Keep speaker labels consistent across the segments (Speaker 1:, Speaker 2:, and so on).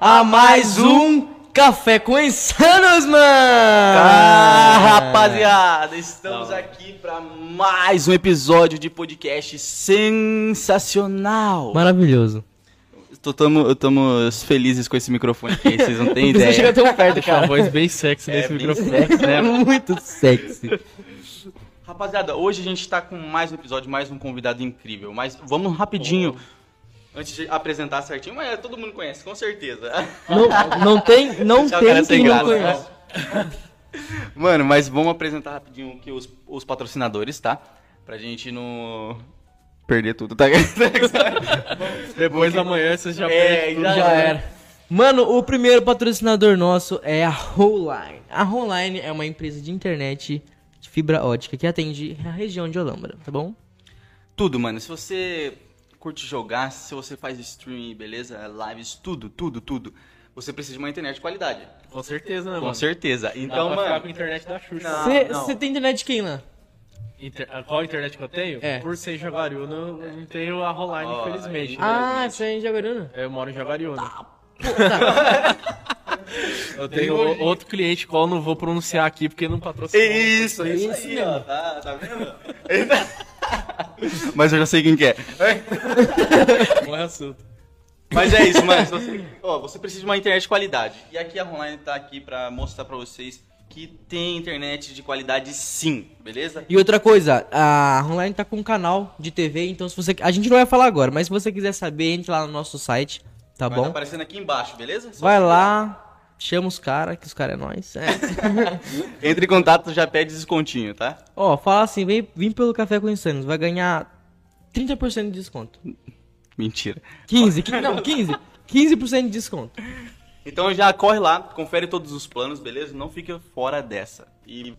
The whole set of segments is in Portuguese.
Speaker 1: a mais um Café com Insanos, mano! Ah,
Speaker 2: rapaziada, estamos aqui para mais um episódio de podcast sensacional.
Speaker 1: Maravilhoso.
Speaker 2: Tô, tamo, estamos felizes com esse microfone aqui, vocês não têm
Speaker 1: Você chega
Speaker 2: ideia.
Speaker 1: tão perto,
Speaker 3: Uma
Speaker 1: cara.
Speaker 3: voz bem sexy
Speaker 2: É,
Speaker 3: nesse
Speaker 2: bem
Speaker 3: microfone.
Speaker 2: sexy, né?
Speaker 1: Muito sexy.
Speaker 2: Rapaziada, hoje a gente tá com mais um episódio, mais um convidado incrível. Mas vamos rapidinho,
Speaker 1: Oh.
Speaker 2: antes de apresentar certinho, mas é, todo mundo conhece, com certeza.
Speaker 1: Não, não tem, não
Speaker 2: Esse é o
Speaker 1: tem
Speaker 2: cara sem
Speaker 1: quem não
Speaker 2: graça, né?
Speaker 1: conhece.
Speaker 2: Mano, mas vamos apresentar rapidinho aqui os, os patrocinadores, tá? Pra gente não perder tudo, tá?
Speaker 3: Depois da manhã você já
Speaker 2: É,
Speaker 3: perde tudo. né?
Speaker 2: já
Speaker 1: Já era. Mano, o primeiro patrocinador nosso é a Holine. A Holine é uma empresa de internet de fibra ótica que atende a região de Olambra, tá bom?
Speaker 2: tudo, mano. Se você curte jogar, se você faz streaming, beleza? Lives, tudo, tudo, tudo. Você precisa de uma internet de qualidade.
Speaker 3: Com certeza, né,
Speaker 2: Com
Speaker 3: mano?
Speaker 2: certeza.
Speaker 3: Dá
Speaker 2: Então,
Speaker 3: pra ficar com a
Speaker 2: mano.
Speaker 3: internet da Xuxa.
Speaker 2: Ah, Não.
Speaker 1: Você tem internet de quem lá?
Speaker 3: Inter- a- Qual internet que eu tenho?
Speaker 1: É.
Speaker 3: Por ser jaguariúna, eu não tenho a Roline,
Speaker 2: Ó,
Speaker 3: infelizmente.
Speaker 2: aí-
Speaker 1: Ah, isso aí é em Jaguaruna.
Speaker 3: Eu moro em Jaguariúna. eu tenho o- outro cliente, qual eu não vou pronunciar aqui porque não patrocinou.
Speaker 2: Isso, isso,
Speaker 1: Isso
Speaker 2: aí,
Speaker 1: mesmo.
Speaker 2: ó. Tá, tá vendo? Mas eu já sei quem que é.
Speaker 3: Não é assunto.
Speaker 2: Mas é isso, mano. Se Você, ó, você precisa de uma internet de qualidade. E aqui a Online tá aqui pra mostrar pra vocês que tem internet de qualidade sim, beleza?
Speaker 1: E outra coisa, a Online tá com um canal de TV, então se você. A gente não vai falar agora, mas se você quiser saber, entre lá no nosso site, tá
Speaker 2: Vai tá
Speaker 1: bom?
Speaker 2: aparecendo aqui né? embaixo, beleza? Só
Speaker 1: Vai
Speaker 2: clicar.
Speaker 1: lá, chama os caras, que os caras é nós. É.
Speaker 2: Entre em contato, já pede descontinho, tá?
Speaker 1: Ó, fala assim, vem, vem pelo Café com Insanos, vai ganhar 30% de desconto.
Speaker 2: Mentira.
Speaker 1: 15, qui- não, 15. 15% de desconto.
Speaker 2: Então já corre lá, confere todos os planos, beleza? Não fica fora dessa. E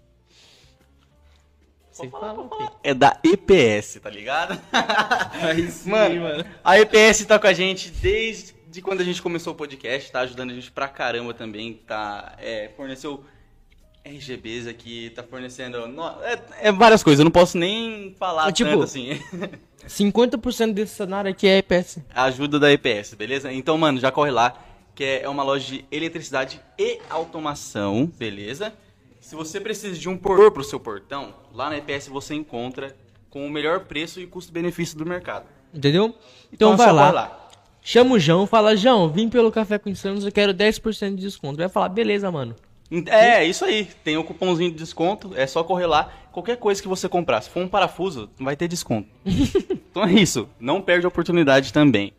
Speaker 1: Você fala o quê?
Speaker 2: é da EPS, tá ligado?
Speaker 3: Aí sim,
Speaker 2: Mano.
Speaker 3: mano.
Speaker 2: A EPS tá com a gente desde de quando a gente começou o podcast, tá ajudando a gente pra caramba também, tá? É, forneceu RGBs aqui, tá fornecendo. no- É, é várias coisas, eu não posso nem falar
Speaker 3: É,
Speaker 1: Mas, tipo,
Speaker 2: tanto assim.
Speaker 1: 50% desse cenário aqui é IPS.
Speaker 2: A ajuda da EPS, beleza? Então, mano, já corre lá, que é uma loja de eletricidade e automação, beleza? Se você precisa de um portão pro seu portão, lá na EPS você encontra com o melhor preço e custo-benefício do mercado.
Speaker 1: Entendeu? Então,
Speaker 2: é
Speaker 1: vai
Speaker 2: só
Speaker 1: lá.
Speaker 2: corre lá.
Speaker 1: Chama o João, fala, João, vim pelo Café com Insanos, eu quero 10% de desconto. Vai falar, beleza, mano.
Speaker 2: É, isso aí. Tem o cupomzinho de desconto, é só correr lá. Qualquer coisa que você comprar, se for um parafuso, vai ter desconto. então é isso. Não perde a oportunidade também.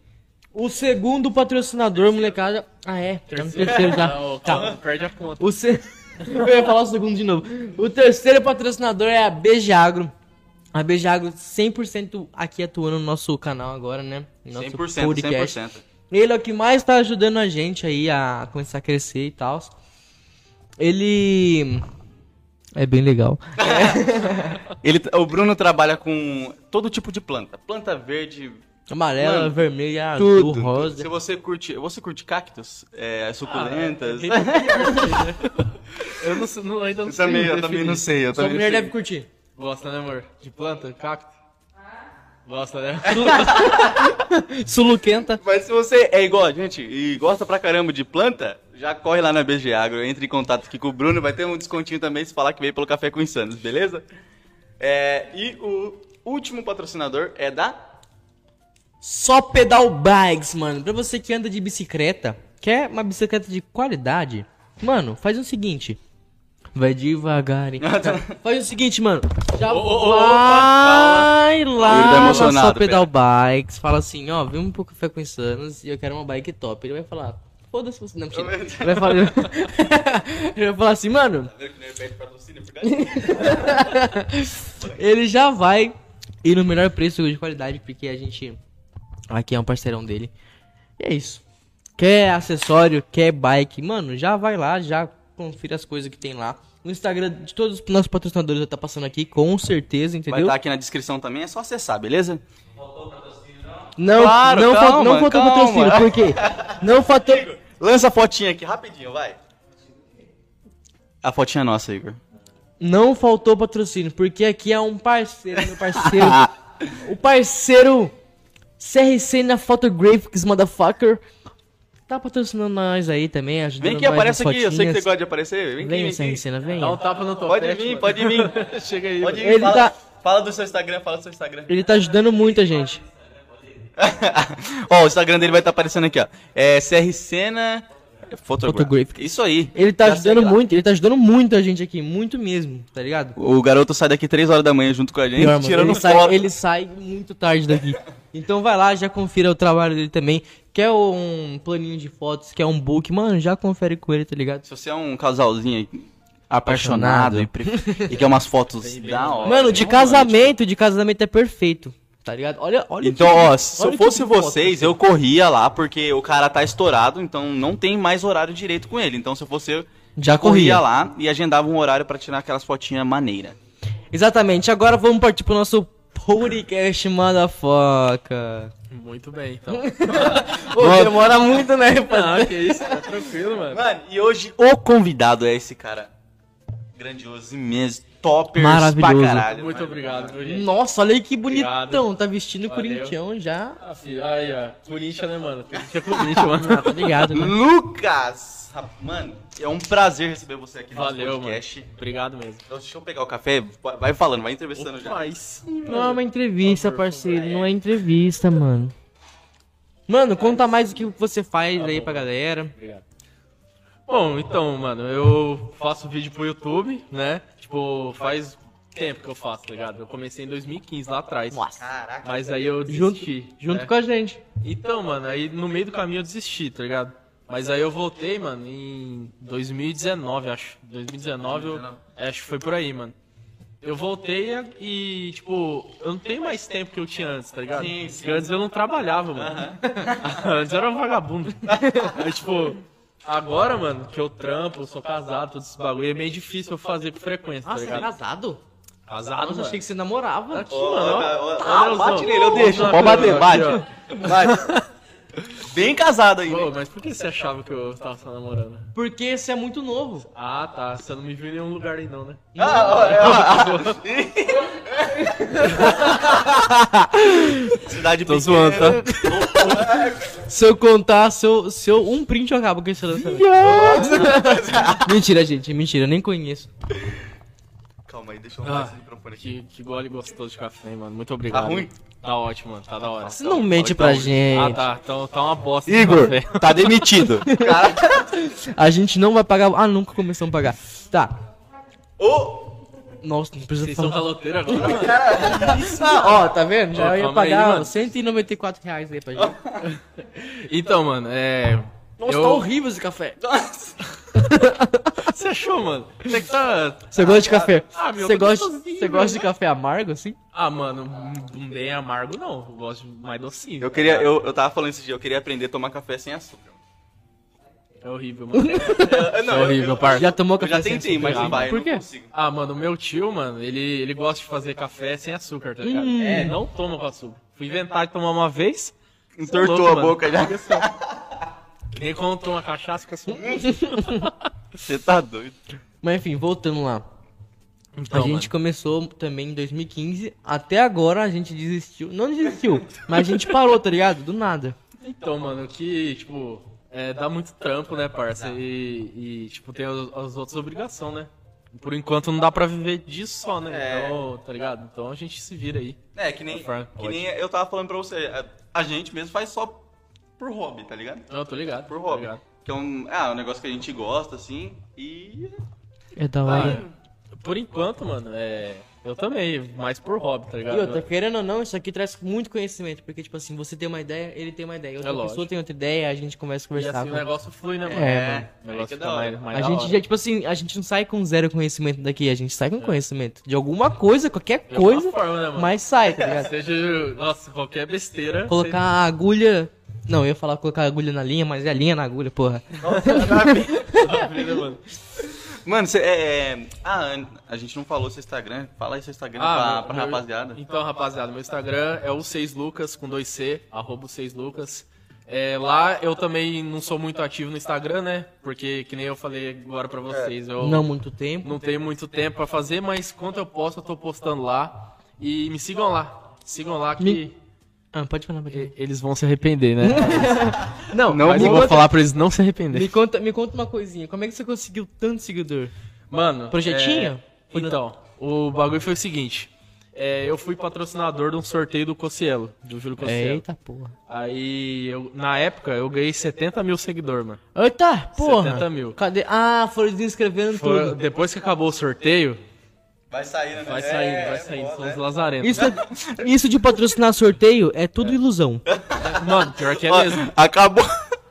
Speaker 1: O segundo patrocinador, molecada. Ah, é. Tá no terceiro, tá?
Speaker 2: Ah,
Speaker 3: Não,
Speaker 1: tá.
Speaker 3: calma, perde a conta.
Speaker 1: O se... Eu ia falar o segundo de novo. O terceiro patrocinador é a Beijagro. A Beijagro 100% aqui atuando no nosso canal agora, né? No Nosso
Speaker 2: 100%, 100%.
Speaker 1: Ele é o que mais tá ajudando a gente aí a começar a crescer e tal. Ele. É bem legal.
Speaker 2: Ele, o Bruno trabalha com todo tipo de planta. Planta verde,
Speaker 1: Amarela,
Speaker 2: Mano,
Speaker 1: vermelha, azul,
Speaker 2: tudo.
Speaker 1: rosa.
Speaker 2: Se você curte, você curte cactos,
Speaker 1: Ah,
Speaker 2: é, suculentas.
Speaker 3: Eu não, sei- não- ainda não
Speaker 2: é
Speaker 3: sei. definir.
Speaker 2: sei, eu
Speaker 1: Sua mulher deve curtir.
Speaker 3: Gosta, né, amor? De planta, cacto? Gosta, né?
Speaker 1: Suluquenta.
Speaker 2: Mas se você é igual a gente e gosta pra caramba de planta, já corre lá na BG Agro, entre em contato aqui com o Bruno, vai ter um descontinho também se falar que veio pelo Café com Insanos, beleza? É, e o último patrocinador é da
Speaker 1: Só pedal bikes, mano. Pra você que anda de bicicleta, quer uma bicicleta de qualidade, mano, faz o seguinte. Vai devagar, hein? Faz o seguinte, mano. Já
Speaker 3: Ô, ô, ô,
Speaker 1: vai
Speaker 2: Ele tá
Speaker 1: lá na
Speaker 2: emocionado,
Speaker 1: só pedal bikes. Fala assim, ó, vem um pouco café com insanos e eu quero uma bike top. Ele vai falar, foda-se você. Não, mentira. Ele vai falar, ele vai falar assim, mano. Ele já vai ir no melhor preço de qualidade, porque a gente aqui é um parceirão dele. E é isso. Quer acessório, quer bike, mano, já vai lá, já confira as coisas que tem lá. O Instagram de todos os nossos patrocinadores vai estar passando aqui, com certeza,
Speaker 2: Vai
Speaker 1: entendeu?
Speaker 2: estar aqui na descrição também, é só acessar, beleza?
Speaker 1: Não,
Speaker 2: Claro,
Speaker 1: não,
Speaker 2: calma,
Speaker 1: fa- não faltou
Speaker 2: calma.
Speaker 1: patrocínio, por quê? Não faltou.
Speaker 2: Lança a fotinha aqui rapidinho, vai. A fotinha é nossa, Igor.
Speaker 1: Não faltou patrocínio, porque aqui é um parceiro, meu parceiro. o parceiro CRC na Photographics, motherfucker. Tá patrocinando nós aí também, ajudando
Speaker 2: Vem aqui,
Speaker 1: nós
Speaker 2: aparece
Speaker 1: nas
Speaker 2: aqui. Eu sei que você
Speaker 1: fotinhas.
Speaker 2: gosta de aparecer. Vem aqui,
Speaker 1: Vem,
Speaker 2: vem
Speaker 1: Sérgio
Speaker 2: aqui.
Speaker 1: Sena, vem.
Speaker 3: Dá um tapa no
Speaker 2: Pode
Speaker 3: topete,
Speaker 2: vir,
Speaker 3: mano.
Speaker 2: pode vir.
Speaker 3: Chega aí.
Speaker 2: Pode
Speaker 3: Pode
Speaker 2: vir.
Speaker 1: Ele
Speaker 2: fala,
Speaker 1: tá-
Speaker 2: fala do seu Instagram, fala do seu Instagram.
Speaker 1: Ele tá ajudando muita gente.
Speaker 2: ó, o Instagram dele vai estar aparecendo aqui, ó. É CR Sena Photograph.
Speaker 1: Photograph.
Speaker 2: Isso aí.
Speaker 1: Ele tá
Speaker 2: Já segue
Speaker 1: ajudando
Speaker 2: lá.
Speaker 1: muito, ele tá ajudando muito a gente aqui, muito mesmo, tá ligado?
Speaker 2: O garoto sai daqui 3 horas da manhã junto com a gente,
Speaker 1: Pior, mano,
Speaker 2: tirando
Speaker 1: ele,
Speaker 2: foto.
Speaker 1: sai, ele sai muito tarde daqui. Então vai lá, já confira o trabalho dele também. Quer um planinho de fotos, quer um book, mano, já confere com ele, tá ligado?
Speaker 2: Se você é um casalzinho apaixonado,
Speaker 1: Apaixonado.
Speaker 2: e, pre- e quer umas fotos da hora.
Speaker 1: Mano, de
Speaker 2: é romântico.
Speaker 1: casamento, de casamento é perfeito, tá ligado? Olha, olha. o
Speaker 2: Então,
Speaker 1: tipo-
Speaker 2: ó, se
Speaker 1: olha
Speaker 2: eu
Speaker 1: o tipo
Speaker 2: fosse
Speaker 1: de foto.
Speaker 2: vocês, eu corria lá, porque o cara tá estourado, então não tem mais horário direito com ele. Então, se eu fosse eu,
Speaker 1: Já
Speaker 2: corria
Speaker 1: corria.
Speaker 2: lá e agendava um horário pra tirar aquelas fotinhas maneira.
Speaker 1: Exatamente, agora vamos partir pro nosso podcast foca.
Speaker 3: Muito bem, então.
Speaker 1: Ô, demora muito, né?
Speaker 3: Não, que isso, tá tranquilo, mano.
Speaker 2: Mano, e hoje o convidado é esse cara grandioso, imenso, topper pra
Speaker 1: Maravilhoso.
Speaker 2: caralho.
Speaker 3: Muito
Speaker 2: mano.
Speaker 3: obrigado, viu, gente?
Speaker 1: Nossa, olha aí que bonitão,
Speaker 3: Obrigado.
Speaker 1: tá vestindo
Speaker 3: Valeu.
Speaker 1: corintião já.
Speaker 3: Ah, filho, aí, ó. Corinthians, né, mano? Corinthians é Corinthians, mano.
Speaker 1: Obrigado, né?
Speaker 2: Lucas! rap- Mano, é um prazer receber você aqui no
Speaker 3: Valeu,
Speaker 2: nosso
Speaker 3: mano.
Speaker 2: podcast.
Speaker 3: Obrigado mesmo.
Speaker 2: Então, Deixa eu pegar o café, vai falando, vai entrevistando já.
Speaker 3: Mas,
Speaker 1: Não é uma entrevista,
Speaker 3: Por favor,
Speaker 1: parceiro. Não é entrevista, mano. Mano, conta mais o que você faz
Speaker 3: Tá
Speaker 1: aí pra galera.
Speaker 3: Obrigado. Bom, então, mano, eu faço vídeo pro YouTube, né? Tipo, faz tempo que eu faço, tá ligado? Eu comecei em 2015, lá atrás.
Speaker 2: Caraca,
Speaker 3: Mas aí eu
Speaker 1: Junto,
Speaker 3: desisti.
Speaker 1: junto
Speaker 3: né?
Speaker 1: com a gente.
Speaker 3: Então, mano, aí no meio do caminho eu desisti, tá ligado? Mas aí eu voltei, mano, em 2019, acho. 2019, eu, é, acho que foi por aí, mano. Eu voltei e, tipo, eu não tenho mais tempo que eu tinha antes, tá ligado?
Speaker 2: Sim, sim.
Speaker 3: Porque Antes eu não trabalhava, mano. antes eu era um vagabundo. Aí, tipo, agora, mano, que eu trampo, eu sou casado, todos esses bagulho, é meio difícil eu fazer com frequência, tá ligado? Ah, é.
Speaker 1: casado?
Speaker 3: Casado,
Speaker 1: Nossa,
Speaker 3: mano.
Speaker 1: achei que você namorava.
Speaker 3: Aqui, mano, ó.
Speaker 2: Ah, bate
Speaker 3: Andrezão.
Speaker 2: nele, eu deixo.
Speaker 3: Ó,
Speaker 2: Pode bater, bate.
Speaker 3: aqui,
Speaker 2: Bate. Bem casado ainda.
Speaker 3: Ô,
Speaker 2: hein?
Speaker 3: mas por que você achava que eu tava só namorando?
Speaker 1: Porque você é muito novo.
Speaker 3: Ah, tá. Você não me viu em nenhum lugar aí, não, né?
Speaker 2: Ah, olha, olha. Cidade Tô
Speaker 3: zoando, tá?
Speaker 1: Se eu contar, se eu, se eu um print eu acabo com esse relacionamento. mentira, gente. Mentira, eu nem conheço.
Speaker 2: Calma aí, deixa eu arrumar
Speaker 3: Ah,
Speaker 2: esse microfone aqui.
Speaker 3: que, que gole gostoso de café, hein, mano. Muito obrigado.
Speaker 2: Tá ruim?
Speaker 3: Tá ótimo, mano. Tá da hora.
Speaker 1: Você não mente pra
Speaker 3: Ah,
Speaker 1: gente.
Speaker 3: tá. Então tá uma bosta. de
Speaker 2: Igor,
Speaker 3: café.
Speaker 2: tá demitido.
Speaker 1: A gente não vai pagar. Ah, nunca começamos a pagar. Tá.
Speaker 2: Ô,
Speaker 1: Nossa, não precisa
Speaker 3: Vocês são
Speaker 1: falar.
Speaker 3: caloteiro agora? mano?
Speaker 1: Ah, ó, tá vendo? Já
Speaker 3: Ó,
Speaker 1: ia
Speaker 3: calma aí,
Speaker 1: pagar
Speaker 3: mano.
Speaker 1: 194 reais aí pra gente.
Speaker 3: então, mano, é.
Speaker 1: Nossa,
Speaker 3: eu...
Speaker 1: tá horrível esse café.
Speaker 3: Você achou, mano? Tem que tá.
Speaker 1: Você gosta de café?
Speaker 3: ah, meu,
Speaker 1: Você
Speaker 3: tá
Speaker 1: gosta,
Speaker 3: gostosinho,
Speaker 1: você gosta de café amargo, assim?
Speaker 3: Ah, mano, um bem amargo não. Eu gosto de mais docinho.
Speaker 2: eu queria, eu, eu tava falando esse dia, eu queria aprender a tomar café sem açúcar.
Speaker 3: É horrível, mano.
Speaker 2: É,
Speaker 3: é horrível, parça.
Speaker 1: Já tomou
Speaker 2: Eu
Speaker 1: café
Speaker 2: já
Speaker 1: sem
Speaker 2: tentei,
Speaker 1: açúcar?
Speaker 2: mas não vai, eu
Speaker 1: Por
Speaker 2: não
Speaker 1: quê?
Speaker 2: consigo.
Speaker 3: Ah, mano, o meu tio, mano, ele, ele gosta de fazer café sem açúcar, tá ligado?
Speaker 1: Hum.
Speaker 3: É, não toma com açúcar. Fui inventar de tomar uma vez,
Speaker 2: Entortou
Speaker 3: louco,
Speaker 2: a
Speaker 3: mano.
Speaker 2: boca já.
Speaker 3: nem quando toma cachaça com açúcar.
Speaker 2: Você tá doido.
Speaker 1: Mas enfim, voltando lá.
Speaker 3: Então,
Speaker 1: a gente
Speaker 3: mano,
Speaker 1: começou também em 2015. Até agora a gente desistiu. Não desistiu, mas a gente parou, tá ligado? Do nada.
Speaker 3: então, mano, que, tipo, é, dá muito trampo, né, parça? E, e, tipo, tem as, as outras obrigações, né? Por enquanto não dá pra viver disso só, né?
Speaker 2: É.
Speaker 3: Então, tá ligado? Então a gente se vira aí.
Speaker 2: É, que nem,
Speaker 3: Conforme
Speaker 2: que
Speaker 3: pode.
Speaker 2: nem eu tava falando pra você, a, a gente mesmo faz só por hobby, tá ligado?
Speaker 3: Eu tô ligado.
Speaker 2: Por
Speaker 3: tô
Speaker 2: hobby.
Speaker 3: ligado.
Speaker 2: Que é um, ah, um negócio que a gente gosta, assim, e.
Speaker 1: É da
Speaker 3: Ah,
Speaker 1: hora.
Speaker 3: por enquanto, mano, é. Eu também, mais por hobby, tá
Speaker 1: E
Speaker 3: ligado?
Speaker 1: outra, querendo ou não, isso aqui traz muito conhecimento. Porque, tipo assim, você tem uma ideia, ele tem uma ideia. Outra
Speaker 3: É lógico.
Speaker 1: pessoa tem outra ideia, a gente começa a
Speaker 3: E
Speaker 1: conversar.
Speaker 3: assim o
Speaker 1: com-
Speaker 3: negócio flui, né, mano?
Speaker 1: É,
Speaker 2: mano.
Speaker 3: O
Speaker 2: Aí que
Speaker 3: negócio
Speaker 2: é da
Speaker 3: fica
Speaker 2: hora.
Speaker 3: mais, mais
Speaker 1: A
Speaker 3: da
Speaker 1: gente
Speaker 3: hora. É.
Speaker 1: já, tipo assim, a gente não sai com zero conhecimento daqui, a gente sai com conhecimento de alguma coisa, qualquer
Speaker 3: De alguma
Speaker 1: coisa,
Speaker 3: forma, né, mano?
Speaker 1: mas sai, tá ligado?
Speaker 3: Seja, nossa, qualquer besteira.
Speaker 1: Colocar a agulha. Não, eu ia falar colocar a agulha na linha, mas é a linha na agulha, porra.
Speaker 3: Você... mano.
Speaker 2: Mano, você. É, é, ah, a gente não falou seu Instagram. Fala aí seu Instagram pra,
Speaker 3: Ah, meu-
Speaker 2: pra
Speaker 3: meu-
Speaker 2: rapaziada.
Speaker 3: Então, rapaziada, meu Instagram é o 6lucas, com 2C, arroba 6lucas. É, lá eu também não sou muito ativo no Instagram, né? Porque, que nem eu falei agora pra vocês, eu
Speaker 1: Não muito tempo.
Speaker 3: não tenho muito tempo pra fazer, mas quanto eu posso, eu tô postando lá. E me sigam lá. Sigam lá que...
Speaker 1: Me- Ah, pode falar, pode falar.
Speaker 3: E- Eles vão se arrepender, né?
Speaker 1: Não,
Speaker 3: Não, mas
Speaker 1: me,
Speaker 3: eu vou
Speaker 1: conta,
Speaker 3: falar pra eles não se arrependerem.
Speaker 1: me, conta, me conta uma coisinha. Como é que você conseguiu tanto seguidor?
Speaker 3: Mano.
Speaker 1: Projetinho?
Speaker 3: é, Então, o bagulho foi o seguinte. é, eu fui patrocinador de um sorteio do Cocielo, do Júlio Cocielo.
Speaker 1: Eita porra.
Speaker 3: Aí, eu, na época, eu ganhei 70 mil seguidores, mano.
Speaker 1: Eita porra.
Speaker 3: 70 mil.
Speaker 1: Cadê? Ah, foram desinscrevendo
Speaker 3: Foi-
Speaker 1: tudo.
Speaker 3: depois que acabou o sorteio,
Speaker 2: Vai sair, né?
Speaker 3: vai saindo, vai saindo. São os lazarentos.
Speaker 1: Isso, é- isso de patrocinar sorteio é tudo ilusão.
Speaker 3: Mano, pior que é
Speaker 2: Ó,
Speaker 3: mesmo.
Speaker 2: acabou.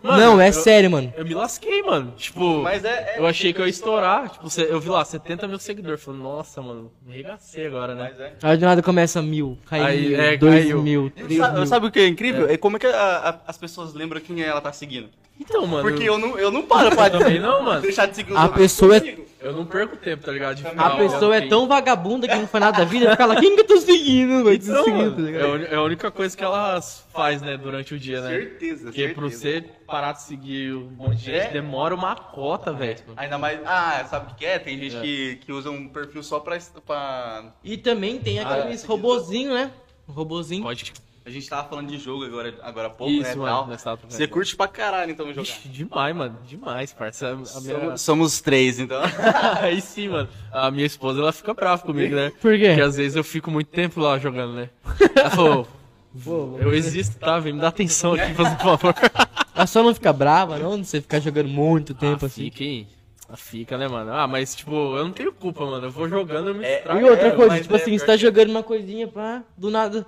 Speaker 3: Mano,
Speaker 1: não, é
Speaker 3: eu-
Speaker 1: sério, mano.
Speaker 3: Eu me lasquei, mano. Tipo,
Speaker 2: Mas é- é-
Speaker 3: eu achei que eu ia estourar. Tipo, cê- eu vi lá, 70 mil seguidores. Falei, nossa, mano, me regacei agora, né?
Speaker 2: Mas é.
Speaker 1: Aí do nada começa mil, cai
Speaker 3: Aí,
Speaker 1: mil,
Speaker 3: é,
Speaker 1: dois
Speaker 3: caiu.
Speaker 1: mil, três mil.
Speaker 2: Sabe, sabe o que é incrível? É, como é que a- a- as pessoas lembram quem ela tá seguindo.
Speaker 3: Então, mano.
Speaker 2: Porque eu não, eu não paro pra
Speaker 3: também não, mano.
Speaker 2: deixar de seguir os
Speaker 1: A
Speaker 2: outros.
Speaker 1: pessoa é-
Speaker 2: Eu
Speaker 3: Eu não perco tempo, tá ligado? De ficar
Speaker 1: A pessoa é
Speaker 3: olhando
Speaker 1: tão vagabunda que não faz nada da vida, fica lá, quem que eu tô seguindo, mano?
Speaker 3: quem-
Speaker 1: Tô
Speaker 3: Então,
Speaker 1: seguindo, tá
Speaker 3: mano, é,
Speaker 1: ligado?
Speaker 3: a uni- é a única coisa que elas faz, né, durante o dia, né?
Speaker 2: Certeza,
Speaker 3: Porque pra você
Speaker 2: certeza.
Speaker 3: parar de seguir um monte de gente,
Speaker 2: É.
Speaker 3: demora uma cota, velho.
Speaker 2: Ainda mais. Ah, sabe o que é? Tem gente
Speaker 3: É.
Speaker 2: que, que usa um perfil só pra, pra.
Speaker 1: E também tem
Speaker 3: Ah,
Speaker 1: aqueles robozinho, né? Um robozinho.
Speaker 3: Pode.
Speaker 2: A gente tava falando de jogo agora, agora há pouco,
Speaker 3: Isso,
Speaker 2: né?
Speaker 3: mano,
Speaker 2: tal.
Speaker 3: nós tava-
Speaker 2: Você curte pra caralho então jogar.
Speaker 3: Ixi, demais, mano. Demais, parça. A minha...
Speaker 2: Somos, somos três, então.
Speaker 3: Aí sim, mano. A minha esposa, ela fica brava comigo, né?
Speaker 1: Por quê?
Speaker 3: Porque às vezes eu fico muito tempo lá jogando, né? Ela falou, eu existo, tá? Vem me dar atenção aqui, faz um favor.
Speaker 1: Ah, só não fica brava, não? De você ficar jogando muito tempo
Speaker 3: Ah,
Speaker 1: assim.
Speaker 3: Fica, hein? Ah, Fica, né, mano? Ah, mas, tipo, eu não tenho culpa, mano. Eu vou jogando, eu me
Speaker 2: É,
Speaker 3: estrago.
Speaker 1: E outra
Speaker 3: É,
Speaker 1: coisa,
Speaker 3: mas
Speaker 1: tipo
Speaker 3: é
Speaker 1: assim, você
Speaker 3: pior
Speaker 1: tá
Speaker 3: que-
Speaker 1: jogando uma coisinha, pá, do nada.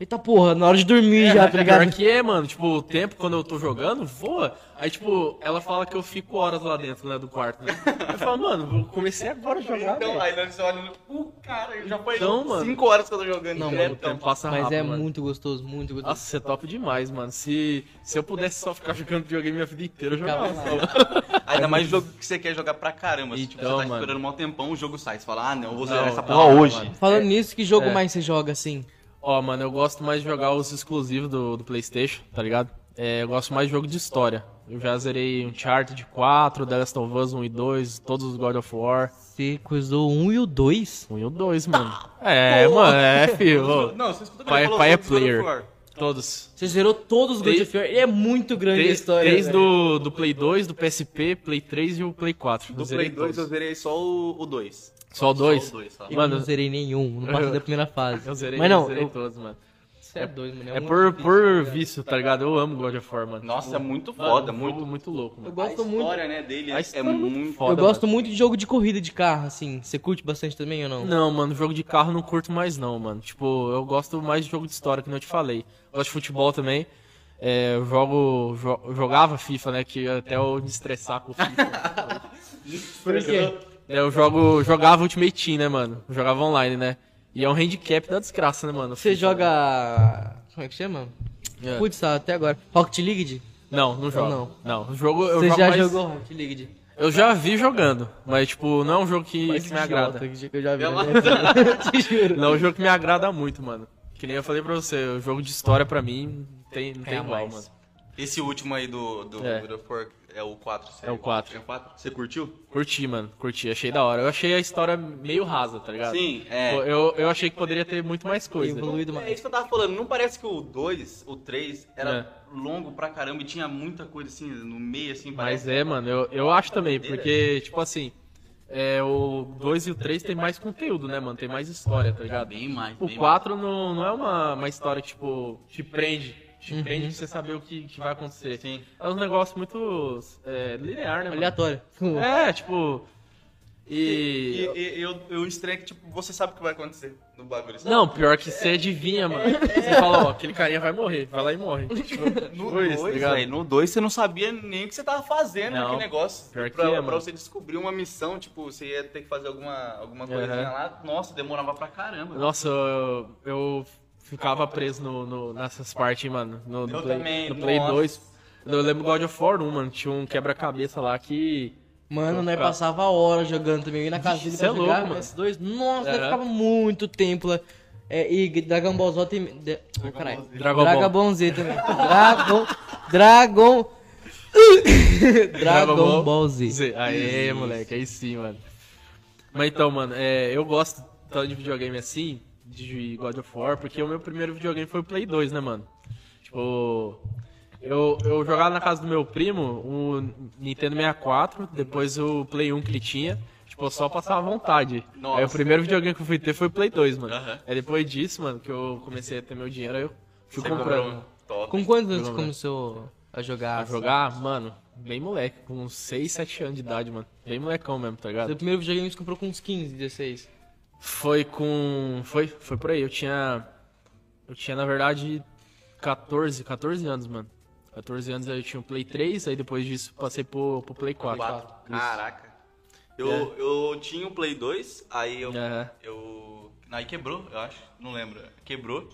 Speaker 1: Eita porra, na hora de dormir já, tá
Speaker 3: É, pior
Speaker 1: ligado?
Speaker 3: que é, mano. Tipo, o tempo quando eu tô jogando, voa. Aí, tipo, ela fala que eu fico horas lá dentro, né, do quarto. Né? Eu falo, mano, eu comecei agora a jogar,
Speaker 2: então,
Speaker 3: velho.
Speaker 2: aí nós olhamos. Uh, cara, eu já foi
Speaker 3: Então, mano.
Speaker 2: 5 horas que eu tô jogando.
Speaker 1: Não,
Speaker 2: direto,
Speaker 3: O tempo
Speaker 2: então.
Speaker 3: passa rápido,
Speaker 1: Mas é
Speaker 3: mano.
Speaker 1: muito gostoso, muito gostoso.
Speaker 3: Nossa, você é top demais, mano. Se, se eu pudesse só ficar jogando videogame minha vida inteira, eu
Speaker 1: Ficava
Speaker 3: jogava.
Speaker 2: Ainda mais jogo que você quer jogar pra caramba. assim, tipo,
Speaker 3: Então,
Speaker 2: você tá
Speaker 3: mano.
Speaker 2: esperando um mau tempão, o jogo sai. Você fala, ah, não, eu vou
Speaker 3: Não,
Speaker 2: zerar essa
Speaker 3: não,
Speaker 2: porra
Speaker 3: não,
Speaker 2: hoje.
Speaker 3: mano.
Speaker 1: Falando nisso, que jogo
Speaker 3: é.
Speaker 1: mais você joga assim?
Speaker 3: Ó, mano, eu gosto mais de jogar os exclusivos do, do PlayStation, tá ligado? É, eu gosto mais de jogo de história. Eu já zerei Uncharted 4, The Last of Us 1 e 2, todos os God of War.
Speaker 1: Você coisou um e o dois?
Speaker 3: 1 e o 2, mano. É, mano, é, filho. ô.
Speaker 2: Não, você escuta
Speaker 3: Pai-
Speaker 2: ele falou
Speaker 3: pai é
Speaker 2: todos os God of
Speaker 3: player.
Speaker 2: War.
Speaker 3: Todos.
Speaker 1: Você zerou todos os God
Speaker 3: Três-
Speaker 1: of War. E é muito grande a
Speaker 3: Três,
Speaker 1: história.
Speaker 3: três
Speaker 1: velho.
Speaker 3: do, do Play 2, do PSP, Play 3 e o Play
Speaker 2: Do
Speaker 3: 4. Eu
Speaker 2: Play
Speaker 3: zerei
Speaker 2: 2 eu
Speaker 3: todos.
Speaker 2: zerei só o 2.
Speaker 3: Só o 2?
Speaker 2: Só o dois, só.
Speaker 1: Eu
Speaker 3: Mano,
Speaker 1: não zerei nenhum, não passei
Speaker 3: eu-
Speaker 1: da primeira fase.
Speaker 3: eu zerei,
Speaker 1: Mas não,
Speaker 3: eu zerei
Speaker 1: eu-
Speaker 3: todos, mano.
Speaker 1: Você é doido, mano.
Speaker 3: É
Speaker 1: um-
Speaker 3: por, por vício, tá ligado? Eu amo God of War, mano.
Speaker 2: né, Nossa, é muito
Speaker 3: Mano,
Speaker 2: foda,
Speaker 3: um
Speaker 2: muito.
Speaker 3: jogo muito louco,
Speaker 1: Eu
Speaker 3: mano.
Speaker 2: A
Speaker 1: gosto muito.
Speaker 2: história, né, dele
Speaker 3: A
Speaker 2: é,
Speaker 3: história é muito
Speaker 2: muito
Speaker 3: foda.
Speaker 1: eu gosto muito de jogo de corrida de carro, assim. Você curte bastante também ou não?
Speaker 3: Não, mano, jogo de carro eu não curto mais não, mano. Tipo, eu gosto mais de jogo de história, que nem eu te falei. Gosto de futebol também. É, eu jogo, jo- eu jogava FIFA, né, que até eu me estressar com FIFA.
Speaker 1: Por quê?
Speaker 3: É, eu jogo, jogava Ultimate Team, né, mano? Eu jogava online, né? E é um handicap da desgraça, né, mano?
Speaker 1: Você
Speaker 3: FIFA,
Speaker 1: joga. Como é que chama?
Speaker 3: né? É.
Speaker 1: Putz, tá até agora. Rocket League?
Speaker 3: Não, não jogo.
Speaker 1: Não.
Speaker 3: Não, O jogo eu
Speaker 1: Você
Speaker 3: jogo
Speaker 1: já
Speaker 3: mais-
Speaker 1: jogou Rocket League?
Speaker 3: Eu já vi jogando, mas tipo, não é um jogo que, que me agrada. É
Speaker 1: Que eu já vi. né?
Speaker 2: Ela-
Speaker 1: Te juro.
Speaker 3: Não, é um jogo que me agrada muito, mano. Que nem eu falei pra você, o jogo de história pra mim tem, não tem
Speaker 1: É a
Speaker 3: igual,
Speaker 1: mais.
Speaker 3: mano.
Speaker 2: Esse último aí do, do
Speaker 3: É.
Speaker 2: God of War é o 4.
Speaker 3: É o quatro.
Speaker 2: É o 4. Você curtiu?
Speaker 3: Curti, mano, curti, achei da hora. Eu achei a história meio rasa, tá ligado?
Speaker 2: Sim,
Speaker 3: Pô,
Speaker 2: é.
Speaker 3: Eu, eu achei que poderia ter muito mais coisa.
Speaker 1: Evoluído
Speaker 2: É
Speaker 1: mais.
Speaker 2: isso que eu tava falando. Não parece que o 2, o 3, era
Speaker 3: É.
Speaker 2: longo pra caramba e tinha muita coisa assim no meio, assim,
Speaker 3: Mas
Speaker 2: parece.
Speaker 3: é, mano, eu, eu acho também, porque, tipo assim, é, o 2 e o 3 tem mais conteúdo, né, mano? Tem mais história, tá ligado?
Speaker 2: Bem mais.
Speaker 3: O
Speaker 2: bem
Speaker 3: 4 não, não é uma, uma história que, tipo, te prende. Te prende pra você saber o que, que vai acontecer.
Speaker 2: mais. Sim.
Speaker 3: É um negócio muito é, linear, né, mano?
Speaker 1: Aleatório.
Speaker 3: É, tipo.
Speaker 2: E,
Speaker 3: E.
Speaker 2: e- eu, eu estranho que, tipo, você sabe o que vai acontecer no bagulho. sabe?
Speaker 3: Não, pior que você adivinha, mano. Você fala, ó, aquele carinha vai morrer, vai lá e morre. Tipo,
Speaker 2: No
Speaker 3: tipo isso, tá
Speaker 2: 2,
Speaker 3: ligado?
Speaker 2: velho, no 2 você não sabia nem o que você tava fazendo
Speaker 3: Não.
Speaker 2: naquele negócio. Tipo,
Speaker 3: Pior que
Speaker 2: pra,
Speaker 3: é,
Speaker 2: pra
Speaker 3: mano.
Speaker 2: você descobrir uma missão, tipo, você ia ter que fazer alguma, alguma
Speaker 3: Aham.
Speaker 2: coisinha lá. Nossa, demorava pra caramba.
Speaker 3: Nossa, eu, eu ficava preso no, no- nessas partes, mano. No, no
Speaker 2: Eu
Speaker 3: Play,
Speaker 2: também,
Speaker 3: no Play
Speaker 2: nossa.
Speaker 3: 2. Eu lembro God of War 1, mano. Tinha um quebra-cabeça lá que.
Speaker 1: Mano, nós
Speaker 3: Trocar.
Speaker 1: passava horas jogando também. Eu ia na casa
Speaker 3: Tá. Vixe,
Speaker 1: dele
Speaker 3: cê
Speaker 1: pra
Speaker 3: é louco,
Speaker 1: jogar
Speaker 3: mano.
Speaker 1: PS2. Nossa, nós
Speaker 3: Aham.
Speaker 1: ficava muito tempo lá. É, e Dragon Ball Z tem... de- Ô, caralho.
Speaker 3: Dragon Ball.
Speaker 1: Ball Z também. Dragon... Dragon... Dragon Ball Z.
Speaker 3: então, Aê, moleque, aí sim, mano. Mas então, mano, é, eu gosto tanto de videogame assim, de God of War, porque o meu primeiro videogame foi o Play 2, né, mano? Tipo, eu, eu jogava na casa do meu primo o Nintendo 64, depois o Play 1 que ele tinha. Tipo, eu só passava à vontade.
Speaker 2: Nossa.
Speaker 3: Aí o primeiro videogame que eu fui ter foi o Play 2, mano.
Speaker 2: Aham.
Speaker 3: Aí depois disso, mano, que eu comecei a ter meu dinheiro, aí eu fui
Speaker 2: Você
Speaker 3: comprando.
Speaker 2: comprou um top.
Speaker 1: Com quantos anos você
Speaker 3: Jogando.
Speaker 1: começou a jogar? assim?
Speaker 3: A jogar, mano, bem moleque, com uns 6, 7 anos de idade, mano. Bem molecão mesmo, tá ligado?
Speaker 1: Seu primeiro videogame você comprou com uns 15, 16.
Speaker 3: Foi com. Foi, foi por aí. Eu tinha. Eu tinha, na verdade, 14, 14 anos, mano. 14 anos aí eu tinha o Play 3, aí depois disso passei pro, pro Play 4.
Speaker 2: Quatro.
Speaker 3: um Isso.
Speaker 2: Caraca. Eu, eu tinha o Play 2, aí eu.
Speaker 3: É.
Speaker 2: eu aí quebrou, eu acho. Não lembro. Quebrou.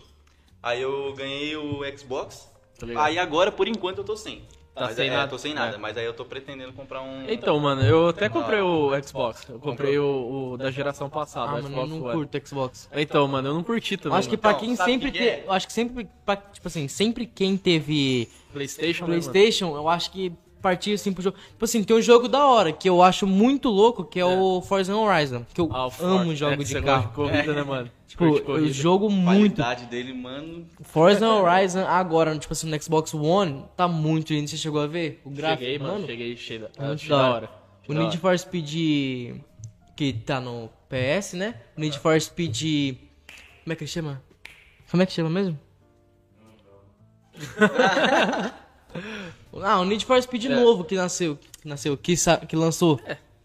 Speaker 2: Aí eu ganhei o Xbox.
Speaker 3: Tá ligado.
Speaker 2: Aí agora, por enquanto, eu tô sem.
Speaker 3: Tá
Speaker 2: Mas,
Speaker 3: sem
Speaker 2: é,
Speaker 3: nada.
Speaker 2: Tô sem nada,
Speaker 3: É.
Speaker 2: mas aí eu tô pretendendo comprar um.
Speaker 3: Então, mano, eu até comprei o Xbox. Eu comprei o, o da geração passada,
Speaker 1: Ah,
Speaker 3: o
Speaker 1: mano, eu
Speaker 3: Xbox
Speaker 1: não
Speaker 3: One.
Speaker 1: curto Xbox.
Speaker 3: Então, mano, eu não curti também.
Speaker 1: acho que
Speaker 3: mano.
Speaker 1: pra
Speaker 2: Então,
Speaker 1: quem
Speaker 2: sabe
Speaker 1: sempre
Speaker 2: o que que é?
Speaker 1: te- eu acho que sempre pra- tipo assim, sempre quem teve
Speaker 3: PlayStation, né, mano?
Speaker 1: PlayStation, eu acho que partia assim pro jogo. Tipo assim, tem um jogo da hora que eu acho muito louco, que é, o Forza Horizon, que eu
Speaker 3: Ah, o Ford.
Speaker 1: amo
Speaker 3: É
Speaker 1: jogo
Speaker 3: que
Speaker 1: de
Speaker 3: você
Speaker 1: carro.
Speaker 3: gosta corrida, né, mano?
Speaker 1: Tipo,
Speaker 3: Curte
Speaker 1: eu
Speaker 3: corrida.
Speaker 1: jogo
Speaker 2: A
Speaker 1: muito.
Speaker 2: qualidade dele, mano.
Speaker 1: Forza Horizon agora, tipo assim, no Xbox One, tá muito lindo. Você chegou a ver o gráfico?
Speaker 3: Cheguei, mano, cheguei cheio da,
Speaker 1: Muito
Speaker 3: achei da hora.
Speaker 1: O
Speaker 3: Achei da
Speaker 1: Need for Speed que tá no PS, né? O Need for Speed. Como é que ele chama? Como é que chama mesmo? ah, o Need for Speed
Speaker 3: É.
Speaker 1: novo que nasceu, que nasceu, que, sa- que lançou.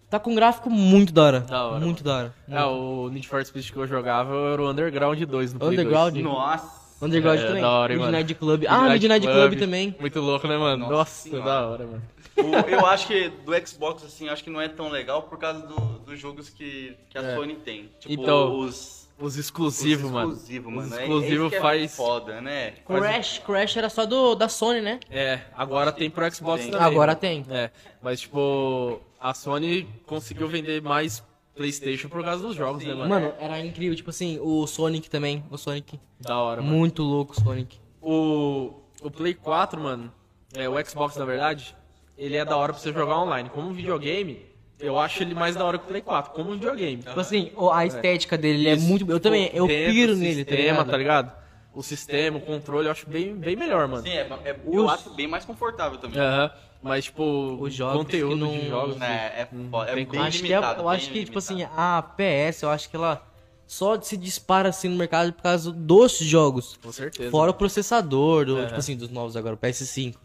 Speaker 1: Tá com um gráfico muito da hora.
Speaker 3: Da hora,
Speaker 1: muito da hora.
Speaker 3: É, o Need for Speed que eu jogava era o Underground 2 no Play
Speaker 1: Underground?
Speaker 2: Nossa.
Speaker 1: Underground
Speaker 3: É,
Speaker 1: também.
Speaker 3: da hora, hein, mano.
Speaker 1: Midnight Club.
Speaker 3: 2.
Speaker 1: Ah, Midnight Club, também.
Speaker 3: Muito louco, né, mano?
Speaker 2: Nossa
Speaker 3: Nossa,
Speaker 2: senhora.
Speaker 3: da hora, mano.
Speaker 2: O- eu acho que do Xbox, assim, eu acho que não é tão legal por causa do- dos jogos que, que a
Speaker 3: É.
Speaker 2: Sony tem. Tipo,
Speaker 3: Então,
Speaker 2: os.
Speaker 3: Os exclusivos, mano.
Speaker 2: Exclusivo, mano.
Speaker 3: Os
Speaker 2: É-
Speaker 3: exclusivos
Speaker 2: é isso que é
Speaker 3: faz... um
Speaker 2: foda, né?
Speaker 1: Crash, Crash era só do, da Sony, né?
Speaker 3: É, agora tem pro Xbox
Speaker 2: Tem.
Speaker 3: também.
Speaker 1: Agora
Speaker 3: mano.
Speaker 1: tem.
Speaker 3: É, mas tipo, a Sony conseguiu vender mais PlayStation por causa dos jogos, né, mano?
Speaker 1: Mano, era incrível, tipo assim, o Sonic também, o Sonic.
Speaker 3: Da hora, mano.
Speaker 1: Muito louco o Sonic.
Speaker 3: O, o Play 4, mano, é, o Xbox na verdade, ele é da hora pra você jogar online. Como um videogame, eu acho ele mais da hora que o Play 4, como um videogame.
Speaker 1: Tipo assim, o- a estética dele é
Speaker 3: Isso.
Speaker 1: muito.
Speaker 2: tipo,
Speaker 1: Eu também, eu
Speaker 3: O tempo,
Speaker 1: piro
Speaker 3: o
Speaker 1: nele, tá
Speaker 3: sistema,
Speaker 1: ligado?
Speaker 3: tá ligado? O sistema, o controle, eu acho bem, bem melhor, mano.
Speaker 2: Sim, é, é- eu acho bem mais confortável também.
Speaker 3: Aham. Mas, tipo,
Speaker 1: Os jogos
Speaker 3: conteúdo
Speaker 1: que não-
Speaker 3: de jogos.
Speaker 2: Né, é foda, é
Speaker 3: Hum, tem
Speaker 2: bem
Speaker 3: como.
Speaker 1: acho que, é-
Speaker 2: limitado.
Speaker 1: eu acho que,
Speaker 2: bem
Speaker 1: tipo assim,
Speaker 2: limitado.
Speaker 1: a PS, eu acho que ela só se dispara assim no mercado por causa dos jogos.
Speaker 3: Com certeza.
Speaker 1: Fora o processador, do,
Speaker 2: É.
Speaker 3: Aham.
Speaker 1: tipo assim, dos novos agora, o PS5.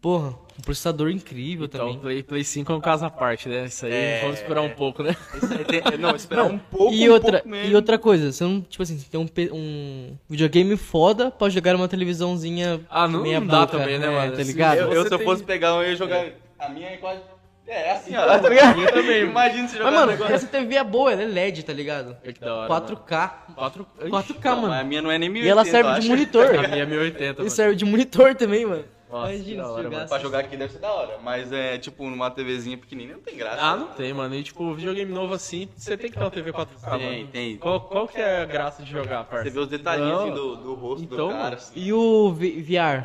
Speaker 1: Porra, um processador incrível
Speaker 3: Então, o
Speaker 1: também.
Speaker 3: Play, Play 5 é um caso à parte, né? Isso aí,
Speaker 2: É.
Speaker 3: vamos esperar um pouco, né?
Speaker 1: é-
Speaker 2: Isso aí tem- não, esperar um pouco,
Speaker 1: E
Speaker 2: um
Speaker 1: outra,
Speaker 2: pouco
Speaker 1: e
Speaker 2: mesmo.
Speaker 1: outra coisa, você não, tipo assim, você tem um, pe- um videogame foda pra jogar uma televisãozinha
Speaker 3: Ah, não,
Speaker 1: meia
Speaker 3: não dá
Speaker 1: boca,
Speaker 3: também, né,
Speaker 1: é,
Speaker 3: mano?
Speaker 1: Tá
Speaker 3: Se-
Speaker 1: ligado?
Speaker 2: Assim, Eu, eu,
Speaker 3: Você
Speaker 2: se eu
Speaker 3: tem-
Speaker 2: fosse pegar um, eu ia jogar... A minha é quase... É, é assim, ó. Tá ligado? Também. Imagina se jogar
Speaker 1: Mas, mano,
Speaker 2: um negócio...
Speaker 1: essa TV é boa, ela é LED, tá ligado?
Speaker 3: É que da hora,
Speaker 1: 4K.
Speaker 3: Quatro...
Speaker 1: 4K,
Speaker 2: Não, mas
Speaker 1: mano.
Speaker 2: a minha não é nem 1080,
Speaker 1: E ela serve
Speaker 2: eu
Speaker 1: de
Speaker 2: acho.
Speaker 1: monitor.
Speaker 3: A minha é 1080,
Speaker 1: E
Speaker 3: mano.
Speaker 1: serve de monitor também, mano.
Speaker 3: Nossa, que
Speaker 1: Imagina
Speaker 3: da
Speaker 1: se
Speaker 3: hora,
Speaker 1: jogasse.
Speaker 2: Pra jogar aqui deve ser da hora, mas é tipo numa TVzinha pequenininha não tem
Speaker 1: é-
Speaker 2: graça.
Speaker 3: Ah, não tem, mano. E, tipo, videogame novo assim, você tem que ter uma TV 4K,
Speaker 2: Tem,
Speaker 3: mano.
Speaker 2: tem.
Speaker 3: Qual, qual que é a graça de jogar, parça?
Speaker 2: Você vê os detalhinhos
Speaker 3: Não.
Speaker 2: assim, do, do rosto
Speaker 3: Então,
Speaker 2: do cara.
Speaker 3: mano.
Speaker 2: Assim.
Speaker 1: E o V- VR?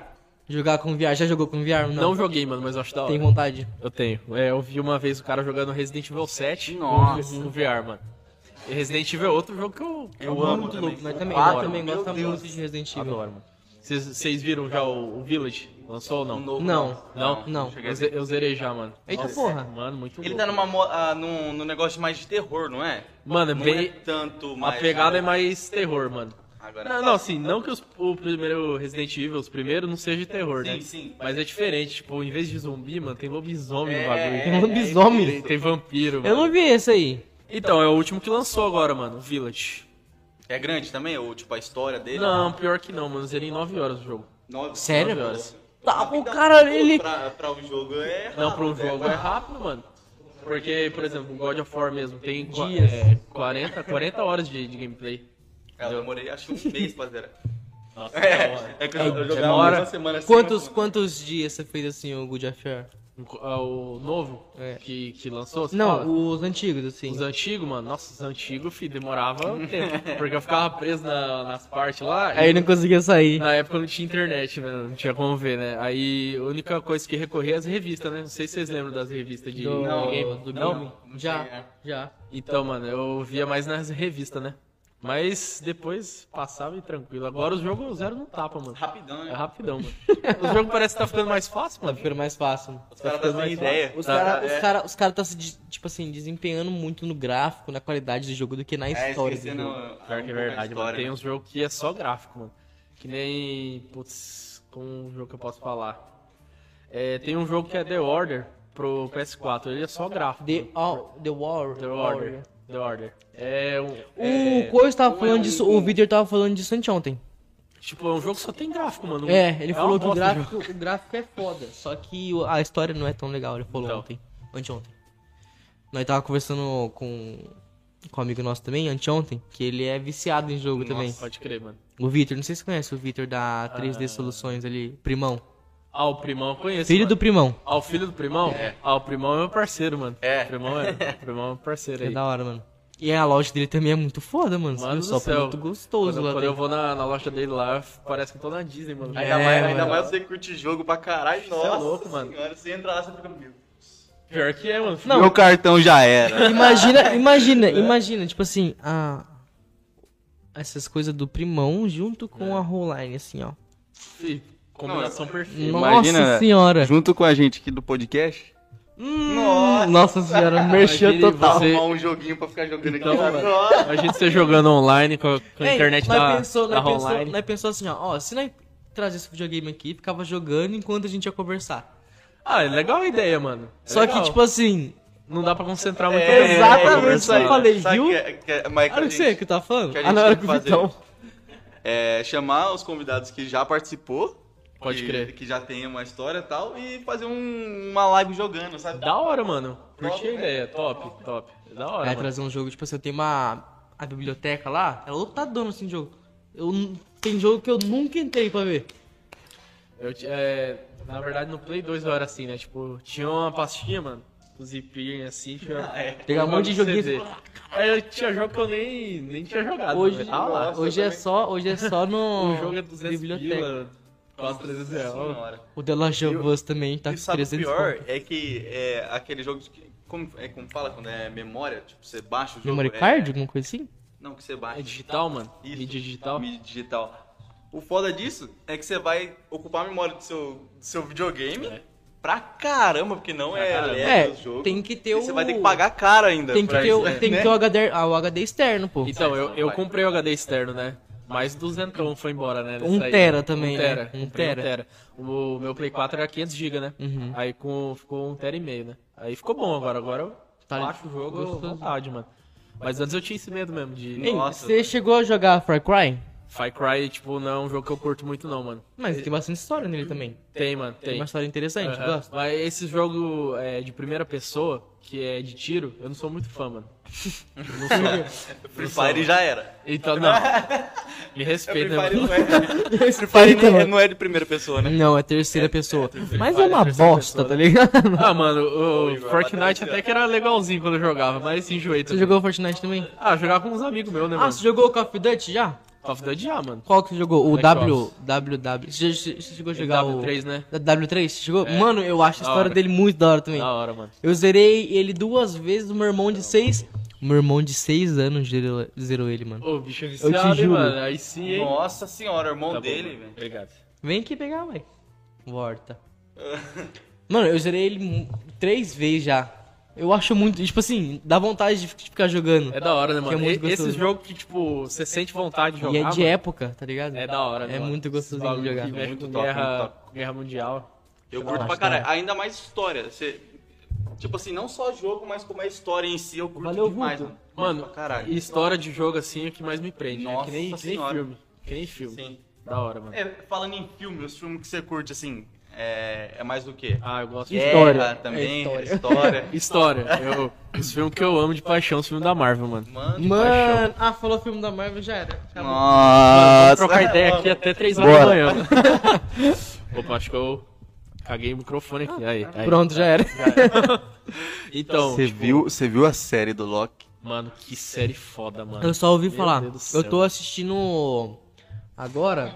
Speaker 1: Jogar com VR? Já jogou com VR?
Speaker 3: Não
Speaker 1: Não,
Speaker 3: joguei, mano, mas eu acho da hora.
Speaker 1: tem um- vontade.
Speaker 3: Eu tenho. É, eu vi uma vez o cara jogando Resident Evil 7 no-
Speaker 2: Nossa.
Speaker 3: no VR, mano. E Resident Evil é outro jogo que eu, eu
Speaker 2: Eu amo
Speaker 1: um Muito
Speaker 2: também.
Speaker 1: louco, nós também,
Speaker 3: Adoro,
Speaker 1: nós também
Speaker 2: meu
Speaker 1: gostamos
Speaker 2: Deus.
Speaker 1: muito de Resident Evil.
Speaker 3: Ah, adoro, mano. Vocês- Vocês viram já o, o Village? Lançou ou não?
Speaker 2: Um novo,
Speaker 1: Não.
Speaker 3: Não?
Speaker 1: Não.
Speaker 2: cheguei a
Speaker 3: Eu,
Speaker 2: ver.
Speaker 3: ze- eu zerei já, mano.
Speaker 1: Eita
Speaker 3: Nossa,
Speaker 1: porra.
Speaker 3: Mano, muito
Speaker 2: assim. Ele
Speaker 3: louco.
Speaker 2: tá numa mo- ah, num, num negócio mais de terror, não é?
Speaker 3: Mano, é
Speaker 2: não
Speaker 3: bem...
Speaker 2: é tanto
Speaker 3: A
Speaker 2: mais.
Speaker 3: pegada é mais terror, mano.
Speaker 2: Agora, tá
Speaker 3: Não, não, assim, não que os- o primeiro Resident Evil, os primeiros, não seja de terror,
Speaker 2: Sim,
Speaker 3: né?
Speaker 2: sim.
Speaker 3: Mas é diferente, tipo, em vez de zumbi, mano, tem lobisomem
Speaker 2: É,
Speaker 3: no bagulho.
Speaker 1: Tem
Speaker 2: é,
Speaker 1: lobisomem. É
Speaker 3: Tem, tem vampiro, mano.
Speaker 1: eu não vi esse aí.
Speaker 3: Então, é o último que lançou agora, mano, Village.
Speaker 2: É grande também? Ou tipo a história dele?
Speaker 3: Não, pior que não, mano. Zerei em 9 horas o jogo.
Speaker 2: Nove-
Speaker 1: Sério?
Speaker 2: nove horas.
Speaker 1: Tá, o cara, ele...
Speaker 2: Pra, pra um jogo é.
Speaker 3: Não, pra um
Speaker 2: rápido,
Speaker 3: jogo é rápido, mano. Porque, por exemplo, o God of War mesmo tem qua-
Speaker 1: Dias.
Speaker 3: é, 40, 40 horas de, de gameplay.
Speaker 2: É, eu demorei acho que um mês pra zerar.
Speaker 3: Nossa, da hora.
Speaker 2: É, é que eu, eu jogava
Speaker 3: demora.
Speaker 2: uma semana assim.
Speaker 1: Quantos,
Speaker 2: uma-
Speaker 1: quantos dias você fez assim o Good Affair?
Speaker 3: Ah, O novo
Speaker 1: É.
Speaker 3: que, que lançou? você fala?
Speaker 1: Não, os antigos, assim.
Speaker 3: Os antigos, mano, nossa, os antigos, fi, demorava um tempo. Porque eu ficava preso na- nas partes lá.
Speaker 1: Aí não conseguia sair.
Speaker 3: Na época não tinha internet, né? Não tinha como ver, né? Aí a única coisa que recorria é as revistas, né? Não sei se vocês lembram das revistas de
Speaker 1: Do,
Speaker 3: videogame.
Speaker 1: do
Speaker 3: Não?
Speaker 1: Game.
Speaker 2: não sei,
Speaker 1: Já,
Speaker 2: é.
Speaker 1: já.
Speaker 3: Então, mano, eu via mais nas revistas, né? Mas depois passava e tranquilo. Agora os jogos zero não tapa, mano.
Speaker 2: Rapidão,
Speaker 3: É
Speaker 2: né?
Speaker 3: rapidão, mano. O jogo parece que tá ficando mais fácil,
Speaker 1: Tá
Speaker 3: mano.
Speaker 1: ficando mais fácil.
Speaker 2: Os caras tá dando ideia.
Speaker 1: Os
Speaker 2: Tá,
Speaker 1: caras
Speaker 2: tá,
Speaker 1: os
Speaker 2: é.
Speaker 1: cara, os cara tá se, de- tipo assim, desempenhando muito no gráfico, na qualidade do jogo, do que na
Speaker 2: É,
Speaker 1: história do
Speaker 2: esquecendo
Speaker 1: jogo.
Speaker 2: a-
Speaker 3: né? Pior que é
Speaker 2: a
Speaker 3: verdade, mano.
Speaker 2: história,
Speaker 3: Tem
Speaker 2: né?
Speaker 3: uns jogos que é só gráfico, mano. Que nem. Putz, como um jogo que eu posso falar? É, tem um jogo que é The Order pro PS4. Ele é só gráfico.
Speaker 1: The,
Speaker 3: mano.
Speaker 1: oh, the War.
Speaker 3: The Order. The Order. É um.
Speaker 1: O
Speaker 3: é-
Speaker 1: Coelho tava
Speaker 2: um é
Speaker 1: falando
Speaker 2: um-
Speaker 1: disso, o Vitor tava falando disso anteontem.
Speaker 3: Tipo, é um jogo que só tem gráfico, mano.
Speaker 1: É, ele
Speaker 3: uma
Speaker 1: falou que o
Speaker 3: bosta
Speaker 1: gráfico, o gráfico é foda, só que o- a história não é tão legal, ele falou
Speaker 3: Então.
Speaker 1: ontem. Anteontem. Nós tava conversando com, com um amigo nosso também, anteontem, que ele é viciado em jogo
Speaker 3: jogo.
Speaker 1: também.
Speaker 3: Nossa, pode crer, mano.
Speaker 1: O Vitor, não sei se você conhece o Vitor da 3D Soluções ali, primão.
Speaker 3: Ah, o primão eu conheço.
Speaker 1: Filho
Speaker 3: mano.
Speaker 1: do primão.
Speaker 3: Ah, o filho do primão? Ah, o primão é meu parceiro, mano.
Speaker 2: É.
Speaker 3: O primão é, o primão é meu parceiro
Speaker 1: É
Speaker 3: aí.
Speaker 1: da hora, mano. E a loja dele também é muito foda, mano. Você viu
Speaker 3: Mano do
Speaker 1: só
Speaker 3: céu.
Speaker 1: produto gostoso
Speaker 3: quando,
Speaker 1: lá
Speaker 3: quando eu
Speaker 1: dentro.
Speaker 3: vou na, na loja dele lá, parece que eu tô na Disney, mano.
Speaker 1: né? É,
Speaker 2: Ainda, mais, ainda
Speaker 1: mano.
Speaker 2: mais você curte jogo pra caralho.
Speaker 3: é
Speaker 2: Nossa
Speaker 3: louco, mano.
Speaker 2: senhora, você entra lá, você fica meu.
Speaker 3: Pior que é, mano.
Speaker 1: Não.
Speaker 2: Meu cartão já era.
Speaker 1: Imagina, imagina,
Speaker 3: É.
Speaker 1: imagina, tipo assim, a... essas coisas do primão junto
Speaker 3: É.
Speaker 1: com a Roline, assim, ó.
Speaker 3: Ih, Combinação
Speaker 1: é
Speaker 3: perfeita.
Speaker 1: Nossa
Speaker 3: né?
Speaker 2: Imagina,
Speaker 1: senhora.
Speaker 2: Junto com a gente aqui do podcast.
Speaker 1: Hum,
Speaker 2: Nossa.
Speaker 1: Nossa senhora, merchan
Speaker 3: Imagine
Speaker 1: total.
Speaker 3: Você-
Speaker 2: Arrumar um joguinho pra ficar jogando
Speaker 3: Então,
Speaker 2: aqui.
Speaker 3: mano.
Speaker 2: Nossa.
Speaker 3: Imagina você jogando online com a, com a
Speaker 1: Ei,
Speaker 3: internet
Speaker 1: nós
Speaker 3: da,
Speaker 1: pensou,
Speaker 3: da
Speaker 1: nós pensou-
Speaker 3: online.
Speaker 1: nós pensou assim, ó, ó, se nós trazer esse videogame aqui, ficava jogando enquanto a gente ia conversar.
Speaker 3: Ah, é legal a ideia, mano. É
Speaker 1: Só
Speaker 3: legal.
Speaker 1: que, tipo assim,
Speaker 3: não dá pra concentrar muito.
Speaker 1: É, exatamente
Speaker 2: isso aí.
Speaker 1: eu falei,
Speaker 2: Sabe
Speaker 1: viu?
Speaker 2: que é- que é- mas que
Speaker 1: olha
Speaker 2: a
Speaker 1: o que você
Speaker 2: gente-
Speaker 1: que tá falando.
Speaker 2: que a
Speaker 1: ah,
Speaker 2: gente
Speaker 1: não, era
Speaker 2: tem
Speaker 1: com
Speaker 2: que
Speaker 1: o
Speaker 2: fazer.
Speaker 1: Vitão.
Speaker 2: é, chamar os convidados que já participou.
Speaker 3: Pode
Speaker 2: que,
Speaker 3: crer.
Speaker 2: Que já tem uma história e tal. E fazer um- uma live jogando, sabe?
Speaker 3: Da hora, mano. Curti a
Speaker 2: né?
Speaker 3: ideia. Top, top. É Da hora,
Speaker 1: Aí
Speaker 3: mano.
Speaker 1: trazer um jogo, tipo assim, eu tenho uma. A biblioteca lá, ela lotadona assim de jogo. Eu, n- tem jogo que eu nunca entrei pra ver.
Speaker 3: Eu, ti- é, na verdade, no Play 2 eu era assim, né? Tipo, tinha uma pastinha, mano. Os zipinhos assim. Tinha...
Speaker 2: Ah, é.
Speaker 1: Pegar um monte de joguinho.
Speaker 3: CD. assim. Aí eu tinha jogo que eu nem, nem tinha jogado.
Speaker 1: Hoje,
Speaker 3: velho. Ah lá.
Speaker 2: nossa,
Speaker 1: hoje, é
Speaker 2: também.
Speaker 1: só, hoje é só no.
Speaker 3: O jogo é 200 pila, quase 300 reais.
Speaker 2: Senhora.
Speaker 1: O The Last of Us também tá
Speaker 2: E
Speaker 1: com
Speaker 2: sabe o
Speaker 1: 300
Speaker 2: pior?
Speaker 1: conto.
Speaker 2: É que é, aquele jogo que. Como, é, como fala quando é memória? Tipo, você baixa o jogo.
Speaker 1: Memory
Speaker 2: é-
Speaker 1: card, alguma coisa assim?
Speaker 2: Não, que você baixa.
Speaker 3: É digital, mano.
Speaker 2: Isso, tá,
Speaker 3: Mídia digital.
Speaker 2: Mídia digital. O foda disso é que você vai ocupar a memória do seu, do seu videogame pra caramba, porque não é
Speaker 3: caramba.
Speaker 1: É,
Speaker 2: leve o jogo.
Speaker 1: tem que ter
Speaker 2: E
Speaker 1: o-
Speaker 2: Você vai ter que pagar caro ainda.
Speaker 1: Tem que
Speaker 2: pra
Speaker 1: ter, o,
Speaker 2: isso,
Speaker 1: tem que
Speaker 2: né?
Speaker 1: ter o, HD, ah, o HD externo, pô.
Speaker 3: Então, eu, eu
Speaker 2: Vai.
Speaker 3: comprei o HD externo, né? Mais 200 foi embora, né?
Speaker 1: Um
Speaker 3: nessa aí.
Speaker 1: tera também,
Speaker 3: um
Speaker 1: né?
Speaker 3: tera,
Speaker 1: Um
Speaker 3: comprei Um
Speaker 1: tera.
Speaker 3: tera. O meu Play 4 era 500 GB, né?
Speaker 1: Uhum.
Speaker 3: Aí com, ficou um tera e meio, né? Aí ficou bom agora. Agora eu
Speaker 1: Tá
Speaker 3: baixo o jogo à
Speaker 1: gostoso.
Speaker 3: vontade, mano. Mas antes eu tinha esse medo mesmo de...
Speaker 1: Ei,
Speaker 2: Nossa.
Speaker 1: você chegou a jogar Far Cry?
Speaker 3: Far Cry, tipo, não é um jogo que eu curto muito não, mano.
Speaker 2: É.
Speaker 1: Mas tem bastante história nele também.
Speaker 3: Tem, mano,
Speaker 1: Tem
Speaker 3: tem.
Speaker 1: uma história interessante,
Speaker 3: Aham.
Speaker 1: eu gosto.
Speaker 3: Mas esse jogo é, de primeira pessoa, que é de tiro, eu não sou muito fã, mano. Não sou.
Speaker 2: Free Fire já era.
Speaker 3: Então, não. Me
Speaker 2: É, Free
Speaker 3: respeita,
Speaker 2: Fire
Speaker 3: mano.
Speaker 2: não
Speaker 1: Free
Speaker 2: é. Free Fire não é- não é de primeira pessoa, né?
Speaker 1: Não, é terceira pessoa. Mas é
Speaker 3: Fire é
Speaker 1: uma
Speaker 3: terceira
Speaker 1: bosta,
Speaker 3: pessoa,
Speaker 1: tá
Speaker 3: né?
Speaker 1: ligado?
Speaker 3: Ah, mano, o
Speaker 2: Igor,
Speaker 3: Fortnite
Speaker 2: bateu
Speaker 3: até que era legalzinho quando eu jogava, mas enjoei
Speaker 1: Você
Speaker 3: também.
Speaker 1: jogou Fortnite também?
Speaker 3: Ah, eu jogava com uns amigos meus, né,
Speaker 1: Ah,
Speaker 3: mano?
Speaker 1: você jogou o Call of Duty já?
Speaker 3: Call of Duty já, mano.
Speaker 1: Qual que você jogou? O
Speaker 3: Black
Speaker 1: W,
Speaker 3: Ops.
Speaker 1: WW. Você, já- você chegou a jogar
Speaker 3: W3, né?
Speaker 1: é o... Da W3? Você chegou? Mano, eu acho a
Speaker 3: Da
Speaker 1: história
Speaker 3: hora.
Speaker 1: dele muito É. da hora também.
Speaker 3: Da hora, mano.
Speaker 1: Eu zerei ele duas vezes, o meu irmão de seis... Meu irmão de seis anos zerou, zerou ele, mano.
Speaker 3: Ô, bicho é viciado, hein,
Speaker 1: juro.
Speaker 3: mano. Aí sim, hein?
Speaker 2: Nossa senhora, o irmão
Speaker 3: Tá bom,
Speaker 2: dele,
Speaker 3: mano.
Speaker 2: velho.
Speaker 3: Obrigado.
Speaker 1: Vem aqui pegar, ué. Volta. Mano, eu zerei ele mu- três vezes já. Eu acho muito... Tipo assim, dá vontade de fi- de ficar jogando.
Speaker 3: É da hora, né,
Speaker 1: Que é
Speaker 3: mano?
Speaker 1: muito
Speaker 3: E- Esse
Speaker 1: gostoso.
Speaker 3: jogo que, tipo, você sente vontade de jogar,
Speaker 1: E é de
Speaker 3: mano,
Speaker 1: época, tá ligado?
Speaker 3: é da hora, né,
Speaker 1: É
Speaker 3: mano?
Speaker 1: muito
Speaker 3: Esse
Speaker 1: gostoso de
Speaker 3: bagulho
Speaker 1: jogar.
Speaker 3: que mexe
Speaker 2: É Muito
Speaker 3: com
Speaker 2: top,
Speaker 3: guerra,
Speaker 2: muito
Speaker 3: guerra mundial.
Speaker 2: Eu curto pra
Speaker 1: acho
Speaker 2: caralho.
Speaker 1: da
Speaker 2: Ainda mais história. Você... Tipo assim, não só jogo, mas como é a história em si, eu curto
Speaker 1: Valeu,
Speaker 2: demais,
Speaker 1: Vulto.
Speaker 2: mano. Curto
Speaker 3: Mano,
Speaker 2: pra caralho.
Speaker 3: e história de jogo, assim, é o que mais me prende. né?
Speaker 2: Nossa
Speaker 3: Que nem, que nem
Speaker 2: senhora.
Speaker 3: filme. Que nem filme.
Speaker 2: Sim.
Speaker 3: Da hora, mano.
Speaker 2: É, falando em filme, os filmes que você curte, assim, é, é mais do que?
Speaker 3: Ah, eu gosto de
Speaker 1: História.
Speaker 2: Guerra também,
Speaker 1: É história.
Speaker 2: história.
Speaker 3: História. Eu, os filmes que eu amo de paixão, os filmes da Marvel, mano.
Speaker 2: Mano, de paixão.
Speaker 1: Mano, ah, falou filme da Marvel, já era. Acabou.
Speaker 2: Nossa.
Speaker 3: Vamos trocar ideia aqui até 3 horas da manhã. Opa, acho que eu caguei o microfone aqui. Aí, aí.
Speaker 1: Pronto, já era.
Speaker 3: Então,
Speaker 2: Você
Speaker 3: tipo,
Speaker 2: viu, você viu a série do Loki?
Speaker 3: mano, que série foda, mano.
Speaker 1: Eu só ouvi
Speaker 3: Meu
Speaker 1: falar.
Speaker 3: Deus do céu.
Speaker 1: Eu tô assistindo agora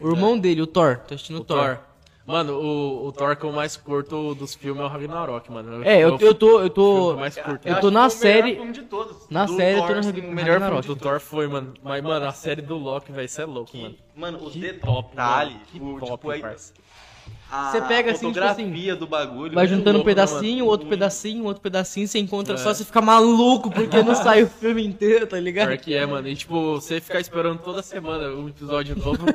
Speaker 1: o irmão dele, o Thor. Tô assistindo o,
Speaker 3: O
Speaker 1: Thor.
Speaker 3: Thor. Mano, o, o Thor que eu mais curto dos filmes é o Ragnarok, mano.
Speaker 1: É, eu, eu tô. Eu
Speaker 3: o
Speaker 1: tô.
Speaker 3: filme mais curto.
Speaker 1: Eu
Speaker 2: acho
Speaker 1: tô
Speaker 2: que
Speaker 1: na
Speaker 2: é o melhor
Speaker 1: série.
Speaker 2: filme de todos.
Speaker 1: na
Speaker 2: Do
Speaker 1: série eu tô
Speaker 2: Thor,
Speaker 1: no
Speaker 2: sim,
Speaker 1: Ragnarok.
Speaker 2: o melhor filme
Speaker 1: Ragnarok.
Speaker 2: de
Speaker 3: Do Thor foi, mano. Mas, mano, a série do Loki, velho, isso é louco, mano.
Speaker 2: Mano, os
Speaker 3: Que
Speaker 2: detalhes,
Speaker 3: top, mano. Que
Speaker 2: o,
Speaker 3: top,
Speaker 2: tipo, aí-
Speaker 3: parça.
Speaker 2: a
Speaker 1: Você pega assim, tipo assim,
Speaker 2: fotografia do bagulho.
Speaker 1: Vai juntando um
Speaker 3: louco, né,
Speaker 1: pedacinho,
Speaker 3: mano?
Speaker 1: outro pedacinho, outro pedacinho, você encontra
Speaker 3: É.
Speaker 1: só, você fica maluco porque não sai o filme inteiro, tá
Speaker 3: Pior
Speaker 1: ligado?
Speaker 3: que é, mano. E, tipo, você ficar esperando toda semana um episódio novo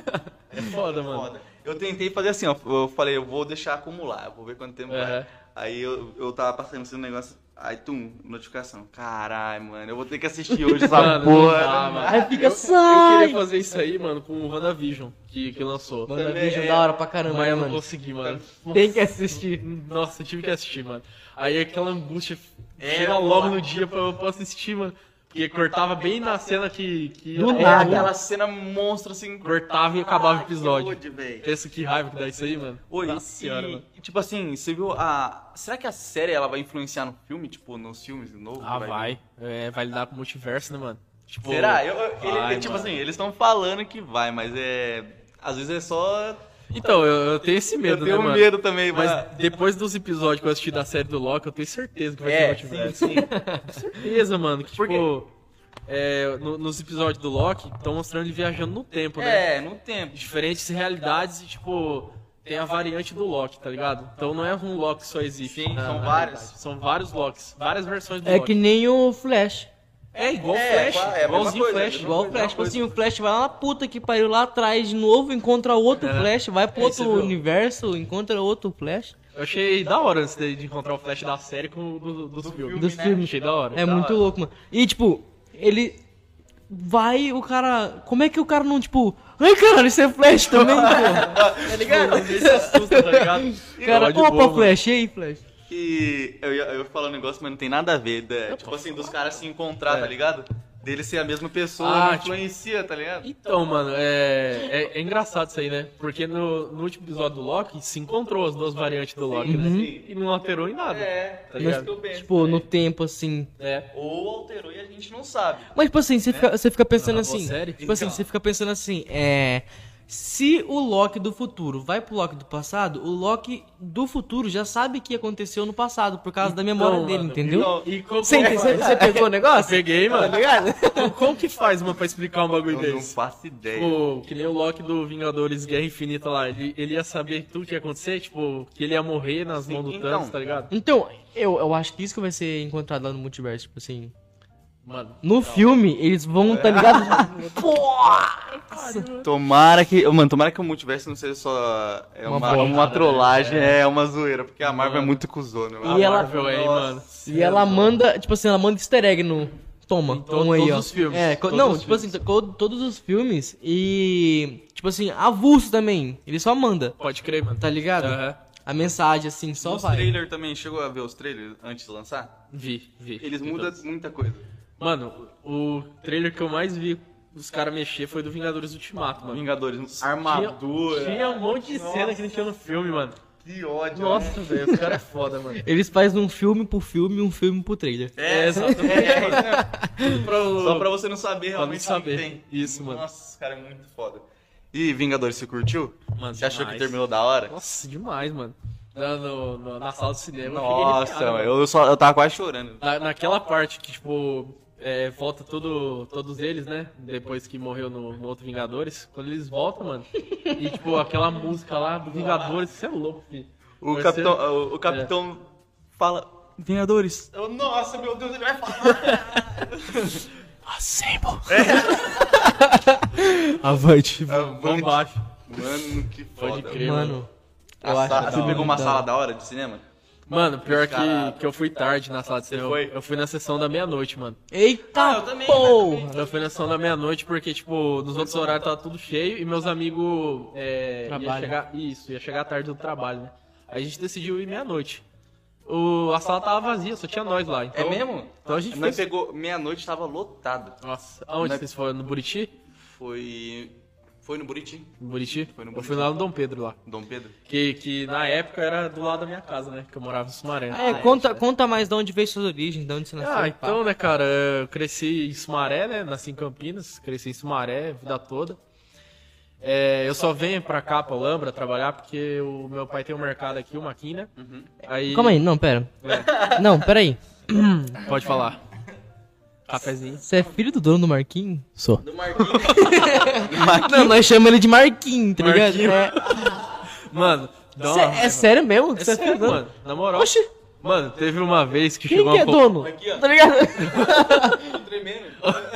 Speaker 3: é foda, mano.
Speaker 2: Tipo, Foda. Eu tentei fazer assim, ó. Eu falei, eu vou deixar acumular, eu vou ver quanto tempo vai.
Speaker 3: É.
Speaker 2: Aí eu, eu tava passando esse negócio, aí tum, notificação. Caralho, mano, eu vou ter que assistir hoje essa
Speaker 3: Mano, não
Speaker 2: porra.
Speaker 3: dá,
Speaker 2: Não
Speaker 3: mano.
Speaker 1: Aí fica,
Speaker 3: Eu
Speaker 1: sai!
Speaker 3: queria fazer isso aí, mano, com o WandaVision, que, que lançou.
Speaker 1: Manda
Speaker 2: também
Speaker 1: vídeo
Speaker 2: é-
Speaker 1: da hora pra
Speaker 3: Mas
Speaker 1: caramba,
Speaker 3: eu
Speaker 1: hein,
Speaker 3: não
Speaker 1: mano.
Speaker 3: consegui, mano.
Speaker 1: Tem que assistir.
Speaker 3: Nossa, eu tive que assistir, mano. Aí aquela angústia
Speaker 2: É,
Speaker 3: chega
Speaker 2: mano.
Speaker 3: logo no dia pra eu pra assistir, mano. Porque cortava bem na cena que. que
Speaker 1: Do
Speaker 2: É
Speaker 1: nada.
Speaker 2: aquela cena monstro assim.
Speaker 3: Cortava e acabava o episódio.
Speaker 2: Ah, que ódio, véi.
Speaker 3: Pensa que raiva que dá isso aí, mano.
Speaker 2: Oi,
Speaker 3: Nossa senhora,
Speaker 2: e,
Speaker 3: mano.
Speaker 2: e, tipo assim, você viu a. Será que a série ela vai influenciar no filme? Tipo, nos filmes de novo?
Speaker 3: Ah,
Speaker 2: que
Speaker 3: vai. É, vai lidar com o multiverso, né, mano? Tipo,
Speaker 2: Será? Eu, eu- ele-
Speaker 3: vai,
Speaker 2: tipo
Speaker 3: mano.
Speaker 2: assim, eles estão falando que vai, mas é. Às vezes é só.
Speaker 3: Então, eu, eu tenho esse medo,
Speaker 2: eu
Speaker 3: né,
Speaker 2: tenho
Speaker 3: mano?
Speaker 2: medo também, mas.
Speaker 3: Mas depois dos episódios que eu assisti da série do Loki, eu tenho certeza que vai
Speaker 2: É,
Speaker 3: ser
Speaker 2: sim,
Speaker 3: o multiverso.
Speaker 2: sim.
Speaker 3: certeza, mano. Que,
Speaker 2: Por quê?
Speaker 3: tipo, é, no- nos episódios do Loki, estão mostrando ele viajando no tempo, né?
Speaker 2: é, no tempo.
Speaker 3: Diferentes realidades e, tipo, tem a variante do Loki, tá ligado? Então não é um Loki que só existe.
Speaker 2: Sim,
Speaker 3: na-
Speaker 2: são
Speaker 3: na
Speaker 2: vários.
Speaker 3: realidade. São vários Locks, várias versões do
Speaker 1: É que
Speaker 3: Loki.
Speaker 1: nem o Flash.
Speaker 3: É igual o
Speaker 2: É,
Speaker 3: Flash,
Speaker 2: é a mesma
Speaker 3: igualzinho o
Speaker 2: coisa,
Speaker 3: Flash.
Speaker 2: é a mesma
Speaker 1: Igual o
Speaker 2: coisa,
Speaker 1: Flash. Tipo
Speaker 2: coisa.
Speaker 1: assim, o Flash vai lá na puta que pariu lá atrás de novo, encontra outro
Speaker 3: É.
Speaker 1: Flash, vai pro
Speaker 3: É, você
Speaker 1: outro
Speaker 3: viu?
Speaker 1: universo, encontra outro Flash.
Speaker 3: Eu achei da hora antes de de encontrar o Flash da série com o do, do, dos filmes.
Speaker 2: né?
Speaker 1: Dos filmes.
Speaker 3: Achei da hora.
Speaker 1: É muito
Speaker 2: hora.
Speaker 1: louco, mano. E tipo, ele. Vai o cara. Como é que o cara não, tipo. Ai, caralho, isso é Flash também, pô.
Speaker 3: Tá ligado? se assusta, tá ligado?
Speaker 1: Cara,
Speaker 3: Ó, de
Speaker 1: opa,
Speaker 3: boa, mano.
Speaker 1: Flash, e aí, Flash?
Speaker 2: Que eu ia, eu ia falar um negócio, mas não tem nada a ver. né? Tipo assim, dos caras se encontrar,
Speaker 3: É.
Speaker 2: tá ligado? Dele ser a mesma pessoa,
Speaker 3: Ah,
Speaker 2: não
Speaker 3: tipo-
Speaker 2: influencia, tá ligado?
Speaker 3: Então, mano, é, é, é engraçado isso aí, né? Porque no, no último episódio do Loki, se encontrou as duas variantes do Loki, né?
Speaker 2: Sim.
Speaker 3: E não alterou em nada.
Speaker 2: É,
Speaker 3: Tá
Speaker 1: Mas,
Speaker 3: ligado?
Speaker 1: tipo,
Speaker 3: né?
Speaker 1: no tempo assim.
Speaker 3: É.
Speaker 2: Ou alterou e a gente não sabe.
Speaker 1: Mas, tipo assim, você fica, você fica pensando
Speaker 3: Ah, Né? boa
Speaker 1: assim.
Speaker 3: série.
Speaker 1: Tipo assim,
Speaker 2: Então.
Speaker 1: você fica pensando assim, é. Se o Loki do futuro vai pro Loki do passado, o Loki do futuro já sabe o que aconteceu no passado, por causa da memória
Speaker 3: Então,
Speaker 1: dele,
Speaker 3: mano,
Speaker 1: entendeu?
Speaker 2: então,
Speaker 3: E como,
Speaker 1: Você
Speaker 3: como,
Speaker 1: ente- você- você pegou o negócio?
Speaker 3: Peguei, mano.
Speaker 1: Tá ligado?
Speaker 3: como, como que faz, mano, pra explicar um bagulho
Speaker 2: Eu não
Speaker 3: desse?
Speaker 2: faço ideia.
Speaker 3: Tipo, que nem o Loki do Vingadores Guerra Infinita lá. Ele, ele ia saber tudo que ia acontecer, tipo, que ele ia morrer nas
Speaker 2: Sim,
Speaker 3: mãos do
Speaker 2: então.
Speaker 3: Thanos, tá ligado?
Speaker 1: Então, eu, eu acho que isso que vai ser encontrado lá no multiverso, tipo assim.
Speaker 3: Mano.
Speaker 1: No filme, eles vão,
Speaker 3: É.
Speaker 1: tá ligado?
Speaker 2: Tomara que. Mano, tomara que o multiverso não seja só. É
Speaker 1: Uma
Speaker 2: uma,
Speaker 1: boa
Speaker 2: uma,
Speaker 3: nada,
Speaker 2: trollagem, é. uma zoeira, porque a Marvel
Speaker 3: Mano.
Speaker 2: é muito cuzona, mano.
Speaker 3: a
Speaker 1: E ela-
Speaker 3: Marvel aí,
Speaker 2: Nossa.
Speaker 3: mano. é
Speaker 1: e ela manda, tipo assim, ela manda easter egg no. Toma,
Speaker 3: Em to-
Speaker 1: toma aí,
Speaker 3: todos
Speaker 1: ó.
Speaker 3: os filmes,
Speaker 1: É, co-
Speaker 3: todos
Speaker 1: não,
Speaker 3: os
Speaker 1: tipo
Speaker 3: filmes.
Speaker 1: assim, co- todos os filmes e. Tipo assim, avulso também. Ele só manda,
Speaker 3: Pode crer, mano.
Speaker 1: tá ligado?
Speaker 3: Aham.
Speaker 1: A mensagem, assim, só
Speaker 2: Nos
Speaker 1: vai.
Speaker 2: trailer também, chegou a ver os trailers antes de lançar?
Speaker 3: Vi, vi. Então.
Speaker 2: Eles
Speaker 3: Vi
Speaker 2: mudam
Speaker 3: todos.
Speaker 2: muita coisa.
Speaker 3: Mano, o trailer que eu mais vi os caras mexer foi do Vingadores Ultimato, mano.
Speaker 2: Vingadores, armadura.
Speaker 3: Tinha um monte de
Speaker 2: Nossa.
Speaker 3: cena que não tinha no filme, mano.
Speaker 2: Que ódio. né?
Speaker 3: Nossa, velho, os caras é foda, mano.
Speaker 1: Eles fazem um filme pro filme e um filme pro trailer.
Speaker 2: É,
Speaker 3: exatamente.
Speaker 2: é, isso mesmo.
Speaker 3: Pro-
Speaker 2: Só pra você não saber
Speaker 3: não
Speaker 2: realmente
Speaker 3: saber.
Speaker 2: o que tem.
Speaker 3: Isso, mano.
Speaker 2: Nossa, esse cara é muito foda. E Vingadores, você curtiu?
Speaker 3: Mano,
Speaker 2: você achou que
Speaker 3: demais.
Speaker 2: terminou da hora?
Speaker 3: Nossa, é demais, mano. Na, no- no- na sala do cinema. eu fiquei
Speaker 2: Nossa,
Speaker 3: arrepiado, mano.
Speaker 2: mano, eu, só, eu tava quase chorando.
Speaker 3: Na- naquela parte que, tipo, é, volta tudo, todos eles, né? Depois que morreu no, no outro Vingadores. Quando eles voltam, mano. E, tipo, aquela música lá do Vingadores, você é louco, filho.
Speaker 2: O
Speaker 3: Vai
Speaker 2: capitão,
Speaker 3: ser-
Speaker 2: o, o capitão fala, Vingadores. Eu, Nossa, meu Deus, ele vai falar.
Speaker 1: Avante.
Speaker 2: Ah, mano,
Speaker 3: Embaixo.
Speaker 2: mano, que
Speaker 3: Pode
Speaker 2: foda.
Speaker 3: crer, mano.
Speaker 1: Mano,
Speaker 2: A
Speaker 1: eu acho
Speaker 2: sala-
Speaker 1: que
Speaker 2: Ah, você
Speaker 1: da
Speaker 2: pegou
Speaker 1: hora,
Speaker 2: uma
Speaker 1: da
Speaker 2: sala
Speaker 1: hora.
Speaker 2: da hora de cinema?
Speaker 3: Mano, pior que,
Speaker 2: Caraca.
Speaker 3: que eu fui tarde na sala de cinema.
Speaker 2: tá foi?
Speaker 3: Eu fui na sessão da meia-noite, mano.
Speaker 1: Eita
Speaker 2: Ah, eu
Speaker 3: né?
Speaker 2: também,
Speaker 1: porra!
Speaker 3: Eu fui na sessão da meia-noite porque, tipo, nos outros horários tava tudo cheio e meus amigos. É, ia
Speaker 1: Trabalho.
Speaker 3: chegar, isso, ia chegar tarde do trabalho, né? Aí a gente decidiu ir meia-noite. O, a sala tava vazia, só tinha nós lá. Então,
Speaker 2: É mesmo?
Speaker 3: Então a gente foi.
Speaker 2: Nós pegou, meia-noite tava lotado.
Speaker 3: Nossa, aonde
Speaker 2: Nós-
Speaker 3: vocês foram? No Buriti?
Speaker 2: Foi. Foi no Buriti,
Speaker 3: No Buriti?
Speaker 2: Foi no
Speaker 3: Eu fui lá no Dom Pedro lá.
Speaker 2: Dom Pedro.
Speaker 3: Que, que na época era do lado da minha casa, né? Que eu morava em
Speaker 2: Ah,
Speaker 3: Sumaré.
Speaker 1: É, conta, conta mais de onde veio suas origens, de onde você nasceu.
Speaker 3: Ah,
Speaker 1: pá.
Speaker 3: então, né, cara, eu cresci em Sumaré, né, nasci em Campinas, cresci em Sumaré a vida toda. É, eu só venho pra cá, pra Lambra, trabalhar, porque o meu pai tem um mercado aqui, uma quina. Aí...
Speaker 1: Calma aí, não, pera.
Speaker 3: É.
Speaker 1: Não, pera aí.
Speaker 3: Pode falar. Cafezinho.
Speaker 1: Você é filho do dono do Marquinhos? Sou.
Speaker 2: Do Marquinhos.
Speaker 1: Não, nós chamamos ele de Marquinhos, tá ligado?
Speaker 3: Marquinhos.
Speaker 1: É,
Speaker 3: Mano, dá
Speaker 1: Cê-
Speaker 3: uma...
Speaker 1: é sério mesmo? que
Speaker 3: É
Speaker 1: você filho
Speaker 3: sério,
Speaker 1: do dono?
Speaker 3: mano. Na moral.
Speaker 1: Oxi,
Speaker 3: Mano, teve uma vez que
Speaker 1: quem
Speaker 3: chegou
Speaker 1: que é
Speaker 3: uma... co-
Speaker 1: dono?
Speaker 2: Aqui, ó.
Speaker 1: Tá ligado?
Speaker 2: Tô tremendo.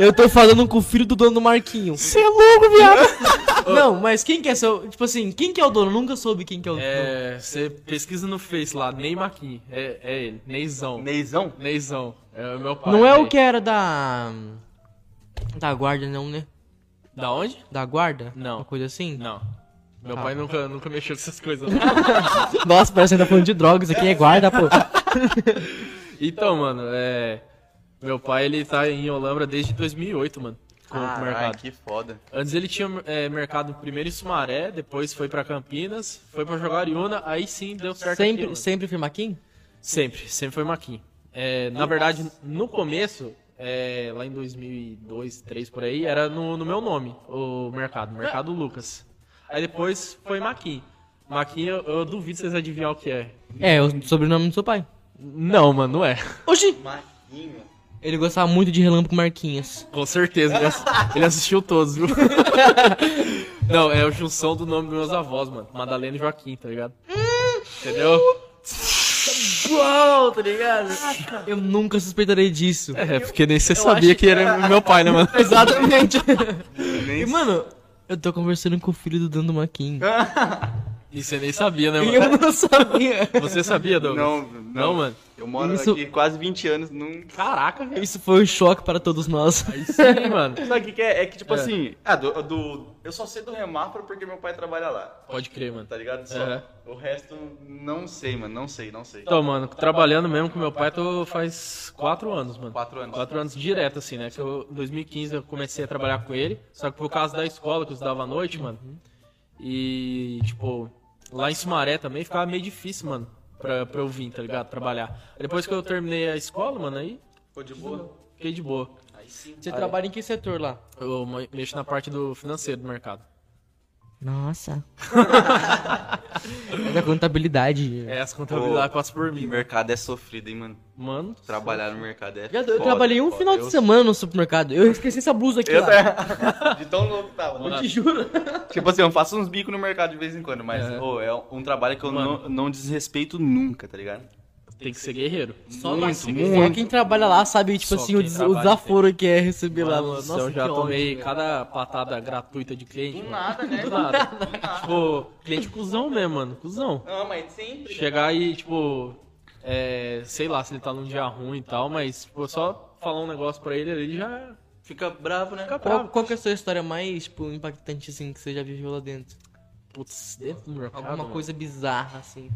Speaker 1: Eu tô falando com o filho do dono do Marquinhos. Você é louco, viado. Não, mas quem que é seu... Tipo assim, quem que é o dono? Nunca soube quem que é o dono.
Speaker 3: É, você pesquisa no Face lá, Ney Maquin. É, é ele, Neizão.
Speaker 2: Neizão?
Speaker 3: Neizão. É o meu pai.
Speaker 1: Não é o
Speaker 3: Ney.
Speaker 1: que era da... Da guarda, não, né?
Speaker 3: Da onde?
Speaker 1: Da guarda?
Speaker 3: Não.
Speaker 1: Uma coisa assim?
Speaker 3: Não. Meu
Speaker 1: Ah.
Speaker 3: pai nunca, nunca mexeu com essas coisas.
Speaker 1: Nossa, parece que tá falando de drogas aqui, é guarda, pô.
Speaker 3: então, mano, é... Meu pai, ele tá em Olambra desde 2008, mano. Com o mercado.
Speaker 2: que foda.
Speaker 3: Antes ele tinha é, mercado primeiro em Sumaré, depois foi pra Campinas, foi pra Jogariúna, aí sim deu certo aqui,
Speaker 1: Sempre,
Speaker 3: mano.
Speaker 1: sempre foi Marquinhos?
Speaker 3: Sempre, sempre foi Maquin. É, na verdade, no começo, é, lá em 2002, 2003 por aí, era no, no meu nome o mercado, Mercado Lucas. Aí depois foi Maquin. Maquin, eu, eu duvido vocês adivinhar o que é.
Speaker 1: É, o sobrenome do seu pai.
Speaker 3: Não, mano, não é.
Speaker 1: Oxi!
Speaker 2: Marquinho.
Speaker 1: Ele gostava muito de Relâmpago Marquinhos.
Speaker 3: Com certeza, ele, ass- ele assistiu todos, viu? não, é a junção do nome dos meus avós, mano. Madalena e Joaquim, tá ligado? Entendeu?
Speaker 1: Uau, tá ligado? Eu nunca suspeitarei disso.
Speaker 3: É, porque nem você sabia que era meu pai, né, mano?
Speaker 1: Exatamente.
Speaker 3: É
Speaker 2: Nem
Speaker 1: E, mano, eu tô conversando com o filho do Dando Maquin.
Speaker 3: E você nem sabia, né,
Speaker 1: E
Speaker 3: Ah, mano?
Speaker 1: eu não sabia.
Speaker 3: Você sabia, Douglas?
Speaker 2: Não, não.
Speaker 3: Não, mano.
Speaker 2: Eu moro
Speaker 1: Isso-
Speaker 2: aqui quase 20 anos, não.
Speaker 3: Caraca, velho.
Speaker 1: Isso foi um choque para todos nós.
Speaker 3: Sim, mano.
Speaker 2: Sabe o que, que é? É que, tipo
Speaker 3: É.
Speaker 2: assim, ah, do, do- Eu só sei do Remafra porque meu pai trabalha lá,
Speaker 3: Pode crer, mano.
Speaker 2: tá ligado? Só.
Speaker 3: É.
Speaker 2: O resto, não sei, mano. Não sei, não sei.
Speaker 3: Então, mano, trabalhando mesmo com meu pai, tô faz quatro anos, mano.
Speaker 2: Quatro anos.
Speaker 3: Quatro anos direto, assim, né? Que eu, em 2015 eu comecei a trabalhar com ele. Só que por causa da escola que eu estudava à noite, mano. E, tipo, lá em Sumaré também ficava meio difícil, mano. Pra, pra eu vir, tá ligado? Trabalhar. Depois que eu terminei a escola, mano, aí
Speaker 2: Ficou de boa?
Speaker 3: fiquei de boa.
Speaker 2: Aí sim.
Speaker 1: Você trabalha em que setor lá?
Speaker 3: Eu me- mexo na parte do financeiro do mercado.
Speaker 1: Nossa. é da contabilidade.
Speaker 3: É, as contabilidades
Speaker 2: Ô,
Speaker 3: passam por mim,
Speaker 2: O mercado é sofrido, hein, mano.
Speaker 3: mano.
Speaker 2: Trabalhar no mercado é.
Speaker 1: Eu,
Speaker 2: foda,
Speaker 1: trabalhei um
Speaker 2: foda.
Speaker 1: final
Speaker 2: Eu-
Speaker 1: de semana no supermercado. Eu esqueci essa blusa aqui.
Speaker 2: Eu
Speaker 1: lá.
Speaker 2: tá- de tão louco que tava.
Speaker 1: Eu te juro.
Speaker 2: Tipo assim, eu faço uns bicos no mercado de vez em quando, mas
Speaker 3: É.
Speaker 2: ô, é um trabalho que eu não, não desrespeito nunca, tá ligado?
Speaker 3: Tem que ser guerreiro. Hum.
Speaker 1: Só,
Speaker 2: Muito,
Speaker 1: Marcos,
Speaker 2: muito.
Speaker 1: só quem trabalha lá sabe, tipo
Speaker 3: Só
Speaker 1: assim, o,
Speaker 3: quem
Speaker 1: des- o
Speaker 3: trabalha
Speaker 1: desaforo que é receber lá.
Speaker 3: Mano,
Speaker 1: Mano.
Speaker 3: eu já
Speaker 1: que ódio,
Speaker 3: tomei
Speaker 1: velho.
Speaker 3: cada patada gratuita de cliente. mano.
Speaker 2: né?
Speaker 3: Do nada. tipo, cliente cuzão mesmo, mano. Cuzão.
Speaker 2: Não, mas sempre.
Speaker 3: Chegar e, tipo, é, sei lá se ele tá num dia ruim e tal, mas, tipo, só falar um negócio pra ele, ele já
Speaker 2: Fica bravo, né?
Speaker 3: fica
Speaker 1: Qual,
Speaker 3: bravo.
Speaker 1: qual que é a sua história mais, tipo, impactante, assim, que você já viveu lá dentro?
Speaker 3: Putz, dentro do mercado.
Speaker 1: Alguma
Speaker 3: Ah, mano.
Speaker 1: coisa bizarra, assim.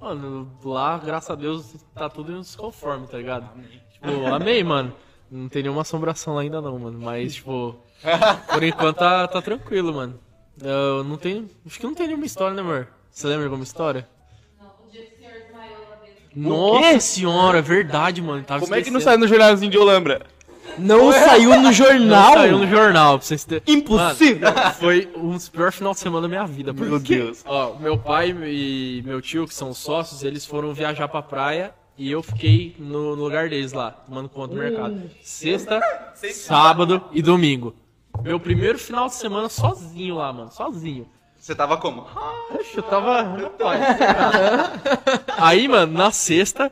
Speaker 3: Mano, lá, graças a Deus, tá tudo nos conforme, tá ligado? Tipo, amei, mano. Não tem nenhuma assombração lá ainda não, mano. Mas, tipo, por enquanto tá, tá tranquilo, mano. Eu não tenho. Acho que não tem nenhuma história, né, amor? Você lembra de alguma história?
Speaker 4: Não, o dia que o senhor desmaiou lá dentro.
Speaker 3: Nossa senhora, é verdade, mano. Tava
Speaker 2: Como é que não
Speaker 3: esquecendo.
Speaker 2: saiu no jornalzinho de Olambra?
Speaker 1: Não saiu no jornal?
Speaker 3: é? Não saiu no jornal, pra vocês terem.
Speaker 1: Impossível.
Speaker 3: Mano, foi um dos piores final de semana da minha vida, por
Speaker 2: Meu Deus.
Speaker 3: Ó, meu pai e meu tio, que são sócios, eles foram viajar pra praia e eu fiquei no, no lugar deles lá, tomando conta do mercado.
Speaker 1: Hum.
Speaker 3: Sexta, sábado e domingo. Meu primeiro final de semana sozinho lá, mano, sozinho.
Speaker 2: Você tava como?
Speaker 3: Poxa, eu tava. rapaz, cara. Aí, mano, na sexta,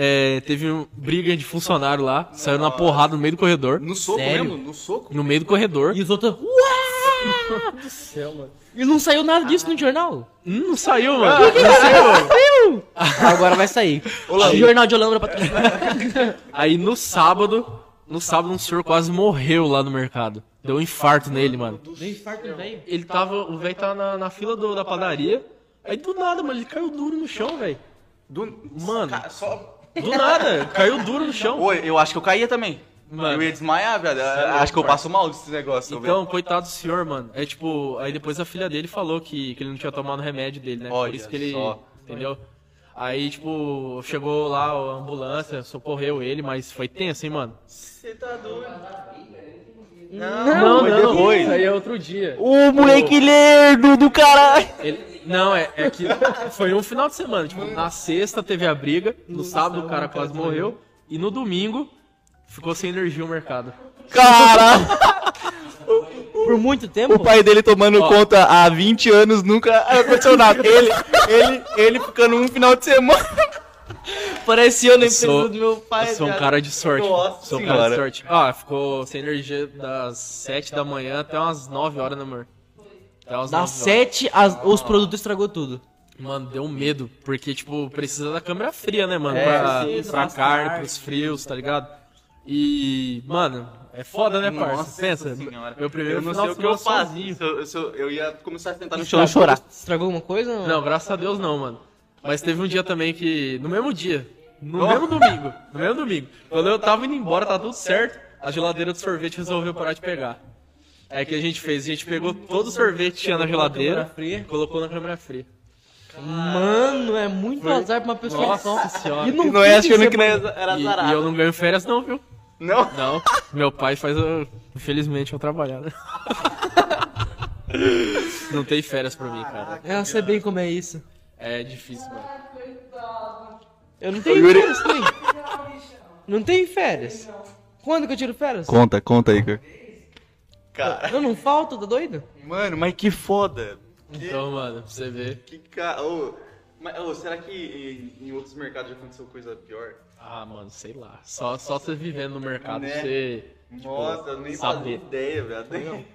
Speaker 3: é, teve um briga de funcionário lá, saiu na porrada no meio do corredor.
Speaker 2: No soco
Speaker 1: Sério?
Speaker 2: mesmo? No soco?
Speaker 3: No meio do corredor.
Speaker 1: E os outros... Uau! do céu, mano. E não saiu nada disso no jornal?
Speaker 3: Hum, não saiu, mano.
Speaker 1: Agora vai sair.
Speaker 2: Olá.
Speaker 1: Jornal de Olambra
Speaker 3: É.
Speaker 1: patrocinado.
Speaker 3: Ah. Aí no sábado, no sábado um senhor quase morreu lá no mercado. Deu um infarto nele, mano.
Speaker 1: Nem farto, velho.
Speaker 3: Ele tava, o tá velho tava na, na fila do- da padaria. Aí do nada, mano, ele caiu duro no chão, velho.
Speaker 2: Do...
Speaker 3: Mano.
Speaker 2: Ca- Ah, Só...
Speaker 3: Do nada, caiu duro no chão.
Speaker 2: Oi, eu acho que eu caía também.
Speaker 3: Mano.
Speaker 2: Eu ia desmaiar,
Speaker 1: é
Speaker 2: velho.
Speaker 3: Sério,
Speaker 2: acho que eu
Speaker 3: parça.
Speaker 2: passo mal desse negócio.
Speaker 3: Então, coitado do senhor, mano. É tipo, aí depois a filha dele falou que, que ele não tinha tomado o remédio dele, né?
Speaker 2: Olha
Speaker 3: Por isso que ele.
Speaker 2: só.
Speaker 3: Entendeu? Aí, tipo, chegou lá a ambulância, socorreu ele, mas foi tenso, hein, mano?
Speaker 2: Você tá doido.
Speaker 1: Não,
Speaker 3: Não,
Speaker 2: mas
Speaker 3: não,
Speaker 2: depois.
Speaker 3: Isso aí é outro dia.
Speaker 1: O moleque lerdo do caralho.
Speaker 3: Ele- Não, é, é que foi um final de semana. Tipo, na sexta teve a briga, no sábado o cara quase morreu, e no domingo ficou sem energia o mercado.
Speaker 2: Cara,
Speaker 1: Por muito tempo?
Speaker 2: o pai dele tomando
Speaker 3: Ó.
Speaker 2: conta há 20 anos nunca aconteceu nada. Ele, ele, ele ficando um final de semana.
Speaker 1: Parecia eu na
Speaker 2: é
Speaker 1: empresa
Speaker 3: sou-
Speaker 1: do meu pai.
Speaker 3: Eu sou um
Speaker 1: cara.
Speaker 3: cara de sorte.
Speaker 2: Nossa
Speaker 3: sou um cara
Speaker 2: senhora.
Speaker 3: de sorte. Ah, ficou sem energia das 7 da manhã até umas 9 horas, né, amor? Até umas
Speaker 1: Das
Speaker 3: 9 horas.
Speaker 1: 7, as- os produtos estragou tudo.
Speaker 3: Mano, deu um medo. Porque, tipo, precisa da câmera fria, né, mano?
Speaker 2: É,
Speaker 3: pra
Speaker 1: precisa,
Speaker 3: pra
Speaker 1: passa
Speaker 3: carne,
Speaker 1: tarde.
Speaker 3: pros frios, tá ligado? E, mano, é foda, né, parça? Pensa. Meu primeiro
Speaker 2: assim, eu não
Speaker 3: final
Speaker 2: sei o
Speaker 3: de
Speaker 2: que eu
Speaker 3: semana
Speaker 2: fazia. Se eu, se eu, eu ia começar a tentar Tá no chão
Speaker 1: Estragou-
Speaker 2: e chorar.
Speaker 1: Estragou alguma coisa? ou
Speaker 3: Não, graças a Deus não, mano. Mas teve um dia também que. No mesmo dia. No
Speaker 2: Oh.
Speaker 3: mesmo domingo. No mesmo domingo. Quando eu tava indo embora, tá tudo certo. A geladeira do sorvete resolveu parar de pegar. Aí o que a gente fez? A gente pegou todo o sorvete que tinha na geladeira
Speaker 1: câmera fria.
Speaker 3: e colocou na câmera fria.
Speaker 1: Mano, é muito azar pra uma pessoa que
Speaker 3: Nossa
Speaker 1: só.
Speaker 3: senhora.
Speaker 1: E
Speaker 3: E,
Speaker 1: não,
Speaker 2: E não é
Speaker 1: fica
Speaker 2: achando que não
Speaker 1: semana-
Speaker 2: era era
Speaker 3: e eu
Speaker 2: azarado.
Speaker 3: não ganho férias, não, viu?
Speaker 2: Não.
Speaker 3: Não. Meu pai faz. eu- Infelizmente eu trabalhar, né? Não tem férias pra mim, cara.
Speaker 1: Eu não sei bem como é isso.
Speaker 3: É difícil, mano.
Speaker 1: Eu não tenho
Speaker 2: Yuri-
Speaker 1: férias, tem. Não tem férias. Quando que eu tiro férias?
Speaker 2: Conta, conta, Igor. Cara.
Speaker 1: Eu não falto, tá doido?
Speaker 2: Mano, mas que foda.
Speaker 3: Então, mano, pra você ver.
Speaker 2: Que cara. mas, ô, será que em, em outros mercados já aconteceu coisa pior?
Speaker 3: Ah, mano, sei lá. Só, só você vivendo no mercado,
Speaker 2: Né?
Speaker 3: você.
Speaker 2: Nossa, eu nem
Speaker 3: saber.
Speaker 2: fazia ideia, velho. Nem-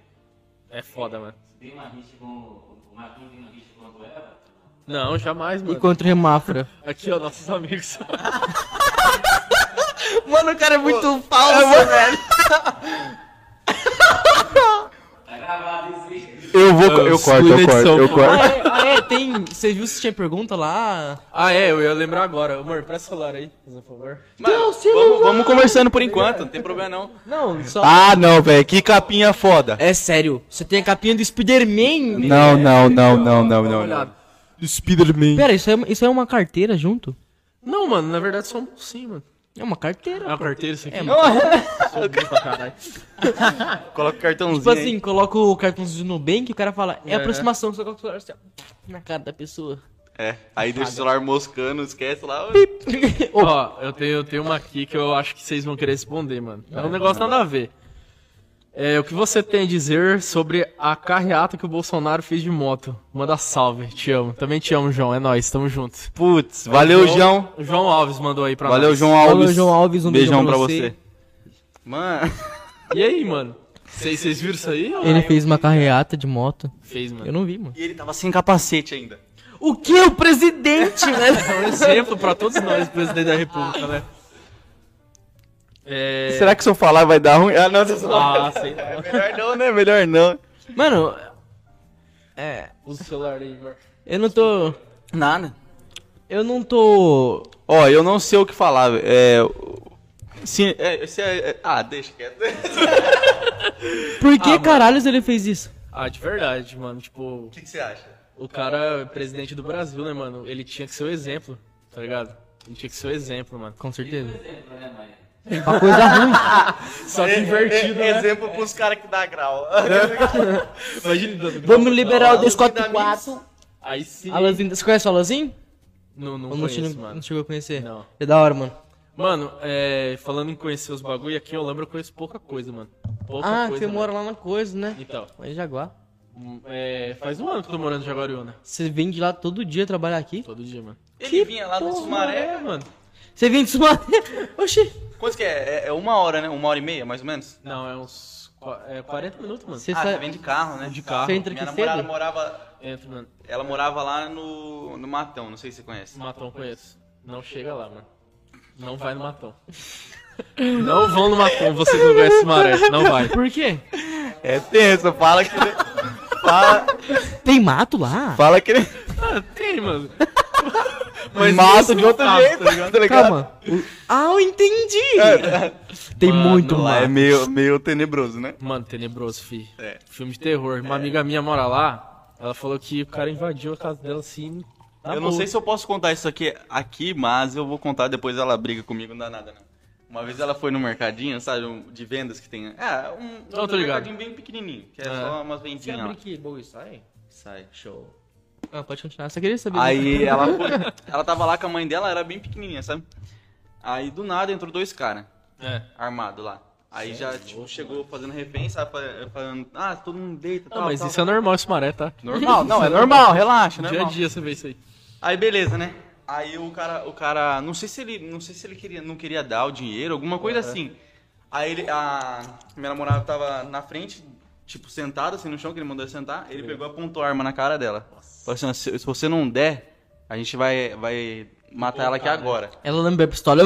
Speaker 3: É foda, mano.
Speaker 5: Tem uma rixa com. O Marquinhos tem uma rixa com a Goela?
Speaker 3: Não, jamais, mano.
Speaker 1: E contra o Remafra.
Speaker 3: Aqui, ó, nossos amigos.
Speaker 1: Mano, o cara é muito falso, velho.
Speaker 5: Tá gravado isso aí.
Speaker 2: Eu vou,
Speaker 3: Eu excluí na edição.
Speaker 1: Ah, é, ah, é, tem. Você viu se tinha pergunta lá?
Speaker 3: ah, é, eu ia lembrar agora. Amor, presta o celular aí, por favor.
Speaker 2: Mas,
Speaker 1: Não, se
Speaker 2: vamos,
Speaker 1: não Tá.
Speaker 2: vamos conversando por enquanto, não tem problema não.
Speaker 1: Não, só.
Speaker 2: Ah, não, velho, que capinha foda.
Speaker 1: É sério, você tem a capinha do Spider-Man.
Speaker 2: Não, não, não, não, não, não.
Speaker 3: olhada.
Speaker 2: Spider-Man.
Speaker 1: Pera, isso é, isso é uma carteira junto?
Speaker 3: Não, mano, na verdade só um pulsinho, mano.
Speaker 1: É uma
Speaker 3: É
Speaker 1: carteira.
Speaker 3: uma carteira isso aqui?
Speaker 1: É,
Speaker 3: Sou burro pra caralho.
Speaker 2: Coloca o cartãozinho.
Speaker 1: Tipo
Speaker 2: aí.
Speaker 1: assim, coloca o cartãozinho no Nubank e o cara fala, é
Speaker 3: É.
Speaker 1: aproximação, só coloca o celular assim, ó, na cara da pessoa.
Speaker 2: É, aí deixa o celular moscando, esquece lá.
Speaker 3: Ó, eu tenho, eu tenho uma aqui que eu acho que vocês vão querer responder, mano. É um negócio nada a ver. É, o que você tem a dizer sobre a carreata que o Bolsonaro fez de moto? Manda salve, te amo. Também te amo, João, é nóis, tamo junto.
Speaker 2: Putz, valeu, João.
Speaker 3: O João Alves mandou aí pra
Speaker 2: Valeu,
Speaker 3: nós.
Speaker 2: João Alves.
Speaker 1: Valeu, João Alves, um
Speaker 2: Beijão
Speaker 1: beijão
Speaker 2: pra
Speaker 1: pra
Speaker 2: você. Mano,
Speaker 3: E aí, mano? Vocês vocês viram isso aí?
Speaker 1: Ele fez uma carreata de moto.
Speaker 3: Fez, mano.
Speaker 1: Eu não vi, mano.
Speaker 2: e ele tava sem capacete ainda.
Speaker 1: O que? O presidente, né?
Speaker 3: É um exemplo pra todos nós, presidente da república, né? É...
Speaker 2: Será que se eu falar vai dar ruim? Ah, não, você
Speaker 3: Ah, sei lá.
Speaker 2: É melhor não, né? Melhor não.
Speaker 1: Mano, é,
Speaker 3: Usa o celular aí, Igor.
Speaker 1: eu não tô...
Speaker 2: Nada.
Speaker 1: Eu não tô...
Speaker 2: Ó, eu não sei o que falar. velho. É. o- Se, é, se é- é- ah, deixa quieto.
Speaker 1: Por que
Speaker 3: Ah, mano.
Speaker 1: caralhos ele fez isso?
Speaker 3: Ah, de verdade, mano. Tipo,
Speaker 2: O que, que você acha?
Speaker 3: o cara é presidente do Brasil, né, mano? Ele tinha que ser o exemplo, tá ligado? Ele tinha que ser o exemplo, mano.
Speaker 1: Com certeza.
Speaker 5: Exemplo, né, Maia?
Speaker 1: Uma coisa ruim.
Speaker 3: Só que invertido,
Speaker 2: É, é,
Speaker 3: né?
Speaker 2: Exemplo pros caras que dá grau.
Speaker 3: Imagina. dando-
Speaker 1: Vamos liberar o
Speaker 2: Alanzinho da
Speaker 1: 244.
Speaker 3: Aí sim.
Speaker 1: Alanzinho, você conhece o Alanzinho?
Speaker 3: Não, não
Speaker 1: Ou
Speaker 3: conheço,
Speaker 1: chegou-
Speaker 3: mano.
Speaker 1: não chegou a conhecer?
Speaker 3: Não.
Speaker 1: É da hora, mano.
Speaker 3: Mano, é, falando em conhecer os bagulho, aqui em Olambra eu conheço pouca coisa, mano. Pouca
Speaker 1: ah,
Speaker 3: coisa.
Speaker 1: você
Speaker 3: mano.
Speaker 1: mora lá na coisa, né?
Speaker 3: Então,
Speaker 1: Lá em Jaguar.
Speaker 3: hum, é, faz um ano que eu tô morando em Jaguariúna.
Speaker 1: Você vem de lá todo dia trabalhar aqui?
Speaker 3: Todo dia, mano.
Speaker 2: Ele
Speaker 1: Que
Speaker 2: vinha lá do
Speaker 1: porra,
Speaker 2: Sumaré.
Speaker 3: mano.
Speaker 1: Você vem de Sumaré? Oxi.
Speaker 2: Quanto que é? é? É uma hora, né? Uma hora e meia, mais ou menos?
Speaker 3: Não, é uns qua- é 40 minutos, mano.
Speaker 1: Você tá-
Speaker 2: ah,
Speaker 1: sai-
Speaker 2: você vem de carro, né?
Speaker 3: De carro.
Speaker 1: Você entra
Speaker 2: Minha
Speaker 1: aqui
Speaker 2: namorada
Speaker 1: cedo?
Speaker 2: morava.
Speaker 3: Entra, mano.
Speaker 2: Ela morava lá no, no Matão, não sei se você conhece.
Speaker 3: Matão conheço. Não chega lá, mano. Não vai no Matão. Não vão no Matão, vocês não conhecem Maré. Não vai.
Speaker 1: Por quê?
Speaker 2: É tenso, fala que. fala,
Speaker 1: Tem mato lá?
Speaker 2: fala que.
Speaker 3: Ah, tem, mano.
Speaker 2: Mata de
Speaker 3: não
Speaker 2: outro
Speaker 3: sabe,
Speaker 2: jeito,
Speaker 3: tá ligado?
Speaker 2: tá ligado?
Speaker 1: Calma. O- Ah, eu entendi. Tem
Speaker 3: Mano,
Speaker 1: muito
Speaker 3: lá
Speaker 2: Lá é
Speaker 1: mato.
Speaker 2: meio, meio tenebroso, né?
Speaker 3: Mano, tenebroso, fi.
Speaker 2: É.
Speaker 3: Filme de terror. Uma amiga minha mora lá. Ela falou que o cara invadiu a casa dela assim. na
Speaker 2: eu não
Speaker 3: boa.
Speaker 2: sei se eu posso contar isso aqui, aqui, mas eu vou contar depois ela briga comigo, não dá nada, não. Uma vez ela foi no mercadinho, sabe, um- de vendas que tem. É, um,
Speaker 3: Não,
Speaker 2: um
Speaker 3: tô ligado.
Speaker 2: mercadinho bem pequenininho, que é,
Speaker 3: É.
Speaker 2: só umas
Speaker 1: Você
Speaker 2: vendinhas
Speaker 1: abre
Speaker 2: lá.
Speaker 1: que bagulho sai?
Speaker 2: Sai.
Speaker 1: Show. Ah, pode continuar. Só queria saber.
Speaker 2: Aí ela foi, ela tava lá com a mãe dela, era bem pequenininha, sabe? Aí do nada entrou dois caras
Speaker 3: É.
Speaker 2: armados lá. Aí já, tipo, chegou fazendo refém, sabe? fa- Falando, ah, todo mundo deita,
Speaker 3: Não,
Speaker 2: tal,
Speaker 3: mas
Speaker 2: tal.
Speaker 3: isso é normal esse maré, tá?
Speaker 2: Normal, não, é normal, relaxa, né?
Speaker 3: Dia a dia você vê isso aí.
Speaker 2: Aí beleza, né? Aí o cara, o cara, não sei se ele, não sei se ele queria, não queria dar o dinheiro, alguma coisa assim. Aí ele, a minha namorada tava na frente, tipo sentada assim no chão que ele mandou eu sentar, ele pegou e apontou a arma na cara dela. Falou assim, se, se você não der, a gente vai vai matar ela aqui
Speaker 3: né?"
Speaker 2: agora.
Speaker 1: Ela lembra a pistola.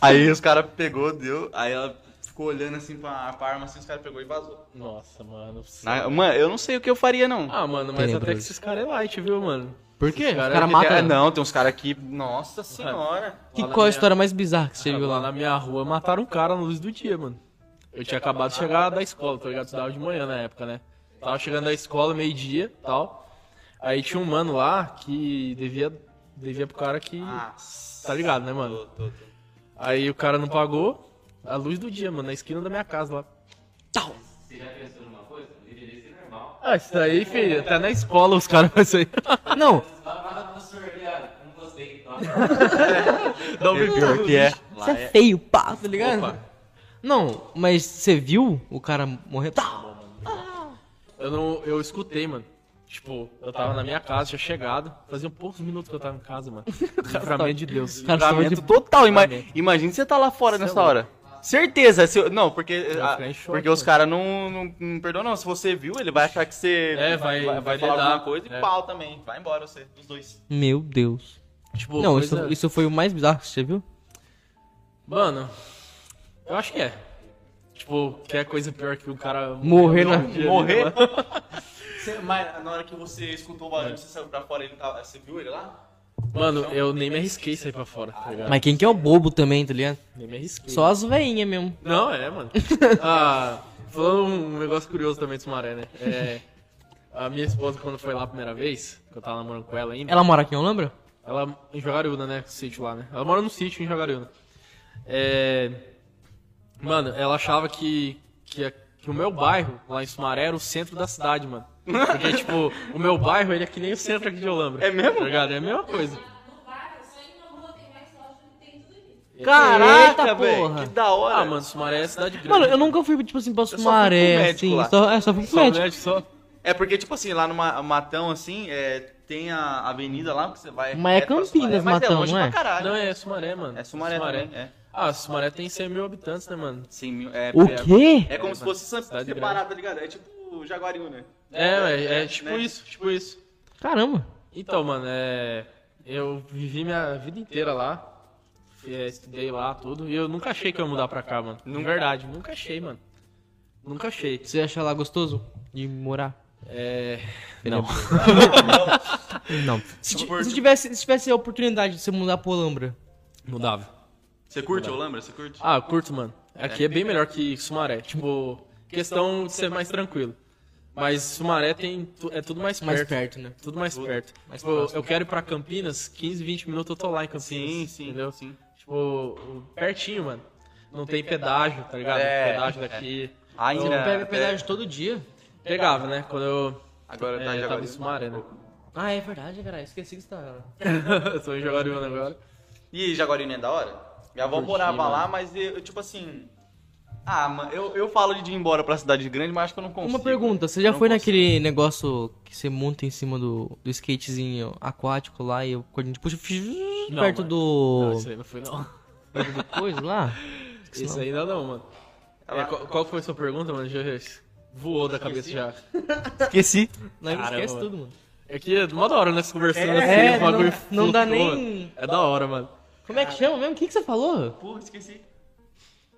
Speaker 2: Aí os caras pegou, deu, aí ela ficou olhando assim pra, pra arma assim, os caras pegou e vazou.
Speaker 3: Nossa, mano.
Speaker 2: Na- mano, eu não sei o que eu faria não.
Speaker 3: Ah, mano, mas
Speaker 1: Tenebroso.
Speaker 3: até que esses caras é light, viu, mano?
Speaker 1: Por quê? Os
Speaker 3: cara né?
Speaker 1: caras
Speaker 3: que
Speaker 1: matam.
Speaker 2: É,
Speaker 1: ela.
Speaker 2: não, tem uns caras aqui, nossa senhora.
Speaker 1: Que
Speaker 3: Lá na
Speaker 1: qual é a
Speaker 3: minha-
Speaker 1: história mais bizarra que você
Speaker 3: Chegou
Speaker 1: viu
Speaker 3: lá na minha rua, mataram um cara na luz do dia, mano. Eu tinha acabado de chegar da escola, tá ligado? Estudava de manhã na época, né? Tava chegando da escola, meio-dia tal. Aí tinha um mano lá que devia, devia pro cara que.
Speaker 2: Nossa.
Speaker 3: Tá ligado, né, mano?
Speaker 2: Tô, tô, tô.
Speaker 3: Aí o cara não pagou a luz do dia, mano, na esquina da minha casa lá.
Speaker 5: Você já pensou numa coisa? Deveria ser normal.
Speaker 3: Ah, isso daí, filho, até na escola os caras fazem isso aí. Não,
Speaker 5: Vai matar professor, viado. Não gostei. Então.
Speaker 3: não
Speaker 2: É pior que é.
Speaker 1: Isso é feio, pá, tá ligado?
Speaker 3: Opa.
Speaker 1: Não, mas você viu o cara morrer? Tá.
Speaker 3: Eu não. Eu escutei, mano. Tipo, eu tava na minha casa, tinha chegado. Fazia poucos minutos que eu tava em casa, mano. Livramento de Deus.
Speaker 1: Cara,
Speaker 2: Livramento
Speaker 1: de-
Speaker 2: total. Ima
Speaker 3: Livramento.
Speaker 2: imagina você tá lá fora
Speaker 3: Cê é
Speaker 2: nessa
Speaker 3: louco.
Speaker 2: hora. Certeza. se eu- não, porque,
Speaker 3: Eu ia
Speaker 2: ah,
Speaker 3: ficar em choque,
Speaker 2: porque os
Speaker 3: mano.
Speaker 2: caras não, não, não perdoam, não. Se você viu, ele vai achar que você
Speaker 3: É, vai- vai
Speaker 2: falar
Speaker 3: dedar,
Speaker 2: alguma coisa e
Speaker 3: é.
Speaker 2: pau também. Vai embora você, os dois.
Speaker 1: Meu Deus.
Speaker 3: Tipo,
Speaker 1: não,
Speaker 3: coisa-
Speaker 1: isso, isso foi o mais bizarro que você viu?
Speaker 3: Mano, eu acho que é. Tipo, que é coisa pior que o cara.
Speaker 1: Morrer na-
Speaker 3: dia, né,
Speaker 2: Morrer?
Speaker 3: mano?
Speaker 2: Você- mas na hora que você escutou o barulho, você saiu pra fora, ele tava, você viu ele lá?
Speaker 3: né? Mano, eu nem me arrisquei sair pra fora, tá ligado?
Speaker 1: Mas quem que é o bobo também, tá ligado?
Speaker 3: Nem me arrisquei.
Speaker 1: Só as veinhas mesmo.
Speaker 3: Não, é, mano. Ah, falando um negócio curioso também do Sumaré, né? É, a minha esposa, quando foi lá a primeira vez, que eu tava namorando com ela ainda.
Speaker 1: Ela mora aqui, não lembra?
Speaker 3: Ela em Jogariúna, né? Sítio lá, né? Ela mora num sítio em Jogariúna. É... Mano, ela achava que, que, a- que o meu bairro, lá em Sumaré, era o centro da cidade, mano. Porque, tipo, o meu bairro, ele é que nem o centro aqui de Olambra.
Speaker 2: É mesmo?
Speaker 3: Tá ligado? É a mesma coisa.
Speaker 4: No bairro, só em uma rua tem mais loja do que tem tudo isso.
Speaker 1: Caraca,
Speaker 2: velho,
Speaker 1: porra.
Speaker 2: que da hora.
Speaker 3: Ah, mano, Sumaré é cidade grande.
Speaker 1: Mano, eu nunca fui, tipo assim, pra
Speaker 2: fui pro
Speaker 1: Sumaré,
Speaker 2: médico
Speaker 1: assim.
Speaker 2: lá.
Speaker 1: Só, é, só fui pro
Speaker 3: Só
Speaker 1: médico.
Speaker 3: médico, só...
Speaker 2: É porque, tipo assim, lá no Ma- Matão, assim, é, tem a avenida lá que você vai.
Speaker 1: Mas é
Speaker 2: reto pra
Speaker 1: Campinas,
Speaker 2: Sumaré, mas
Speaker 1: Matão,
Speaker 2: é longe
Speaker 1: não é?
Speaker 2: pra caralho.
Speaker 3: Não, é Sumaré, mano.
Speaker 2: É Sumaré, também, é.
Speaker 3: Ah, Sumaré tem 100 mil habitantes, né, mano?
Speaker 2: Cem mil- é,
Speaker 1: O
Speaker 2: é-
Speaker 1: quê?
Speaker 2: É como se fosse
Speaker 3: Cidade
Speaker 2: separado, tá ligado? É tipo Jaguariúna.
Speaker 3: É, é, é tipo
Speaker 2: Né?
Speaker 3: isso, tipo isso.
Speaker 1: Caramba.
Speaker 3: Então, mano, é... eu vivi minha vida inteira lá. É, estudei lá, tudo. E eu nunca achei que eu ia mudar pra cá, mano. Na verdade, nunca achei, mano. Nunca achei.
Speaker 1: Você acha lá gostoso de morar?
Speaker 3: É.
Speaker 1: Não. Não. Se, ti- se tivesse, se tivesse a oportunidade de você mudar pra Olambra.
Speaker 3: Mudava.
Speaker 2: Você curte Olambra? Você curte?
Speaker 3: Ah, eu curto, mano. Aqui é, bem melhor que Sumaré. Tipo, questão de ser mais tranquilo. Mas Sumaré tem. tu- É tudo mais perto.
Speaker 1: Mais perto, né?
Speaker 3: Tudo mais perto.
Speaker 1: Mais
Speaker 3: Tipo,
Speaker 1: próximo.
Speaker 3: eu quero ir pra Campinas, 15, 20 minutos eu tô lá em Campinas.
Speaker 2: sim, sim.
Speaker 3: Entendeu?
Speaker 2: sim.
Speaker 3: Tipo, o- pertinho, mano. Não tem pedágio, tá ligado?
Speaker 2: É,
Speaker 3: pedágio daqui.
Speaker 1: Você
Speaker 2: Ainda.
Speaker 1: pega
Speaker 2: é,
Speaker 1: pedágio todo dia.
Speaker 3: Pegava, né? Quando eu,
Speaker 2: Agora
Speaker 3: é,
Speaker 2: tá em
Speaker 3: eu tava
Speaker 2: Jaguariúna.
Speaker 3: em Sumaré, né?
Speaker 1: Ah, é verdade, cara. Esqueci que você tá.
Speaker 3: eu tô em Jaguariúna agora.
Speaker 2: E Jaguariúna é da hora? Minha avó
Speaker 3: Curti,
Speaker 2: morava
Speaker 3: mano.
Speaker 2: lá, mas eu, tipo assim. Ah, mano, eu, eu falo de ir embora pra cidade grande, mas acho que eu não consigo.
Speaker 1: Uma pergunta, você já
Speaker 2: Eu não
Speaker 1: foi
Speaker 2: consigo.
Speaker 1: naquele negócio que você monta em cima do, do skatezinho aquático lá e o cordinho puxa
Speaker 3: Não,
Speaker 1: perto
Speaker 3: mano.
Speaker 1: do.
Speaker 3: Não, isso é aí não foi, não.
Speaker 1: perto do coisa lá? Esqueci
Speaker 3: Isso
Speaker 1: o nome.
Speaker 3: ainda não, mano.
Speaker 2: Ela-
Speaker 3: É, qual, qual foi a sua pergunta, mano? Já voou da cabeça já.
Speaker 2: Esqueci.
Speaker 1: Não,
Speaker 3: Caramba,
Speaker 1: esquece
Speaker 3: mano.
Speaker 1: tudo, mano.
Speaker 3: É que é mó da hora, né? Se conversando assim,
Speaker 1: é,
Speaker 3: o bagulho
Speaker 1: não- não dá
Speaker 3: flutua.
Speaker 1: nem-
Speaker 3: É da hora, mano.
Speaker 1: Como é que chama mesmo? O que, que você falou?
Speaker 2: Porra, esqueci.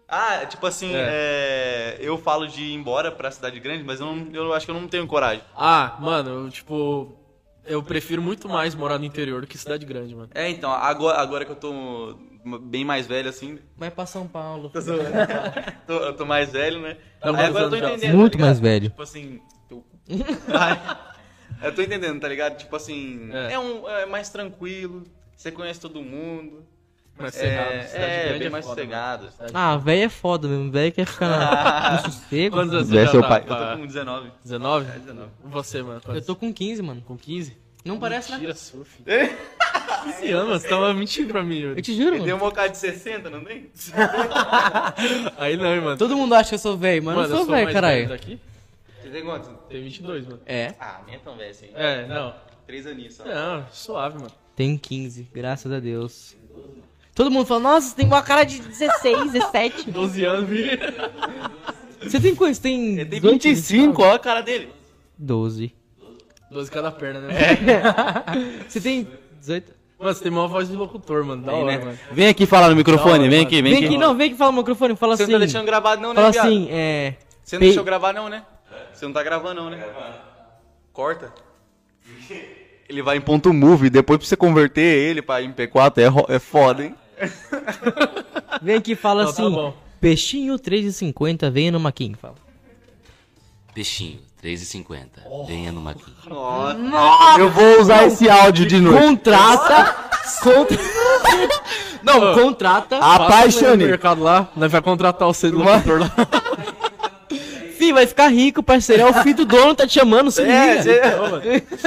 Speaker 2: Ah, tipo assim, é, eu falo de ir embora pra cidade grande, mas eu, não- eu acho que eu não tenho coragem.
Speaker 3: Ah, mano, eu, tipo. Eu prefiro muito mais morar no interior do que cidade grande, mano.
Speaker 2: É, então, agora, agora que eu tô bem mais velho, assim,
Speaker 1: Vai pra São Paulo.
Speaker 2: tô, eu tô mais velho, né? Aí
Speaker 3: Tá
Speaker 2: agora eu
Speaker 3: valorizando
Speaker 2: tô
Speaker 3: já.
Speaker 2: entendendo.
Speaker 1: Muito
Speaker 2: tá ligado?
Speaker 1: mais velho.
Speaker 2: Tipo assim. tu- Ai, eu tô entendendo, tá ligado? Tipo assim. É,
Speaker 3: É.
Speaker 2: um, é mais tranquilo, você conhece todo mundo.
Speaker 3: Mais sossegado.
Speaker 2: É,
Speaker 3: Cidade
Speaker 2: é,
Speaker 3: grande
Speaker 2: bem mais
Speaker 3: foda, mano.
Speaker 2: sossegado.
Speaker 1: Ah, velho é foda mesmo. Velho quer ficar na- no sossego.
Speaker 3: Quantos anos
Speaker 6: Zé,
Speaker 3: você
Speaker 6: seu
Speaker 3: já
Speaker 6: pai.
Speaker 2: Eu tô
Speaker 3: tá?
Speaker 2: com 19.
Speaker 3: 19?
Speaker 2: É, 19.
Speaker 3: Você, mano?
Speaker 1: Eu tô com 15, mano.
Speaker 3: com 15?
Speaker 1: Não parece, né?
Speaker 3: Mentira sua, filho. 15 anos, mano, você tava mentindo pra mim,
Speaker 1: Eu
Speaker 3: Yuri.
Speaker 1: te juro,
Speaker 2: Ele
Speaker 1: mano.
Speaker 2: deu um bocado de 60, não tem?
Speaker 3: Aí não, hein, mano.
Speaker 1: Todo mundo acha que eu sou velho, mas eu não sou velho,
Speaker 3: mais
Speaker 1: caralho.
Speaker 3: velho daqui.
Speaker 2: Você tem quantos?
Speaker 3: Tem 22, mano.
Speaker 1: É,
Speaker 2: Ah, nem é tão velho assim.
Speaker 3: É, não.
Speaker 2: Três aninhos só.
Speaker 3: Não, suave, mano.
Speaker 1: tenho 15, graças a Deus. Todo mundo fala, nossa, você tem uma cara de 16, 17.
Speaker 3: 12 anos, filho.
Speaker 1: Você tem quantos? Tem,
Speaker 2: Ele tem
Speaker 1: 18?
Speaker 2: 25, olha a cara dele.
Speaker 1: 12.
Speaker 3: 12 cada perna, né? É.
Speaker 1: Você tem 18?
Speaker 3: Mano, você tem maior voz de locutor, mano. Da
Speaker 2: Aí,
Speaker 3: hora,
Speaker 2: né?
Speaker 3: mano.
Speaker 2: Vem aqui falar no
Speaker 3: Da
Speaker 2: microfone,
Speaker 3: hora,
Speaker 2: vem
Speaker 3: mano.
Speaker 2: aqui, vem,
Speaker 1: Vem aqui,
Speaker 2: aqui.
Speaker 1: não, vem aqui falar no microfone, fala
Speaker 2: Você
Speaker 1: assim.
Speaker 2: não tá deixando gravar não, né,
Speaker 1: fala
Speaker 2: viado?
Speaker 1: assim, é.
Speaker 2: Você não
Speaker 1: pe-
Speaker 2: deixou gravar não, né? Você não tá gravando não, né? Corta. Ele vai em ponto move, depois pra você converter ele pra MP4 é, ro- é foda, hein?
Speaker 1: Vem aqui e fala
Speaker 3: Não, tá
Speaker 1: assim.
Speaker 3: bom.
Speaker 1: Peixinho 3,50, venha no Maquin. Fala.
Speaker 5: Peixinho, 3,50. Venha no Maquinho.
Speaker 6: Eu vou usar esse áudio de noite.
Speaker 1: Contrata. contra- Não, contrata.
Speaker 2: Ah.
Speaker 3: Passa no
Speaker 6: Apaixonei.
Speaker 3: mercado lá, nós vai contratar o C de locutor lá.
Speaker 1: Fih, vai ficar rico, parceiro. É o filho do dono, tá te chamando,
Speaker 2: É,
Speaker 1: se liga.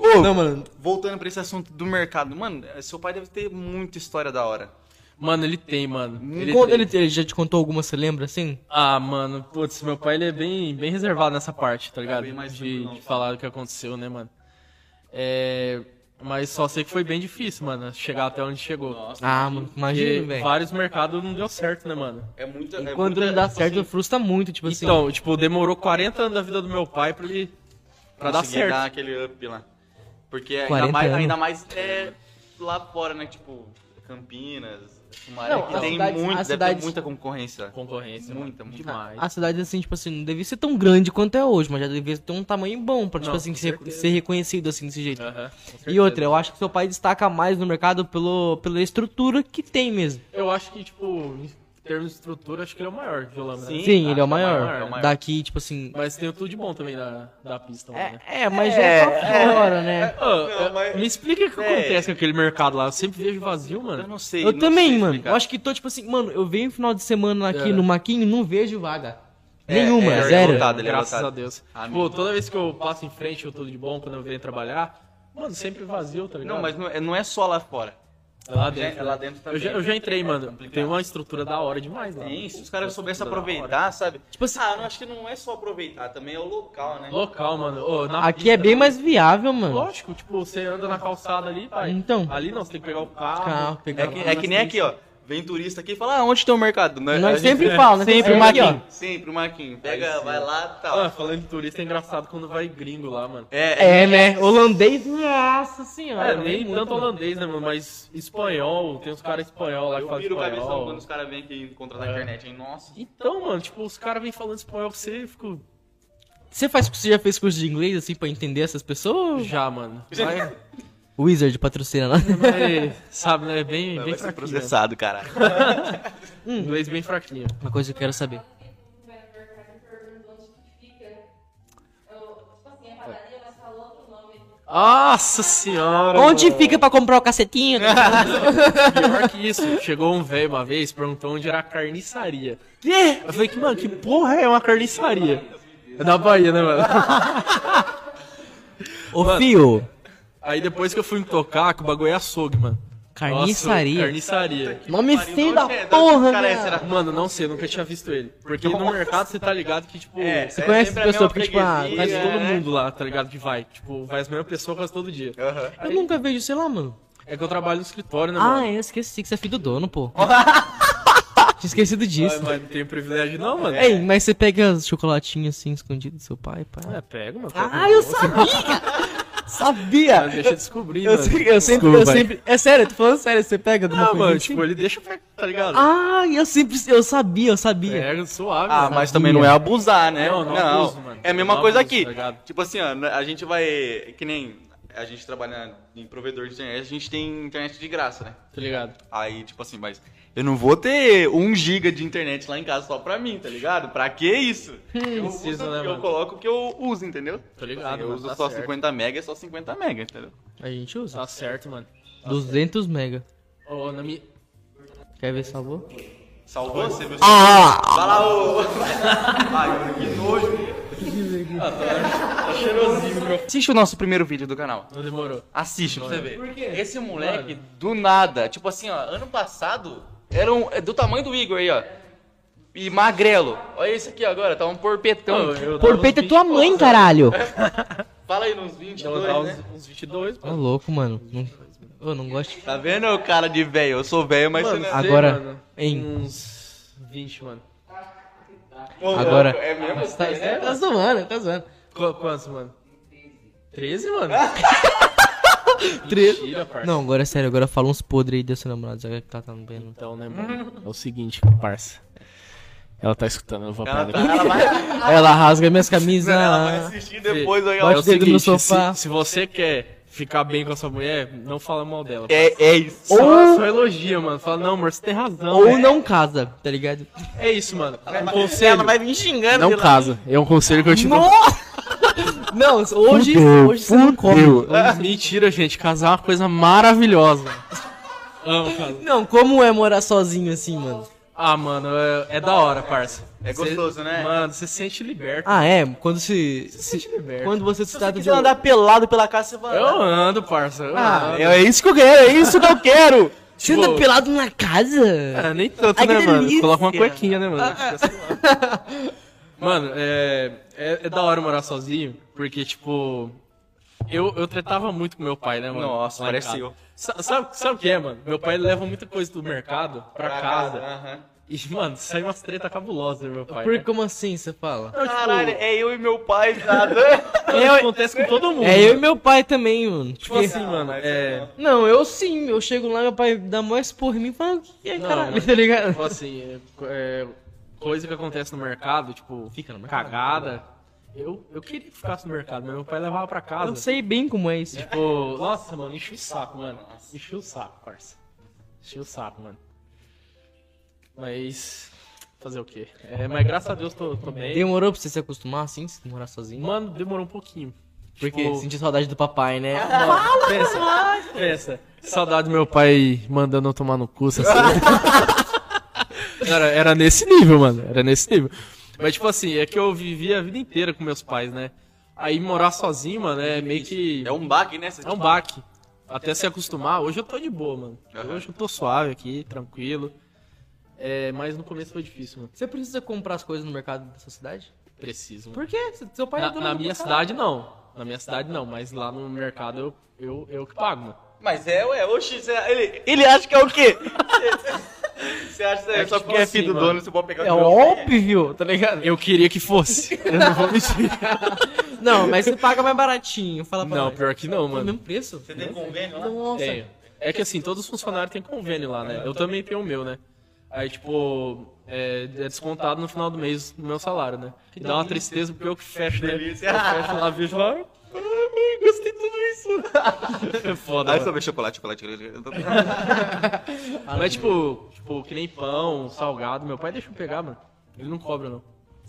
Speaker 1: Não, mano.
Speaker 2: Voltando pra esse assunto do mercado, mano, seu pai deve ter muita história da hora.
Speaker 3: Mano, ele tem, mano.
Speaker 1: Ele,
Speaker 3: tem.
Speaker 1: ele- ele já te contou alguma, você lembra assim?
Speaker 3: Ah, mano, putz, meu pai ele é bem, bem reservado nessa parte, tá ligado?
Speaker 2: bem mais
Speaker 3: de,
Speaker 2: tranquilão,
Speaker 3: de falar o que aconteceu, né, mano? É, mas só sei que foi bem difícil, mano, chegar até onde chegou.
Speaker 1: Ah, mano,
Speaker 3: Porque
Speaker 1: imagina, velho.
Speaker 3: vários mercados não deu certo, né, mano?
Speaker 2: É muita.
Speaker 1: E Quando não dá certo, frustra muito, tipo assim.
Speaker 3: Então, tipo, demorou 40 anos da vida do meu pai pra ele pra dar certo.
Speaker 2: dar aquele up lá. Porque é
Speaker 1: 40
Speaker 2: ainda mais,
Speaker 1: anos.
Speaker 2: ainda mais é lá fora, né? Tipo, Campinas, Sumaré,
Speaker 1: Não,
Speaker 2: que
Speaker 1: as
Speaker 2: tem
Speaker 1: cidades-
Speaker 2: muito,
Speaker 1: as
Speaker 2: deve ter
Speaker 1: cidades-
Speaker 2: muita concorrência.
Speaker 3: Concorrência,
Speaker 2: Muita,
Speaker 3: mano,
Speaker 2: muita.
Speaker 3: demais.
Speaker 1: A cidade, assim, tipo assim, não devia ser tão grande quanto é hoje, mas já devia ter um tamanho bom pra, tipo
Speaker 3: Não,
Speaker 1: assim,
Speaker 3: com
Speaker 1: ser,
Speaker 3: certeza.
Speaker 1: ser reconhecido, assim, desse jeito.
Speaker 3: Aham, com
Speaker 1: E
Speaker 3: certeza.
Speaker 1: outra, eu acho que seu pai destaca mais no mercado pelo, pela estrutura que tem mesmo.
Speaker 3: Eu acho que, tipo, em termos de estrutura, acho que ele é o maior violão, né?
Speaker 2: Sim,
Speaker 1: Sim,
Speaker 2: tá,
Speaker 1: ele é o
Speaker 2: tá maior,
Speaker 1: maior.
Speaker 2: é o maior.
Speaker 1: Daqui, tipo assim.
Speaker 3: Mas tem tudo de bom também na, da pista, lá, né?
Speaker 1: É, é, mas já é pra fora, né?
Speaker 3: Ô, é, Me explica o que
Speaker 2: É.
Speaker 3: acontece com aquele mercado lá. Eu sempre vejo vazio,
Speaker 2: Eu
Speaker 3: mano.
Speaker 2: não sei.
Speaker 1: Eu
Speaker 2: não
Speaker 1: também,
Speaker 2: sei
Speaker 1: mano.
Speaker 2: explicar.
Speaker 1: Eu acho que tô, tipo assim, mano, eu venho final de semana aqui
Speaker 3: É.
Speaker 1: no Maquinho e não vejo vaga.
Speaker 2: É,
Speaker 1: Nenhuma,
Speaker 2: é, é
Speaker 1: zero.
Speaker 2: lotado, ele é
Speaker 3: Graças
Speaker 2: lotado.
Speaker 3: a Deus.
Speaker 2: Amém.
Speaker 3: Pô, toda vez que eu passo em frente, eu tô de bom quando eu venho trabalhar. Mano, sempre vazio, tá ligado?
Speaker 2: Não, mas não é, não é só lá fora.
Speaker 3: É lá
Speaker 2: É
Speaker 3: dentro.
Speaker 2: lá
Speaker 3: né?
Speaker 2: dentro
Speaker 3: eu,
Speaker 2: também.
Speaker 3: já, eu já entrei, mano.
Speaker 2: complicado.
Speaker 3: Tem uma estrutura da hora demais lá.
Speaker 2: Tem, se os caras soubessem
Speaker 3: Estrutura da hora.
Speaker 2: aproveitar, sabe?
Speaker 1: Tipo assim-
Speaker 2: ah, não, acho que não é só aproveitar, também é o local, né?
Speaker 3: Local, mano. Ô, na
Speaker 1: Aqui
Speaker 3: pista,
Speaker 1: é bem mais viável, mano.
Speaker 3: Lógico, tipo, você anda na calçada ali, pai.
Speaker 1: Então.
Speaker 3: Ali não, você tem que pegar o carro.
Speaker 1: Carro, pegar
Speaker 2: É que,
Speaker 3: né?
Speaker 2: é que nem aqui, ó. Vem turista aqui e fala, ah, onde tem o mercado?
Speaker 1: Nós
Speaker 2: A gente-
Speaker 1: é sempre né? falamos,
Speaker 6: sempre
Speaker 1: o
Speaker 6: Maquinho.
Speaker 2: Sempre o Marquinhos. Pega, vai lá e
Speaker 3: Ah,
Speaker 2: tal.
Speaker 3: falando de turista, é engraçado quando vai gringo lá, mano.
Speaker 2: É,
Speaker 1: É, né? Holandês, nossa senhora.
Speaker 3: É, nem
Speaker 1: vem muito,
Speaker 3: tanto
Speaker 1: mano.
Speaker 3: holandês, né, mano? Mas espanhol, tem uns caras espanhol lá que
Speaker 2: eu
Speaker 3: falam
Speaker 2: viro o cabeção quando
Speaker 3: espanhol.
Speaker 2: os caras vêm aqui contratar a
Speaker 3: É.
Speaker 2: internet, hein? Nossa.
Speaker 3: Então, mano, tipo, os caras vêm falando espanhol com você e fico.
Speaker 1: Você faz, você já fez curso de inglês, assim, pra entender essas pessoas?
Speaker 3: Já, mano. Mas,
Speaker 1: Wizard patrocina né? lá.
Speaker 3: mas, sabe, né? Bem, bem
Speaker 2: Vai ser
Speaker 3: fraquinho. Hum. né?
Speaker 2: processado, caralho.
Speaker 3: Inglês bem fraquinho.
Speaker 1: Uma coisa que eu quero saber.
Speaker 4: vai no mercado e pergunta onde que fica. Eu, tipo assim, a padaria, mas falou outro nome.
Speaker 3: Nossa senhora!
Speaker 1: Onde
Speaker 3: mano.
Speaker 1: fica pra comprar o cacetinho?
Speaker 3: Pior que isso. Chegou um velho uma vez, perguntou onde era a carniçaria.
Speaker 1: Quê?
Speaker 3: Eu falei, que, mano, que porra é uma carniçaria? É da Bahia, né, mano?
Speaker 1: Ô, fio.
Speaker 3: Aí depois que eu fui me tocar, que o bagulho é açougue, mano.
Speaker 1: Carniçaria?
Speaker 3: Nossa, carniçaria.
Speaker 1: Nome feio da
Speaker 2: Onde é? De onde
Speaker 1: porra,
Speaker 2: que cara é esse,
Speaker 1: né?
Speaker 2: era?
Speaker 3: Mano, não sei, nunca tinha visto ele. Porque no mercado você tá ligado que, tipo,
Speaker 2: É,
Speaker 1: Você
Speaker 2: é
Speaker 1: conhece
Speaker 2: sempre
Speaker 1: essa pessoa,
Speaker 2: a mesma
Speaker 1: porque, tipo, ah,
Speaker 2: freguesia,
Speaker 3: Mas
Speaker 1: É,
Speaker 3: todo
Speaker 2: né?
Speaker 3: mundo lá, tá ligado? Que vai. Tipo, vai as mesmas pessoas quase todo dia.
Speaker 2: Aham.
Speaker 1: Eu nunca vejo, sei lá, mano.
Speaker 3: É que eu trabalho no escritório, né,
Speaker 1: Ah,
Speaker 3: mano?
Speaker 1: eu esqueci que você é filho do dono, pô. Tinha esquecido disso.
Speaker 3: Ai, mas não tenho privilégio não, mano.
Speaker 1: Ei, mas você pega os chocolatinhos assim, escondido do seu pai, pai.
Speaker 3: É, pega, mano.
Speaker 1: Ah, eu sabia!
Speaker 3: Mas
Speaker 1: sabia!
Speaker 3: deixa eu descobrir,
Speaker 1: Eu,
Speaker 3: mano.
Speaker 1: sei- eu sempre,
Speaker 3: Desculpa,
Speaker 1: eu
Speaker 3: pai.
Speaker 1: sempre. É sério, eu tô falando sério, você pega do
Speaker 3: Não, mano, tipo, ele deixa eu pegar, tá ligado?
Speaker 1: Ah, assim? é. eu sempre. Eu sabia, eu sabia.
Speaker 3: Pega, suave,
Speaker 2: Ah,
Speaker 3: mano.
Speaker 2: mas também não é abusar, né?
Speaker 3: Não, não abuso, mano.
Speaker 2: É a mesma
Speaker 3: Não
Speaker 2: coisa
Speaker 3: abuso,
Speaker 2: aqui.
Speaker 3: tá ligado?
Speaker 2: tipo assim, ó, a gente vai. Que nem a gente trabalha em provedor de internet, a gente tem internet de graça, né?
Speaker 3: Tá ligado?
Speaker 2: Aí, tipo assim, mas eu não vou ter um giga de internet lá em casa só pra mim, tá ligado? Pra que isso? eu, uso,
Speaker 3: Preciso, né,
Speaker 2: eu
Speaker 3: mano?
Speaker 2: coloco o que eu uso, entendeu? Tipo assim,
Speaker 3: Tô ligado,
Speaker 2: eu
Speaker 3: mano,
Speaker 2: uso
Speaker 3: tá
Speaker 2: só
Speaker 3: certo.
Speaker 2: 50 mega, é só 50 mega, entendeu?
Speaker 1: A gente usa.
Speaker 3: Tá certo, mano.
Speaker 1: 200 mega.
Speaker 3: Ou na minha.
Speaker 1: Quer ver se salvou?
Speaker 2: Salvou? Você viu?
Speaker 6: Ah!
Speaker 2: Vai lá, ô! Ai, que nojo! Ah, tá. Assiste o nosso primeiro vídeo do canal.
Speaker 3: Não demorou.
Speaker 2: Assiste pra você ver. Por quê? Esse moleque, do nada, tipo assim, ó, ano passado, era um, é do tamanho do Igor aí, ó. E magrelo. Olha esse aqui agora, tá um porpetão.
Speaker 3: Eu- eu dava uns
Speaker 1: Porpeito é tua
Speaker 3: 20
Speaker 1: mãe, caralho!
Speaker 2: Fala aí nos
Speaker 1: é
Speaker 3: Eu
Speaker 2: 22,
Speaker 3: dava
Speaker 2: né?
Speaker 3: uns, uns 22,
Speaker 1: Ô,
Speaker 3: mano.
Speaker 1: louco, mano. Não- Eu não gosto.
Speaker 2: Tá vendo o cara de velho? Eu sou velho, mas
Speaker 3: Mano,
Speaker 2: você não é
Speaker 3: sei,
Speaker 1: Agora,
Speaker 3: mano,
Speaker 1: hein?
Speaker 3: Uns 20, mano.
Speaker 2: Ô,
Speaker 1: Agora-
Speaker 2: louco, É mesmo?
Speaker 3: Mas tá, é?
Speaker 1: Tá zoando, tá zoando.
Speaker 3: Qu- Quantos, mano? 13, mano?
Speaker 1: Treze.
Speaker 3: Mentira, parça.
Speaker 1: Não, agora é sério, agora fala uns podres aí da sua namorada, já que ela tá no banheiro.
Speaker 3: Então, né, mano? É o seguinte, parça. Ela tá escutando, eu vou
Speaker 2: Ela, tá,
Speaker 3: apagar.
Speaker 2: ela vai,
Speaker 1: Ela rasga minhas camisas.
Speaker 2: ela
Speaker 3: Ah,
Speaker 2: vai assistir depois. Olha,
Speaker 1: Bate
Speaker 2: ó.
Speaker 3: É o
Speaker 1: o dedo no
Speaker 3: seguinte,
Speaker 1: sofá.
Speaker 3: Se, se você quer ficar bem com a sua mulher, não fala mal dela.
Speaker 2: É, é isso.
Speaker 3: Só,
Speaker 1: Ou-
Speaker 3: só elogia, mano. Fala, não, amor, você tem razão.
Speaker 1: Ou
Speaker 3: né?
Speaker 1: não casa, tá ligado?
Speaker 3: É isso, mano. Um conselho.
Speaker 2: vir xingando.
Speaker 3: Não
Speaker 2: de lá.
Speaker 3: casa. É um conselho que eu te dou.
Speaker 1: Nossa! Não, hoje,
Speaker 6: Fudeu,
Speaker 1: hoje você não come.
Speaker 6: fudeu.
Speaker 3: Mentira, gente. Casar é uma coisa maravilhosa. Amo casar.
Speaker 1: Não, como é morar sozinho assim, mano?
Speaker 3: Ah, mano, é, é da hora, parça.
Speaker 2: É
Speaker 3: Cê-
Speaker 2: gostoso, né?
Speaker 3: Mano, você se sente liberto.
Speaker 1: Ah, é? Quando se. se-
Speaker 3: sente liberto.
Speaker 1: quando você se
Speaker 2: Se você
Speaker 1: trata de. um-
Speaker 2: quiser andar pelado pela casa, você vai
Speaker 3: Eu
Speaker 2: andar.
Speaker 3: ando, parça. Eu
Speaker 1: Ah,
Speaker 3: ando.
Speaker 6: É isso que eu quero, é isso que eu quero!
Speaker 1: Você anda
Speaker 3: Tipo-
Speaker 1: pelado na casa?
Speaker 3: Ah, nem tanto,
Speaker 1: Ai, É que
Speaker 3: né, mano?
Speaker 1: delícia.
Speaker 3: Coloca uma cuequinha, né, mano? mano, é, é, é da hora morar sozinho, porque, tipo. Eu, eu tretava muito com meu pai, né, mano?
Speaker 2: Nossa,
Speaker 3: Lá em
Speaker 2: parece
Speaker 3: casa.
Speaker 2: eu.
Speaker 3: Sa- Sabe, sabe o que é, mano? Meu pai ele leva muita coisa do mercado pra, casa.
Speaker 2: aham.
Speaker 3: E, mano, sai umas treta cabulosas, meu pai.
Speaker 1: Por
Speaker 3: né?
Speaker 1: como assim você fala?
Speaker 3: Então, tipo,
Speaker 2: Caralho, é eu e meu pai, nada.
Speaker 3: isso acontece com todo mundo.
Speaker 1: É eu e meu pai também, mano.
Speaker 3: Tipo assim, mano, é.
Speaker 1: Não, eu sim, eu chego lá, meu pai dá mó esporro em mim e fala, e aí,
Speaker 3: Não,
Speaker 1: caralho,
Speaker 3: mas-
Speaker 1: tá ligado?
Speaker 3: Tipo assim, é, co- é, coisa que acontece no mercado, tipo,
Speaker 1: Fica no mercado.
Speaker 3: cagada. Eu, eu queria que ficasse no mercado, mas meu pai levava pra casa.
Speaker 1: Eu sei bem como é isso.
Speaker 3: Tipo, nossa, mano, enchi o saco, mano. Enchi o saco, parça. Enchi o saco, mano. Mas. Fazer o quê? É, mas graças a Deus tô, tô bem.
Speaker 1: Demorou pra você se acostumar assim, se morar sozinho?
Speaker 3: Mano, demorou um pouquinho.
Speaker 1: Porque
Speaker 3: tipo-
Speaker 1: senti saudade do papai, né?
Speaker 3: Pensa, pensa. Saudade do meu pai mandando eu tomar no cu, essas coisas. era, era nesse nível, mano. Era nesse nível. Mas, tipo assim, é que eu vivi a vida inteira com meus pais, né? Aí morar sozinho, mano, é meio que.
Speaker 2: É um baque, né? Você
Speaker 3: É um baque. Até se acostumar, hoje eu tô de boa, mano. Hoje eu tô suave aqui, tranquilo. É, mas no começo foi difícil, mano.
Speaker 1: Você precisa comprar as coisas no mercado da sua cidade?
Speaker 3: Preciso, mano.
Speaker 1: Por quê? Se- Seu pai é
Speaker 3: Na,
Speaker 1: dono
Speaker 3: na
Speaker 1: do
Speaker 3: minha
Speaker 1: mercado.
Speaker 3: cidade, não. Na minha cidade, não. Mas lá no mercado, eu, eu, eu que pago, mano.
Speaker 2: Mas é, ué, oxi, cê- ele, ele acha que é o quê? Você acha que é,
Speaker 3: É
Speaker 2: só
Speaker 3: tipo
Speaker 2: porque é filho
Speaker 3: assim,
Speaker 2: do
Speaker 3: mano.
Speaker 2: dono, você pode pegar o
Speaker 1: É
Speaker 2: que eu-
Speaker 1: óbvio, tá ligado?
Speaker 3: Eu queria que fosse. Eu não vou mentir.
Speaker 1: Não, mas você paga mais baratinho, fala pra
Speaker 3: Não,
Speaker 1: nós.
Speaker 3: pior que não,
Speaker 1: É o
Speaker 3: mano.
Speaker 1: mesmo preço?
Speaker 2: Você tem convênio lá?
Speaker 1: Nossa.
Speaker 3: Tenho. É que assim, todos os funcionários têm convênio lá, né? Eu também tenho o meu, né? Aí, tipo, é, é descontado no final do mês no meu salário, né? E dá uma tristeza porque eu que fecho, né? Eu
Speaker 2: delícia.
Speaker 3: fecho lá, vejo lá. "Ah, mãe, Gostei de tudo isso. É foda.
Speaker 2: Ah,
Speaker 3: mano.
Speaker 2: só vê chocolate, chocolate, chocolate.
Speaker 3: Mas, tipo, tipo, que nem pão, salgado. Meu pai deixa eu pegar, mano. Ele não cobra, não.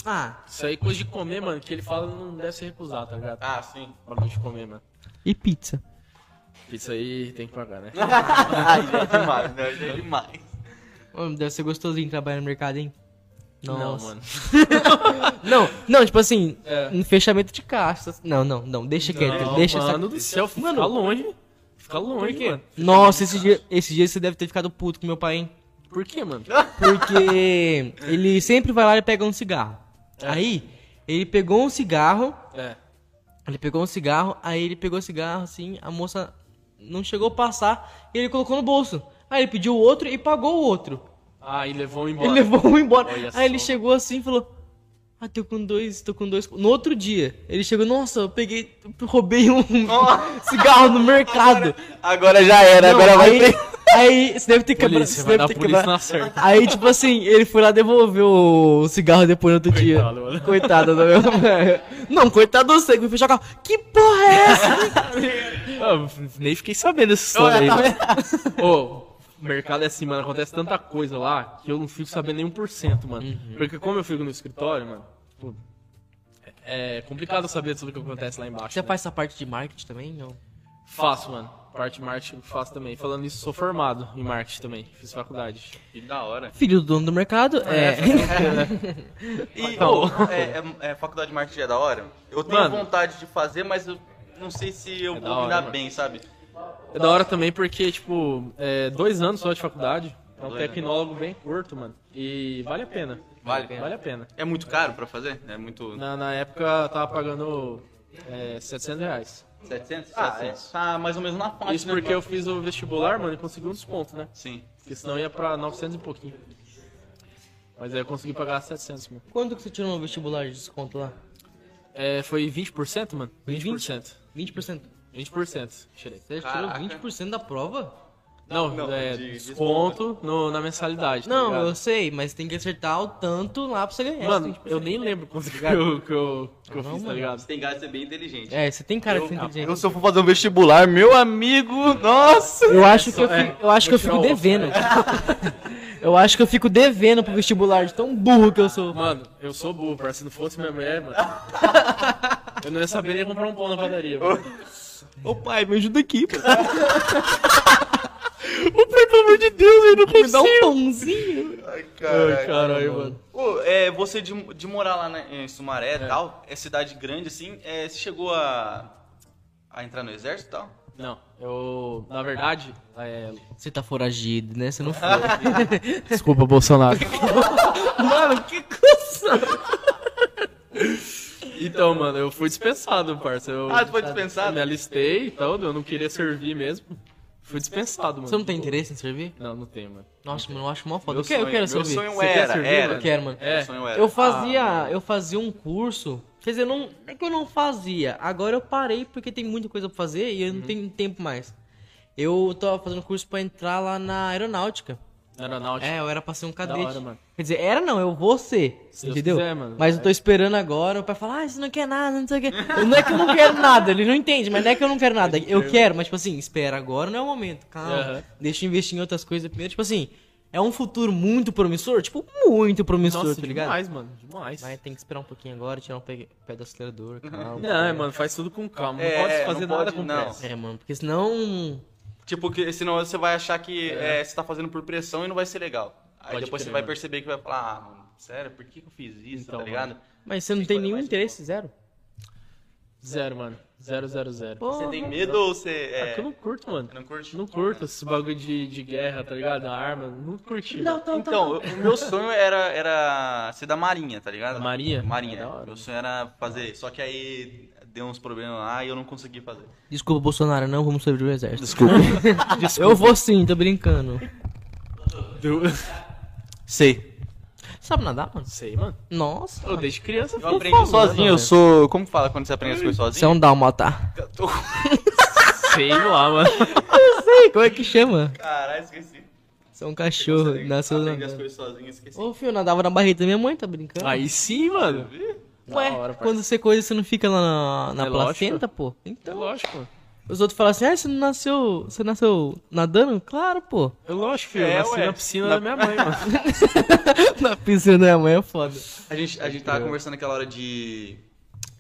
Speaker 1: Ah,
Speaker 3: Isso aí, é coisa de comer, mano, que ele fala não deve se recusar, tá ligado?
Speaker 2: Ah, sim.
Speaker 3: Bagulho de comer, mano.
Speaker 1: e pizza?
Speaker 3: Pizza aí tem que pagar, né?
Speaker 2: Ai, é demais, né? É demais.
Speaker 1: Ô, Deve ser é gostosinho trabalhar no mercado, hein?
Speaker 3: Não,
Speaker 1: Nossa.
Speaker 3: mano.
Speaker 1: Não, não, tipo assim,
Speaker 3: É.
Speaker 1: um fechamento de caixa. Não, não, não, deixa quieto,
Speaker 3: Não,
Speaker 1: deixa essa-
Speaker 3: mano do céu, fica
Speaker 1: Mano.
Speaker 3: longe. Fica longe, mano.
Speaker 1: Nossa, esse dia, esse dia você deve ter ficado puto com meu pai, hein?
Speaker 3: Por quê, mano?
Speaker 1: Porque ele sempre vai lá e pega um cigarro. Aí, ele pegou um cigarro,
Speaker 3: É.
Speaker 1: ele pegou um cigarro, aí ele pegou o cigarro assim, a moça não chegou a passar, e ele colocou no bolso. Aí ele pediu outro e pagou o outro.
Speaker 3: Ah, e levou embora.
Speaker 1: Ele levou um embora.
Speaker 3: Olha
Speaker 1: aí
Speaker 3: só.
Speaker 1: ele chegou assim e falou: Ah, tô com dois, tô com dois. No outro dia, ele chegou: Nossa, eu peguei, eu roubei um
Speaker 3: Oh.
Speaker 1: cigarro no mercado.
Speaker 6: Agora já era,
Speaker 1: Não,
Speaker 6: agora vai
Speaker 1: aí,
Speaker 6: ter.
Speaker 1: Aí você deve ter quebrado.
Speaker 3: Polícia,
Speaker 1: Você deve
Speaker 3: vai dar
Speaker 1: ter
Speaker 3: polícia
Speaker 1: quebrado.
Speaker 3: na certa.
Speaker 1: Aí, tipo assim, ele foi lá devolver o cigarro depois no outro
Speaker 3: Coitado,
Speaker 1: dia.
Speaker 3: mano.
Speaker 1: Coitado, do meu. Não, coitado do cego. Fechou o carro. Que porra é essa?
Speaker 3: Ah, nem fiquei sabendo dessa história aí. mano. Ô, o mercado é assim, mano. Acontece tanta coisa lá que eu não fico sabendo nem 1%, mano. Porque como eu fico no escritório, mano, tipo, é é complicado saber tudo o que acontece lá embaixo.
Speaker 1: Você
Speaker 3: né?
Speaker 1: faz essa parte de marketing também? Não?
Speaker 3: Faço, mano. parte de marketing eu faço também. Falando isso, sou formado em marketing também. Fiz faculdade.
Speaker 2: Que da hora.
Speaker 1: Filho do dono do mercado, é.
Speaker 2: E, ô, é, é- é, faculdade de marketing é da hora? Eu tenho
Speaker 3: Mano.
Speaker 2: vontade de fazer, mas eu não sei se eu
Speaker 3: É da
Speaker 2: vou me
Speaker 3: hora,
Speaker 2: dar
Speaker 3: mano.
Speaker 2: bem, sabe?
Speaker 3: É da hora também porque, tipo, é dois anos só de faculdade. É um
Speaker 2: Dois anos.
Speaker 3: tecnólogo bem curto, mano. E vale a pena.
Speaker 2: Vale a pena.
Speaker 3: Vale a pena.
Speaker 2: É muito caro pra fazer? É muito...
Speaker 3: Na, na época eu tava pagando é, 700 reais.
Speaker 2: 700?
Speaker 3: Ah,
Speaker 2: 700. Tá mais ou menos na faixa,
Speaker 3: Isso
Speaker 2: né,
Speaker 3: porque
Speaker 2: mano?
Speaker 3: eu fiz o vestibular, mano, e consegui um desconto, né?
Speaker 2: Sim.
Speaker 3: Porque senão ia pra 900 e pouquinho. Mas aí eu consegui pagar 700, mano.
Speaker 1: Quanto que você tirou no vestibular de desconto lá?
Speaker 3: É, foi 20%, mano? 20%.
Speaker 1: 20%.
Speaker 3: 20%. Tirei.
Speaker 1: Você
Speaker 2: Caraca.
Speaker 1: tirou 20% da prova?
Speaker 3: Não,
Speaker 2: Não,
Speaker 3: é
Speaker 2: de-
Speaker 3: desconto no, na mensalidade. tá
Speaker 1: Não,
Speaker 3: ligado?
Speaker 1: eu sei, mas tem que acertar o tanto lá pra você ganhar.
Speaker 3: Mano,
Speaker 1: 20%.
Speaker 3: eu nem lembro quanto que eu, que eu, que
Speaker 1: Não,
Speaker 3: eu fiz, tá
Speaker 1: mano.
Speaker 2: Você
Speaker 3: ligado?
Speaker 2: tem gás de ser bem inteligente.
Speaker 1: É, você tem cara de
Speaker 2: Eu-
Speaker 1: ser inteligente.
Speaker 6: Eu, se eu for fazer um vestibular, meu amigo, nossa!
Speaker 1: Eu acho que eu,
Speaker 3: é,
Speaker 1: fico, eu acho que eu
Speaker 3: vou
Speaker 1: fico
Speaker 3: tirar o
Speaker 1: devendo. eu acho que eu fico devendo pro vestibular de tão burro que eu sou.
Speaker 3: Mano, eu sou burro, parceiro. Se não fosse minha mulher, mano. eu não ia saber nem comprar um pão na padaria. mano.
Speaker 6: Ô pai, me ajuda aqui.
Speaker 1: Me dá um pãozinho.
Speaker 2: Ai,
Speaker 3: Ai, caralho, mano.
Speaker 2: Ô, é, você de, de morar lá na- em Sumaré e tal, é cidade grande assim, é, você chegou a, a entrar no exército e tal?
Speaker 3: Não, eu. Na verdade, é.
Speaker 1: Você tá foragido, né? Você não foi.
Speaker 3: Desculpa, Bolsonaro.
Speaker 1: Mano, que coisa!
Speaker 3: então, mano, eu fui dispensado, parceiro. Eu,
Speaker 2: Ah, tu foi
Speaker 3: eu me
Speaker 2: dispensado?
Speaker 3: alistei e tal, eu não queria servir mesmo. Fui dispensado, mano.
Speaker 1: Você não tem interesse em servir?
Speaker 3: Não, não tem, mano.
Speaker 1: Nossa, mano, eu acho mó foda.
Speaker 2: Meu
Speaker 1: Eu quero, eu
Speaker 2: sonho-
Speaker 1: quero
Speaker 2: meu
Speaker 1: servir.
Speaker 2: sonho é um
Speaker 1: Você
Speaker 2: era,
Speaker 1: quer servir?
Speaker 2: era.
Speaker 1: Eu quero, mano.
Speaker 3: É.
Speaker 2: Meu sonho era.
Speaker 1: Eu fazia, eu fazia um curso. Quer dizer, não, é que eu não fazia. Agora eu parei porque tem muita coisa pra fazer e eu
Speaker 3: Uhum.
Speaker 1: não tenho tempo mais. Eu tava fazendo curso pra entrar lá na aeronáutica.
Speaker 3: Na aeronáutica.
Speaker 1: É, eu era pra ser um cadete.
Speaker 3: hora, mano.
Speaker 1: Quer dizer, era não, eu vou ser.
Speaker 3: Se Deus
Speaker 1: entendeu?
Speaker 3: quiser, mano. É.
Speaker 1: Mas eu tô esperando agora, o pai fala, ah, você não quer nada, não sei o quê. Eu- Não é que eu não quero nada, ele não entende, mas não é que eu não quero nada. Eu quero, mas tipo assim, espera agora, não é o momento, calma.
Speaker 3: Aham.
Speaker 1: Deixa eu investir em outras coisas primeiro. Tipo assim, é um futuro muito promissor? Tipo, muito promissor,
Speaker 3: Nossa,
Speaker 1: tá ligado?
Speaker 3: demais, mano. Demais.
Speaker 1: Mas tem que esperar um pouquinho agora, tirar um pé, pé do acelerador, calma.
Speaker 3: Não, é, mano, faz tudo com calma.
Speaker 2: É,
Speaker 3: não pode fazer
Speaker 2: não
Speaker 3: nada
Speaker 2: pode,
Speaker 3: com
Speaker 2: não.
Speaker 3: pressa.
Speaker 1: É, mano, porque senão.
Speaker 2: Tipo, que, senão você vai achar que é, você tá fazendo por pressão e não vai ser legal. Aí
Speaker 3: Pode
Speaker 2: depois
Speaker 3: crer,
Speaker 2: você vai
Speaker 3: mano.
Speaker 2: perceber que vai falar, ah, mano, sério, por que, que eu fiz isso,
Speaker 3: Então,
Speaker 2: tá ligado?
Speaker 1: Mas você não tem nenhum interesse, zero.
Speaker 3: Zero, mano. Zero, zero, zero.
Speaker 2: Você
Speaker 1: Porra.
Speaker 2: tem medo ou você...
Speaker 3: É
Speaker 2: É,
Speaker 3: que eu não curto, mano.
Speaker 2: não curte?
Speaker 3: Não curto esse bagulho de, de guerra, tá ligado? A arma, não curti.
Speaker 1: Não,
Speaker 3: Não.
Speaker 1: tá, tá.
Speaker 2: Então, eu- o meu sonho era, era ser da Marinha, tá ligado?
Speaker 3: Marinha?
Speaker 2: Marinha.
Speaker 3: É da hora.
Speaker 2: meu sonho era fazer, só que aí deu uns problemas lá e eu não consegui fazer.
Speaker 1: Desculpa, Bolsonaro, não vamos servir o exército.
Speaker 6: Desculpa.
Speaker 1: Eu vou sim, tô brincando.
Speaker 2: Sei.
Speaker 1: Sabe nadar, mano?
Speaker 3: Sei, mano.
Speaker 1: Nossa.
Speaker 3: Eu desde criança
Speaker 2: Eu
Speaker 3: fico
Speaker 2: aprendi sozinho, eu
Speaker 1: mano.
Speaker 2: sou... Como que fala quando você aprende as coisas
Speaker 1: Você é
Speaker 2: sozinho?
Speaker 1: um dálmata.
Speaker 3: sei lá, mano.
Speaker 1: Sei, como é que chama?
Speaker 2: Caralho, esqueci.
Speaker 1: Você é um cachorro,
Speaker 2: Você
Speaker 1: nasceu
Speaker 2: aprende as
Speaker 1: nadando.
Speaker 2: coisas sozinho, esqueci.
Speaker 1: Ô, filho, eu nadava na barriga da minha mãe, tá brincando?
Speaker 3: Aí sim, mano.
Speaker 1: Ué,
Speaker 3: Da hora, parceiro.
Speaker 1: quando você coisa, você não fica lá na, na
Speaker 3: É
Speaker 1: placenta, pô?
Speaker 3: É
Speaker 1: Então,
Speaker 3: lógico, mano.
Speaker 1: os outros falam assim, ah, você não nasceu, você nasceu nadando? Claro, pô.
Speaker 3: É lógico, filho.
Speaker 2: É,
Speaker 3: eu nasci
Speaker 2: ué.
Speaker 3: na piscina da minha mãe, mano.
Speaker 1: na piscina da minha mãe é foda.
Speaker 2: A gente, a gente tava conversando aquela hora de.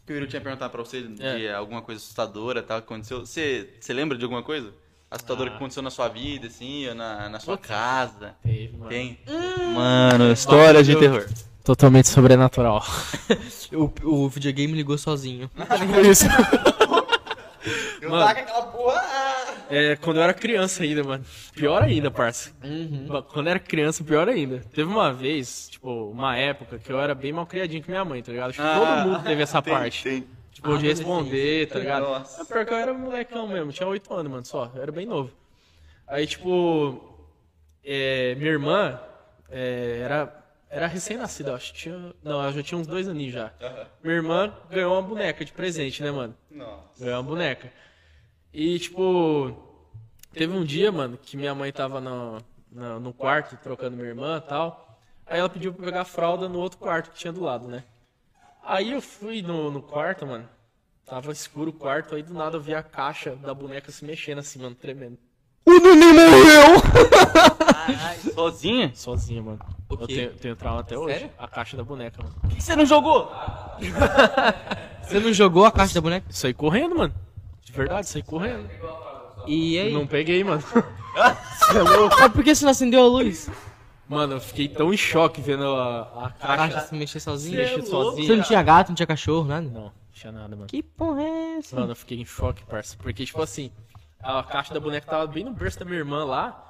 Speaker 2: Que o Yuri tinha perguntado pra você de
Speaker 3: É.
Speaker 2: alguma coisa assustadora tal que aconteceu. Você, você lembra de alguma coisa?
Speaker 3: Ah.
Speaker 2: Assustadora que aconteceu na sua vida, assim, ou na, na sua casa?
Speaker 3: Teve, mano.
Speaker 2: Tem? Mano, histórias de terror.
Speaker 3: Totalmente sobrenatural.
Speaker 1: O, o videogame ligou sozinho.
Speaker 6: Isso.
Speaker 2: Eu
Speaker 3: Mano.
Speaker 2: taco aquela porra. ah!
Speaker 3: É, quando eu era criança ainda, mano. Pior ainda, parça.
Speaker 1: Uhum.
Speaker 3: Ba- Quando eu era criança, pior ainda. Teve uma vez, tipo, uma época que eu era bem mal criadinho com minha mãe, tá ligado? Acho que
Speaker 2: Ah,
Speaker 3: todo mundo teve essa
Speaker 2: tem,
Speaker 3: parte.
Speaker 2: tem.
Speaker 3: Tipo, de responder, tá ligado?
Speaker 2: Nossa.
Speaker 3: É pior que eu era molecão mesmo, tinha 8 anos, mano, só. Eu era bem novo. Aí, tipo, é, minha irmã é, era, era recém-nascida, eu acho. que Tinha, não, ela já tinha uns dois aninhos já. Minha irmã ganhou uma boneca de presente, né, mano?
Speaker 2: Nossa.
Speaker 3: Ganhou uma boneca. E, tipo, teve um dia, mano, que minha mãe tava no, no, no quarto trocando minha irmã e tal. Aí ela pediu pra pegar a fralda no outro quarto que tinha do lado, né? Aí eu fui no, no quarto, mano. Tava escuro o quarto, aí do nada eu vi a caixa da boneca se mexendo assim, mano, tremendo.
Speaker 6: O neném morreu!
Speaker 2: Sozinha?
Speaker 3: Sozinha, mano.
Speaker 1: O
Speaker 3: Eu
Speaker 1: quê?
Speaker 3: tenho, tenho trauma até hoje.
Speaker 1: Sério?
Speaker 3: A caixa da boneca, mano.
Speaker 2: Por que você não jogou?
Speaker 1: Você não jogou a caixa da boneca?
Speaker 3: Saí correndo, mano. De verdade, saí correndo.
Speaker 1: E aí?
Speaker 3: Não peguei, mano. é
Speaker 1: Ah, por que você não acendeu a luz?
Speaker 3: Mano, eu fiquei tão em choque vendo a, a
Speaker 1: A
Speaker 3: caixa
Speaker 1: caixa se mexer
Speaker 3: se
Speaker 1: sozinha.
Speaker 3: mexer sozinha.
Speaker 1: Você não tinha gato, não tinha cachorro, nada?
Speaker 3: Não, não tinha nada, mano.
Speaker 1: Que porra é essa?
Speaker 3: Mano, eu fiquei em choque, parça. Porque, tipo assim, a caixa da boneca tava bem no berço da minha irmã lá.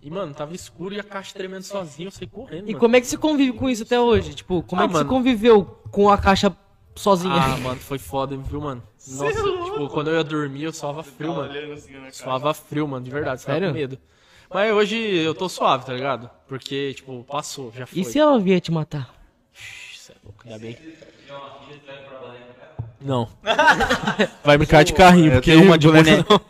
Speaker 3: E, mano, tava escuro e a caixa tremendo sozinha, eu saí correndo,
Speaker 1: E
Speaker 3: mano.
Speaker 1: como é que você convive com isso até hoje? Tipo, como
Speaker 3: Ah,
Speaker 1: é que você
Speaker 3: mano.
Speaker 1: conviveu com a caixa sozinha?
Speaker 3: Ah, mano, foi foda, viu, mano? Nossa, tipo, quando eu ia dormir, eu suava frio, mano. Suava frio, mano, de verdade, ficava
Speaker 1: Sério?
Speaker 3: com medo. Mas hoje eu tô suave, tá ligado? Porque, tipo, passou, já foi.
Speaker 1: e se ela vier te matar?
Speaker 3: Isso é louco, ainda bem. Não. Vai brincar de carrinho,
Speaker 6: Eu tenho uma de boneca.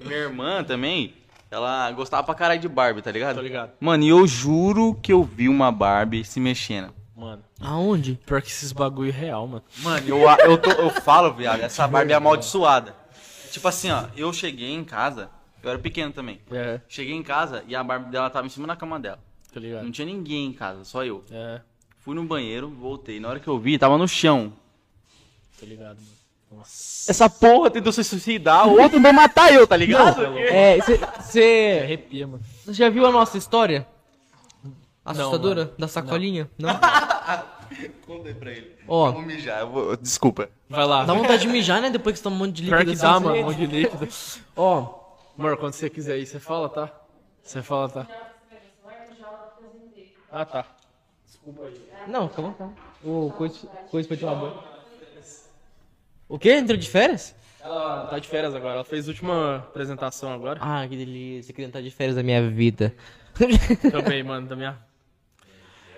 Speaker 2: Minha irmã também, ela gostava pra caralho de Barbie, tá ligado?
Speaker 3: Tô ligado.
Speaker 2: Mano, e eu juro que eu vi uma Barbie se mexendo.
Speaker 3: Mano,
Speaker 1: Aonde?
Speaker 3: pior que esses bagulho real, mano.
Speaker 2: Mano, eu, a- eu, tô- eu falo, viado, essa Barbie é amaldiçoada. Tipo assim, ó, eu cheguei em casa, eu era pequeno também.
Speaker 3: É,
Speaker 2: Cheguei em casa e a Barbie dela tava em cima da cama dela.
Speaker 3: tô
Speaker 2: Não
Speaker 3: ligado.
Speaker 2: tinha ninguém em casa, só eu.
Speaker 3: É,
Speaker 2: Fui no banheiro, voltei. Na hora que eu vi, tava no chão.
Speaker 3: tô ligado, mano. Nossa.
Speaker 2: Essa porra tentou se suicidar, o outro vai matar eu, tá ligado?
Speaker 1: É, você
Speaker 3: Arrepia, mano.
Speaker 1: já viu a nossa história?
Speaker 3: Não,
Speaker 1: Assustadora?
Speaker 3: mano.
Speaker 1: da sacolinha? Não.
Speaker 2: Contei pra ele. Eu vou
Speaker 1: Ó,
Speaker 2: mijar, eu vou... Desculpa.
Speaker 3: Vai lá.
Speaker 1: dá vontade de mijar, né? Depois que você toma um monte de líquido.
Speaker 3: Pior que
Speaker 1: assim,
Speaker 3: dá,
Speaker 1: você-
Speaker 3: mano, um monte de líquido.
Speaker 1: Ó,
Speaker 3: Amor, quando você quiser ir, você fala, tá? Você fala, tá? Ah, tá.
Speaker 1: não, fica à vontade. Ô, coisa, coisa pra tomar banho. O quê? Entrou de férias?
Speaker 3: Ela tá de férias agora, ela fez a última apresentação agora.
Speaker 1: Ah, que delícia. Queria entrar de férias da minha vida.
Speaker 3: Também, mano, da minha.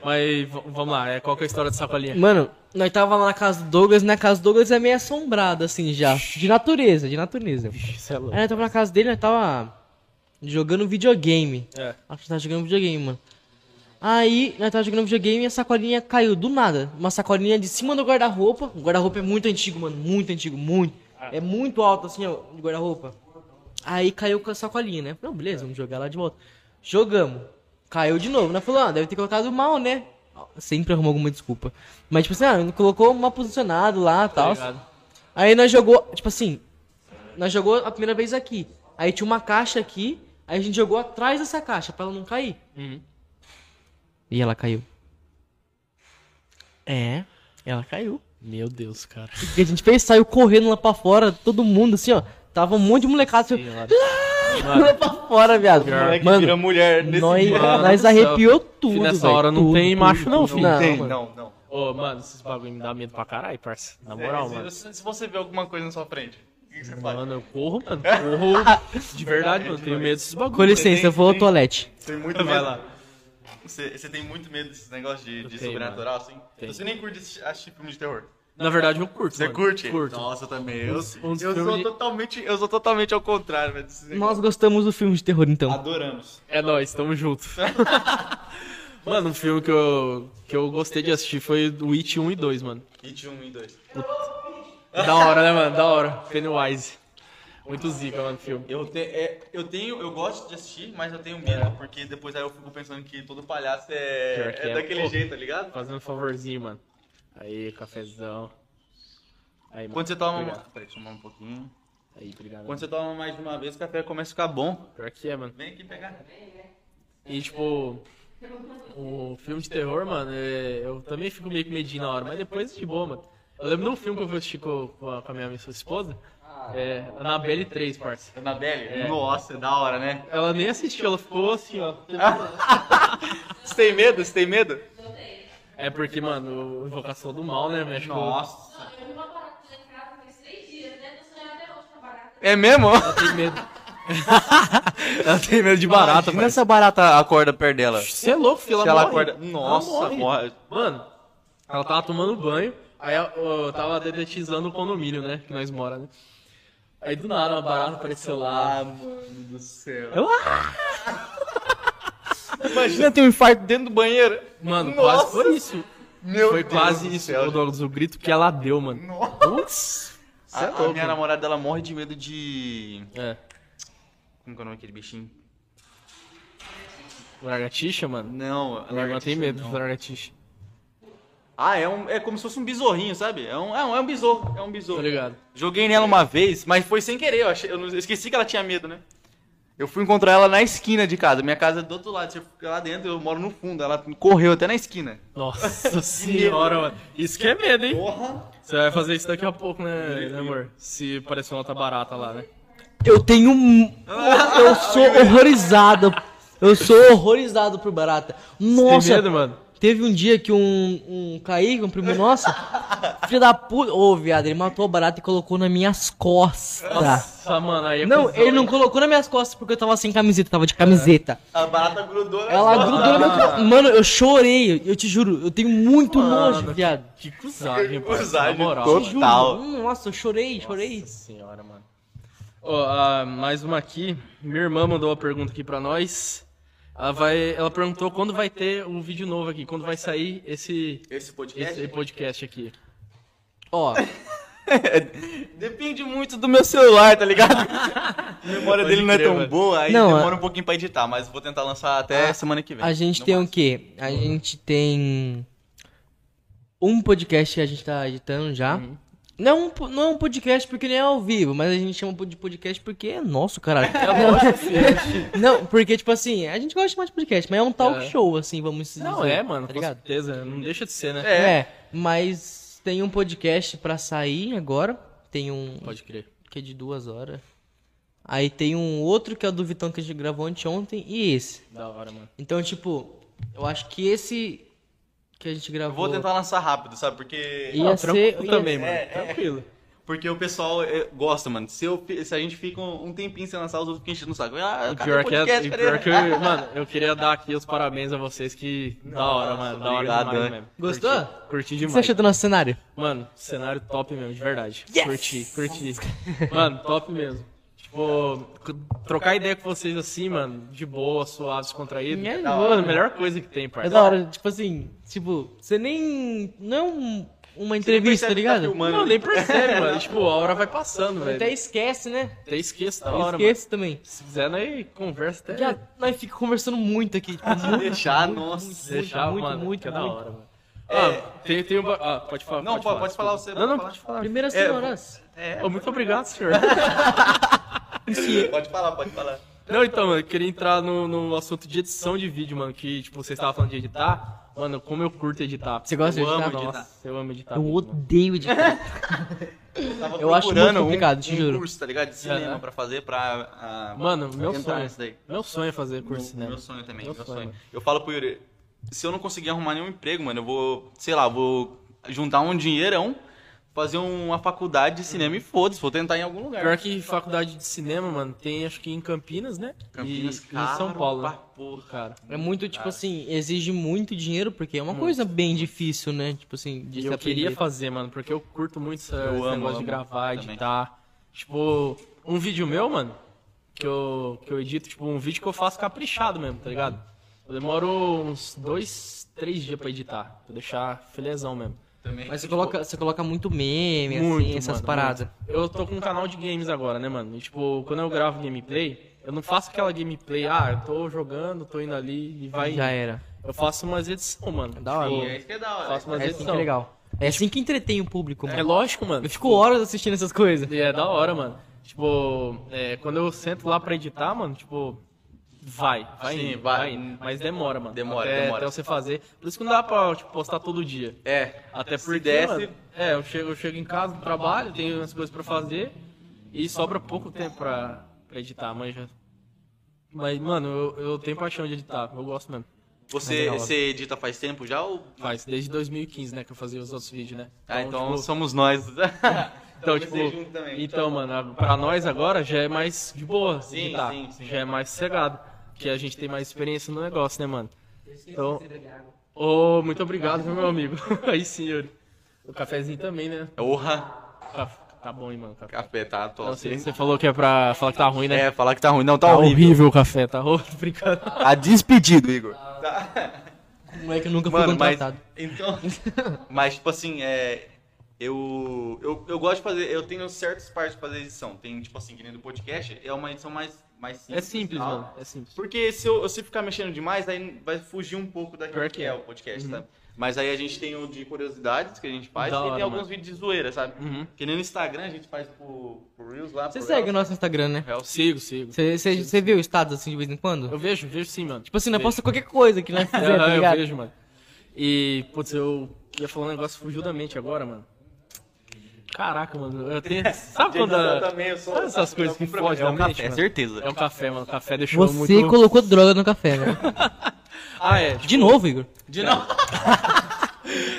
Speaker 3: Mas v- vamos lá, é, qual que é a história de sacolinha?
Speaker 1: Mano, nós tava lá na casa do Douglas, e na casa do Douglas é meio assombrada, assim, já. De natureza, de natureza.
Speaker 3: Isso é
Speaker 1: Aí
Speaker 3: louco.
Speaker 1: nós tava na casa dele, nós tava jogando videogame.
Speaker 3: É.
Speaker 1: Acho que tava jogando videogame, mano. Aí, nós tava jogando videogame e a sacolinha caiu do nada. Uma sacolinha de cima do guarda-roupa. O guarda-roupa é muito antigo, mano. Muito antigo, muito. É muito alto, assim, ó, o guarda-roupa. Aí caiu com a sacolinha, né? Não, beleza, vamos jogar lá de volta. Jogamos. Caiu de novo. Nós falamos, ah, deve ter colocado mal, né? Sempre arrumou alguma desculpa. Mas, tipo assim, ah, colocou mal posicionado lá e tal.
Speaker 3: Tá ligado.
Speaker 1: Aí nós jogou, tipo assim, nós jogou a primeira vez aqui. Aí tinha uma caixa aqui, aí a gente jogou atrás dessa caixa pra ela não cair.
Speaker 3: Uhum.
Speaker 1: E ela caiu. É, ela caiu.
Speaker 3: Meu Deus, cara.
Speaker 1: O que a gente fez? Saiu correndo lá pra fora, todo mundo assim, ó. Tava um monte de molecada assim, lá pra fora, viado. Mano,
Speaker 2: mulher
Speaker 1: nós,
Speaker 3: dia.
Speaker 1: nós
Speaker 3: Mano do céu.
Speaker 1: arrepiou tudo,
Speaker 3: Filho, nessa
Speaker 1: velho,
Speaker 3: hora não
Speaker 1: tudo,
Speaker 3: tem
Speaker 1: tudo,
Speaker 3: macho não,
Speaker 1: tudo.
Speaker 3: filho.
Speaker 1: Não,
Speaker 2: Tem,
Speaker 1: mano.
Speaker 2: não, não.
Speaker 3: Ô, mano, esses bagulho me dá medo pra caralho, parça. Na
Speaker 6: é
Speaker 3: moral, mano.
Speaker 2: Se se você vê alguma coisa na sua frente, o que que você faz?
Speaker 3: Mano, eu corro, mano. Corro de verdade, mano. Tenho medo desses
Speaker 1: Com
Speaker 3: bagulho.
Speaker 1: licença, eu vou ao toalete.
Speaker 2: Tem muito
Speaker 3: Vai
Speaker 2: medo.
Speaker 3: lá.
Speaker 2: Você, você tem muito medo desses negócios de, de
Speaker 3: tenho,
Speaker 2: sobrenatural, assim?
Speaker 3: Tenho.
Speaker 2: Você nem curte assistir assistir filme de terror.
Speaker 3: Na verdade, eu curto.
Speaker 2: Você
Speaker 3: mano.
Speaker 2: curte?
Speaker 3: Curto.
Speaker 2: Nossa, eu também. Eu,
Speaker 3: um dos
Speaker 2: eu
Speaker 3: filmes
Speaker 2: sou
Speaker 3: de-
Speaker 2: totalmente, eu sou totalmente ao contrário, velho. desses negócios.
Speaker 1: Nós gostamos do filme de terror, então.
Speaker 2: Adoramos.
Speaker 3: É nóis, tamo junto. mano, um filme que eu, que eu gostei de assistir foi o It 1 e 2, mano.
Speaker 2: Hit 1 e 2.
Speaker 3: Da hora, né, mano? Da hora. Pennywise. Muito zica, mano, o filme.
Speaker 2: Eu, te- é, eu tenho, eu gosto de assistir, mas eu tenho medo, porque depois aí eu fico pensando que todo palhaço é,
Speaker 3: É. Pior que
Speaker 2: é,
Speaker 3: é.
Speaker 2: daquele
Speaker 3: Pô.
Speaker 2: jeito, tá ligado?
Speaker 3: Fazendo um favorzinho, mano. Aí, cafezão. Aí, mano.
Speaker 2: Quando você toma.
Speaker 3: Obrigado.
Speaker 2: Peraí, deixa eu tomar um pouquinho.
Speaker 3: Aí, obrigado.
Speaker 2: Quando você toma mais de uma vez, o café começa a ficar bom.
Speaker 3: Pior que é, mano.
Speaker 2: Vem aqui pegar.
Speaker 3: E, tipo, o filme de terror, mano, é- eu também fico meio com medinho na hora, mas depois de boa, mano. Eu lembro de um filme que eu fui assistir com, com a, com a minha minha esposa, é Annabelle 3, parça.
Speaker 2: Anabelle? Tá Nossa, é da hora, né?
Speaker 3: Ela nem assistiu, ela ficou assim, ó.
Speaker 2: Você tem medo? Você tem medo?
Speaker 3: É porque, mano, o Invocação do Mal, né, mexe com-
Speaker 2: Nossa.
Speaker 4: Eu vi uma barata lá em casa faz três dias, né? Tô sonhando até hoje com a barata.
Speaker 2: É mesmo?
Speaker 3: Ela tem medo. ela tem medo de barata,
Speaker 2: Imagina
Speaker 3: parça.
Speaker 2: essa barata acorda perto dela. Se
Speaker 3: Você é louco, filho, ela
Speaker 2: ela
Speaker 3: morre.
Speaker 2: acorda. Nossa,
Speaker 3: morre.
Speaker 2: morre.
Speaker 3: Mano, ela tava tomando banho, aí eu, eu tava dedetizando o condomínio, né? Que nós mora, né? Aí do nada uma barata apareceu lá.
Speaker 2: mano do céu.
Speaker 3: Eu-
Speaker 2: Imagina ter um infarto dentro do banheiro.
Speaker 3: Mano,
Speaker 2: Nossa.
Speaker 3: quase foi isso.
Speaker 2: Meu
Speaker 3: foi
Speaker 2: Deus
Speaker 3: quase
Speaker 2: do
Speaker 3: isso,
Speaker 2: céu,
Speaker 3: o Douglas, o grito que ela deu, mano. Nossa!
Speaker 2: A, a minha namorada ela morre de medo de.
Speaker 3: É,
Speaker 2: Como que é o nome daquele bichinho?
Speaker 3: largatixa, mano.
Speaker 2: Não,
Speaker 3: Minha irmã tem medo de largatixa.
Speaker 2: Ah, é, um, é como se fosse um besorrinho, sabe? É um, é um, é um besouro, é um
Speaker 3: Tô
Speaker 2: besouro.
Speaker 3: ligado.
Speaker 2: Joguei nela uma vez, mas foi sem querer, eu, achei- eu não- eu esqueci que ela tinha medo, né? Eu fui encontrar ela na esquina de casa. Minha casa é do outro lado. Você fica lá dentro, eu moro no fundo. Ela correu até na esquina.
Speaker 3: Nossa senhora, mano. Isso que é medo, hein?
Speaker 2: Porra!
Speaker 3: Você vai fazer isso daqui a pouco, né, né, amor? Se parecer uma outra barata lá, né?
Speaker 1: Eu tenho. um- Eu sou horrorizado. Eu sou horrorizado por barata.
Speaker 3: Nossa. Tem
Speaker 1: Nossa,
Speaker 3: medo, mano?
Speaker 1: teve um dia que um, um Kaique, um primo nosso, filho da puta. Ô, viado, ele matou a barata e colocou nas minhas costas.
Speaker 3: Nossa, mano, aí é
Speaker 1: Tá. Não,
Speaker 3: cuzão,
Speaker 1: ele não
Speaker 3: hein?
Speaker 1: colocou nas minhas costas porque eu tava sem camiseta, tava de camiseta.
Speaker 2: A barata grudou na
Speaker 1: Ela grudou no meu cabelo. Mano, eu chorei, eu te juro, eu tenho muito nojo, viado.
Speaker 3: Que
Speaker 2: é
Speaker 3: cuzagem, pô. Na
Speaker 2: Cusagem
Speaker 3: moral.
Speaker 2: total.
Speaker 3: mano.
Speaker 2: Tal.
Speaker 1: Hum, Nossa, eu chorei, chorei.
Speaker 3: Nossa senhora, mano. Ó, ah, mais uma aqui. Minha irmã mandou uma pergunta aqui pra nós. Ela, vai, ela perguntou quando vai ter um vídeo novo aqui, quando vai sair esse,
Speaker 2: Esse podcast
Speaker 3: esse podcast aqui.
Speaker 1: Ó,
Speaker 2: depende muito do meu celular, tá ligado? A memória
Speaker 3: Pode
Speaker 2: dele não é
Speaker 3: crer,
Speaker 2: tão
Speaker 3: mano.
Speaker 2: boa, aí
Speaker 1: Não,
Speaker 2: demora
Speaker 1: a-
Speaker 2: um pouquinho pra editar, mas vou tentar lançar até semana que vem.
Speaker 1: a gente
Speaker 2: No
Speaker 1: tem um o
Speaker 2: máximo.
Speaker 1: quê?
Speaker 3: Uhum.
Speaker 1: A gente tem um podcast que a gente tá editando já.
Speaker 3: Uhum.
Speaker 1: Não, é um po- não é um podcast porque nem é ao vivo, mas a gente chama de podcast porque é nosso, caralho. não, porque, tipo assim, a gente gosta de mais podcast, mas é um talk
Speaker 3: É.
Speaker 1: show, assim, vamos se dizer.
Speaker 3: Não é, mano,
Speaker 1: tá
Speaker 3: com
Speaker 1: ligado?
Speaker 3: certeza. Não deixa de ser, né?
Speaker 1: É. mas tem um podcast pra sair agora. Tem um
Speaker 3: Pode crer.
Speaker 1: que é de duas horas. Aí tem um outro que é o do Vitão que a gente gravou anteontem e esse.
Speaker 3: Da hora, mano.
Speaker 1: Então, tipo, eu acho que esse que a gente
Speaker 2: Eu
Speaker 1: gravou.
Speaker 2: vou tentar lançar rápido, sabe? Porque.
Speaker 1: Ia ser.
Speaker 3: Tranquilo
Speaker 1: ia-
Speaker 3: também, mano.
Speaker 2: é.
Speaker 3: Tranquilo.
Speaker 2: Porque o pessoal é, gosta, mano. Se, eu fi- se a gente fica um, um tempinho sem lançar, os outros ficam enchendo o saco. Ah,
Speaker 3: O
Speaker 2: cadê o
Speaker 3: pior que, é,
Speaker 2: podcast,
Speaker 3: o
Speaker 2: cadê? Ah,
Speaker 3: pior que eu- mano, eu queria dar aqui os parabéns a vocês que da hora, mano, da hora
Speaker 2: obrigado,
Speaker 3: demais
Speaker 2: né?
Speaker 3: mesmo.
Speaker 1: Gostou?
Speaker 3: Curti, curti
Speaker 1: O que você
Speaker 3: demais.
Speaker 1: achou do nosso cenário?
Speaker 3: Mano, cenário top mesmo, de verdade. Curti, curti. Mano, top mesmo. Tipo, c- trocar ideia com vocês assim, mano, de boa, suave, descontraído.
Speaker 1: É,
Speaker 3: da
Speaker 1: boa,
Speaker 3: hora,
Speaker 1: né?
Speaker 3: a melhor coisa que tem,
Speaker 1: É
Speaker 3: parça.
Speaker 1: da hora, tipo assim, tipo, você nem. Não é um- uma entrevista, tá
Speaker 2: percebe que tá
Speaker 1: ligado?
Speaker 2: filmando.
Speaker 3: Não, nem percebe, mano. Tipo, a hora vai passando, velho.
Speaker 1: Até esquece, né?
Speaker 3: Até esqueço da hora, mano.
Speaker 1: esquece também.
Speaker 3: Se quiser, nós conversa até.
Speaker 1: Já, nós ficamos conversando muito aqui, tipo,
Speaker 2: Se deixar, nossa.
Speaker 1: muito,
Speaker 3: deixar,
Speaker 1: muito,
Speaker 3: mano,
Speaker 1: muito,
Speaker 3: que é da
Speaker 1: muito.
Speaker 3: hora, mano. Ah, tem, tem um... ba- Ah, pode falar,
Speaker 2: É, Não, pode,
Speaker 3: falar.
Speaker 2: pode falar você.
Speaker 3: Não, não,
Speaker 2: pode
Speaker 3: pode falar.
Speaker 1: Primeiras
Speaker 2: É,
Speaker 1: senhoras.
Speaker 3: Ô,
Speaker 2: né?
Speaker 3: muito obrigado, senhor.
Speaker 2: falar. Pode falar, pode falar.
Speaker 3: Não, então, mano, eu queria entrar no, no assunto de edição de vídeo, mano, que, tipo, vocês estavam falando de editar. Mano, como eu curto editar.
Speaker 1: Você gosta
Speaker 3: eu
Speaker 1: de editar?
Speaker 3: Amo editar?
Speaker 1: Nossa.
Speaker 3: eu amo editar.
Speaker 1: Eu
Speaker 3: vídeo, tá mano.
Speaker 1: odeio editar.
Speaker 2: tava
Speaker 1: Eu acho muito
Speaker 2: procurando um-
Speaker 1: complicado, te
Speaker 2: um
Speaker 1: juro.
Speaker 2: curso, tá ligado? De cinema
Speaker 3: Aham.
Speaker 2: pra fazer, pra... ah,
Speaker 3: Mano, meu
Speaker 2: entrar
Speaker 3: sonho.
Speaker 2: nisso daí.
Speaker 3: Meu sonho é fazer curso de
Speaker 2: Meu,
Speaker 3: cinema.
Speaker 2: meu sonho também,
Speaker 3: Meu
Speaker 2: meu,
Speaker 3: sonho,
Speaker 2: sonho.
Speaker 3: mano.
Speaker 2: Eu falo pro Yuri, se eu não conseguir arrumar nenhum emprego, mano, eu vou, sei lá, vou juntar um dinheirão, fazer uma faculdade de cinema e foda-se, vou tentar em algum lugar.
Speaker 3: Pior que faculdade é de cinema, mano, tem acho que em Campinas, né?
Speaker 2: Campinas,
Speaker 3: e, e
Speaker 2: caro
Speaker 3: em São Paulo,
Speaker 2: pra
Speaker 3: né? cara.
Speaker 1: É muito, tipo assim, exige muito dinheiro, porque é uma coisa bem difícil, né? Tipo assim, de
Speaker 3: E
Speaker 1: se
Speaker 3: eu queria
Speaker 1: aprender.
Speaker 3: fazer, mano, porque eu curto muito essa,
Speaker 2: Eu
Speaker 3: esse
Speaker 2: amo,
Speaker 3: negócio de
Speaker 2: amo
Speaker 3: gravar,
Speaker 2: também.
Speaker 3: editar. Tipo, um vídeo meu, mano, que eu, que eu edito, tipo, um vídeo que eu faço caprichado mesmo, tá ligado? Eu demoro uns dois, três dias pra editar, pra deixar filezão mesmo.
Speaker 2: Também.
Speaker 1: Mas você coloca, você coloca muito meme, assim, essas
Speaker 3: mano,
Speaker 1: paradas.
Speaker 3: muito. Eu tô com um canal de games agora, né, mano? E, tipo, quando eu gravo gameplay, eu não faço aquela gameplay, ah, eu tô jogando, tô indo ali e vai.
Speaker 1: Já era.
Speaker 3: Eu faço umas edições, mano.
Speaker 1: Da hora.
Speaker 3: Tipo,
Speaker 2: É isso que é da hora.
Speaker 3: faço umas
Speaker 1: É assim que é
Speaker 3: edições.
Speaker 1: legal. É assim que entretém o público,
Speaker 3: É
Speaker 1: mano.
Speaker 3: lógico, mano.
Speaker 1: Eu fico horas assistindo essas coisas.
Speaker 3: E é da hora, mano. Tipo, é, quando eu sento lá pra editar, mano, tipo, vai, vai
Speaker 2: Sim,
Speaker 3: indo,
Speaker 2: vai.
Speaker 3: vai indo. Mas demora, mano.
Speaker 2: Demora,
Speaker 3: até,
Speaker 2: demora.
Speaker 3: Até você fazer. Por isso que não dá pra tipo, postar todo dia.
Speaker 2: É,
Speaker 3: Até
Speaker 2: Se
Speaker 3: porque,
Speaker 2: desse-
Speaker 3: mano, é, eu chego, eu chego em casa, trabalho, tenho umas coisas pra fazer e sobra pouco tempo pra, pra editar, mas já... Mas, mano, eu, eu tenho paixão de editar, eu gosto mesmo.
Speaker 2: você,
Speaker 3: Mas é da hora.
Speaker 2: você edita faz tempo já ou...
Speaker 3: Faz desde 2015, né, que eu fazia os outros vídeos, né?
Speaker 2: Ah, então
Speaker 3: tipo,
Speaker 2: somos nós.
Speaker 3: Então,
Speaker 2: Talvez seja um
Speaker 3: tipo,
Speaker 2: também.
Speaker 3: então, mano, a- pra nós agora já é mais de boa
Speaker 2: Sim,
Speaker 3: editar.
Speaker 2: sim, sim.
Speaker 3: Já é mais sossegado. Porque a gente tem mais experiência no negócio, né, mano? Então. Ô, muito obrigado, viu, meu amigo. Aí sim, Yuri. O cafezinho também, né?
Speaker 2: Orra,
Speaker 3: Tá, tá bom, hein, mano. o Café.
Speaker 2: café, tá
Speaker 3: Não,
Speaker 2: top.
Speaker 3: você, você falou que é pra falar que tá ruim, né?
Speaker 2: É, falar que tá ruim. Não, tá,
Speaker 3: tá
Speaker 2: horrível.
Speaker 3: horrível o café, tá horrível. Brincando.
Speaker 2: Tá despedido, Igor. Tá.
Speaker 1: O moleque nunca foi
Speaker 2: Mano, mas.
Speaker 1: contratado.
Speaker 2: Então. mas, tipo assim, é. Eu, eu, eu gosto de fazer. Eu tenho certas partes pra fazer edição. Tem, tipo assim, que nem do podcast, é uma edição mais, mais
Speaker 3: É
Speaker 2: simples.
Speaker 3: simples,
Speaker 2: e tal.
Speaker 3: mano. É simples.
Speaker 2: Porque se eu, se eu ficar mexendo demais, aí vai fugir um pouco daquilo
Speaker 3: Pior
Speaker 2: que
Speaker 3: que
Speaker 2: é
Speaker 3: é.
Speaker 2: o podcast, sabe? Mas aí a gente tem o de curiosidades que a gente faz
Speaker 3: Da
Speaker 2: e
Speaker 3: hora,
Speaker 2: tem alguns
Speaker 3: mano.
Speaker 2: vídeos de zoeira, sabe?
Speaker 3: Uhum.
Speaker 2: Que nem no Instagram a gente faz pro, pro Reels lá.
Speaker 1: Você
Speaker 2: pro
Speaker 1: segue o
Speaker 2: Reels.
Speaker 1: nosso Instagram, né?
Speaker 2: Reels.
Speaker 3: Sigo, sigo.
Speaker 1: Você vê o status assim de vez em quando?
Speaker 3: Eu vejo, vejo sim, mano.
Speaker 1: Tipo assim, não
Speaker 3: Vejo.
Speaker 1: posta qualquer coisa que nós fizer, tá
Speaker 3: Aham, É, eu
Speaker 1: ligado?
Speaker 3: vejo, mano. E, putz, eu ia falar um negócio fugiu da mente agora, mano. Caraca, mano, eu tenho. Sabe quando.
Speaker 2: Eu
Speaker 3: a-
Speaker 2: também, eu sou-
Speaker 3: Sabe essas coisas que fogem
Speaker 2: É
Speaker 3: da
Speaker 2: um
Speaker 3: mente?
Speaker 2: café,
Speaker 3: mano?
Speaker 2: certeza.
Speaker 3: É um café, mano. O café deixou eu
Speaker 1: Você
Speaker 3: muito.
Speaker 1: colocou droga no café, né?
Speaker 3: Ah, é.
Speaker 1: De novo, Igor.
Speaker 2: De novo.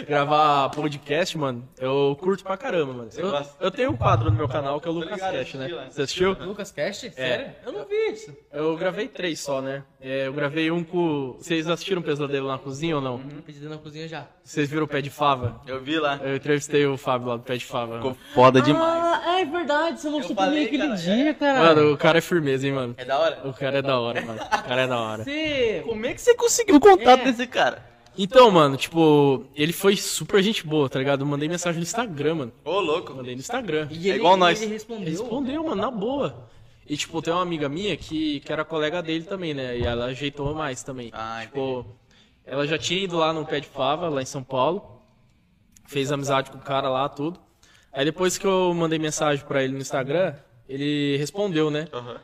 Speaker 3: gravar podcast, mano, eu curto pra caramba, mano. Eu,
Speaker 2: gosta?
Speaker 3: eu tenho um quadro no meu canal que é o Lucas
Speaker 2: ligado,
Speaker 3: Cash, né?
Speaker 2: assisti lá.
Speaker 3: Você assistiu?
Speaker 1: Lucas Cast?
Speaker 3: Sério?
Speaker 1: Eu não vi isso.
Speaker 3: Eu gravei três só, né? É, eu gravei um com. Vocês assistiram Pesadelo na Cozinha ou não?
Speaker 1: Pedido na cozinha já.
Speaker 3: Vocês viram o Pé de Fava?
Speaker 2: Eu vi lá.
Speaker 3: Eu entrevistei o Fábio lá do Pé de Fava.
Speaker 2: Ficou foda demais.
Speaker 1: Ah, é verdade, você mostrou pra mim
Speaker 2: falei,
Speaker 1: aquele
Speaker 2: cara,
Speaker 1: dia, cara.
Speaker 3: é. Mano, o cara é firmeza, hein, mano.
Speaker 2: É da hora?
Speaker 3: O cara é da hora, mano. O cara é da hora.
Speaker 1: você...
Speaker 2: Como é que você conseguiu o contato desse cara?
Speaker 3: Então, mano, tipo, ele foi super gente boa, tá ligado? Eu mandei mensagem no Instagram, mano.
Speaker 2: Ô, louco.
Speaker 3: Mandei no Instagram.
Speaker 1: E ele,
Speaker 2: igual
Speaker 1: e
Speaker 2: nós.
Speaker 1: Ele
Speaker 3: Ele
Speaker 1: respondeu.
Speaker 3: Respondeu, mano, na boa. E, tipo, tem uma amiga minha que, que era colega dele também, né? E ela ajeitou mais também.
Speaker 2: Ah,
Speaker 3: tipo, ela já tinha ido lá no Pé de Fava, lá em São Paulo. Fez amizade com o cara lá, tudo. Aí depois que eu mandei mensagem pra ele no Instagram, ele respondeu, né?
Speaker 2: Aham. Ah,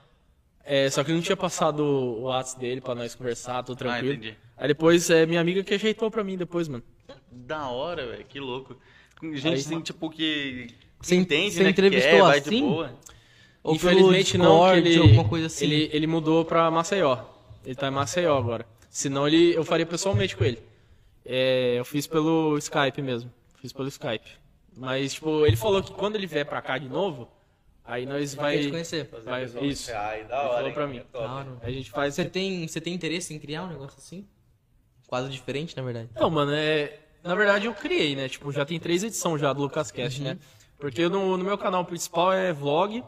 Speaker 3: É, só que ele não tinha passado o WhatsApp dele pra nós conversar, tudo
Speaker 2: Ah,
Speaker 3: tranquilo.
Speaker 2: entendi.
Speaker 3: Aí depois é minha amiga que ajeitou pra mim depois, mano.
Speaker 2: Da hora, velho. Que louco. Com Gente,
Speaker 3: Aí-
Speaker 2: assim, tipo, que... que
Speaker 1: Você en-
Speaker 2: entende,
Speaker 1: você
Speaker 2: né? que
Speaker 1: entrevistou
Speaker 2: quer, vai
Speaker 1: assim?
Speaker 2: de boa.
Speaker 1: Ou pelo
Speaker 3: Infelizmente não, que
Speaker 1: Discord,
Speaker 3: ele,
Speaker 1: alguma coisa assim.
Speaker 3: ele ele mudou pra Maceió. Ele tá em Maceió agora. Senão ele eu faria pessoalmente com ele. É, eu fiz pelo Skype mesmo. Fiz pelo Skype. Mas tipo, ele falou que quando ele vier pra cá de novo, aí nós vai
Speaker 1: Quer te conhecer.
Speaker 3: vai- isso.
Speaker 2: assim, Ai, da
Speaker 3: Ele
Speaker 2: hora,
Speaker 3: falou
Speaker 2: hein?
Speaker 3: pra mim.
Speaker 2: É top.
Speaker 1: Da hora.
Speaker 3: A gente faz
Speaker 1: Você tem, você tem interesse em criar um negócio assim? Quase diferente, na verdade.
Speaker 3: Não, mano, é. Na verdade eu criei, né? Tipo, já tem três edições já do LucasCast,
Speaker 1: Uhum.
Speaker 3: né? Porque no, no meu canal principal é vlog.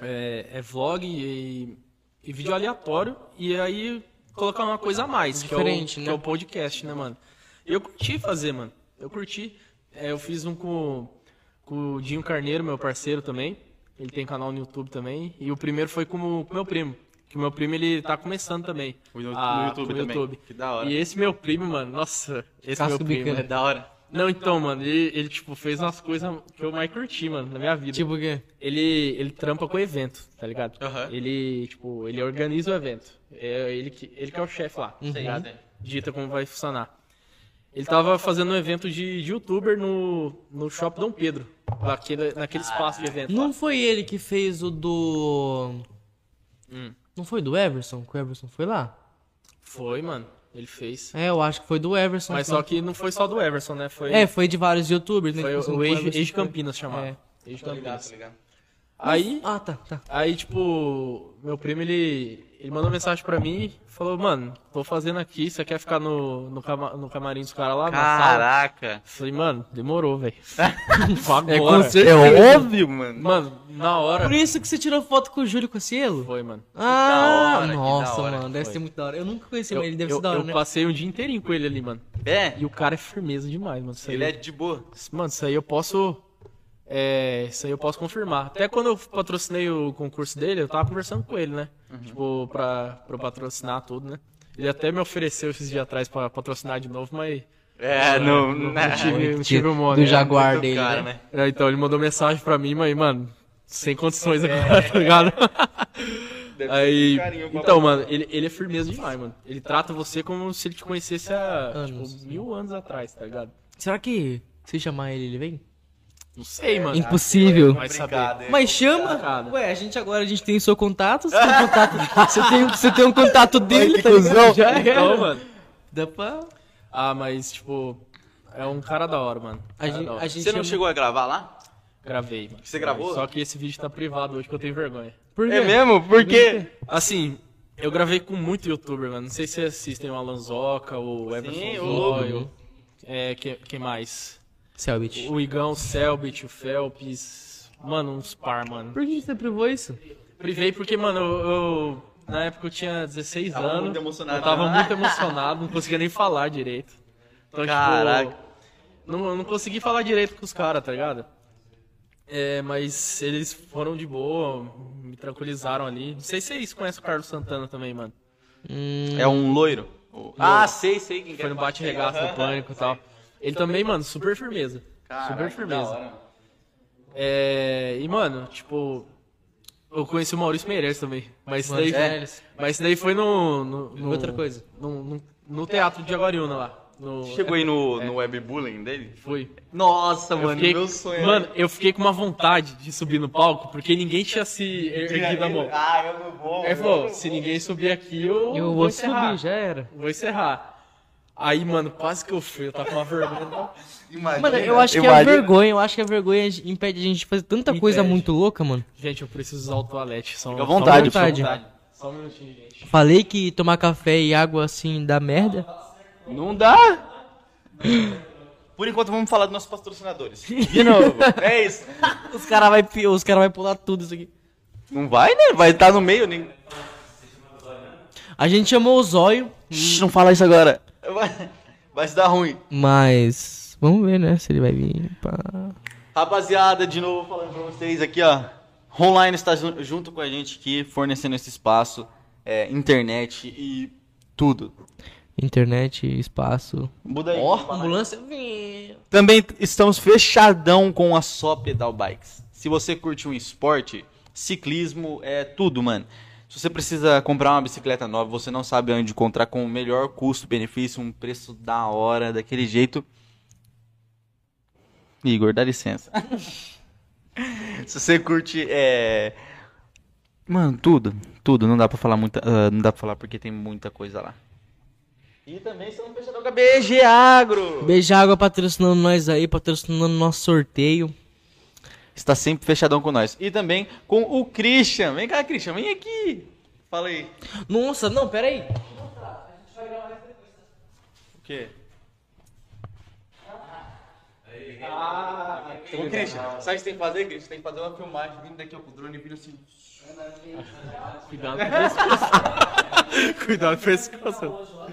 Speaker 3: É, é vlog e, e vídeo aleatório. E aí colocar uma coisa a mais, que é, o,
Speaker 1: Diferente, né?
Speaker 3: que é o podcast, né, mano? Eu curti fazer, mano. Eu curti. É, eu fiz um com, com o Dinho Carneiro, meu parceiro também. Ele tem canal no YouTube também. E o primeiro foi com o com o meu primo. Que o meu primo ele tá começando também.
Speaker 2: No- no
Speaker 3: a-
Speaker 2: YouTube
Speaker 3: com o
Speaker 2: também. Que da hora.
Speaker 3: E esse meu primo, mano, nossa, esse
Speaker 1: Casco
Speaker 3: meu primo.
Speaker 1: bicana.
Speaker 2: É da hora.
Speaker 3: Não, então, mano, ele, ele, tipo, fez umas coisas que eu mais curti, mano, na minha vida.
Speaker 1: Tipo o quê?
Speaker 3: ele, ele trampa com evento, tá ligado?
Speaker 2: Aham.
Speaker 3: Ele, tipo, ele organiza o evento. É ele que, ele que é o chefe lá,
Speaker 1: Uhum.
Speaker 3: tá ligado? Dita como vai funcionar. Ele tava fazendo um evento de, de youtuber no, no Shopping Dom Pedro, naquele, naquele espaço de evento lá.
Speaker 1: Não foi ele que fez o do.
Speaker 3: Hum.
Speaker 1: Não foi do Everson? Que o Everson foi lá?
Speaker 3: Foi, mano, ele fez.
Speaker 1: É, eu acho que foi do Everson.
Speaker 3: Mas
Speaker 1: sim.
Speaker 3: só que não foi só do Everson, né? Foi,
Speaker 1: É, foi de vários youtubers, né?
Speaker 3: foi
Speaker 1: Tipo assim,
Speaker 3: o, o
Speaker 1: foi
Speaker 3: Age,
Speaker 1: Everson,
Speaker 3: Age
Speaker 1: foi-
Speaker 3: Campinas chamado.
Speaker 1: É.
Speaker 3: Age
Speaker 2: Tô Tá ligado,
Speaker 3: Campinas.
Speaker 2: tô ligado.
Speaker 3: Aí,
Speaker 1: Ah, tá, tá.
Speaker 3: Aí, tipo, meu primo, ele, ele mandou mensagem pra mim falou, mano, tô fazendo aqui, você quer ficar no, no, cama- no camarim dos caras lá? na sala?"
Speaker 2: Caraca.
Speaker 3: Falei, mano, demorou, velho. Agora.
Speaker 1: É, com certeza.
Speaker 2: É óbvio, mano.
Speaker 3: Mano, na hora.
Speaker 1: Por isso que você tirou foto com o Júlio Cossielo?
Speaker 3: É. Foi, mano.
Speaker 1: Ah,
Speaker 2: hora, que
Speaker 1: nossa,
Speaker 2: da hora
Speaker 1: mano,
Speaker 2: que
Speaker 1: deve
Speaker 2: foi.
Speaker 1: ser muito da hora. Eu nunca conheci, mas ele deve
Speaker 3: eu,
Speaker 1: ser da hora,
Speaker 3: eu
Speaker 1: né?
Speaker 3: passei um dia inteirinho com ele ali, mano.
Speaker 2: É?
Speaker 3: E o cara é firmeza demais, mano. Isso aí,
Speaker 2: Ele é de boa.
Speaker 3: Mano, isso aí eu posso. É, isso aí eu posso confirmar. Até quando eu patrocinei o concurso dele, eu tava conversando com ele, né?
Speaker 2: Uhum.
Speaker 3: Tipo, pra, pra eu patrocinar tudo, né? Ele até me ofereceu esses dias atrás pra patrocinar de novo, mas.
Speaker 2: É, não...
Speaker 3: né?
Speaker 2: é.
Speaker 3: não tive, não tive o
Speaker 1: do,
Speaker 3: modo, né?
Speaker 1: Jaguar
Speaker 2: Muito
Speaker 1: dele,
Speaker 2: cara,
Speaker 1: né?
Speaker 2: né?
Speaker 3: É, Então ele mandou mensagem pra mim, mas, mano, sem condições agora, tá ligado?
Speaker 2: Deve ter um
Speaker 3: Aí.
Speaker 2: carinho pra-
Speaker 3: Então, mano, ele, ele é firmeza demais, mano. Ele trata você como se ele te conhecesse há tipo,
Speaker 1: Anos.
Speaker 3: mil anos atrás, tá ligado?
Speaker 1: Será que se chamar ele, ele vem?
Speaker 3: Não sei, mano.
Speaker 1: Então, Impossível.
Speaker 3: Vai
Speaker 2: Complicado,
Speaker 3: saber.
Speaker 2: é.
Speaker 1: Mas chama?
Speaker 3: complicado.
Speaker 1: Ué, a gente agora, a gente tem o seu contato, você tem um contato, você tem, você tem um contato dele, tá ligado? Já era.
Speaker 3: Então, mano.
Speaker 1: Dá pra...
Speaker 3: Ah, mas, tipo, é um cara da hora, mano.
Speaker 1: A
Speaker 3: Cara
Speaker 1: gente-
Speaker 3: da hora.
Speaker 1: a gente
Speaker 2: Você Ah, não
Speaker 1: chama-
Speaker 2: chegou a gravar lá?
Speaker 3: Gravei, mano.
Speaker 2: Você gravou?
Speaker 3: Só que esse vídeo tá privado hoje que eu tenho vergonha.
Speaker 1: Por quê?
Speaker 2: É mesmo? Por quê?
Speaker 3: Assim, eu gravei com muito youtuber, mano. Não sei se vocês assistem o Alanzoca, o Everton
Speaker 2: o Lobo.
Speaker 3: Zóio. É, quem, quem mais?
Speaker 1: Selbit.
Speaker 3: O Igão, o Selbit, o Felps. Mano, uns par, mano.
Speaker 1: Por que você privou isso?
Speaker 3: Privei porque, mano, eu. eu- na época eu tinha 16
Speaker 2: Tava
Speaker 3: anos.
Speaker 2: muito emocionado,
Speaker 3: Eu tava
Speaker 2: né?
Speaker 3: muito emocionado, não conseguia nem falar direito. Então,
Speaker 2: Caraca.
Speaker 3: tipo. Não, eu não consegui falar direito com os caras, tá ligado? É, mas eles foram de boa, me tranquilizaram ali. Não sei se vocês conhecem o Carlos Santana também, mano.
Speaker 2: É um loiro. O- Ah, sei, sei quem que
Speaker 3: Foi
Speaker 2: é.
Speaker 3: no bate-regaço do pânico e tal. Ele também, mano, super firmeza. super firmeza. É, e, mano, tipo. Eu conheci o Maurício Meirelles também. Mas isso daí,
Speaker 1: é.
Speaker 3: mas isso daí foi no. no, no-
Speaker 1: Outra coisa.
Speaker 3: No, no, no teatro de Aguariúna lá. No,
Speaker 2: Chegou aí no, no webbullying dele?
Speaker 3: Fui.
Speaker 2: Nossa,
Speaker 3: Eu
Speaker 2: mano,
Speaker 3: fiquei-
Speaker 2: meu sonho.
Speaker 3: Mano, eu fiquei com uma vontade de subir no palco, porque ninguém tinha se er- erguido a mão.
Speaker 2: Ah, eu não vou.
Speaker 3: Aí ele falou, se ninguém subir aqui, eu,
Speaker 7: Eu vou subir, já era.
Speaker 3: Vou encerrar. Aí, mano, quase que eu fui, eu tava com uma vergonha.
Speaker 2: Imagina.
Speaker 1: Mano, eu acho que é a
Speaker 6: Imagina.
Speaker 1: vergonha, eu acho que a vergonha impede a gente de fazer tanta coisa
Speaker 3: Impede.
Speaker 1: muito louca, mano.
Speaker 3: Gente, eu preciso usar o toalete. Só,
Speaker 6: Fica à vontade,
Speaker 3: só um-
Speaker 1: fica à vontade.
Speaker 3: Só um minutinho, gente.
Speaker 1: Falei que tomar café e água assim dá merda.
Speaker 6: Não dá?
Speaker 2: Por enquanto, vamos falar dos nossos patrocinadores. De novo. é isso.
Speaker 1: Os caras vai, pi- os cara vai pular tudo isso aqui.
Speaker 2: Não vai, né? Vai estar no meio. Nem...
Speaker 1: A gente chamou o Zóio,
Speaker 6: Shh, não fala isso agora.
Speaker 2: Vai, vai se dar ruim.
Speaker 1: mas vamos ver, né, se ele vai vir pra...
Speaker 2: Rapaziada, de novo falando pra vocês aqui, ó. Online está ju- junto com a gente aqui, fornecendo esse espaço, é, internet e tudo.
Speaker 1: internet, espaço.
Speaker 2: Muda aí.
Speaker 1: ambulância.
Speaker 2: Também t- estamos fechadão com a só Pedal Bikes. Se você curte um esporte, ciclismo é tudo, mano. Se você precisa comprar uma bicicleta nova, você não sabe onde encontrar com o melhor custo-benefício, um preço da hora, daquele jeito. Igor, dá licença. Se você curte, é... Mano, tudo, tudo. Não dá pra falar muita, ah, não dá pra falar porque tem muita coisa lá. E também estamos fechadão com a BG Agro.
Speaker 1: Beijágua patrocinando nós aí, patrocinando nosso sorteio.
Speaker 2: está sempre fechadão com nós. E também com o Christian. Vem cá, Christian, vem aqui. Fala aí.
Speaker 1: Nossa, não, pera aí.
Speaker 2: O quê? Ah, Ô, Christian, sabe o que você tem que fazer, Christian? Tem que fazer uma filmagem vindo daqui ó, com o drone vindo assim.
Speaker 3: Cuidado com o pescoço. Cuidado com o pescoço.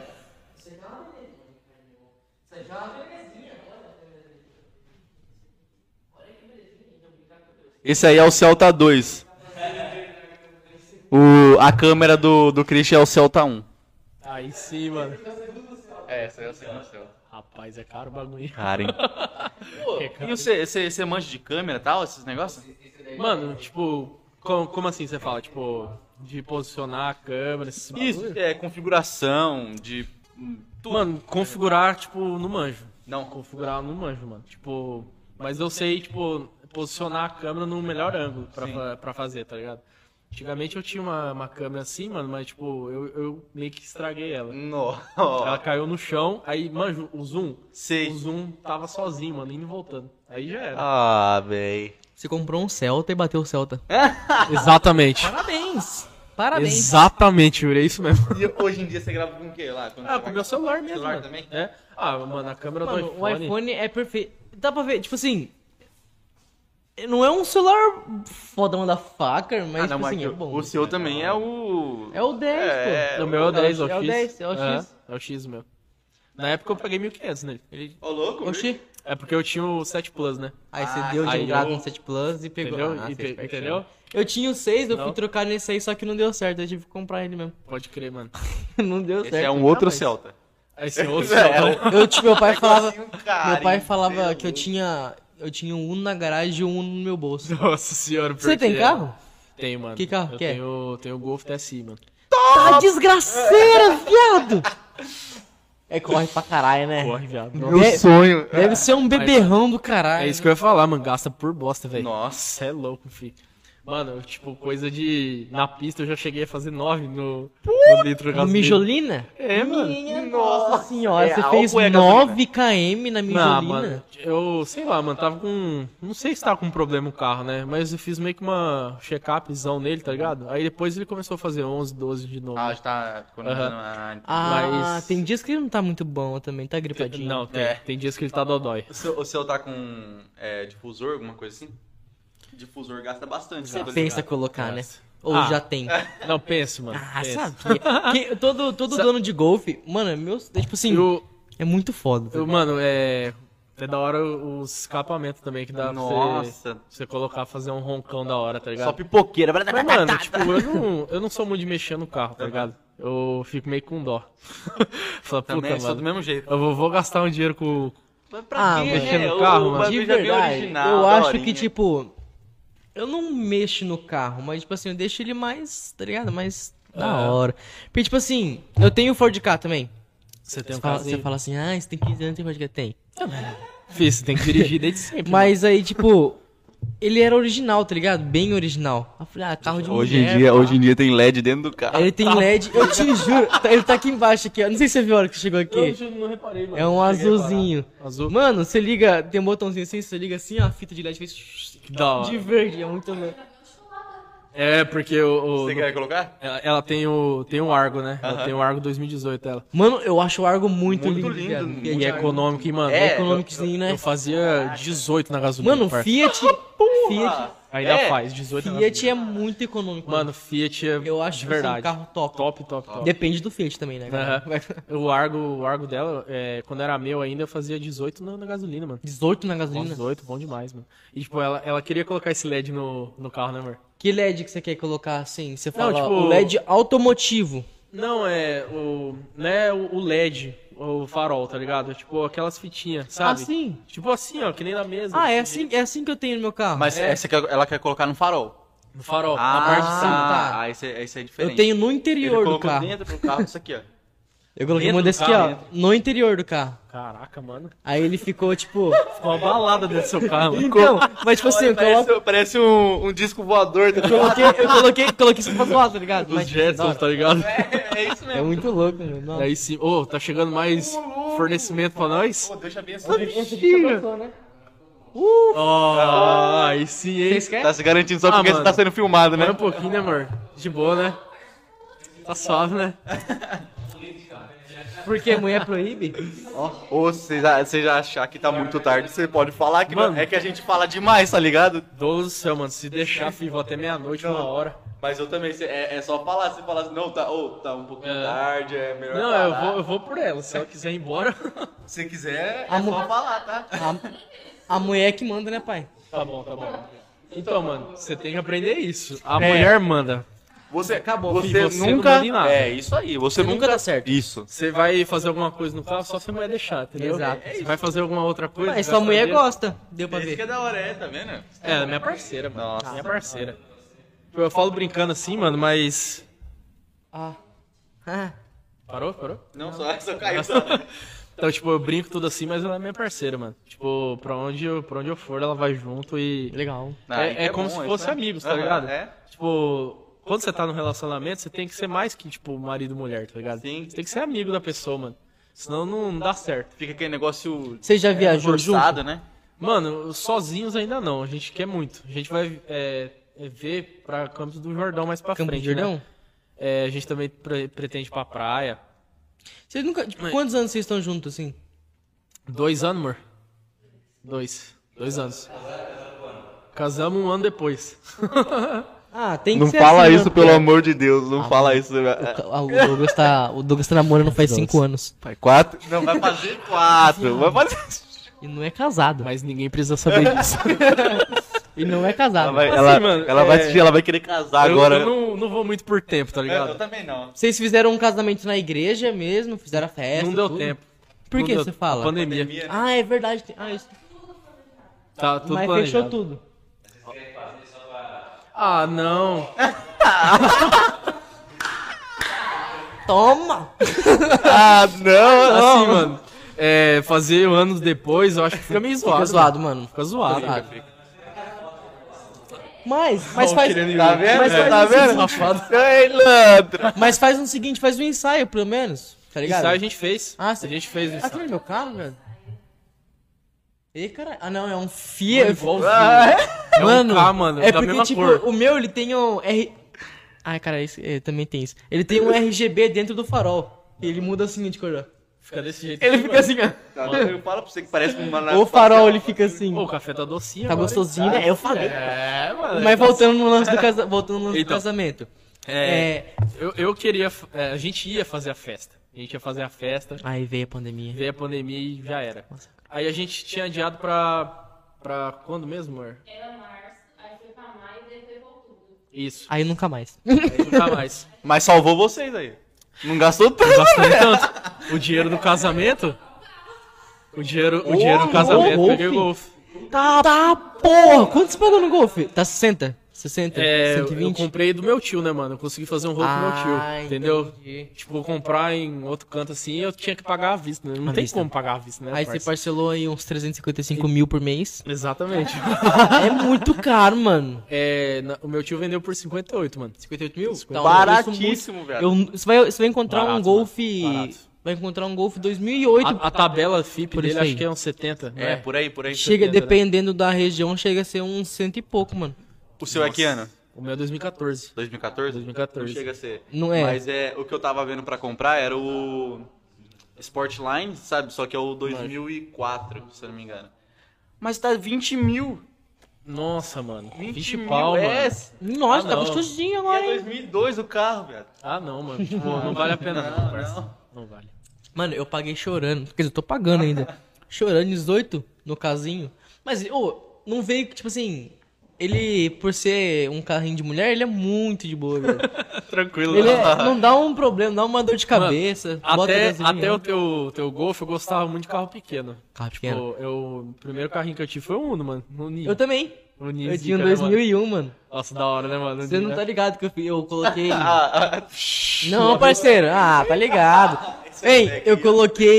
Speaker 2: Esse aí é o Celta 2. O, a câmera do, do Christian é o Celta 1.
Speaker 3: Aí sim, mano.
Speaker 2: É, essa é o Celta
Speaker 3: Rapaz, é caro o bagulho.
Speaker 2: Cara, hein?
Speaker 3: É caro.
Speaker 2: E você, você, você manja de câmera e tal, esses negócios?
Speaker 3: Mano, tipo, como, como assim você fala? Tipo, de posicionar a câmera, esses
Speaker 2: Isso,
Speaker 3: bagulho?
Speaker 2: é configuração de...
Speaker 3: Mano, configurar, tipo, no manjo.
Speaker 2: Não,
Speaker 3: Configurar no manjo, mano. Tipo, mas eu sei, tipo, posicionar a câmera no melhor ângulo pra, fa- pra fazer, tá ligado? Antigamente eu tinha uma, uma câmera assim, mano, mas, tipo, eu, eu meio que estraguei ela. Ela
Speaker 2: não.
Speaker 3: caiu no chão, aí, manjo, o zoom,
Speaker 2: Sei.
Speaker 3: o zoom tava sozinho, mano, indo e voltando. Aí já era.
Speaker 2: Ah, véi.
Speaker 1: Você comprou um Celta e bateu o Celta.
Speaker 3: Exatamente.
Speaker 1: É? Parabéns! Parabéns!
Speaker 3: Exatamente, Yuri, é isso mesmo.
Speaker 2: E hoje em dia você grava com o que lá? Quando
Speaker 3: Ah,
Speaker 2: você
Speaker 3: com
Speaker 2: vai-
Speaker 3: meu celular mesmo.
Speaker 2: Celular
Speaker 3: mano.
Speaker 2: também?
Speaker 3: É. Ah, mano, a câmera
Speaker 1: Mano,
Speaker 3: do
Speaker 1: o
Speaker 3: iPhone.
Speaker 1: iPhone é perfeito. Dá pra ver, tipo assim. Não é um celular foda da faca, mas,
Speaker 2: Ah,
Speaker 1: tipo
Speaker 2: não, mas
Speaker 1: assim, é
Speaker 2: o-
Speaker 1: bom.
Speaker 2: o seu também é o.
Speaker 1: É o 10,
Speaker 2: É,
Speaker 3: No meu é o 10, é o X.
Speaker 1: É o 10, é o X.
Speaker 3: É, é o X, meu. Na época eu paguei 1.500 nele. Ele-
Speaker 2: Ô, louco?
Speaker 1: pô. Oxi.
Speaker 3: né? É porque eu tinha o 7 Plus, né?
Speaker 1: Aí você deu de
Speaker 3: aí
Speaker 1: graça
Speaker 3: eu-
Speaker 1: no 7 Plus e pegou.
Speaker 3: Entendeu?
Speaker 1: Ah, você
Speaker 3: E te-
Speaker 1: é espertinho.
Speaker 3: entendeu?
Speaker 1: Eu tinha o 6, eu
Speaker 3: Não.
Speaker 1: fui trocar nesse aí, só que não deu certo. Eu tive que comprar ele mesmo.
Speaker 3: Pode crer, mano.
Speaker 1: não deu
Speaker 2: Esse
Speaker 1: certo.
Speaker 2: é um outro
Speaker 3: mas-
Speaker 2: Celta.
Speaker 3: Esse é outro
Speaker 2: É,
Speaker 3: celular.
Speaker 1: Eu, tipo, meu
Speaker 3: um
Speaker 1: pai falava.
Speaker 2: Assim, cara,
Speaker 1: Meu pai
Speaker 2: hein?
Speaker 1: falava
Speaker 2: Deus.
Speaker 1: que eu tinha. Eu tinha um Uno na garagem e um Uno no meu bolso.
Speaker 3: Nossa senhora,
Speaker 1: Você tem
Speaker 3: porque- é.
Speaker 1: carro?
Speaker 3: Tenho, mano.
Speaker 1: Que carro
Speaker 3: Eu
Speaker 1: que é?
Speaker 3: tenho, tenho o Golf TSI, mano.
Speaker 1: Tá desgraceira, viado! É, corre pra caralho, né?
Speaker 3: Corre, viado.
Speaker 1: Deve,
Speaker 6: sonho.
Speaker 1: deve ser um beberrão do caralho.
Speaker 3: É isso que eu ia falar, mano. Gasta por bosta, velho.
Speaker 2: Nossa.
Speaker 3: Cê é louco, fi. Mano, eu, tipo, coisa de. Na pista eu já cheguei a fazer 9 no, no litro de
Speaker 1: Uma mijolina?
Speaker 3: assim. É, mano.
Speaker 1: Minha nossa senhora,
Speaker 2: É
Speaker 1: você
Speaker 2: álcool
Speaker 1: fez
Speaker 2: ou é
Speaker 1: 9 km na
Speaker 3: Não,
Speaker 1: mijolina?
Speaker 3: mano, eu sei lá, mano, tava com. Não sei se tava com problema o carro, né? Mas eu fiz meio que uma check-upzão nele, tá ligado? Aí depois ele começou a fazer 11, 12 de novo.
Speaker 2: Ah, já tá. economizando a-
Speaker 1: ah,
Speaker 3: mas-
Speaker 1: tem dias que ele não tá muito bom também, tá gripadinho.
Speaker 3: não, tem,
Speaker 2: É.
Speaker 3: tem dias que ele tá dodói.
Speaker 2: O seu, o seu tá com é, difusor, alguma coisa assim? Difusor gasta bastante.
Speaker 1: Você
Speaker 2: eu tô
Speaker 1: pensa
Speaker 2: ligado.
Speaker 1: colocar, né?
Speaker 3: Nossa.
Speaker 1: Ou
Speaker 3: Ah.
Speaker 1: já tem.
Speaker 3: Não, penso, mano.
Speaker 1: Ah,
Speaker 3: penso.
Speaker 1: sabia. Que todo todo
Speaker 3: É. Sa-
Speaker 1: dono de golfe, mano, é meu, é tipo assim,
Speaker 3: Eu,
Speaker 1: é muito foda. tá
Speaker 3: eu, mano, é. É da hora o- os escapamentos também, que dá pra você,
Speaker 2: Nossa.
Speaker 3: você colocar, fazer um roncão da hora, tá
Speaker 2: Só
Speaker 3: ligado?
Speaker 2: pipoqueira.
Speaker 3: Mas, mano, tipo, eu não, eu não sou muito de mexer no carro, tá ligado? Eu fico meio com dó. Fala, puta,
Speaker 6: Também sou do
Speaker 3: mano.
Speaker 6: mesmo jeito.
Speaker 3: eu vou, vou gastar um dinheiro com.
Speaker 2: Mas
Speaker 1: Ah,
Speaker 2: quê?
Speaker 1: mexer
Speaker 3: no
Speaker 2: o-
Speaker 3: carro,
Speaker 2: o
Speaker 3: mano.
Speaker 2: bagulho
Speaker 1: De
Speaker 2: já vem
Speaker 1: verdade,
Speaker 2: original,
Speaker 1: eu acho que,
Speaker 2: daorinha.
Speaker 1: tipo, eu não mexo no carro, mas, tipo assim, eu deixo ele mais, tá ligado? Mais da
Speaker 3: Ah.
Speaker 1: hora. Porque, tipo assim, eu tenho Ford K também.
Speaker 3: Você tem
Speaker 1: Você
Speaker 3: um
Speaker 1: fala,
Speaker 3: carro.
Speaker 1: você fala assim, ah, você tem 15 anos, tem Ford K? Tem.
Speaker 3: Fih, você tem que dirigir desde sempre.
Speaker 1: Mas aí, tipo, ele era original, tá ligado? Bem original. Aí eu falei, ah, carro de
Speaker 2: Hoje em
Speaker 6: É,
Speaker 1: mulher,
Speaker 2: dia,
Speaker 1: pá.
Speaker 2: hoje em dia tem LED dentro do carro.
Speaker 1: Ele tem
Speaker 3: tá-
Speaker 1: LED, eu te juro, tá- ele tá aqui embaixo aqui, ó. Não sei se você viu a hora que chegou
Speaker 3: mano.
Speaker 1: aqui.
Speaker 3: Eu não reparei, mano.
Speaker 1: É um
Speaker 3: Cheguei a reparar.
Speaker 1: azulzinho.
Speaker 3: Azul.
Speaker 1: Mano, você liga, tem um botãozinho assim, você liga assim, ó, a fita de LED fez
Speaker 3: Que da hora.
Speaker 1: de verde, é muito louco.
Speaker 3: É, porque o. o-
Speaker 2: Você quer colocar?
Speaker 3: ela, ela tem o. Tem um Argo, né? Ela tem o Argo 2018, ela.
Speaker 1: Mano, eu acho o Argo muito,
Speaker 2: Muito
Speaker 1: lindo,
Speaker 2: lindo,
Speaker 1: viado.
Speaker 2: muito
Speaker 1: E
Speaker 3: E
Speaker 1: é
Speaker 3: é econômico, e, mano.
Speaker 1: é
Speaker 2: É,
Speaker 1: econômicozinho, né?
Speaker 3: Eu fazia 18 na gasolina.
Speaker 1: Mano,
Speaker 3: parça.
Speaker 1: Fiat, Fiat,
Speaker 3: Ainda
Speaker 2: É.
Speaker 3: faz, 18 na
Speaker 1: Fiat é muito econômico.
Speaker 3: Mano, Fiat é
Speaker 1: eu acho
Speaker 3: de
Speaker 1: que é
Speaker 3: verdade.
Speaker 1: um carro top.
Speaker 3: Top, top, top.
Speaker 1: Depende do Fiat também, né? cara?
Speaker 3: O Argo, o Argo dela, é, quando era meu ainda, eu fazia 18 na, na gasolina, mano.
Speaker 1: 18 na gasolina.
Speaker 3: 18, bom demais, mano. E, tipo, ela, ela queria colocar esse LED no, no carro, né, amor?
Speaker 1: Que LED que você quer colocar assim? Você fala,
Speaker 3: tipo-
Speaker 1: ó, o LED automotivo.
Speaker 3: Não, é o. Não é o o LED, o farol, tá ligado? É tipo aquelas fitinhas, sabe?
Speaker 1: Assim?
Speaker 3: Tipo assim, ó, que nem na mesa.
Speaker 1: Ah, é assim, é assim que eu tenho no meu carro.
Speaker 2: Mas essa que ela quer colocar no farol.
Speaker 3: No farol.
Speaker 2: É. Ah,
Speaker 3: na parte de cima.
Speaker 1: tá.
Speaker 2: Ah, esse, esse é diferente.
Speaker 1: eu tenho no
Speaker 2: Ele
Speaker 1: interior do
Speaker 2: colocou
Speaker 1: carro. Tipo
Speaker 2: dentro do carro isso aqui, ó.
Speaker 1: Eu coloquei
Speaker 3: dentro
Speaker 1: uma
Speaker 3: do
Speaker 1: desse aqui,
Speaker 3: carro,
Speaker 1: ó, no interior do carro.
Speaker 3: Caraca, mano.
Speaker 1: Aí ele ficou tipo.
Speaker 3: Ficou uma balada dentro do seu carro, mano.
Speaker 1: Então, mas tipo assim, eu coloco.
Speaker 2: Parece, parece um, um disco voador. Tá ligado?
Speaker 1: Coloquei, eu coloquei, coloquei isso pra zoar, tá ligado?
Speaker 3: Os
Speaker 1: Mas,
Speaker 3: Jetsons, tá ligado?
Speaker 1: É muito louco, mano. Nossa.
Speaker 3: Aí sim. Ô, tá chegando mais fornecimento pra nós?
Speaker 2: Pô, deixa bem assim.
Speaker 1: né?
Speaker 3: Ó, aí sim, hein?
Speaker 1: Vocês querem?
Speaker 2: Tá se garantindo só
Speaker 3: Ah,
Speaker 2: porque você
Speaker 3: mano.
Speaker 2: tá sendo filmado, né?
Speaker 3: Vai um pouquinho, né, amor? De boa, né? Tá suave, né?
Speaker 1: Tá. Porque mulher proíbe?
Speaker 2: Ou se já, se já achar que tá muito tarde, você pode falar que
Speaker 3: Mano.
Speaker 2: não. É que a gente fala demais, tá ligado?
Speaker 3: Deus do céu, mano. Se deixar, filho, vou até meia-noite, uma hora.
Speaker 2: Mas eu também, cê- é, é só falar, se falar assim, não, tá, ou tá um pouquinho
Speaker 3: É.
Speaker 2: tarde, é melhor
Speaker 3: Não,
Speaker 2: parar.
Speaker 3: eu vou, eu vou por ela. Se ela quiser ir embora,
Speaker 2: Se quiser,
Speaker 1: A
Speaker 2: é
Speaker 1: mu-
Speaker 2: só falar, tá?
Speaker 1: A, a mulher que manda, né, pai?
Speaker 3: tá bom, tá bom. Então, mano, você tem que aprender isso. A mulher manda.
Speaker 2: Você,
Speaker 1: Acabou,
Speaker 2: você,
Speaker 3: filho, você não
Speaker 2: nunca...
Speaker 3: manda em nada.
Speaker 2: É, isso aí, você, nunca...
Speaker 1: nunca dá certo.
Speaker 2: Isso.
Speaker 3: Você vai fazer alguma coisa no carro, só se a mulher deixar, entendeu?
Speaker 1: Exato.
Speaker 3: Você vai fazer alguma outra coisa.
Speaker 1: Mas
Speaker 3: vai
Speaker 1: sua mulher
Speaker 3: fazer-
Speaker 1: gosta, deu pra
Speaker 2: Isso que é
Speaker 1: ver.
Speaker 2: da hora, é, tá vendo?
Speaker 3: É, ela é minha parceira, mano. Nossa. Minha parceira. Tipo, Eu falo brincando assim, mano, mas.
Speaker 1: Ah. Ah.
Speaker 3: Parou? Parou?
Speaker 2: Não, só, só caiu. Só.
Speaker 3: Então, tipo, eu brinco tudo assim, mas ela é minha parceira, mano. Tipo, pra onde eu, pra onde eu for, ela vai junto e.
Speaker 1: Legal.
Speaker 2: Ah,
Speaker 3: é,
Speaker 2: e
Speaker 3: é
Speaker 2: que
Speaker 3: como
Speaker 2: bom,
Speaker 3: se
Speaker 2: isso
Speaker 3: fossem
Speaker 2: é-
Speaker 3: amigos, tá
Speaker 2: Aham,
Speaker 3: ligado?
Speaker 2: é.
Speaker 3: Tipo, quando você tá num relacionamento, você tem que ser mais que, tipo, marido e mulher, tá ligado?
Speaker 2: Sim.
Speaker 3: Você tem que ser amigo da pessoa, mano. Senão não, não dá certo.
Speaker 2: Fica aquele negócio
Speaker 1: Você já viajou junto?
Speaker 2: forçado, né?
Speaker 3: Mano, sozinhos ainda não. A gente quer muito. A gente vai é, é, ver pra Campos do Jordão mais pra
Speaker 1: Campo do
Speaker 3: frente.
Speaker 1: Jordão?
Speaker 3: Né? É, a gente também pre- pretende ir pra praia.
Speaker 1: Vocês nunca. Tipo,
Speaker 3: Mas-
Speaker 1: quantos anos vocês estão juntos, assim?
Speaker 3: Dois anos, amor? Dois. Dois anos. Casamos um ano depois.
Speaker 1: Ah, tem que
Speaker 6: Não
Speaker 1: ser
Speaker 6: fala
Speaker 1: assim,
Speaker 6: isso,
Speaker 1: mano,
Speaker 6: pelo
Speaker 1: porque-
Speaker 6: amor de Deus, não fala isso.
Speaker 1: Ah, o Douglas tá. O Douglas tá namorando faz 5 anos.
Speaker 6: Pai, quatro?
Speaker 2: Não, vai fazer quatro.
Speaker 6: Vai fazer.
Speaker 1: E não é casado.
Speaker 3: Mas ninguém precisa saber disso.
Speaker 1: E não é casado.
Speaker 6: Ela vai,
Speaker 3: Assim,
Speaker 6: ela,
Speaker 3: mano,
Speaker 6: ela vai
Speaker 3: é-
Speaker 6: assistir, ela vai querer casar
Speaker 3: Eu-
Speaker 6: agora.
Speaker 3: Eu, não, não vou muito por tempo, tá
Speaker 2: Eu, eu
Speaker 3: ligado?
Speaker 2: também não.
Speaker 1: Vocês fizeram um casamento na igreja mesmo? Fizeram a festa?
Speaker 3: Não deu
Speaker 1: É, tudo?
Speaker 3: tempo.
Speaker 1: Por
Speaker 3: Não
Speaker 1: que
Speaker 3: deu-
Speaker 1: você fala?
Speaker 3: Pandemia.
Speaker 2: Pandemia, né?
Speaker 1: Ah, é verdade. tem- Ah, isso.
Speaker 3: Tá tudo
Speaker 1: Mas
Speaker 3: planejado.
Speaker 1: fechou tudo.
Speaker 3: Ah, não.
Speaker 1: É Toma!
Speaker 6: Ah, não!
Speaker 3: Assim, mano. É, fazer anos depois, eu acho que fica meio zoado.
Speaker 1: Fica zoado, mano.
Speaker 3: Fica zoado.
Speaker 1: Fica, Mas, mas faz.
Speaker 6: Tá vendo?
Speaker 1: Mas faz
Speaker 6: tá
Speaker 1: isso,
Speaker 6: vendo?
Speaker 3: safado.
Speaker 6: Ei, Leandro!
Speaker 1: Mas faz um seguinte, faz um ensaio, pelo menos. Tá ligado?
Speaker 3: Isso aí a gente fez.
Speaker 1: Ah,
Speaker 3: a
Speaker 1: sim.
Speaker 3: gente fez isso.
Speaker 1: Ah, tá no meu carro, velho? Ih, caralho. Ah, não, é Ah, um Fiat.
Speaker 2: Ah,
Speaker 3: É um K, mano,
Speaker 1: é
Speaker 3: da
Speaker 1: porque,
Speaker 3: mesma
Speaker 1: tipo,
Speaker 3: cor.
Speaker 1: o meu, ele tem um R... Ai, cara, esse, é, também tem isso. Ele tem um RGB dentro do farol. E ele muda assim de cor, ó.
Speaker 3: Fica desse jeito.
Speaker 1: Ele
Speaker 3: aqui,
Speaker 1: fica assim, ó.
Speaker 2: Tá, Eu falo pra você que parece uma nave
Speaker 1: O farol, ele fica assim.
Speaker 3: mano. Ô, o café tá docinho.
Speaker 1: Tá
Speaker 3: agora,
Speaker 1: gostosinho,
Speaker 3: hein?
Speaker 1: né? Eu falei.
Speaker 3: É, mano.
Speaker 1: Mas voltando no lance do, casa... voltando no lance do
Speaker 3: Então.
Speaker 1: casamento.
Speaker 3: É,
Speaker 1: É...
Speaker 3: Eu, eu queria. f- é, a gente ia fazer a festa. A gente ia fazer a festa.
Speaker 1: Aí veio a pandemia.
Speaker 3: Veio a pandemia e já era. Aí a gente tinha adiado pra. pra quando mesmo, amor?
Speaker 4: Era março, aí foi pra maio, daí foi pra outubro.
Speaker 3: Isso.
Speaker 1: Aí nunca mais.
Speaker 3: Aí nunca mais.
Speaker 2: Mas salvou vocês aí. Não gastou tanto.
Speaker 3: Gastando tanto. O dinheiro do casamento? O dinheiro, o dinheiro do casamento
Speaker 1: ô,
Speaker 3: peguei o
Speaker 1: filho.
Speaker 3: golfe.
Speaker 1: Tá, tá, porra! Quanto você pagou no golfe? Tá 60? 60?
Speaker 3: É, eu-
Speaker 1: 120?
Speaker 3: eu comprei do meu tio, né, mano? Eu consegui fazer um rolo com
Speaker 1: Ah,
Speaker 3: meu tio, entendeu?
Speaker 1: entendi.
Speaker 3: Tipo, eu comprar em outro canto assim, eu tinha que pagar à vista, né? Não
Speaker 1: À
Speaker 3: tem
Speaker 1: vista.
Speaker 3: como pagar à vista, né?
Speaker 1: Aí você
Speaker 3: parça?
Speaker 1: parcelou aí uns 355 mil por mês.
Speaker 3: Exatamente.
Speaker 1: é muito caro, mano.
Speaker 3: É, na- o meu tio vendeu por 58, mano.
Speaker 1: 58 mil? Tá um preço
Speaker 2: Baratíssimo,
Speaker 1: muito-
Speaker 2: velho.
Speaker 1: Eu, você, vai, você vai encontrar um
Speaker 3: Barato,
Speaker 1: Golf.
Speaker 3: mano, barato.
Speaker 1: Vai encontrar um Golf 2008.
Speaker 3: A, a tabela FIP
Speaker 1: Por
Speaker 3: dele
Speaker 1: isso aí.
Speaker 3: acho que é uns 70, né?
Speaker 2: É, por aí, por aí.
Speaker 1: chega,
Speaker 3: 70, né?
Speaker 1: dependendo da região, chega a ser uns cento e pouco, mano.
Speaker 2: O seu é que ano?
Speaker 3: O meu é 2014.
Speaker 2: 2014?
Speaker 3: 2014.
Speaker 2: Não chega a ser.
Speaker 1: Não é.
Speaker 2: Mas é, o que eu tava vendo pra comprar era o Sportline, sabe? Só que é o 2004, se eu não me engano. Mas tá 20 mil.
Speaker 3: Nossa, mano.
Speaker 2: 20
Speaker 3: 20
Speaker 2: mil
Speaker 3: pau, mano.
Speaker 2: é.
Speaker 1: Nossa,
Speaker 3: Ah,
Speaker 1: tá
Speaker 3: não.
Speaker 1: gostosinho
Speaker 2: E é
Speaker 1: agora, hein?
Speaker 2: 2002 o carro, velho.
Speaker 3: Ah, não, mano. Tipo, não vale a pena, não, parça. Não vale.
Speaker 1: Mano, eu paguei chorando. Quer dizer, eu tô pagando ainda. chorando 18 no casinho. Mas, ô, não veio, tipo assim. Ele, por ser um carrinho de mulher, ele é muito de boa, velho.
Speaker 2: Tranquilo.
Speaker 1: Ele é- não dá um problema, não dá uma dor de cabeça. bota né?
Speaker 3: Até,
Speaker 1: gasolina.
Speaker 3: até o teu, teu Golf, eu gostava muito de carro pequeno.
Speaker 1: Carro
Speaker 3: Tipo,
Speaker 1: pequeno.
Speaker 3: eu, o primeiro carrinho que eu tive foi um Uno, mano. Um Ninho.
Speaker 1: Eu também.
Speaker 3: Um Ninho
Speaker 1: Eu tinha um
Speaker 3: zica, né, mano?
Speaker 1: 2001, mano.
Speaker 3: Nossa, da hora, né, mano?
Speaker 1: Você não tá ligado que eu, fi- eu coloquei.
Speaker 2: Ah,
Speaker 1: não, parceiro. Ah, tá ligado.
Speaker 2: é
Speaker 1: Ei, eu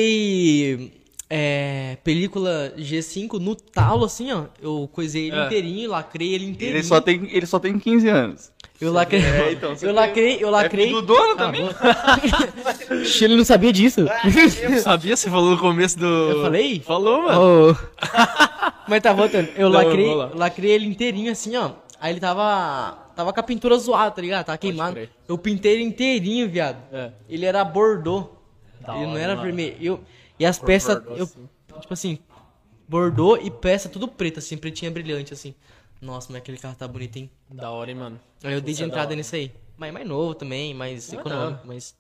Speaker 1: coloquei. É, película G5 no talo, assim, ó. Eu coisei ele
Speaker 3: É.
Speaker 1: inteirinho, lacrei ele inteirinho.
Speaker 2: ele, só tem, ele só tem 15 anos.
Speaker 1: Eu lacrei.
Speaker 2: É, então, você
Speaker 1: eu
Speaker 2: tem-
Speaker 1: lacrei, eu
Speaker 2: É
Speaker 1: lacrei. Ah,
Speaker 2: filho do dono também? Ah,
Speaker 1: ele não sabia disso.
Speaker 3: Eu sabia, você falou no começo do.
Speaker 1: Eu falei?
Speaker 3: Falou, mano.
Speaker 1: Oh. Mas tá voltando. Eu
Speaker 3: Não,
Speaker 1: lacrei,
Speaker 3: vamos lá.
Speaker 1: lacrei ele inteirinho assim, ó. Aí ele tava. Tava com a pintura zoada, tá ligado? Tava queimado.
Speaker 3: crer.
Speaker 1: Eu pintei ele inteirinho, viado.
Speaker 3: É.
Speaker 1: Ele era bordô.
Speaker 3: Da
Speaker 1: ele não
Speaker 3: hora,
Speaker 1: era
Speaker 3: mano.
Speaker 1: vermelho. Eu, e as peças.
Speaker 3: bordô,
Speaker 1: eu-
Speaker 3: assim.
Speaker 1: Tipo assim, bordô e peça tudo preta, assim, pretinha brilhante, assim. Nossa, mas aquele carro tá bonito, hein?
Speaker 3: Da hora, hein, mano.
Speaker 1: Aí eu dei
Speaker 3: Isso
Speaker 1: de
Speaker 3: é da
Speaker 1: entrada
Speaker 3: hora.
Speaker 1: nisso aí. Mas mais novo também, mais
Speaker 3: Não é
Speaker 1: econômico,
Speaker 3: nada.
Speaker 1: mas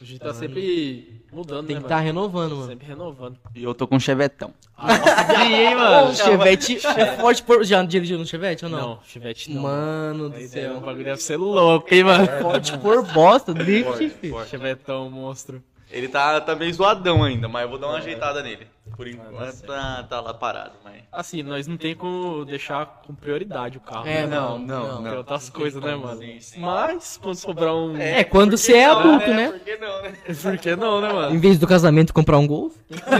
Speaker 3: A gente tá sempre mudando,
Speaker 1: tem
Speaker 3: né,
Speaker 1: que estar
Speaker 3: mano?
Speaker 1: renovando, mano.
Speaker 3: Sempre renovando.
Speaker 2: E eu tô com um chevetão.
Speaker 3: E aí, mano?
Speaker 1: O Chevette é forte por. Já dirigiu no Chevette ou não?
Speaker 3: Não, Chivete não.
Speaker 1: Mano do
Speaker 3: É, o
Speaker 1: céu.
Speaker 3: bagulho deve ser louco, hein, mano?
Speaker 1: Forte por bosta, drift, fi.
Speaker 3: Chevetão, monstro.
Speaker 2: Ele tá, tá meio zoadão ainda, mas eu vou dar uma ajeitada nele. Por enquanto tá, tá lá parado, mas.
Speaker 3: Assim, nós não tem como deixar com prioridade o carro.
Speaker 1: É,
Speaker 3: né,
Speaker 1: não,
Speaker 3: mano?
Speaker 1: não,
Speaker 3: Tem
Speaker 2: não.
Speaker 3: outras coisas, né, mano? Mas, quando sobrar um.
Speaker 1: É quando você é adulto,
Speaker 2: É,
Speaker 1: né?
Speaker 2: por que não, né?
Speaker 3: Por que não, né, mano?
Speaker 1: Em vez do casamento comprar um Golf? Então,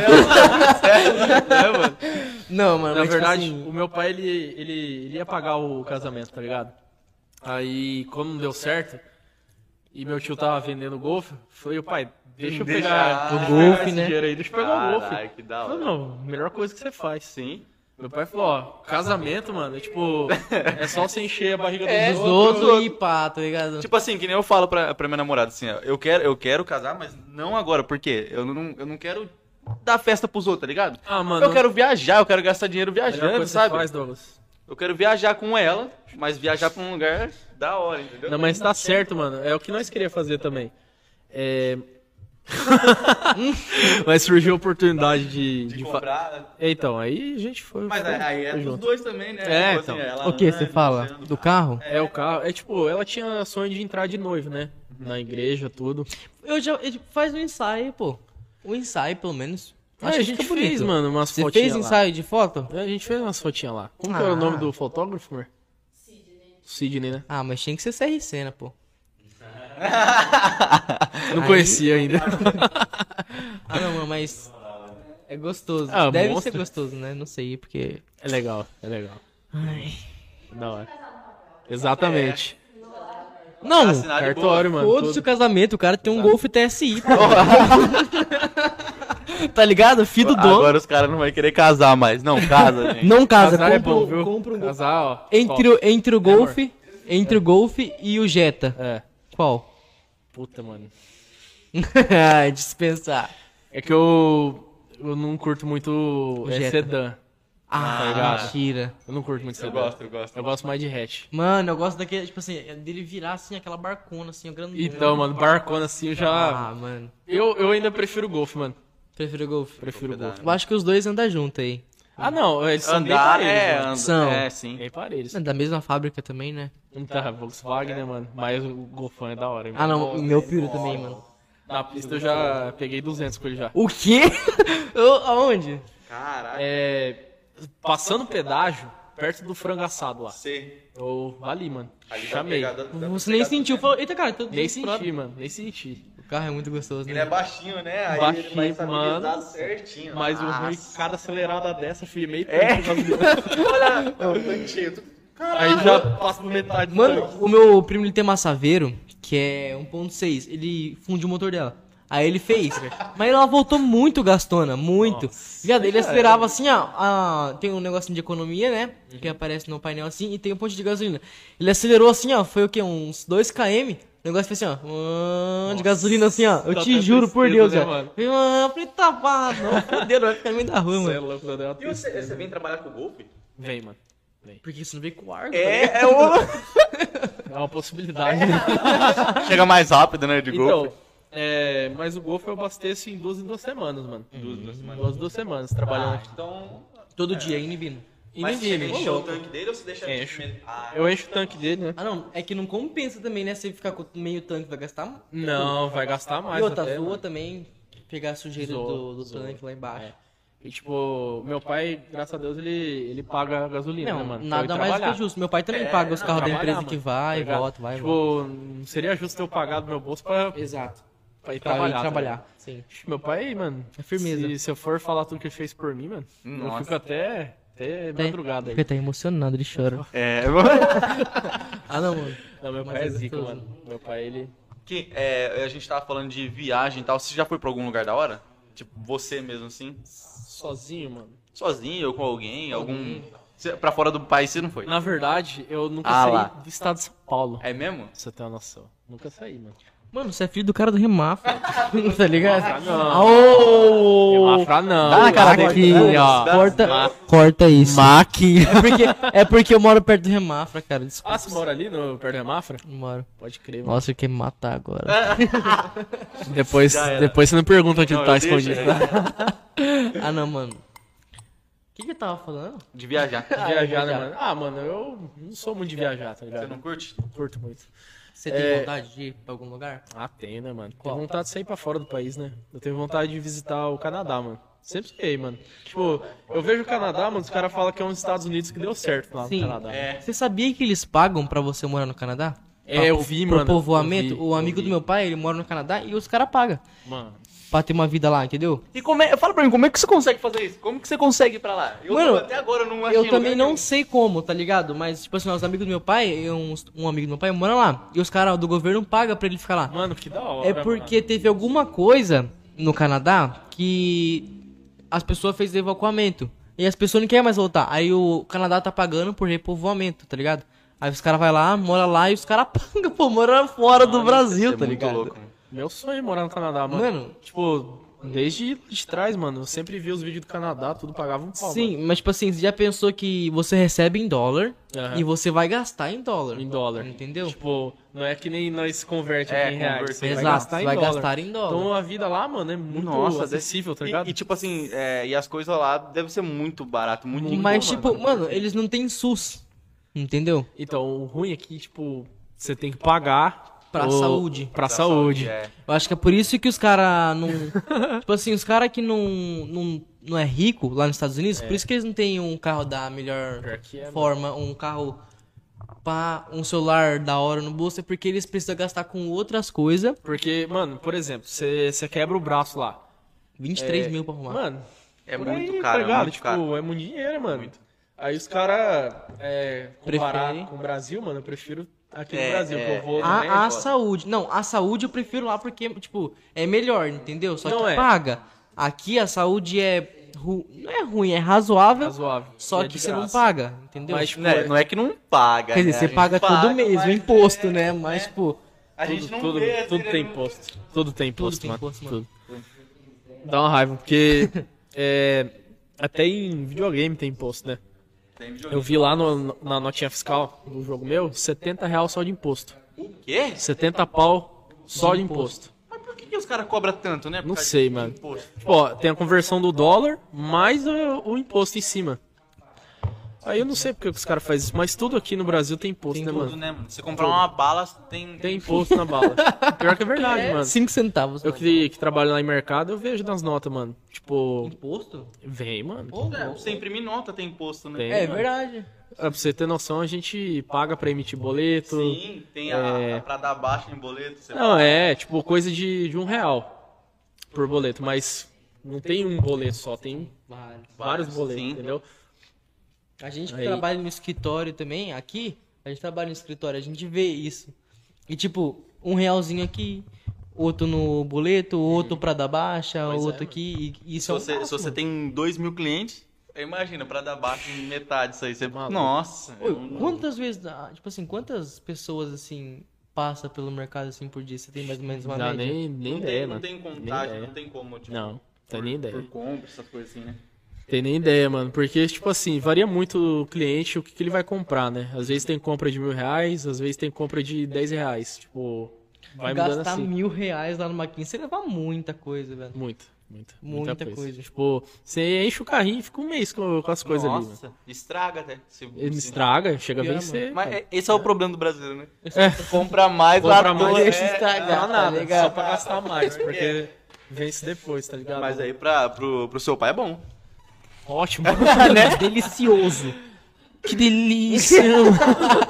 Speaker 3: É, mano.
Speaker 1: Não, mano.
Speaker 3: Na
Speaker 1: mas, tipo
Speaker 3: verdade,
Speaker 1: assim,
Speaker 3: o meu pai, ele, ele, ele ia pagar o casamento, tá ligado? Aí, como não deu certo, e meu tio tava vendendo golfe, falei, pai, deixa eu
Speaker 2: Deixa-
Speaker 3: pegar
Speaker 2: Ah,
Speaker 3: deixa eu
Speaker 1: o
Speaker 3: pegar
Speaker 1: golfe,
Speaker 3: esse
Speaker 1: né?
Speaker 3: dinheiro aí, deixa eu pegar o golfe.
Speaker 2: Caralho, que da
Speaker 3: Falei,
Speaker 2: hora.
Speaker 3: não, melhor coisa que você faz.
Speaker 2: Sim.
Speaker 3: Meu pai falou, ó, casamento, mano, é tipo, é só você encher a barriga
Speaker 1: é,
Speaker 3: dos
Speaker 1: os
Speaker 3: outros.
Speaker 1: outros e pá, tá ligado?
Speaker 2: Tipo assim, que nem eu falo pra, pra minha namorada, assim, ó, eu quero, eu quero casar, mas não agora, porque eu não, eu não quero dar festa pros outros, tá ligado?
Speaker 3: Ah, mano, é
Speaker 2: Eu quero viajar, eu quero gastar dinheiro
Speaker 3: a melhor coisa
Speaker 2: viajando,
Speaker 3: que você
Speaker 2: sabe?
Speaker 3: faz, Douglas.
Speaker 2: Eu quero viajar com ela, mas viajar pra um lugar da hora, entendeu?
Speaker 3: Não, mas tá certo, mano. É o que nós queríamos fazer também. É... mas surgiu a oportunidade de,
Speaker 2: de
Speaker 3: de fa-
Speaker 2: comprar.
Speaker 3: É, Então, aí a gente foi.
Speaker 2: Mas
Speaker 3: foi-
Speaker 2: aí, aí é
Speaker 3: foi
Speaker 2: dos
Speaker 3: junto.
Speaker 2: dois também, né?
Speaker 3: É,
Speaker 2: Tipo
Speaker 3: então.
Speaker 2: ela
Speaker 1: O que
Speaker 2: anda,
Speaker 1: você fala?
Speaker 2: você anda.
Speaker 1: Do carro?
Speaker 3: É o carro. É tipo, ela tinha sonho de entrar de noivo, né? Na igreja, tudo.
Speaker 1: Eu já. eu- Faz um ensaio, pô. Um ensaio, pelo menos.
Speaker 3: Aí Ah, a gente
Speaker 1: fica
Speaker 3: fez, mano, umas
Speaker 1: Você
Speaker 3: fotinhas.
Speaker 1: fez
Speaker 3: lá.
Speaker 1: ensaio de foto?
Speaker 3: É, A gente fez umas fotinhas lá. Como que era o
Speaker 1: Ah.
Speaker 3: nome do fotógrafo, amor? Sidney, né?
Speaker 1: Ah, mas tinha que ser CRC, né, pô?
Speaker 3: Não
Speaker 1: Aí-
Speaker 3: conhecia ainda.
Speaker 1: Ah, não, mano, mas. É gostoso.
Speaker 3: Ah,
Speaker 1: Deve
Speaker 3: monstro.
Speaker 1: ser gostoso, né? Não sei, porque.
Speaker 3: É legal, é legal. Da hora. Exatamente.
Speaker 1: Não!
Speaker 3: tá
Speaker 2: Assinar de é boa.
Speaker 3: Cartório, mano.
Speaker 1: Foda-se o
Speaker 3: tudo.
Speaker 1: casamento, o cara tem um Golf TSI. pô. tá ligado? Fita do dono.
Speaker 2: Agora os caras não vão querer casar mais. Não, casa, gente.
Speaker 1: Não casa,
Speaker 3: Casar
Speaker 1: compra,
Speaker 3: é bom,
Speaker 1: um-
Speaker 3: viu?
Speaker 1: compra um Golf.
Speaker 3: Casar, ó.
Speaker 1: Entre,
Speaker 3: top. É
Speaker 1: o- entre o
Speaker 3: amor?
Speaker 1: Golf, entre o Golf e o Jetta.
Speaker 3: É.
Speaker 1: Qual?
Speaker 3: Puta, mano.
Speaker 1: Ah, Dispensar.
Speaker 3: É que eu. Eu não curto muito
Speaker 1: O
Speaker 3: é,
Speaker 1: Jetta.
Speaker 3: sedã.
Speaker 1: Ah,
Speaker 3: tá ligado?
Speaker 1: mentira.
Speaker 3: Eu não curto muito
Speaker 2: Eu
Speaker 3: sedã.
Speaker 2: gosto, eu gosto.
Speaker 3: Eu gosto mais de hatch.
Speaker 1: Mano, eu gosto daquele, tipo assim, dele virar assim, aquela barcona, assim, o grandão.
Speaker 3: Então, mano, barcona Então, assim eu já.
Speaker 1: Ah, mano.
Speaker 3: Eu, eu ainda prefiro o Golf, mano.
Speaker 1: Prefiro golfe.
Speaker 3: Prefiro
Speaker 2: é
Speaker 3: o golfe.
Speaker 1: Eu acho que os dois andam junto aí.
Speaker 3: Ah, não, eles são bem
Speaker 2: Andar,
Speaker 3: parelhos,
Speaker 2: é,
Speaker 3: mano.
Speaker 2: andar.
Speaker 1: São.
Speaker 2: É, sim.
Speaker 3: Bem parelhos.
Speaker 1: É da mesma fábrica também, né?
Speaker 3: Não tá, Volkswagen, né, mano? Mas o Golfão é da hora.
Speaker 1: Ah, não,
Speaker 3: mano.
Speaker 1: meu piro também, mano.
Speaker 3: Na pista eu já peguei 200 com ele já.
Speaker 1: O quê? Eu- Aonde?
Speaker 2: Caraca.
Speaker 3: É, passando o pedágio, perto do frango assado lá.
Speaker 2: Você.
Speaker 3: Eu ali, mano.
Speaker 2: Ali tá dá pra
Speaker 3: Chamei.
Speaker 2: pegar, dá- dá pra
Speaker 1: Você nem
Speaker 2: pegar.
Speaker 1: sentiu. Falou, eita, cara, tá tô
Speaker 3: Nem
Speaker 1: desesperado."
Speaker 3: senti, mano. Nem senti.
Speaker 1: O carro é muito gostoso,
Speaker 2: Ele
Speaker 1: né?
Speaker 2: é baixinho, né? Aí ele vai
Speaker 3: Baixinho,
Speaker 2: estabilizar
Speaker 3: mano.
Speaker 2: certinho.
Speaker 3: Mas o ruim é
Speaker 2: Nossa.
Speaker 3: que cada acelerada dessa, filho, meio tanto.
Speaker 2: É um tantinho.
Speaker 3: Aí já passa por metade. do
Speaker 1: Mano,
Speaker 3: tanque.
Speaker 1: o meu primo ele tem uma Saveiro, que é 1.6, ele fundiu o motor dela. Aí ele fez, mas ela voltou muito gastona, muito. Viado, ele acelerava assim, ó, a- tem um negocinho de economia, né,
Speaker 2: Uhum.
Speaker 1: que aparece no painel assim, e tem um ponto de gasolina. Ele acelerou assim, ó, foi o quê, uns 2 km, o negócio fez assim, ó, ah, de gasolina assim, ó, eu
Speaker 2: tá
Speaker 3: dá
Speaker 1: te
Speaker 3: até
Speaker 1: juro por
Speaker 3: tristeza,
Speaker 1: Deus,
Speaker 3: né,
Speaker 1: velho.
Speaker 3: mano?
Speaker 1: Falei, mano, preta pá, não, fodeu, vai ficar no meio da rua,
Speaker 3: Cê é
Speaker 1: mano.
Speaker 3: louco, eu dei uma
Speaker 2: E você,
Speaker 3: tristeza.
Speaker 2: você vem trabalhar com o golfe?
Speaker 3: Vem, mano.
Speaker 1: Porque isso não veio com ar,
Speaker 2: É, é o.
Speaker 3: É uma possibilidade.
Speaker 6: Chega mais rápido, né, de golfe.
Speaker 3: Então, é, mas o Golf eu abasteço em duas em duas semanas, mano. Duas, duas semanas. Duas, duas semanas, trabalhando.
Speaker 2: Então.
Speaker 1: Todo
Speaker 3: É.
Speaker 1: dia, hein, Nibino?
Speaker 3: Ah, E
Speaker 2: Mas você
Speaker 3: ninguém me
Speaker 2: encheu o
Speaker 3: encheu.
Speaker 2: tanque dele ou você deixa ele
Speaker 3: Encho.
Speaker 2: primeiro? Ah,
Speaker 3: Eu encho o tanque dele, né?
Speaker 1: Ah não, é que não compensa também, né? Você ficar com meio tanque, vai gastar
Speaker 3: Não, vai gastar mais.
Speaker 1: e outra,
Speaker 3: até,
Speaker 1: zoa
Speaker 3: mano.
Speaker 1: também, pegar a sujeira
Speaker 3: Zoa,
Speaker 1: do, do
Speaker 3: zoa. É.
Speaker 1: tanque lá embaixo.
Speaker 3: E, tipo, meu pai, graças a Deus, ele, ele paga a gasolina,
Speaker 1: Não,
Speaker 3: né, mano? Pra eu ir
Speaker 1: nada mais do
Speaker 3: trabalhar. É,
Speaker 1: que justo. Meu pai também paga os
Speaker 3: não,
Speaker 1: carros da
Speaker 3: trabalhar,
Speaker 1: empresa
Speaker 3: mano,
Speaker 1: que
Speaker 3: tá
Speaker 1: vai,
Speaker 3: ligado?
Speaker 1: volta, vai,
Speaker 3: Tipo,
Speaker 1: volta.
Speaker 3: não seria justo eu pagar do meu bolso pra,
Speaker 1: Exato.
Speaker 3: pra ir
Speaker 1: Pra
Speaker 3: trabalhar.
Speaker 1: ir
Speaker 3: tá
Speaker 1: trabalhar,
Speaker 3: ligado?
Speaker 1: sim.
Speaker 3: Meu pai, mano,
Speaker 1: É firmeza.
Speaker 3: Se, se eu for falar tudo que ele fez por mim, mano, eu fico até, até madrugada aí.
Speaker 1: Ele tá emocionado, ele chora.
Speaker 6: É,
Speaker 1: Ah não, mano.
Speaker 3: Não, meu
Speaker 1: Mas
Speaker 3: pai
Speaker 1: é
Speaker 3: é zica,
Speaker 1: gostoso.
Speaker 3: mano. Meu pai, ele...
Speaker 2: Que, é, a gente tava falando de viagem e tal. Você já foi pra algum lugar da hora? Tipo, você mesmo assim?
Speaker 3: Sozinho, mano.
Speaker 2: Sozinho ou com alguém? Algum. Cê, pra fora do país você não foi?
Speaker 3: Na verdade, eu nunca
Speaker 2: Ah,
Speaker 3: saí
Speaker 2: lá.
Speaker 3: do estado de São Paulo.
Speaker 2: É mesmo?
Speaker 3: Pra você ter uma noção. Nunca saí, mano.
Speaker 1: Mano, você é filho do cara do Remafra. tá ligado?
Speaker 3: Ah, Não,
Speaker 1: Aô!
Speaker 3: Mafra não.
Speaker 6: Dá na cara
Speaker 3: Mafra
Speaker 6: dele,
Speaker 3: não,
Speaker 6: ó.
Speaker 1: Corta, corta isso. Maqui. É porque, é porque eu moro perto do Remafra, cara. Desculpa.
Speaker 3: Ah, você mora ali no, perto da Mafra?
Speaker 1: eu Moro.
Speaker 3: Pode crer, mano.
Speaker 1: Nossa, eu queria me matar agora.
Speaker 3: Depois, depois você não pergunta onde ele tá
Speaker 2: deixa,
Speaker 3: escondido. Tá?
Speaker 1: Ah não, mano. O que que eu tava falando?
Speaker 2: De viajar.
Speaker 3: Viajar, né, mano? Ah, mano, eu não sou muito de viajar, tá ligado?
Speaker 2: Você não curte?
Speaker 3: não curto muito.
Speaker 1: Você tem
Speaker 3: É.
Speaker 1: vontade de ir pra algum lugar?
Speaker 3: Ah, tenho, né, mano?
Speaker 1: Qual?
Speaker 3: Tenho vontade de sair pra fora do país, né? Eu tenho vontade de visitar o Canadá, mano. Sempre sonhei, mano. Tipo, eu vejo o Canadá, mano, os caras falam que é um dos Estados Unidos que deu certo lá
Speaker 1: Sim.
Speaker 3: no Canadá. É,
Speaker 1: Você sabia que eles pagam pra você morar no Canadá?
Speaker 3: É,
Speaker 1: Pra-
Speaker 3: eu vi,
Speaker 1: pro
Speaker 3: mano,
Speaker 1: povoamento,
Speaker 3: eu vi,
Speaker 1: o amigo
Speaker 3: eu vi.
Speaker 1: do meu pai, ele mora no Canadá e os caras pagam
Speaker 3: mano.
Speaker 1: pra ter uma vida lá, entendeu?
Speaker 2: E como é, fala pra mim, como é que você consegue fazer isso? Como que você consegue ir pra lá? Eu
Speaker 1: Mano,
Speaker 2: até agora não achei
Speaker 1: Eu
Speaker 2: lugar
Speaker 3: né,
Speaker 1: também
Speaker 2: nenhum.
Speaker 1: não sei como, tá ligado? Mas, tipo assim, os amigos do meu pai, uns- um, amigo do meu pai mora lá. E os caras do governo pagam pra ele ficar lá.
Speaker 3: Mano, que da hora.
Speaker 1: É porque teve alguma coisa no Canadá que as pessoas fez evacuamento. E as pessoas não querem mais voltar. Aí o Canadá tá pagando por repovoamento, tá ligado? Aí os caras vai lá, mora lá e os caras pagam, pô, mora fora
Speaker 3: Ah,
Speaker 1: do Brasil, tá ligado?
Speaker 3: mano. Meu sonho é morar no Canadá, mano.
Speaker 1: Mano.
Speaker 3: Tipo, desde de trás, mano, eu sempre vi os vídeos do Canadá, tudo pagava um pau.
Speaker 1: Sim, mas tipo assim, você já pensou que você recebe em dólar
Speaker 3: Aham.
Speaker 1: e você vai gastar em dólar.
Speaker 3: mano, Em dólar.
Speaker 1: Entendeu?
Speaker 3: Tipo, não é que nem nós converte
Speaker 2: É,
Speaker 3: aqui em reais.
Speaker 2: converte.
Speaker 3: Você
Speaker 1: Exato,
Speaker 3: vai gastar
Speaker 1: você
Speaker 3: em
Speaker 1: vai
Speaker 3: dólar.
Speaker 1: gastar em dólar.
Speaker 3: Então a vida lá, mano, é muito
Speaker 2: Nossa,
Speaker 3: acessível,
Speaker 2: E-
Speaker 3: tá ligado?
Speaker 2: E, tipo assim, é, e as coisas lá devem ser muito barato, muito
Speaker 1: mas
Speaker 2: bom,
Speaker 1: tipo, mano, eles não têm SUS. Entendeu?
Speaker 3: Então, o ruim é que, tipo, você tem que pagar
Speaker 1: Pra
Speaker 3: o-
Speaker 1: saúde.
Speaker 3: Pra, saúde.
Speaker 2: É.
Speaker 1: Eu acho que é por isso que os caras não. tipo assim, os caras que não, não, não é rico lá nos Estados Unidos, por isso que eles não têm um carro da melhor
Speaker 3: Pior que é, mano.
Speaker 1: forma, um carro pá, um celular da hora no bolso, é porque eles precisam gastar com outras coisas.
Speaker 3: Porque, mano, por exemplo, você você quebra o braço lá.
Speaker 1: 23
Speaker 3: É,
Speaker 1: mil pra arrumar.
Speaker 3: Mano,
Speaker 2: É
Speaker 3: por
Speaker 2: muito
Speaker 3: aí,
Speaker 2: caro, é
Speaker 3: ligado?
Speaker 2: muito
Speaker 3: tipo,
Speaker 2: caro.
Speaker 3: é muito dinheiro, mano. Aí os caras, é, comparar
Speaker 1: Prefere-
Speaker 3: com o Brasil, mano, eu prefiro aqui
Speaker 2: É,
Speaker 3: no Brasil,
Speaker 2: é.
Speaker 3: que eu vou...
Speaker 1: A,
Speaker 3: né,
Speaker 1: a
Speaker 3: foda.
Speaker 1: saúde. Não, a saúde eu prefiro lá porque, tipo, é melhor, entendeu? Só
Speaker 3: Não
Speaker 1: que
Speaker 3: é.
Speaker 1: paga. Aqui a saúde é. Ru... Não é ruim, é razoável.
Speaker 3: Razoável.
Speaker 1: Só
Speaker 3: E é
Speaker 1: que
Speaker 3: de
Speaker 1: você não
Speaker 3: graça.
Speaker 1: paga, entendeu?
Speaker 3: Mas, é, tipo,
Speaker 2: Não é, não é que não paga,
Speaker 1: Quer
Speaker 2: né?
Speaker 1: dizer,
Speaker 2: A
Speaker 1: você
Speaker 2: gente
Speaker 1: paga, todo mês o
Speaker 2: mas
Speaker 3: é,
Speaker 2: é,
Speaker 1: imposto, né? Mas, tipo.
Speaker 2: A gente
Speaker 3: tudo,
Speaker 2: não
Speaker 3: tudo,
Speaker 2: vê, assim,
Speaker 3: tudo
Speaker 2: né?
Speaker 3: tem imposto. Tudo tem imposto,
Speaker 1: tem
Speaker 3: mano.
Speaker 1: imposto, mano.
Speaker 3: Tudo. Dá uma raiva, porque é, até em videogame tem imposto, né?
Speaker 2: Tem um videogame.
Speaker 3: Eu vi lá no- na notinha fiscal do jogo meu, R$ 70 real só de imposto.
Speaker 2: Quê?
Speaker 3: 70 pau só de imposto.
Speaker 2: Mas por que, que os os caras cobram tanto, né? Por
Speaker 3: Não
Speaker 2: causa
Speaker 3: sei,
Speaker 2: de
Speaker 3: mano.
Speaker 2: imposto.
Speaker 3: Tipo, ó, tem a conversão do dólar mais o, o imposto em cima. Aí eu não sei porque que os caras fazem isso, mas tudo aqui no Brasil tem imposto,
Speaker 1: Tem
Speaker 3: né,
Speaker 2: Tudo,
Speaker 3: mano?
Speaker 2: né, mano? Você comprar uma bala, tem.
Speaker 3: Tem imposto na bala. Pior que é verdade, mano.
Speaker 1: 5 centavos.
Speaker 3: Eu
Speaker 1: mano.
Speaker 3: que, que trabalho lá em mercado, eu vejo nas notas, mano. Tipo,
Speaker 1: Imposto?
Speaker 3: vem, mano.
Speaker 1: Ô,
Speaker 2: É,
Speaker 1: louco.
Speaker 2: você imprimir nota, tem imposto, né?
Speaker 3: Tem.
Speaker 1: É
Speaker 3: mano.
Speaker 1: verdade.
Speaker 3: Ah, Pra você ter noção, a gente paga pra emitir boleto.
Speaker 2: Sim, tem a,
Speaker 3: É.
Speaker 2: a pra dar baixa em boleto. Você
Speaker 3: Não, é, tipo, coisa de, de um real por boleto, mas não tem um boleto só, tem vários boletos,
Speaker 2: Sim.
Speaker 3: entendeu?
Speaker 1: A gente que
Speaker 3: Aí.
Speaker 1: trabalha no escritório também, aqui, a gente trabalha no escritório, a gente vê isso. E tipo, um realzinho aqui, outro no boleto, outro pra dar baixa,
Speaker 3: Pois é,
Speaker 1: outro
Speaker 3: mano.
Speaker 1: aqui. E
Speaker 2: Se
Speaker 1: isso é
Speaker 2: você,
Speaker 1: um
Speaker 2: se você
Speaker 1: máximo.
Speaker 2: tem 2 mil clientes, aí imagina, pra dar baixa em metade disso aí. Você...
Speaker 3: Maluco.
Speaker 2: Nossa.
Speaker 1: Oi,
Speaker 2: eu não-
Speaker 1: quantas vezes, ah, tipo assim, quantas pessoas assim passa pelo mercado assim por dia? Você tem mais ou menos uma
Speaker 3: Não dá
Speaker 1: média?
Speaker 3: nem, nem
Speaker 2: não,
Speaker 3: ideia,
Speaker 2: tem,
Speaker 3: mano.
Speaker 2: não tem
Speaker 3: Nem
Speaker 2: contagem,
Speaker 3: ideia.
Speaker 2: não tem como. Tipo,
Speaker 3: Não, tem nem ideia.
Speaker 2: Por compra, essas coisas assim, né?
Speaker 3: Tem nem ideia, mano. Porque, tipo assim, varia muito o cliente o que, que ele vai comprar, né? Às vezes tem compra de mil reais, às vezes tem compra de dez reais. Tipo, vai mudando
Speaker 1: Gastar
Speaker 3: assim.
Speaker 1: mil reais lá no maquinha, você leva muita coisa, velho.
Speaker 3: Muito, muito.
Speaker 1: Muita coisa.
Speaker 3: Tipo, você enche o carrinho e fica um mês com, com as coisas ali, mano.
Speaker 2: Nossa, estraga até. Se,
Speaker 3: Ele
Speaker 2: se-
Speaker 3: estraga, chega a
Speaker 1: Pior,
Speaker 3: vencer.
Speaker 2: Mas é- esse é o problema do brasileiro, né?
Speaker 6: Compra mais lá
Speaker 3: Compra mais,
Speaker 6: toa.
Speaker 1: deixa
Speaker 6: É,
Speaker 1: estragar,
Speaker 6: não dá
Speaker 1: tá
Speaker 6: nada,
Speaker 1: ligado?
Speaker 6: só pra gastar
Speaker 3: mais, porque vence depois, tá ligado?
Speaker 2: Mas aí pra, pro, pro seu pai é bom.
Speaker 3: Ótimo.
Speaker 1: Né? Delicioso.
Speaker 3: que delícia.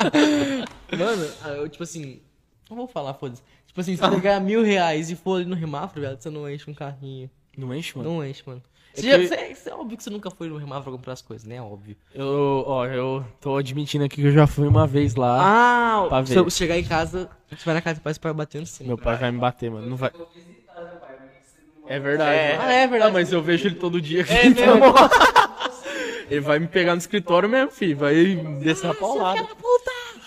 Speaker 1: Mano, ah, eu, tipo assim, não vou falar, foda-se. Tipo assim, se você ganhar mil reais e for ali no remafro, velho, você não enche um carrinho.
Speaker 3: Não
Speaker 6: Né?
Speaker 3: enche, mano?
Speaker 1: Não enche, mano.
Speaker 3: É
Speaker 1: Você já-
Speaker 3: que-
Speaker 1: você- você- é óbvio que você nunca foi no remafro comprar as coisas, né? Óbvio.
Speaker 3: Eu, ó, eu tô admitindo aqui que eu já fui uma vez lá.
Speaker 1: Ah,
Speaker 3: pra
Speaker 1: se
Speaker 3: ver.
Speaker 1: eu chegar em casa, você vai na casa do pai, você vai bater no cima.
Speaker 3: Meu pai vai me bater, mano. Não vai. É verdade.
Speaker 2: É.
Speaker 3: mano.
Speaker 1: Ah, é verdade. É
Speaker 3: Ah, mas eu vejo ele todo dia aqui. então- ele vai me pegar no escritório mesmo, filho. Vai descer a paulada.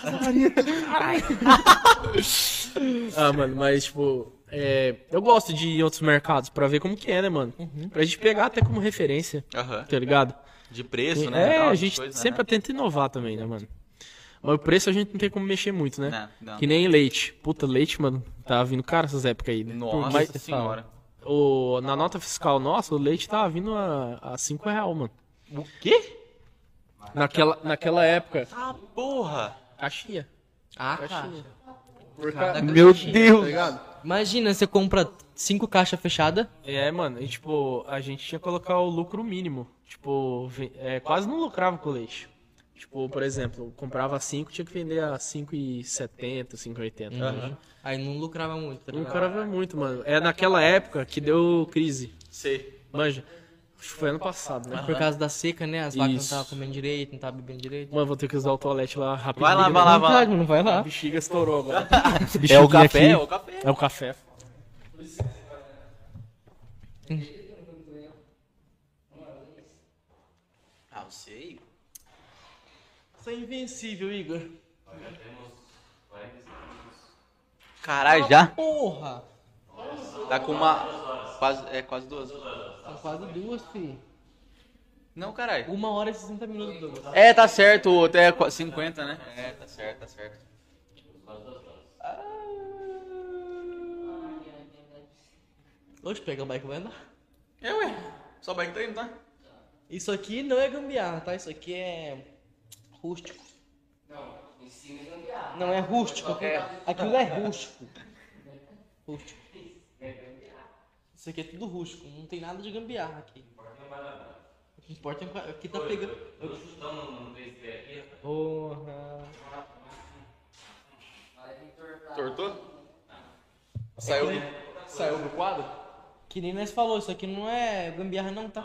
Speaker 3: Ah, mano, mas tipo. é, eu gosto de ir em outros mercados pra ver como que é, né, mano?
Speaker 1: Uhum.
Speaker 3: Pra gente pegar até como referência,
Speaker 2: Aham.
Speaker 3: tá ligado?
Speaker 2: De preço,
Speaker 3: é,
Speaker 2: né?
Speaker 3: a
Speaker 2: Tal,
Speaker 3: gente
Speaker 2: coisa,
Speaker 3: sempre tenta inovar também, né, mano? Mas o preço a gente não tem como mexer muito, né?
Speaker 2: Né? Não, não.
Speaker 3: Que nem leite. Puta, leite, mano, tá vindo caro essas épocas aí. né?
Speaker 2: Nossa
Speaker 3: Mas
Speaker 2: senhora.
Speaker 3: o, na nota fiscal nossa, o leite tava vindo a 5 real, mano.
Speaker 2: O quê?
Speaker 3: Naquela, naquela época.
Speaker 2: Ah, porra.
Speaker 3: Caixinha.
Speaker 1: Ah,
Speaker 3: Caixinha.
Speaker 1: cara.
Speaker 3: Por ca...
Speaker 6: Meu Deus.
Speaker 1: Imagina, você compra cinco caixas fechadas.
Speaker 3: É, mano, e tipo, a gente tinha que colocar o lucro mínimo. Tipo, ve- é, quase não lucrava com leite. Tipo, por exemplo, eu comprava 5, tinha que vender a 5,70, 5,80. Uhum.
Speaker 1: Aí não lucrava muito, tá
Speaker 3: Não
Speaker 1: ligado?
Speaker 3: lucrava muito, mano. É naquela época que deu crise.
Speaker 2: Sei.
Speaker 3: Manja, acho que foi ano passado, né?
Speaker 1: Por causa da seca, né? As vacas não
Speaker 3: Isso.
Speaker 1: estavam comendo direito, não estavam bebendo direito.
Speaker 3: Mano, vou ter que usar o toalete lá rapidinho.
Speaker 2: Vai
Speaker 3: né?
Speaker 2: lá, vai lá, vai lá.
Speaker 1: Vontade, é mano, vai
Speaker 3: A
Speaker 1: lá.
Speaker 3: bexiga estourou agora.
Speaker 6: É o café, é
Speaker 3: Bexiga
Speaker 6: o
Speaker 3: aqui.
Speaker 6: café.
Speaker 3: É o café.
Speaker 2: Ah, eu sei.
Speaker 3: Você é invencível, Igor.
Speaker 2: Caralho, já?
Speaker 1: Porra!
Speaker 2: Tá com uma. Quase, é quase duas.
Speaker 1: São Tá quase duas, filho.
Speaker 2: Não, caralho.
Speaker 1: Uma hora e 60 minutos, Douglas.
Speaker 2: É, tá certo, o outro é qua- 50, né? É, tá certo, tá certo.
Speaker 1: Hoje pega o bike vai andar.
Speaker 2: É, ué. Só bike tá indo, tá?
Speaker 1: Isso aqui não é gambiarra, tá? Isso aqui é rústico. Não, é rústico. aquilo- Aquilo é rústico. Rústico.
Speaker 5: é
Speaker 1: Isso aqui é tudo rústico, não tem nada de gambiarra aqui.
Speaker 5: é um
Speaker 1: O que importa é o aqui tá pegando.
Speaker 5: Eu chutando um no 3D aqui, rapaz.
Speaker 1: Porra.
Speaker 2: Tortou? Saiu do, saiu do quadro?
Speaker 1: Que nem nós falou, isso aqui não é gambiarra não, tá?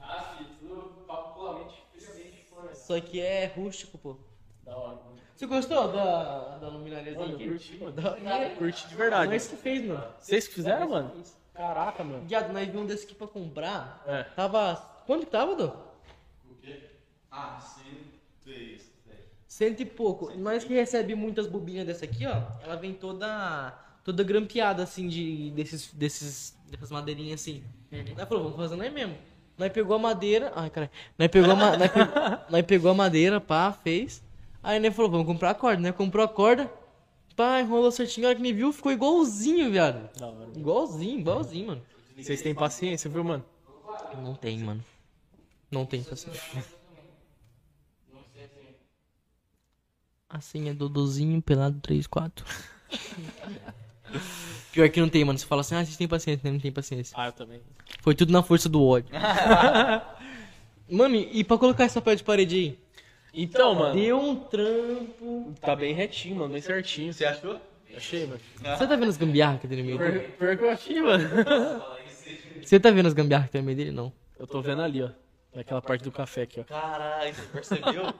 Speaker 5: Ah, filho, tudo calculamente precisamente foi.
Speaker 1: Isso aqui é rústico, pô. Da hora. Você gostou da, da luminariazinha?
Speaker 3: eu curti, mano.
Speaker 1: Da hora.
Speaker 3: Curti de
Speaker 1: Nós que fez, mano.
Speaker 3: Vocês que fizeram, mano? Caraca, mano.
Speaker 1: Viado, nós vimos um desse aqui pra comprar.
Speaker 3: É.
Speaker 1: Tava. Quanto que tava, Dô?
Speaker 2: Ah, sim. Isso
Speaker 1: Cento e pouco. Nós que recebe muitas bobinhas dessa aqui, ó. Ela vem toda. toda grampeada, assim, de, desses, desses. dessas madeirinhas assim.
Speaker 3: Uhum.
Speaker 1: Nós falou, vamos fazer nós mesmo. Nós pegou a madeira. Ai, caralho. Nós pegou a, ma- nós pe- nós pegou a madeira, pá, fez. Aí nós falou, vamos comprar a corda, né? Comprou a corda. Pá, enrolou certinho, a hora que me viu, ficou igualzinho, viado.
Speaker 3: Da hora.
Speaker 1: Igualzinho, igualzinho, mano.
Speaker 3: Vocês têm paciência, viu, mano?
Speaker 1: Não tem, mano. Não tem paciência. A senha é Duduzinho, pelado 34. Pior que não tem, mano. Você fala assim, ah, vocês têm paciência, né? Não tem paciência.
Speaker 3: Ah, eu também.
Speaker 1: Foi tudo na força do ódio. mano, e pra colocar esse papel de parede aí?
Speaker 3: Então, mano,
Speaker 1: Deu um trampo.
Speaker 3: tá bem retinho, mano, bem certinho.
Speaker 2: Você achou?
Speaker 3: Achei, mano.
Speaker 1: Você tá vendo as gambiarras que tem no meio dele?
Speaker 3: Pior, pior que eu achei, mano.
Speaker 1: Você tá vendo as gambiarras que tem no meio dele? Não.
Speaker 3: Eu tô vendo ali, ó. Naquela parte do café aqui, ó.
Speaker 2: Caralho, você percebeu?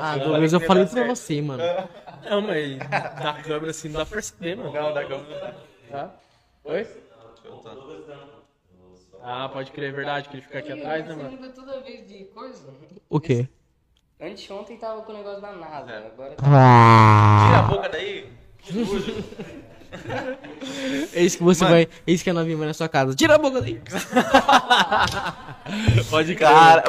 Speaker 1: Ah, Douglas, eu falei isso pra você, mano.
Speaker 3: Não, mas da câmera assim não dá pra perceber, mano.
Speaker 2: Não, da câmera.
Speaker 3: Tá? Oi? Ah, pode crer, é verdade, que ele fica aqui atrás, né,
Speaker 7: Você
Speaker 3: mano?
Speaker 7: muda toda vez de coisa?
Speaker 1: O quê?
Speaker 7: Uhum. Anteontem tava com o negócio da NASA,
Speaker 3: É.
Speaker 7: agora tá-
Speaker 2: Tira a boca daí.
Speaker 1: Eis É que você vai. Eis que a novinha vai na sua casa. Tira a boca daí!
Speaker 2: Pode cara.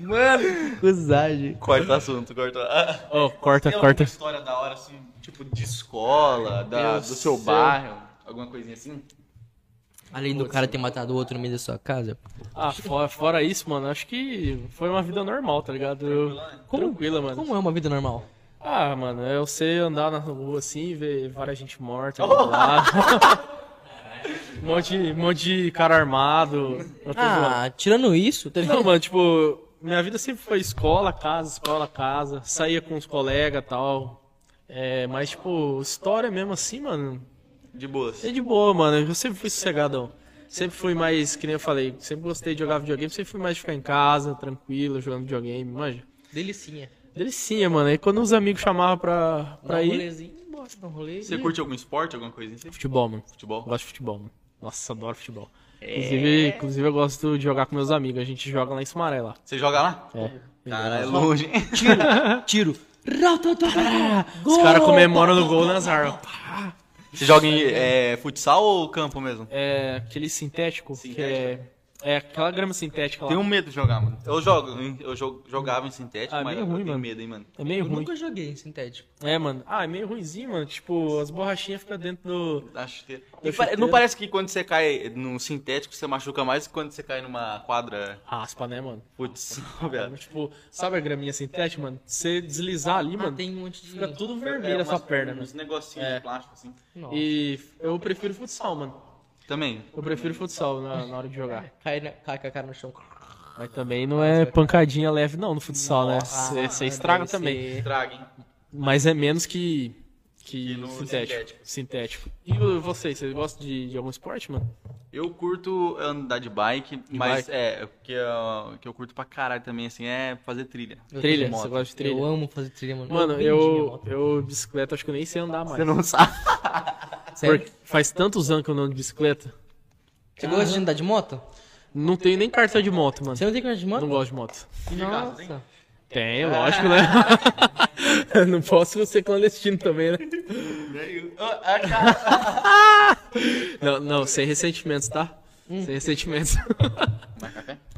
Speaker 1: Mano, que usagem.
Speaker 2: Corta o assunto, corta. Ah.
Speaker 3: Ô, corta,
Speaker 2: Tem
Speaker 3: Tá,
Speaker 2: alguma
Speaker 3: corta.
Speaker 2: história da hora, assim, tipo, de escola, da, do
Speaker 3: Deus
Speaker 2: seu
Speaker 3: do céu.
Speaker 2: bairro, alguma coisinha assim?
Speaker 1: Além do cara ter matado o outro no meio da sua casa.
Speaker 3: Ah, fora, fora isso, mano, acho que foi uma vida normal, tá ligado? Eu- Tranquila, mano.
Speaker 1: Como é uma vida normal?
Speaker 3: Ah, mano, eu sei andar na rua assim e ver várias gente morta do lado. um, monte, um monte de cara armado. Eu tô zoando.
Speaker 1: Ah, tirando isso, teve.
Speaker 3: Não, mano, tipo, minha vida sempre foi escola, casa, escola, casa. Saía com os colegas e tal. É, mas, tipo, história mesmo assim, mano,
Speaker 2: De boas.
Speaker 3: é de boa, mano. Eu sempre fui sossegadão. Sempre fui mais, que nem eu falei, sempre gostei de jogar videogame, sempre fui mais de ficar em casa, tranquilo, jogando videogame, manja.
Speaker 1: Delicinha.
Speaker 3: Delicinha, mano. Aí quando os amigos chamavam pra,
Speaker 1: Dá
Speaker 3: pra
Speaker 1: um
Speaker 3: ir,
Speaker 1: rolezinho, bosta, dá um rolê.
Speaker 2: Você curte algum esporte, alguma coisa assim?
Speaker 3: futebol, mano. Eu
Speaker 2: Futebol?
Speaker 3: gosto de futebol, mano. Nossa, adoro futebol.
Speaker 1: É.
Speaker 3: Inclusive, inclusive, eu gosto de jogar com meus amigos. A gente joga lá em Sumaré, lá.
Speaker 2: Você joga lá?
Speaker 3: É.
Speaker 2: Cara, é longe, hein?
Speaker 1: Tiro. Ratatará,
Speaker 3: Os
Speaker 1: gol!
Speaker 3: caras comemoram no gol nas armas.
Speaker 2: Você joga em é, futsal ou campo mesmo?
Speaker 3: É aquele sintético,
Speaker 2: Sintético.
Speaker 3: que é... É aquela grama sintética lá.
Speaker 1: um
Speaker 2: Tenho medo de jogar, mano. Eu jogo, hein? eu jogo- jogava em sintético,
Speaker 3: Ah,
Speaker 2: mas
Speaker 3: meio
Speaker 2: eu
Speaker 3: ruim,
Speaker 2: tenho
Speaker 3: mano.
Speaker 2: medo, hein, mano.
Speaker 3: É meio
Speaker 1: Eu
Speaker 3: ruim.
Speaker 1: nunca joguei em sintético.
Speaker 3: É, mano. Ah, é meio ruimzinho, mano. Tipo, as borrachinhas ficam dentro do...
Speaker 2: Da chuteira.
Speaker 3: Da
Speaker 2: E pa-
Speaker 3: chuteira.
Speaker 2: Não parece que quando você cai num sintético, você machuca mais que quando você cai numa quadra
Speaker 3: Aspa, né, mano?
Speaker 2: futsal, velho?
Speaker 3: Tipo, sabe a graminha sintética, mano? Você deslizar ali,
Speaker 1: Ah,
Speaker 3: mano,
Speaker 1: tem um monte de.
Speaker 3: fica tudo é vermelho a sua perna, mano.
Speaker 2: É Uns negocinhos
Speaker 3: É.
Speaker 2: de plástico, assim.
Speaker 1: Nossa.
Speaker 3: E eu prefiro futsal, mano.
Speaker 2: Também.
Speaker 3: Eu prefiro futsal na, na hora de jogar.
Speaker 1: Cai, na- cai com a cara no chão.
Speaker 3: Mas também não é pancadinha leve, não, no futsal, né? Você
Speaker 1: Ah,
Speaker 3: estraga
Speaker 1: deve
Speaker 3: também.
Speaker 1: ser.
Speaker 2: Traga, hein?
Speaker 3: Mas é menos que, que
Speaker 2: Que no
Speaker 3: sintético. sintético. E o- vocês, vocês gostam de, de algum esporte, mano?
Speaker 2: Eu curto andar de bike, mas
Speaker 3: bike?
Speaker 2: é, o que eu, o que eu curto pra caralho também, assim, é fazer trilha.
Speaker 1: Eu
Speaker 3: trilha,
Speaker 1: também.
Speaker 3: você gosta de trilha?
Speaker 1: Eu amo fazer trilha, mano.
Speaker 3: Mano,
Speaker 1: vendi minha
Speaker 3: eu,
Speaker 1: moto.
Speaker 3: eu bicicleta acho que eu nem sei andar mais.
Speaker 2: não sabe.
Speaker 1: Sério?
Speaker 3: Porque faz tantos anos que eu não ando de bicicleta.
Speaker 1: Você gosta de andar de moto?
Speaker 3: Não tenho nem carta de moto, mano.
Speaker 1: Você não tem coragem de moto?
Speaker 3: Não gosto de moto.
Speaker 1: Nossa.
Speaker 3: Tem, lógico, né? É. não posso ser clandestino também, né?
Speaker 2: Ah,
Speaker 3: Não, não, sem ressentimentos, tá? Sem ressentimentos.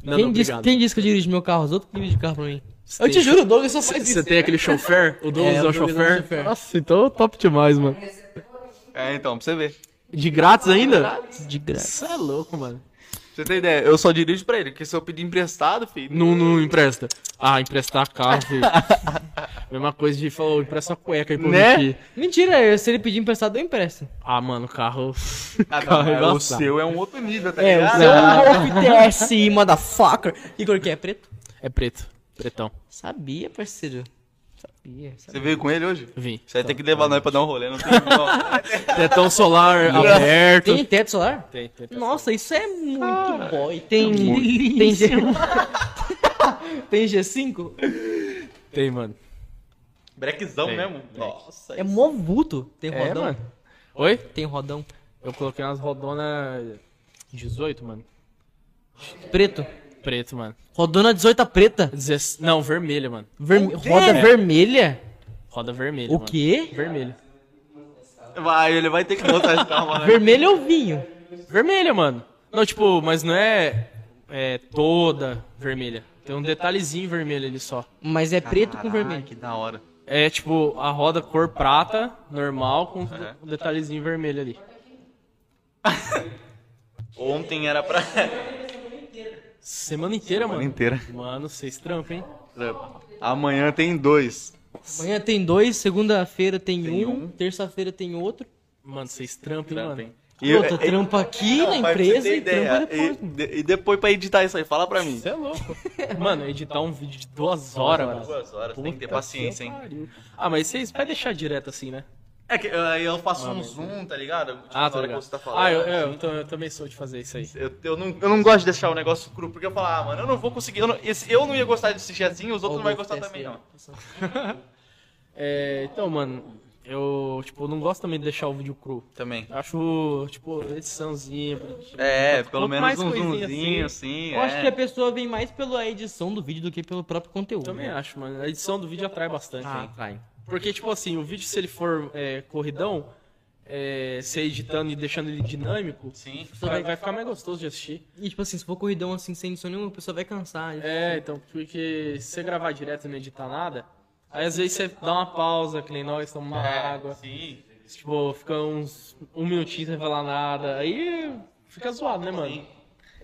Speaker 3: Não, não,
Speaker 1: Quem disse,
Speaker 3: obrigado.
Speaker 1: quem disse que eu dirijo meu carro? Os outros que dirigem carro pra mim.
Speaker 3: Eu te juro, o Douglas só faz Você tem aquele chofer? O Douglas é,
Speaker 1: É, o
Speaker 3: o
Speaker 1: Douglas é o
Speaker 3: chofer?
Speaker 1: chofer.
Speaker 3: Nossa, então top demais, mano.
Speaker 2: É, então, pra você ver.
Speaker 3: De grátis ainda?
Speaker 1: De graça.
Speaker 3: Isso é louco, mano.
Speaker 2: Pra você ter ideia, eu só dirijo pra ele, porque se eu pedir emprestado, filho.
Speaker 3: Não, não empresta. Ah, emprestar carro, filho. Mesma coisa de falar, empresta a cueca aí pra
Speaker 2: Né?
Speaker 3: mim aqui.
Speaker 1: Mentira, eu- se ele pedir emprestado, eu empresto.
Speaker 3: Ah, mano, o carro.
Speaker 2: Ah, não,
Speaker 3: carro
Speaker 2: mas o
Speaker 3: embaçado.
Speaker 2: seu é um outro nível, tá
Speaker 1: É, o
Speaker 2: ligado?
Speaker 1: seu Golf TSI, motherfucker. E cor que é preto?
Speaker 3: É preto. Pretão.
Speaker 1: Sabia, parceiro. Sabia, sabia.
Speaker 2: Você veio com ele hoje?
Speaker 3: Vim.
Speaker 2: Você vai ter que levar nós pra dar um rolê, não tem como.
Speaker 3: Tetão solar aberto.
Speaker 1: Tem teto solar?
Speaker 3: Tem, tem.
Speaker 1: Nossa, isso é muito boy. Tem. Tem, G... tem G5?
Speaker 3: Tem, mano.
Speaker 2: Brequezão
Speaker 3: Tem.
Speaker 2: mesmo. Nossa.
Speaker 1: É mó vulto. Tem
Speaker 3: É,
Speaker 1: rodão.
Speaker 3: mano. Oi?
Speaker 1: Tem rodão.
Speaker 3: Eu coloquei umas rodonas 18, mano.
Speaker 1: Preto.
Speaker 3: Preto, mano.
Speaker 1: Rodona 18 a preta.
Speaker 3: Dezesse- Não, vermelha, mano. É,
Speaker 1: Verme- Roda vermelha?
Speaker 3: Roda vermelha.
Speaker 1: O
Speaker 3: mano.
Speaker 1: quê?
Speaker 3: Vermelha.
Speaker 2: Vai, ele vai ter que botar esse carro lá.
Speaker 1: Vermelho é o vinho.
Speaker 3: Vermelha, mano. Não, tipo, mas não é, é toda vermelha. Tem um detalhezinho vermelho ali só.
Speaker 1: Mas é preto com
Speaker 2: Caralho,
Speaker 1: vermelho.
Speaker 2: Que da hora.
Speaker 3: É tipo a roda cor prata, normal, com um detalhezinho vermelho ali.
Speaker 2: Ontem era pra.
Speaker 3: Semana inteira,
Speaker 6: Semana
Speaker 3: mano.
Speaker 6: inteira.
Speaker 3: Mano, vocês trampam, hein?
Speaker 6: Amanhã tem dois.
Speaker 1: Amanhã tem dois, segunda-feira tem,
Speaker 6: Tem
Speaker 1: um,
Speaker 6: um.
Speaker 1: terça-feira tem outro.
Speaker 3: Mano, vocês trampam, hein,
Speaker 2: Trampa,
Speaker 3: mano.
Speaker 2: hein?
Speaker 6: E,
Speaker 1: Outra,
Speaker 6: e-
Speaker 1: trampa aqui na
Speaker 2: Não, mas pra você
Speaker 1: empresa
Speaker 2: ter
Speaker 1: e trampa
Speaker 2: ideia,
Speaker 1: depois.
Speaker 3: né?
Speaker 2: e, de- e depois pra editar isso aí, fala pra mim.
Speaker 3: Você é louco. mano, editar um vídeo de duas horas, mano.
Speaker 2: Duas horas, tem que ter
Speaker 3: Puta
Speaker 2: paciência,
Speaker 3: que
Speaker 2: hein?
Speaker 3: pariu. Ah, mas vocês vai deixar direto assim, né?
Speaker 2: É que ah, eu faço um zoom, tá ligado? Tipo, na
Speaker 3: tá
Speaker 2: hora que
Speaker 3: ligado.
Speaker 2: você tá falando.
Speaker 3: é. Ah, eu, eu, eu, tam- eu também sou de fazer isso aí.
Speaker 2: Eu, eu não, eu não gosto de deixar o negócio cru, porque eu falo, ah, mano, eu não vou conseguir. Eu não, esse- eu não ia gostar de assistir assim, os outros não vão gostar também, não.
Speaker 3: É, então, mano, eu, tipo, não gosto também de deixar o vídeo cru.
Speaker 2: Também.
Speaker 3: Eu acho, tipo, ediçãozinha. bonitinha.
Speaker 2: É, pelo
Speaker 3: Quanto
Speaker 2: menos
Speaker 3: mais
Speaker 2: um
Speaker 3: coisinha
Speaker 2: zoomzinho, assim.
Speaker 1: Eu acho
Speaker 2: é.
Speaker 1: que a pessoa vem mais pela edição do vídeo do que pelo próprio conteúdo. Né?
Speaker 3: Também
Speaker 2: é.
Speaker 3: acho, mano. A edição do vídeo atrai bastante.
Speaker 1: Ah,
Speaker 3: hein?
Speaker 1: vai.
Speaker 3: Porque, tipo assim, o vídeo, se ele for é, corridão, é, você editando e deixando ele dinâmico,
Speaker 2: Sim.
Speaker 3: vai, vai ficar mais gostoso de assistir.
Speaker 1: E tipo assim, se for corridão assim, sem edição nenhuma, a pessoa vai cansar.
Speaker 3: É, então, porque se você gravar direto e não editar nada, aí às vezes você dá uma pausa, que nem nós, toma uma água.
Speaker 2: Sim.
Speaker 3: Tipo, fica uns um minutinho sem falar nada. Aí fica zoado, né, mano?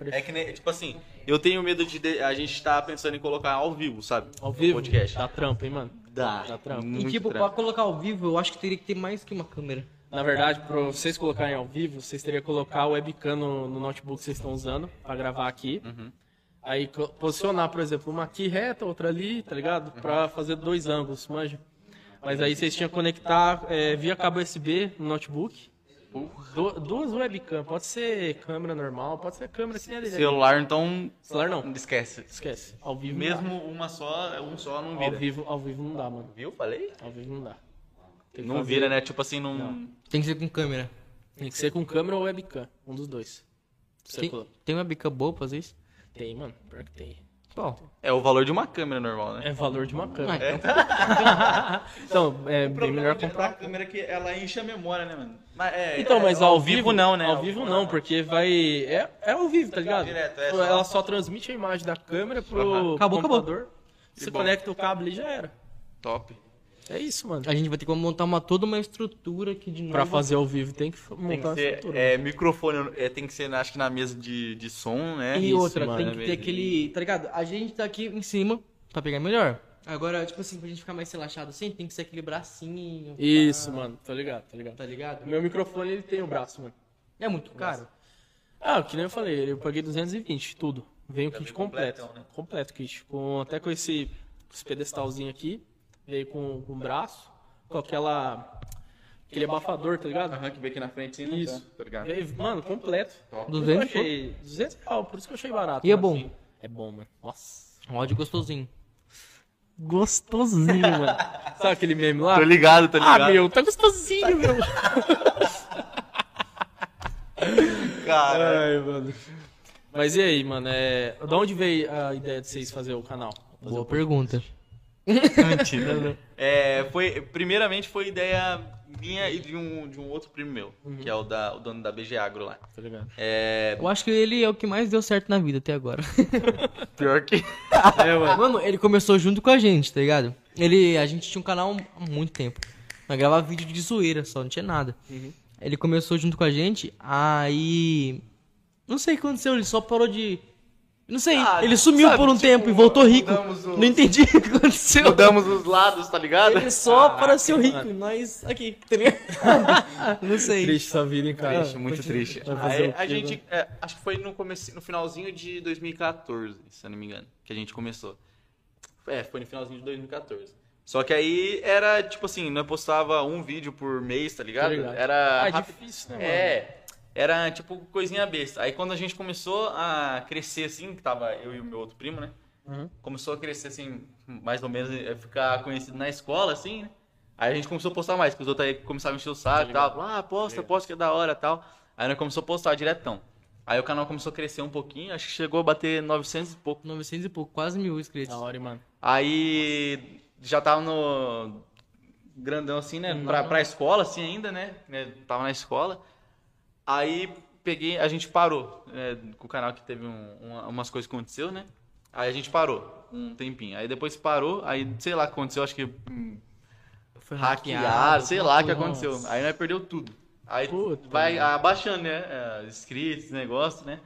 Speaker 2: É que, nem- tipo assim, eu tenho medo de, de- a gente tá pensando em colocar ao vivo, sabe?
Speaker 3: Ao vivo,
Speaker 2: Podcast.
Speaker 3: dá trampa, hein, mano?
Speaker 2: Dá.
Speaker 3: Dá trampa.
Speaker 1: e
Speaker 2: Muito
Speaker 1: tipo,
Speaker 2: trampo.
Speaker 1: pra colocar ao vivo, eu acho que teria que ter mais que uma câmera.
Speaker 3: Na verdade, pra vocês colocarem ao vivo, vocês teriam que colocar o webcam no, no notebook que vocês estão usando pra gravar aqui.
Speaker 2: Uhum.
Speaker 3: Aí co- posicionar, por exemplo, uma aqui reta, outra ali, tá ligado?
Speaker 2: Uhum.
Speaker 3: Pra fazer dois ângulos, manja. Mas aí vocês tinham que conectar é, via cabo USB no notebook. Du- duas webcam, pode ser câmera normal, pode ser câmera assim ali.
Speaker 2: Celular, então,
Speaker 3: Celular não,
Speaker 2: não esquece.
Speaker 3: esquece. Ao vivo não dá.
Speaker 2: Mesmo uma só, um só não
Speaker 3: Ao
Speaker 2: vira.
Speaker 3: vivo, ao vivo não dá, mano.
Speaker 2: Viu? Falei?
Speaker 3: Ao vivo não dá. Tem que
Speaker 2: Não
Speaker 3: fazer-
Speaker 2: vira, né? Tipo assim, não.
Speaker 1: Tem que ser com câmera.
Speaker 3: Tem que ser com câmera ou webcam, um dos dois. Você
Speaker 1: Tem,
Speaker 3: colo-
Speaker 1: tem uma bica boa pra fazer isso?
Speaker 3: Tem, mano, pior que tem.
Speaker 1: Bom,
Speaker 2: É o valor de uma câmera normal, né?
Speaker 3: É valor de uma câmera.
Speaker 1: ah, então-
Speaker 3: Então, é bem melhor comprar.
Speaker 2: câmera que ela enche a memória, né, mano? Mas, é,
Speaker 3: Então, mas ao vivo,
Speaker 2: não, né?
Speaker 3: Ao vivo não, porque vai. É, é ao vivo, tá ligado?
Speaker 2: Direto, é,
Speaker 3: Tipo,
Speaker 2: só-
Speaker 3: Ela só transmite a imagem da câmera pro
Speaker 1: Acabou, acabou.
Speaker 3: computador. Você conecta o cabo ali e já era.
Speaker 2: Top.
Speaker 3: É isso, mano.
Speaker 1: a gente vai ter que montar uma, toda uma estrutura aqui de novo.
Speaker 3: Pra fazer ao vivo tem que
Speaker 2: Tem
Speaker 3: montar
Speaker 2: que
Speaker 3: a
Speaker 2: ser
Speaker 3: estrutura.
Speaker 2: é, microfone, é, tem que ser, acho que na mesa de, de som, né?
Speaker 1: E
Speaker 2: Isso,
Speaker 1: outra,
Speaker 2: mano,
Speaker 1: tem
Speaker 2: é
Speaker 1: que ter
Speaker 2: mesmo.
Speaker 1: aquele. Tá ligado? A gente tá aqui em cima pra pegar melhor. Agora, tipo assim, pra gente ficar mais relaxado assim, tem que ser aquele bracinho.
Speaker 3: Isso, mano. Tá ligado, tá ligado.
Speaker 1: Tá ligado?
Speaker 3: Meu microfone ele tem o braço, mano.
Speaker 1: É muito caro.
Speaker 3: Ah, que nem eu falei, eu paguei 220, tudo. Vem o kit completo. então,
Speaker 2: completão, né?
Speaker 3: Completo o kit. Com, até com esse, esse pedestalzinho aqui. Veio com, com o braço, com aquela. Aquele abafador, tá ligado?
Speaker 2: Aham, que veio aqui na frente sim, né?
Speaker 3: Isso. Ah,
Speaker 2: Tá ligado?
Speaker 3: E aí, mano, completo.
Speaker 1: 200
Speaker 3: Eu achei 200 real, por isso que eu achei barato.
Speaker 1: E é
Speaker 3: mano,
Speaker 1: bom?
Speaker 3: assim. É bom, mano. Nossa.
Speaker 1: Um áudio gostosinho.
Speaker 3: Gostosinho, mano. Sabe aquele meme lá?
Speaker 2: Tô ligado, tô ligado.
Speaker 3: Ah, meu, tá gostosinho, meu.
Speaker 2: cara.
Speaker 3: Ai, mano. Mas e aí, mano? É... Da onde veio a ideia de vocês fazer o canal? Fazer
Speaker 1: Boa
Speaker 3: o-
Speaker 1: pergunta.
Speaker 2: É, foi, primeiramente foi ideia minha e de um, de um outro primo meu, que é o, da, o dono da BG Agro lá.
Speaker 3: Tá ligado?
Speaker 2: É,
Speaker 1: Eu acho que ele é o que mais deu certo na vida até agora.
Speaker 2: pior que...
Speaker 3: É,
Speaker 2: É.
Speaker 1: Mano, ele começou junto com a gente, tá ligado? Ele, a gente tinha um canal há muito tempo. Nós gravava vídeo de zoeira só, não tinha nada.
Speaker 2: Uhum.
Speaker 1: Ele começou junto com a gente, aí. Não sei o que aconteceu, ele só parou de. Não sei,
Speaker 2: Ah,
Speaker 1: ele sumiu
Speaker 2: sabe,
Speaker 1: por um
Speaker 2: tipo,
Speaker 1: tempo e voltou rico.
Speaker 2: mudamos o-
Speaker 1: Não entendi o que aconteceu.
Speaker 2: Mudamos os lados, tá ligado?
Speaker 1: Ele só
Speaker 3: Ah,
Speaker 1: pareceu rico, nós aqui, tá ligado? não sei.
Speaker 3: Triste essa vida, hein, cara?
Speaker 2: Triste, muito triste.
Speaker 3: Ah, Vai fazer
Speaker 2: Aí,
Speaker 3: o
Speaker 2: a
Speaker 3: quê, né?
Speaker 2: gente, é, acho que foi no, comece, no finalzinho de 2014, se eu não me engano, que a gente começou. É, foi no finalzinho de 2014. Só que aí era, tipo assim, nós postava um vídeo por mês, tá ligado?
Speaker 3: Tá ligado.
Speaker 2: Era
Speaker 3: Ah, é
Speaker 2: rap-
Speaker 3: difícil, né, mano?
Speaker 2: É, era tipo coisinha besta. Aí quando a gente começou a crescer assim, que tava eu e o meu outro primo, né?
Speaker 3: Uhum.
Speaker 2: Começou a crescer assim, mais ou menos, eh, ficar conhecido na escola, assim, né? Aí a gente começou a postar mais, porque os outros aí começavam a encher o saco e tal. Ah, posta, posta que é da hora e tal. Aí nós começou a postar diretão. Aí o canal começou a crescer um pouquinho, acho que chegou a bater 900 e pouco.
Speaker 1: 900 e pouco, quase mil inscritos.
Speaker 3: Da hora, hein, mano.
Speaker 2: Aí já tava no grandão assim, né?
Speaker 1: Uhum.
Speaker 2: Pra, pra escola, assim, ainda, né? né? Tava na escola. Aí peguei, a gente parou né? com o canal que teve um- uma- umas coisas que aconteceu, né? Aí a gente parou um tempinho. Aí depois parou, aí sei lá o que aconteceu, acho que hum,
Speaker 1: Foi
Speaker 2: hackearam, sei lá o que
Speaker 1: Nossa.
Speaker 2: aconteceu. Aí nós perdeu tudo. Aí
Speaker 3: Puta
Speaker 2: vai
Speaker 3: merda.
Speaker 2: abaixando, né? é, Inscritos, negócio, né?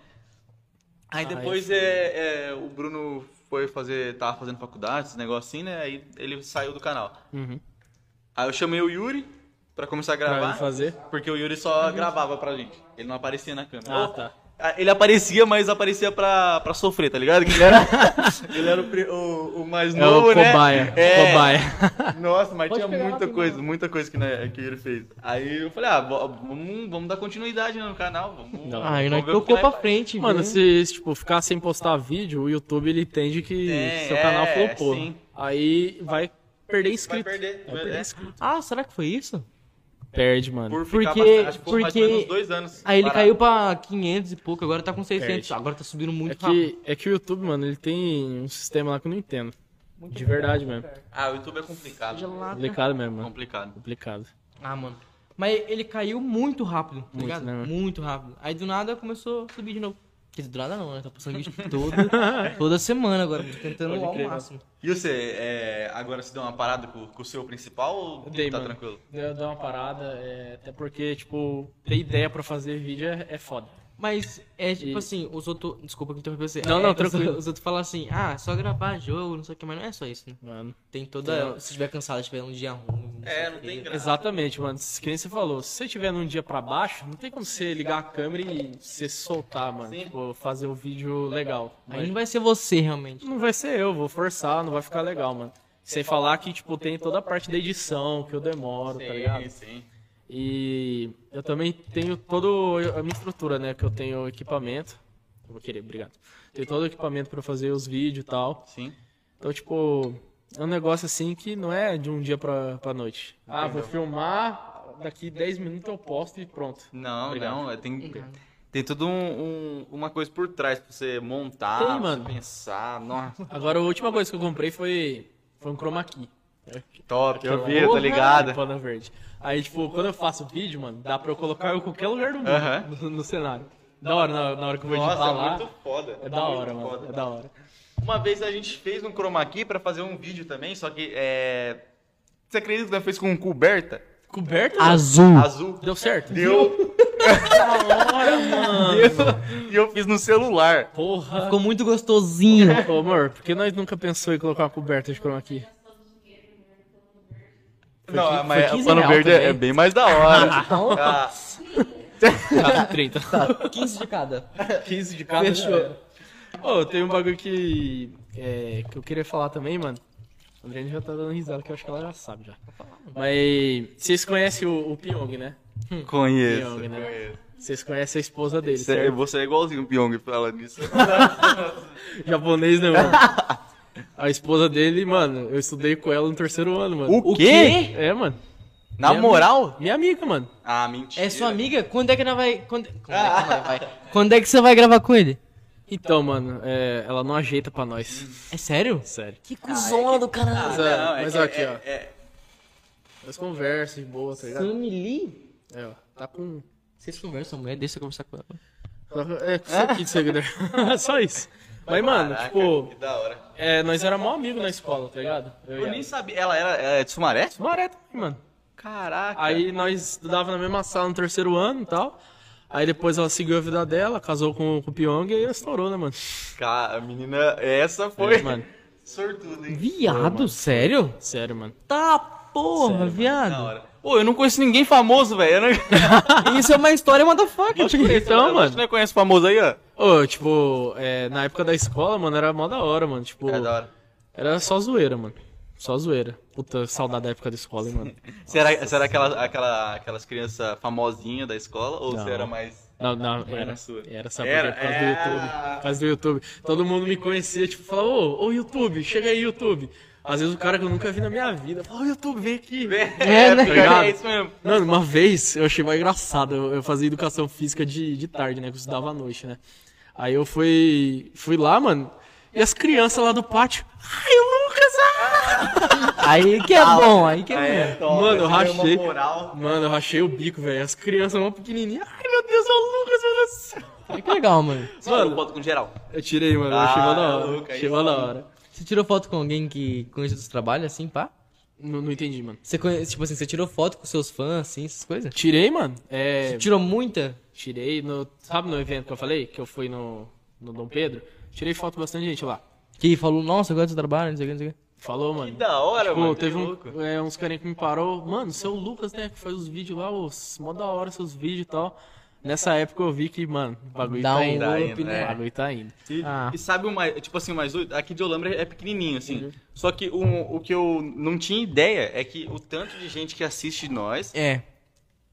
Speaker 2: Aí
Speaker 3: Ah,
Speaker 2: depois é, é, o Bruno foi fazer, tava fazendo faculdade, esse negócio assim, né? Aí ele saiu do canal.
Speaker 3: Uhum.
Speaker 2: Aí eu chamei o Yuri pra começar a
Speaker 3: Pra
Speaker 2: gravar,
Speaker 3: fazer. Uhum.
Speaker 2: porque o Yuri só gravava pra gente. Ele não aparecia na câmera.
Speaker 3: Ah,
Speaker 2: Ou-
Speaker 3: tá.
Speaker 2: ah, Ele aparecia, mas aparecia pra, pra sofrer, tá ligado? Que Ele era, ele era o, pri- o- o mais
Speaker 3: É o
Speaker 2: novo, né?
Speaker 3: cobaia.
Speaker 2: É.
Speaker 3: Cobaia.
Speaker 2: Nossa, mas
Speaker 8: Pode
Speaker 2: tinha
Speaker 8: pegar
Speaker 2: muita
Speaker 8: rapidão.
Speaker 2: coisa, muita coisa que, né, que ele fez. Aí eu falei, ah, vo- vamos, vamos dar continuidade né, no canal, vamos...
Speaker 3: Não. Ah,
Speaker 1: Aí
Speaker 2: vamos
Speaker 1: Ah, nós
Speaker 2: ver o que
Speaker 1: tocou
Speaker 2: nós
Speaker 1: pra
Speaker 2: faz.
Speaker 1: frente,
Speaker 3: Mano,
Speaker 1: viu?
Speaker 3: se tipo, ficar sem postar vídeo, o YouTube ele entende que
Speaker 2: Tem,
Speaker 3: seu canal
Speaker 2: é,
Speaker 3: flopou.
Speaker 2: sim.
Speaker 3: Aí vai perder
Speaker 2: Vai
Speaker 3: inscrito.
Speaker 2: perder,
Speaker 3: Vai perder
Speaker 2: é,
Speaker 3: inscrito.
Speaker 1: Ah, será que foi isso?
Speaker 3: Perde, mano.
Speaker 2: por ficar
Speaker 1: Porque-
Speaker 2: bastante, acho que foi mais ou menos
Speaker 1: porque-
Speaker 2: dois anos.
Speaker 1: Aí ele
Speaker 2: parado.
Speaker 1: caiu pra 500 e pouco, agora tá com 600.
Speaker 3: Perde.
Speaker 1: Agora tá subindo muito
Speaker 3: É
Speaker 1: rápido.
Speaker 3: que, é que o YouTube, mano, ele tem um sistema lá que eu não entendo. De verdade mesmo.
Speaker 2: Ah, o YouTube é complicado.
Speaker 3: Complicado mesmo, mano.
Speaker 2: Complicado.
Speaker 3: Complicado.
Speaker 1: Ah, mano. Mas ele caiu muito rápido, tá
Speaker 3: Muito,
Speaker 1: ligado?
Speaker 3: né, mano?
Speaker 1: Muito rápido. Aí do nada começou a subir de novo. Quer dizer, do nada não, né? Tá postando vídeo todo, toda semana agora, tô tentando
Speaker 3: Pode
Speaker 1: ao
Speaker 3: crer, né?
Speaker 1: máximo.
Speaker 2: E você, é, agora se deu uma parada com, com o seu principal ou
Speaker 3: Dei,
Speaker 2: tá
Speaker 3: mano.
Speaker 2: tranquilo?
Speaker 3: Eu dou uma parada, é, até porque, tipo, ter ideia pra fazer vídeo é, é foda.
Speaker 1: Mas é tipo
Speaker 3: E-
Speaker 1: assim, os outros. Desculpa que interromper você.
Speaker 3: Não,
Speaker 1: É,
Speaker 3: não,
Speaker 1: os-
Speaker 3: tranquilo.
Speaker 1: Os outros falam assim, ah, só gravar jogo, não sei o que, mas não é só isso, né?
Speaker 3: Mano.
Speaker 1: Tem toda.
Speaker 3: É.
Speaker 1: Se tiver cansado, se tiver um dia ruim. sei
Speaker 2: É,
Speaker 1: o
Speaker 2: não
Speaker 1: quê.
Speaker 2: tem graça.
Speaker 3: Exatamente, mano. Que nem você falou, se você tiver num dia pra baixo, não tem como você ligar a câmera e você soltar, mano. Tipo, fazer o vídeo legal.
Speaker 1: Aí
Speaker 3: Mas
Speaker 1: não vai ser você realmente.
Speaker 3: não vai ser eu, vou forçar, não vai ficar legal, mano. Sem falar que, tipo, tem toda a parte da edição, que eu demoro, tá ligado?
Speaker 2: Sim, sim.
Speaker 3: E eu também tenho toda a minha estrutura, né? Que eu tenho equipamento. Eu vou querer, obrigado. Tenho todo o equipamento pra fazer os vídeos e tal.
Speaker 2: Sim.
Speaker 3: Então, tipo, é um negócio assim que não é de um dia pra, pra noite. Ah, vou filmar, daqui 10 minutos eu posto e pronto.
Speaker 2: Não,
Speaker 3: Obrigado.
Speaker 2: não, é, tem, tem tudo um- um- uma coisa por trás pra você montar,
Speaker 3: Tem,
Speaker 2: pra você
Speaker 3: mano.
Speaker 2: pensar. Nossa,
Speaker 3: Agora, a última coisa que eu comprei foi, foi um chroma key.
Speaker 2: top, eu vi, tá
Speaker 3: Porra,
Speaker 2: ligado?
Speaker 3: Pano verde. Aí, tipo, quando eu faço vídeo, mano, dá pra eu colocar em qualquer lugar do mundo
Speaker 2: Aham.
Speaker 3: no, no cenário. Da hora, na, na hora que eu vou editar lá.
Speaker 2: foda. Tá
Speaker 3: É da hora,
Speaker 2: Muito
Speaker 3: mano.
Speaker 2: foda.
Speaker 3: É da hora.
Speaker 2: Uma vez a gente fez um chroma key pra fazer um vídeo também, só que é... Você acredita que nós fez com coberta
Speaker 3: Coberta?
Speaker 1: Azul.
Speaker 2: azul?
Speaker 3: Deu certo?
Speaker 2: Deu,
Speaker 3: Da hora, mano.
Speaker 2: e eu fiz no celular.
Speaker 3: Porra.
Speaker 1: Ficou muito gostosinho.
Speaker 3: Ô, amor, por que nós nunca pensou em colocar uma coberta de chroma key?
Speaker 2: não, mas
Speaker 3: foi
Speaker 2: o
Speaker 3: 15
Speaker 2: pano
Speaker 3: real
Speaker 2: verde é-
Speaker 3: também.
Speaker 2: é bem mais da hora. Ah,
Speaker 3: Tá, 30.
Speaker 1: 15 de cada.
Speaker 3: 15 de cada. Fechou. Ô, tem um bagulho que, é, que eu queria falar também, mano. A Adriane já tá dando risada, que eu acho que ela já sabe já. Mas vocês conhecem o, o Pyong, né?
Speaker 2: conheço.
Speaker 3: Pyong, né? Vocês conhecem a esposa dele,
Speaker 2: Você,
Speaker 3: certo?
Speaker 2: você é igualzinho o Pyong falando isso.
Speaker 3: Japonês, né, mano? A esposa dele, mano, eu estudei com ela no terceiro ano, mano.
Speaker 1: O quê?
Speaker 3: É, mano.
Speaker 2: Na
Speaker 3: Minha
Speaker 2: moral?
Speaker 3: Minha amiga, mano.
Speaker 2: Ah, mentira.
Speaker 1: É sua amiga? Quando é que ela vai. Quando, quando é que ela vai? Quando é que você vai gravar com ele?
Speaker 3: Então, mano, é, ela não ajeita pra nós.
Speaker 1: É sério?
Speaker 3: Sério.
Speaker 1: Que
Speaker 3: é
Speaker 1: cuzona do caralho.
Speaker 3: Mas,
Speaker 2: Ah, não,
Speaker 3: ó,
Speaker 2: é
Speaker 3: mas
Speaker 2: que-
Speaker 3: aqui,
Speaker 2: é-
Speaker 3: ó.
Speaker 2: é-
Speaker 3: Nós conversas de boa, tá ligado?
Speaker 1: Lee?
Speaker 3: É, ó. Tá com.
Speaker 1: Vocês conversam, mulher, deixa eu conversar com ela.
Speaker 3: tá com- É, com isso aqui de seguidor. Só isso. Mas, mano,
Speaker 2: Caraca,
Speaker 3: tipo,
Speaker 2: que da hora.
Speaker 3: é, nós era mó amigo na escola, tá ligado? Eu,
Speaker 2: Eu
Speaker 3: e
Speaker 2: nem
Speaker 3: ela.
Speaker 2: sabia. Ela era ela é de Sumaré?
Speaker 3: Maré também, mano.
Speaker 2: Caraca.
Speaker 3: Aí nós estudava na mesma sala no terceiro ano e tal. Aí depois ela seguiu a vida dela, casou com, com o Pyong e aí estourou, né, mano?
Speaker 2: Cara, a menina, essa foi
Speaker 3: É, mano.
Speaker 2: sortuda, hein?
Speaker 1: Viado, sério?
Speaker 3: Sério, mano.
Speaker 1: Tá porra,
Speaker 2: Da
Speaker 1: viado.
Speaker 2: hora. Pô, eu não conheço ninguém famoso, velho. Eu não...
Speaker 1: Isso é uma história motherfucker.
Speaker 3: Então,
Speaker 2: Eu
Speaker 3: mano.
Speaker 2: não conheço famoso aí, ó.
Speaker 3: Ô, tipo, é, na época da escola, mano, era mó da hora, mano. Tipo,
Speaker 2: É da hora.
Speaker 3: Era só zoeira, mano. Só zoeira. Puta, saudade da época da escola, hein, mano.
Speaker 2: Será, será aquela, aquela, aquelas crianças famosinhas da escola? Ou você era mais.
Speaker 3: Não, não, era.
Speaker 2: na sua.
Speaker 3: Era, sabe?
Speaker 2: Era,
Speaker 3: Era, por causa do
Speaker 2: é.
Speaker 3: YouTube. Por causa do YouTube. Todo mundo me conhecia, tipo, falava, ô, ô, YouTube, chega aí, YouTube. Às vezes o cara que eu nunca vi na minha vida, fala, ô, YouTube, vem aqui.
Speaker 1: É, né?
Speaker 2: pior que
Speaker 3: Obrigado.
Speaker 2: é isso mesmo.
Speaker 3: Mano, uma vez eu achei mais engraçado. Eu, eu fazia educação física de, de tarde, né? Que eu estudava à noite, né? Aí eu fui, fui lá, mano, e as crianças lá do pátio. Ai, o Lucas! Ah!
Speaker 1: Aí que é bom, aí que é bom.
Speaker 2: Top,
Speaker 3: Mano, eu
Speaker 2: você deu uma
Speaker 3: rachei.
Speaker 2: moral.
Speaker 3: ah!" Mano, eu rachei o bico, velho. As crianças mó pequenininhas. Ai, meu Deus, é o Lucas, meu Deus do céu.
Speaker 1: Aí que é legal, mano.
Speaker 2: Você tirou foto com geral.
Speaker 3: Eu tirei, mano. eu
Speaker 2: Ah,
Speaker 3: achei mó da hora.
Speaker 2: Lucas,
Speaker 3: achei
Speaker 2: isso
Speaker 3: mó da
Speaker 2: aí.
Speaker 3: hora.
Speaker 1: Você tirou foto com alguém que conhece do seu trabalho, assim, pá?
Speaker 3: Não, não entendi, mano.
Speaker 1: Você conhece, tipo assim, você tirou foto com seus fãs, assim, essas coisas?
Speaker 3: Tirei, mano. É,
Speaker 1: Você tirou muita?
Speaker 3: tirei no. Sabe no evento que eu falei? Que eu fui no, no Dom Pedro? Tirei foto com bastante gente lá.
Speaker 1: Que falou, nossa, eu gosto do trabalho, não sei o que, não sei o que.
Speaker 3: Falou, mano.
Speaker 2: Que da hora,
Speaker 3: Tipo,
Speaker 2: mano.
Speaker 3: teve
Speaker 2: que
Speaker 3: um,
Speaker 2: louco.
Speaker 3: é, uns carinha que me parou. Mano, seu Lucas, né? Que faz os vídeos lá, os, mó da hora seus vídeos e tal. Nessa época eu vi que, mano, o bagulho
Speaker 1: Dá
Speaker 3: tá
Speaker 1: um
Speaker 3: indo.
Speaker 2: up, né?
Speaker 3: O bagulho tá indo.
Speaker 2: E,
Speaker 1: Ah.
Speaker 2: e sabe o mais, tipo assim, o mais doido? Aqui de Olambra é pequenininho, assim. Só que um, o, o que eu não tinha ideia é que o tanto de gente que assiste nós,
Speaker 1: É.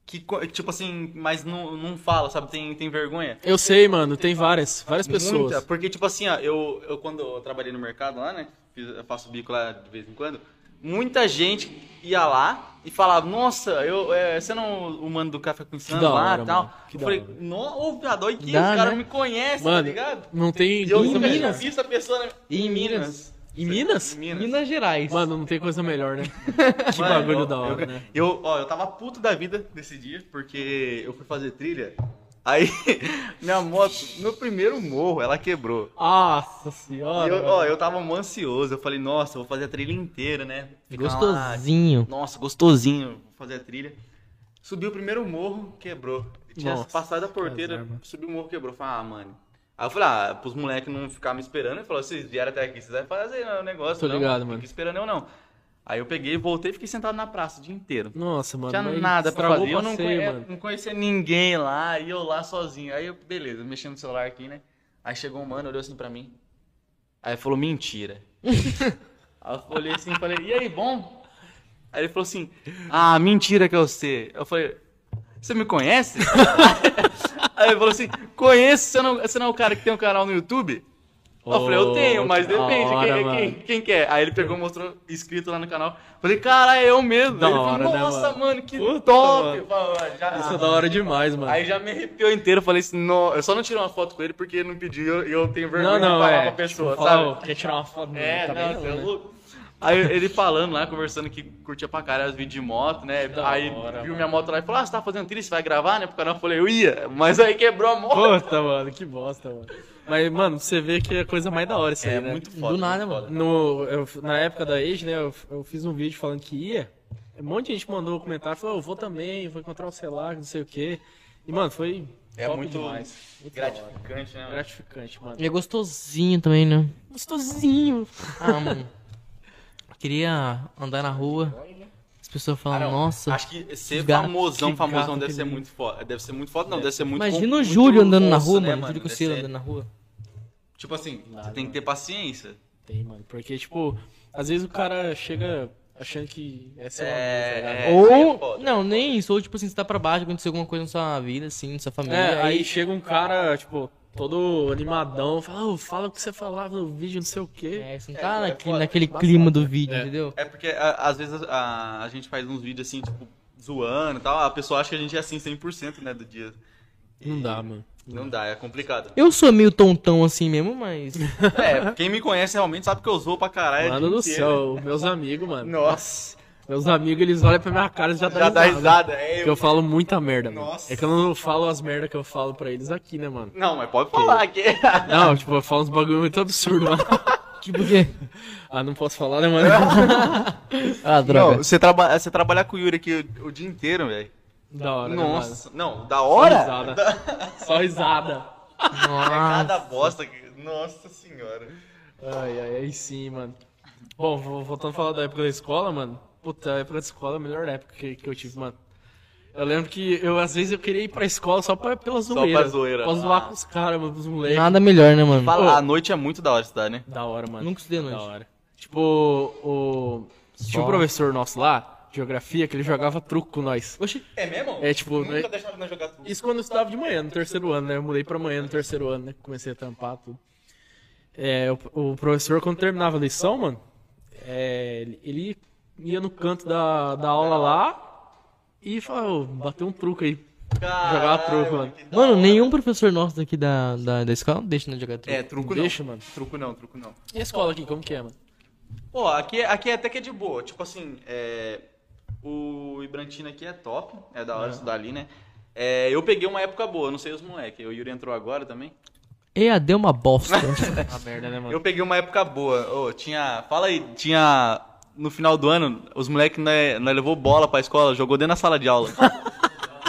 Speaker 2: que, co- tipo assim, mas não, não fala, sabe? Tem, tem vergonha.
Speaker 3: Eu sei, mano, tem várias, várias pessoas.
Speaker 2: Muita, porque, tipo assim, ó, eu, eu quando eu trabalhei no mercado lá, né? Fiz, eu faço bico lá de vez em quando. Muita gente ia lá e falava, nossa, eu, é, você não o mano do café com insano
Speaker 3: da
Speaker 2: lá
Speaker 3: hora,
Speaker 2: e tal.
Speaker 3: mano, que
Speaker 2: eu
Speaker 3: da
Speaker 2: falei,
Speaker 3: hora.
Speaker 2: não, ô viado, olha aqui,
Speaker 1: Dá,
Speaker 2: os caras
Speaker 1: né?
Speaker 2: me conhecem, tá
Speaker 3: Mano,
Speaker 2: ligado?
Speaker 3: não tem.
Speaker 2: E eu né?
Speaker 1: em
Speaker 2: nunca tinha
Speaker 1: Minas?
Speaker 2: visto a pessoa na
Speaker 1: E em Minas?
Speaker 3: Em Minas?
Speaker 2: Em Minas.
Speaker 1: Minas Gerais.
Speaker 3: Mano, não tem coisa melhor, né? Que
Speaker 2: Mano,
Speaker 3: bagulho
Speaker 2: eu-
Speaker 3: da hora,
Speaker 2: eu,
Speaker 3: né?
Speaker 2: Eu, ó, eu tava puto da vida nesse dia, porque eu fui fazer trilha. Aí, minha moto, no primeiro morro, ela quebrou.
Speaker 3: Nossa
Speaker 2: E
Speaker 3: senhora.
Speaker 2: eu, ó, eu tava mó ansioso. Eu falei, nossa, eu vou fazer a trilha inteira, né? Ficar lá,
Speaker 1: Gostosinho.
Speaker 2: nossa, gostosinho. Vou fazer a trilha. Subi o primeiro morro, quebrou. Eu Tinha
Speaker 3: Nossa,
Speaker 2: passado a
Speaker 3: azar,
Speaker 2: porteira,
Speaker 3: mano.
Speaker 2: subi o morro, quebrou. Falei, ah, mano. Aí eu falei, ah, pros moleques não ficar me esperando. Ele falou, vocês vieram até aqui, vocês vão fazer o negócio.
Speaker 3: Tô
Speaker 2: não,
Speaker 3: ligado,
Speaker 2: fica
Speaker 3: mano.
Speaker 2: esperando eu não. Aí eu peguei, voltei e fiquei sentado na praça o dia inteiro.
Speaker 3: Nossa, mano.
Speaker 2: Não tinha
Speaker 3: mas
Speaker 2: nada pra
Speaker 3: estragou
Speaker 2: fazer.
Speaker 3: o
Speaker 2: Eu não,
Speaker 3: passeio,
Speaker 2: conhe-
Speaker 3: mano.
Speaker 2: não conhecia ninguém lá, e eu lá sozinho. Aí eu, beleza, mexendo no celular aqui, né? Aí chegou um mano, olhou assim pra mim. Aí falou, mentira. aí eu olhei assim e falei, e aí, bom? Aí ele falou assim, ah, mentira que eu sei. Eu falei, você me conhece? aí ele falou assim, conheço, você não, você não é o cara que tem um canal no YouTube? eu falei, eu
Speaker 3: Ô,
Speaker 2: tenho, mas
Speaker 3: que da
Speaker 2: depende, quem-
Speaker 3: hora,
Speaker 2: quem,
Speaker 3: mano.
Speaker 2: quem que é? Aí ele pegou, mostrou inscrito lá no canal. Falei, cara, é eu mesmo.
Speaker 3: Da
Speaker 2: Ele falou,
Speaker 3: hora, né,
Speaker 2: nossa,
Speaker 3: mano?
Speaker 2: mano? que top.
Speaker 3: mano.
Speaker 2: Eu falei, já-
Speaker 3: Isso é da hora demais, mano.
Speaker 2: Aí já me arrepiou inteiro, eu falei assim, não, eu só não tirei uma foto com ele porque ele não pediu e eu, e eu tenho vergonha
Speaker 3: não, não,
Speaker 2: de falar
Speaker 3: é.
Speaker 2: pra pessoa,
Speaker 3: tipo,
Speaker 2: sabe?
Speaker 3: fala, "Ô, Quer tirar uma foto?
Speaker 2: É,
Speaker 3: tá
Speaker 2: não,
Speaker 3: bem,
Speaker 2: você é
Speaker 3: né?
Speaker 2: louco. Aí ele falando lá, conversando que curtia pra caralho os vídeos de moto, né?
Speaker 3: Da
Speaker 2: aí viu
Speaker 3: hora, mano.
Speaker 2: minha moto lá e falou, ah, você tá fazendo trilha, você vai gravar, né? Pro canal eu falei, eu ia, mas aí quebrou a moto.
Speaker 3: Puta, mano, que bosta, mano. Mas, mano, você vê que é a coisa mais da hora isso
Speaker 2: é,
Speaker 3: aí, né?
Speaker 2: muito foda.
Speaker 1: Do nada,
Speaker 2: muito foda.
Speaker 1: mano.
Speaker 3: No, eu- na época da Age, né, eu, eu fiz um vídeo falando que ia. Um monte de gente mandou comentário, falou, eu vou também, vou encontrar o celular, não sei o quê. E, mano, foi
Speaker 2: É
Speaker 3: top
Speaker 2: muito
Speaker 3: demais. Muito da hora.
Speaker 2: Gratificante, né? mano?
Speaker 3: gratificante, mano.
Speaker 1: E é gostosinho também, né?
Speaker 3: Gostosinho.
Speaker 1: Ah, mano. Eu queria andar na rua, as pessoas falam, nossa.
Speaker 2: Acho que ser
Speaker 1: que gato,
Speaker 2: famosão,
Speaker 1: que
Speaker 2: famosão
Speaker 1: gato
Speaker 2: deve
Speaker 1: que
Speaker 2: ser
Speaker 1: lindo.
Speaker 2: muito foda. Deve ser muito foda, não, deve ser muito
Speaker 1: Imagina
Speaker 2: com-
Speaker 1: o
Speaker 2: muito
Speaker 1: Júlio andando na
Speaker 2: onça,
Speaker 1: rua,
Speaker 2: né,
Speaker 1: mano. Júlio
Speaker 2: Deve
Speaker 1: Cosselo
Speaker 2: ser-
Speaker 1: andando na rua.
Speaker 2: Tipo assim, você tem que ter paciência.
Speaker 3: Tem, mano. Porque, tipo, às vezes o cara chega achando que é seu amigo, tá ligado?
Speaker 2: É,
Speaker 1: ou.
Speaker 2: é foda,
Speaker 1: não, nem isso. Ou tipo assim, você tá pra baixo, aconteceu alguma coisa na sua vida, assim, na sua família.
Speaker 3: É, aí,
Speaker 1: aí.
Speaker 3: chega um cara, tipo, todo animadão, fala, "Ô, fala o que você falava no vídeo, não sei o quê.
Speaker 1: É, você não
Speaker 2: É,
Speaker 1: tá
Speaker 2: é
Speaker 1: naquele,
Speaker 2: foda,
Speaker 1: naquele
Speaker 2: embaçado,
Speaker 1: clima do vídeo,
Speaker 3: É.
Speaker 1: entendeu?
Speaker 2: É porque a- às vezes a, a gente faz uns vídeos assim, tipo, zoando e tal. A pessoa acha que a gente é assim 100%, né, do dia.
Speaker 3: Não dá, mano.
Speaker 2: Não dá, é complicado.
Speaker 1: Eu sou meio tontão assim mesmo, mas.
Speaker 2: É, quem me conhece realmente sabe que eu zoo pra caralho.
Speaker 3: Mano
Speaker 2: o
Speaker 3: do
Speaker 2: dia inteiro.
Speaker 3: céu, meus amigos, mano.
Speaker 2: Nossa,
Speaker 3: Meus amigos, eles olham pra minha cara e já,
Speaker 2: já dá risada. É,
Speaker 3: Porque eu falo muita merda, mano.
Speaker 2: Nossa.
Speaker 3: É que eu não falo as merdas que eu falo pra eles aqui, né, mano?
Speaker 2: Não, mas pode falar que
Speaker 3: Não, tipo, eu falo uns bagulho muito absurdo, mano.
Speaker 1: Tipo o quê?
Speaker 2: É
Speaker 3: Ah, não posso falar, né, mano?
Speaker 1: Ah,
Speaker 2: Não,
Speaker 1: droga.
Speaker 2: você, traba você trabalhar com o Yuri aqui o, o dia inteiro, velho.
Speaker 3: Da hora, né, mano?
Speaker 2: Nossa, não, da
Speaker 3: Só
Speaker 2: hora?
Speaker 3: risada. Só risada.
Speaker 1: Nossa.
Speaker 2: Cada bosta que. Nossa senhora.
Speaker 3: Ai, ai, aí sim, mano. Bom, vo- voltando a falar da época da escola, mano. Puta, a época da escola é a melhor época que, que eu tive, mano. Eu lembro que eu, às vezes, eu queria ir pra escola só pra, pela
Speaker 2: pra
Speaker 3: zoeira.
Speaker 2: zoeira.
Speaker 3: Pra zoar
Speaker 2: Ah.
Speaker 3: com os caras, mano, os moleques.
Speaker 1: Nada melhor, né, mano?
Speaker 2: Fala,
Speaker 3: Ô.
Speaker 2: a noite é muito da hora estudar, né?
Speaker 3: Da hora, mano.
Speaker 1: Nunca estudei à
Speaker 3: Da
Speaker 1: noite.
Speaker 3: hora. Tipo, o. Tinha um professor nosso lá, de geografia, que ele jogava truco com nós.
Speaker 1: Oxi.
Speaker 2: É mesmo?
Speaker 3: É tipo, né?
Speaker 2: deixava nós jogar tudo.
Speaker 3: Isso quando eu estudava de manhã, no terceiro ano, né? Eu mudei pra manhã no terceiro ano, né? Comecei a tampar tudo. É, o, o professor, quando terminava a lição, mano, é, ele, ele ia no canto da, da aula lá e falava, "Ô, bateu um truco aí. Jogava truco, mano.
Speaker 1: Mano, nenhum professor nosso daqui da, da, da escola deixa nós jogar truco.
Speaker 2: É, truco não.
Speaker 3: Deixa, mano.
Speaker 2: Truco não, truco não.
Speaker 3: E a escola aqui, como que é, mano?
Speaker 2: Pô, aqui, aqui até que é de boa. Tipo assim, é, o Ibrantina aqui é top. É da hora estudar ali, né? É, eu peguei uma época boa, não sei os moleques. O Yuri entrou agora também.
Speaker 1: EAD é uma bosta.
Speaker 3: A merda, né, mano?
Speaker 2: Eu peguei uma época boa. Ô, tinha. Fala aí, tinha
Speaker 6: no final do ano, os moleques
Speaker 2: é,
Speaker 6: né, né, levou bola pra escola, jogou dentro da sala de aula.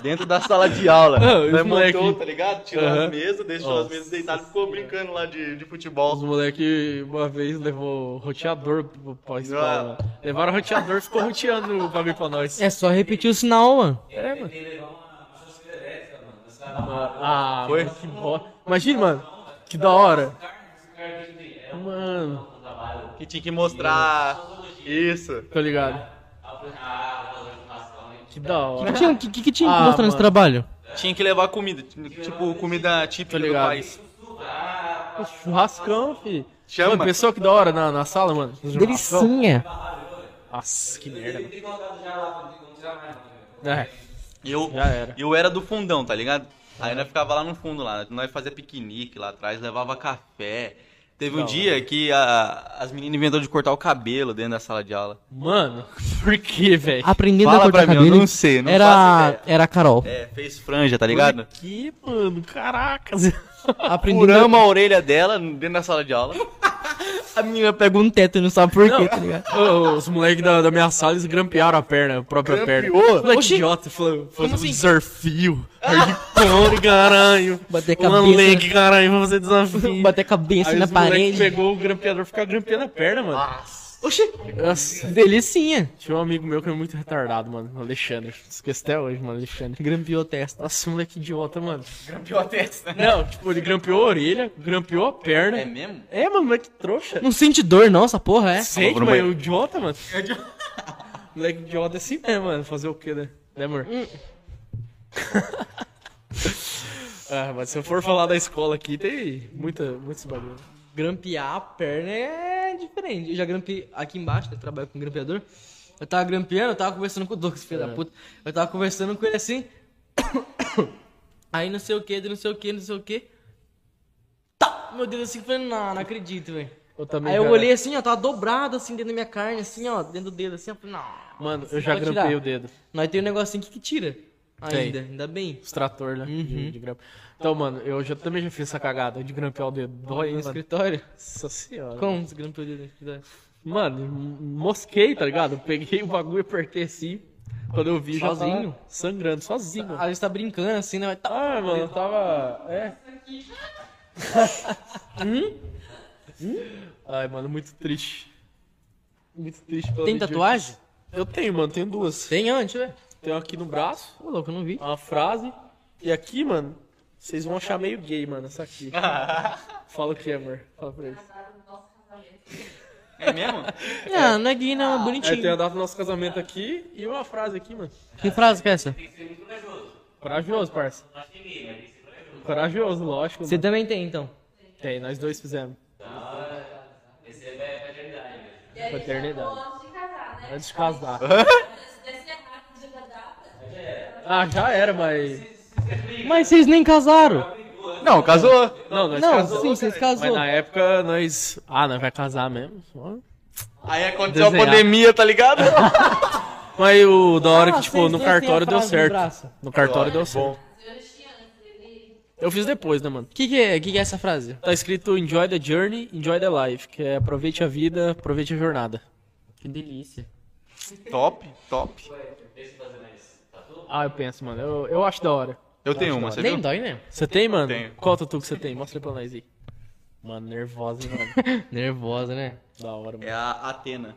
Speaker 6: dentro da sala de aula.
Speaker 3: Ah, os
Speaker 6: Né,
Speaker 3: moleque-
Speaker 6: montou, tá ligado? Tirou
Speaker 3: Aham.
Speaker 6: as mesas, deixou as
Speaker 3: Nossa
Speaker 6: mesas deitadas, ficou brincando lá de, de futebol.
Speaker 3: Os moleque uma vez levou roteador pro- pra escola. Levaram roteador e ficou roteando pra vir pra nós.
Speaker 1: É só repetir o sinal, mano.
Speaker 3: É, mano.
Speaker 5: Ele levou uma, uma churrasqueira elétrica, mano. Os caras
Speaker 3: Ah, foi. Que bo... Imagina, mano. Que da hora. é um Mano,
Speaker 6: Que tinha que mostrar. Isso.
Speaker 3: tô Tá ligado. Que da hora.
Speaker 1: Tinha- O que, que, que tinha que
Speaker 3: Ah,
Speaker 1: mostrar nesse
Speaker 3: mano.
Speaker 1: trabalho?
Speaker 6: Tinha que levar comida, t- tipo comida típica do
Speaker 3: ligado.
Speaker 6: país.
Speaker 1: tipo,
Speaker 3: Churrascão, fi.
Speaker 6: Chama.
Speaker 3: Mano, pensou que da hora na, na sala, mano? Churrascão.
Speaker 1: Delicinha.
Speaker 3: Nossa, que merda. É,
Speaker 6: Eu,
Speaker 3: Já era.
Speaker 6: eu era do fundão, tá ligado? Aí nós ficava lá no fundo lá, nós fazia piquenique lá atrás, levava café. Teve um dia que a- as meninas inventaram de cortar o cabelo dentro da sala de aula.
Speaker 3: mano, por que, velho?
Speaker 1: Aprendendo a
Speaker 6: Fala
Speaker 1: cortar
Speaker 6: pra mim, eu
Speaker 1: cabelo.
Speaker 6: não sei, não faço
Speaker 1: era,
Speaker 6: ideia.
Speaker 1: era a Carol.
Speaker 6: É, fez franja, tá
Speaker 3: é
Speaker 6: ligado?
Speaker 3: Que, mano, caracas.
Speaker 1: É, Aprendendo
Speaker 6: Furamos a orelha dela dentro da sala de aula.
Speaker 1: a menina pega um teto e não sabe por quê, tá ligado?
Speaker 3: Ô, os moleques da, da minha sala, eles grampearam a perna, a própria perna. Moleque
Speaker 1: Oxi.
Speaker 3: idiota, falou, fazer
Speaker 1: assim?
Speaker 3: desafio, hardcore, caralho.
Speaker 1: Bater
Speaker 3: Ô,
Speaker 1: cabeça.
Speaker 3: moleque, caralho, vamos fazer desafio.
Speaker 1: Bater a cabeça
Speaker 3: Aí
Speaker 1: na
Speaker 3: os moleque
Speaker 1: parede.
Speaker 3: pegou o grampeador e ficava grampeando a perna, mano.
Speaker 1: Oxi.
Speaker 3: Nossa.
Speaker 1: Delicinha.
Speaker 3: Tinha um amigo meu que é muito retardado, mano, o Alexandre. Esqueci até hoje, mano, Alexandre.
Speaker 1: Grampeou testa.
Speaker 3: Nossa, moleque idiota, mano. Grampeou a testa. Não, tipo, ele grampeou a orelha, grampeou a perna.
Speaker 6: É mesmo?
Speaker 3: É, mano, moleque trouxa.
Speaker 1: Não sente dor, não, essa porra, é?
Speaker 3: Sente,
Speaker 6: Falou
Speaker 3: mano,
Speaker 6: pro
Speaker 3: é idiota, mano. Moleque idiota é assim mesmo, mano. Fazer o quê, né? Né, amor?
Speaker 1: Hum.
Speaker 3: ah, mas se eu for falar da escola aqui, tem muita, muitos bagulho.
Speaker 1: Grampear a perna é diferente. Eu já grampeei aqui embaixo, né? Trabalho com grampeador. Eu tava grampeando, eu tava conversando com o Douglas, filho da puta. Eu tava conversando com ele assim. Aí não sei o que, não sei o que, não sei o que. Tá! Meu Deus, assim, eu falei, não, não acredito, velho.
Speaker 3: Eu também,
Speaker 1: Aí eu
Speaker 3: cara.
Speaker 1: olhei assim, ó, tava dobrado assim dentro da minha carne, assim, ó, dentro do dedo, assim, eu falei, não.
Speaker 3: Mano, eu já
Speaker 1: Pode
Speaker 3: grampei
Speaker 1: tirar.
Speaker 3: o dedo.
Speaker 1: Nós tem um negocinho que, que tira. Ainda, ainda bem.
Speaker 3: Os trator, né? De, de grampo. Então, mano, eu já, também já fiz essa cagada de grampear o dedo. Dói,
Speaker 1: No
Speaker 3: hein, mano?
Speaker 1: escritório.
Speaker 3: Nossa senhora.
Speaker 1: Como você grampeou o dedo no escritório?
Speaker 3: Mano, mosquei, tá ligado? Eu Peguei o bagulho e apertei assim. Quando eu vi, já
Speaker 1: Sozinho?
Speaker 3: tava sangrando, sozinho. mano.
Speaker 1: A gente tá brincando assim, né? Mas tá-
Speaker 3: Ah, mano, eu tava. É. Hum? Hum? Ai, mano, muito triste. Muito triste pela
Speaker 1: Tem
Speaker 3: medida.
Speaker 1: tatuagem?
Speaker 3: Eu tenho, mano, tenho duas.
Speaker 1: Tem antes, velho.
Speaker 3: Tenho aqui no braço,
Speaker 1: Ô, louco, eu não vi.
Speaker 3: uma frase. E aqui, mano, vocês vão achar meio gay, mano, essa aqui. Fala o que, amor? Fala pra eles.
Speaker 6: É mesmo?
Speaker 1: Ah, não é gay, não, é
Speaker 3: É, tem a
Speaker 1: bonitinho.
Speaker 3: data do nosso casamento aqui e uma frase aqui, mano.
Speaker 1: Que frase que é essa?
Speaker 3: Corajoso, parça. Corajoso, lógico.
Speaker 1: Você
Speaker 3: mano.
Speaker 1: também tem, então.
Speaker 3: Tem, nós dois fizemos. Paternidade.
Speaker 4: Antes de casar, né?
Speaker 3: Antes de casar.
Speaker 4: Se desse errado de data,
Speaker 3: Ah, já era, mas.
Speaker 1: Mas vocês nem casaram.
Speaker 6: Não, casou.
Speaker 3: Não, nós
Speaker 1: Não,
Speaker 3: casamos.
Speaker 1: sim, vocês
Speaker 3: Mas
Speaker 1: casou.
Speaker 3: na época nós. Ah, nós vai casar mesmo. Ó.
Speaker 6: Aí aconteceu
Speaker 3: Desenhar.
Speaker 6: a pandemia, tá ligado?
Speaker 3: Mas o da hora
Speaker 1: Ah,
Speaker 3: que, tipo,
Speaker 1: vocês
Speaker 3: no
Speaker 1: dois têm a
Speaker 3: cartório deu
Speaker 1: frase no
Speaker 3: certo.
Speaker 1: braço.
Speaker 3: No cartório deu certo.
Speaker 4: eu tinha antes dele.
Speaker 3: Eu fiz depois, né, mano?
Speaker 1: O que, que, é, que, que é essa frase?
Speaker 3: Tá escrito Enjoy the Journey, Enjoy the Life, que é aproveite a vida, aproveite a jornada.
Speaker 1: Que delícia.
Speaker 6: top, top.
Speaker 3: Ah, eu penso, mano. Eu, eu acho da hora.
Speaker 6: Eu tenho uma, você
Speaker 1: Nem
Speaker 6: viu?
Speaker 1: dói, né?
Speaker 3: Você tem, mano?
Speaker 6: Tenho.
Speaker 3: Qual tatu que você tem? Mostra pra nós aí. Mano, nervosa, hein, mano.
Speaker 1: Nervosa, né?
Speaker 3: da hora, mano.
Speaker 6: É a Atena.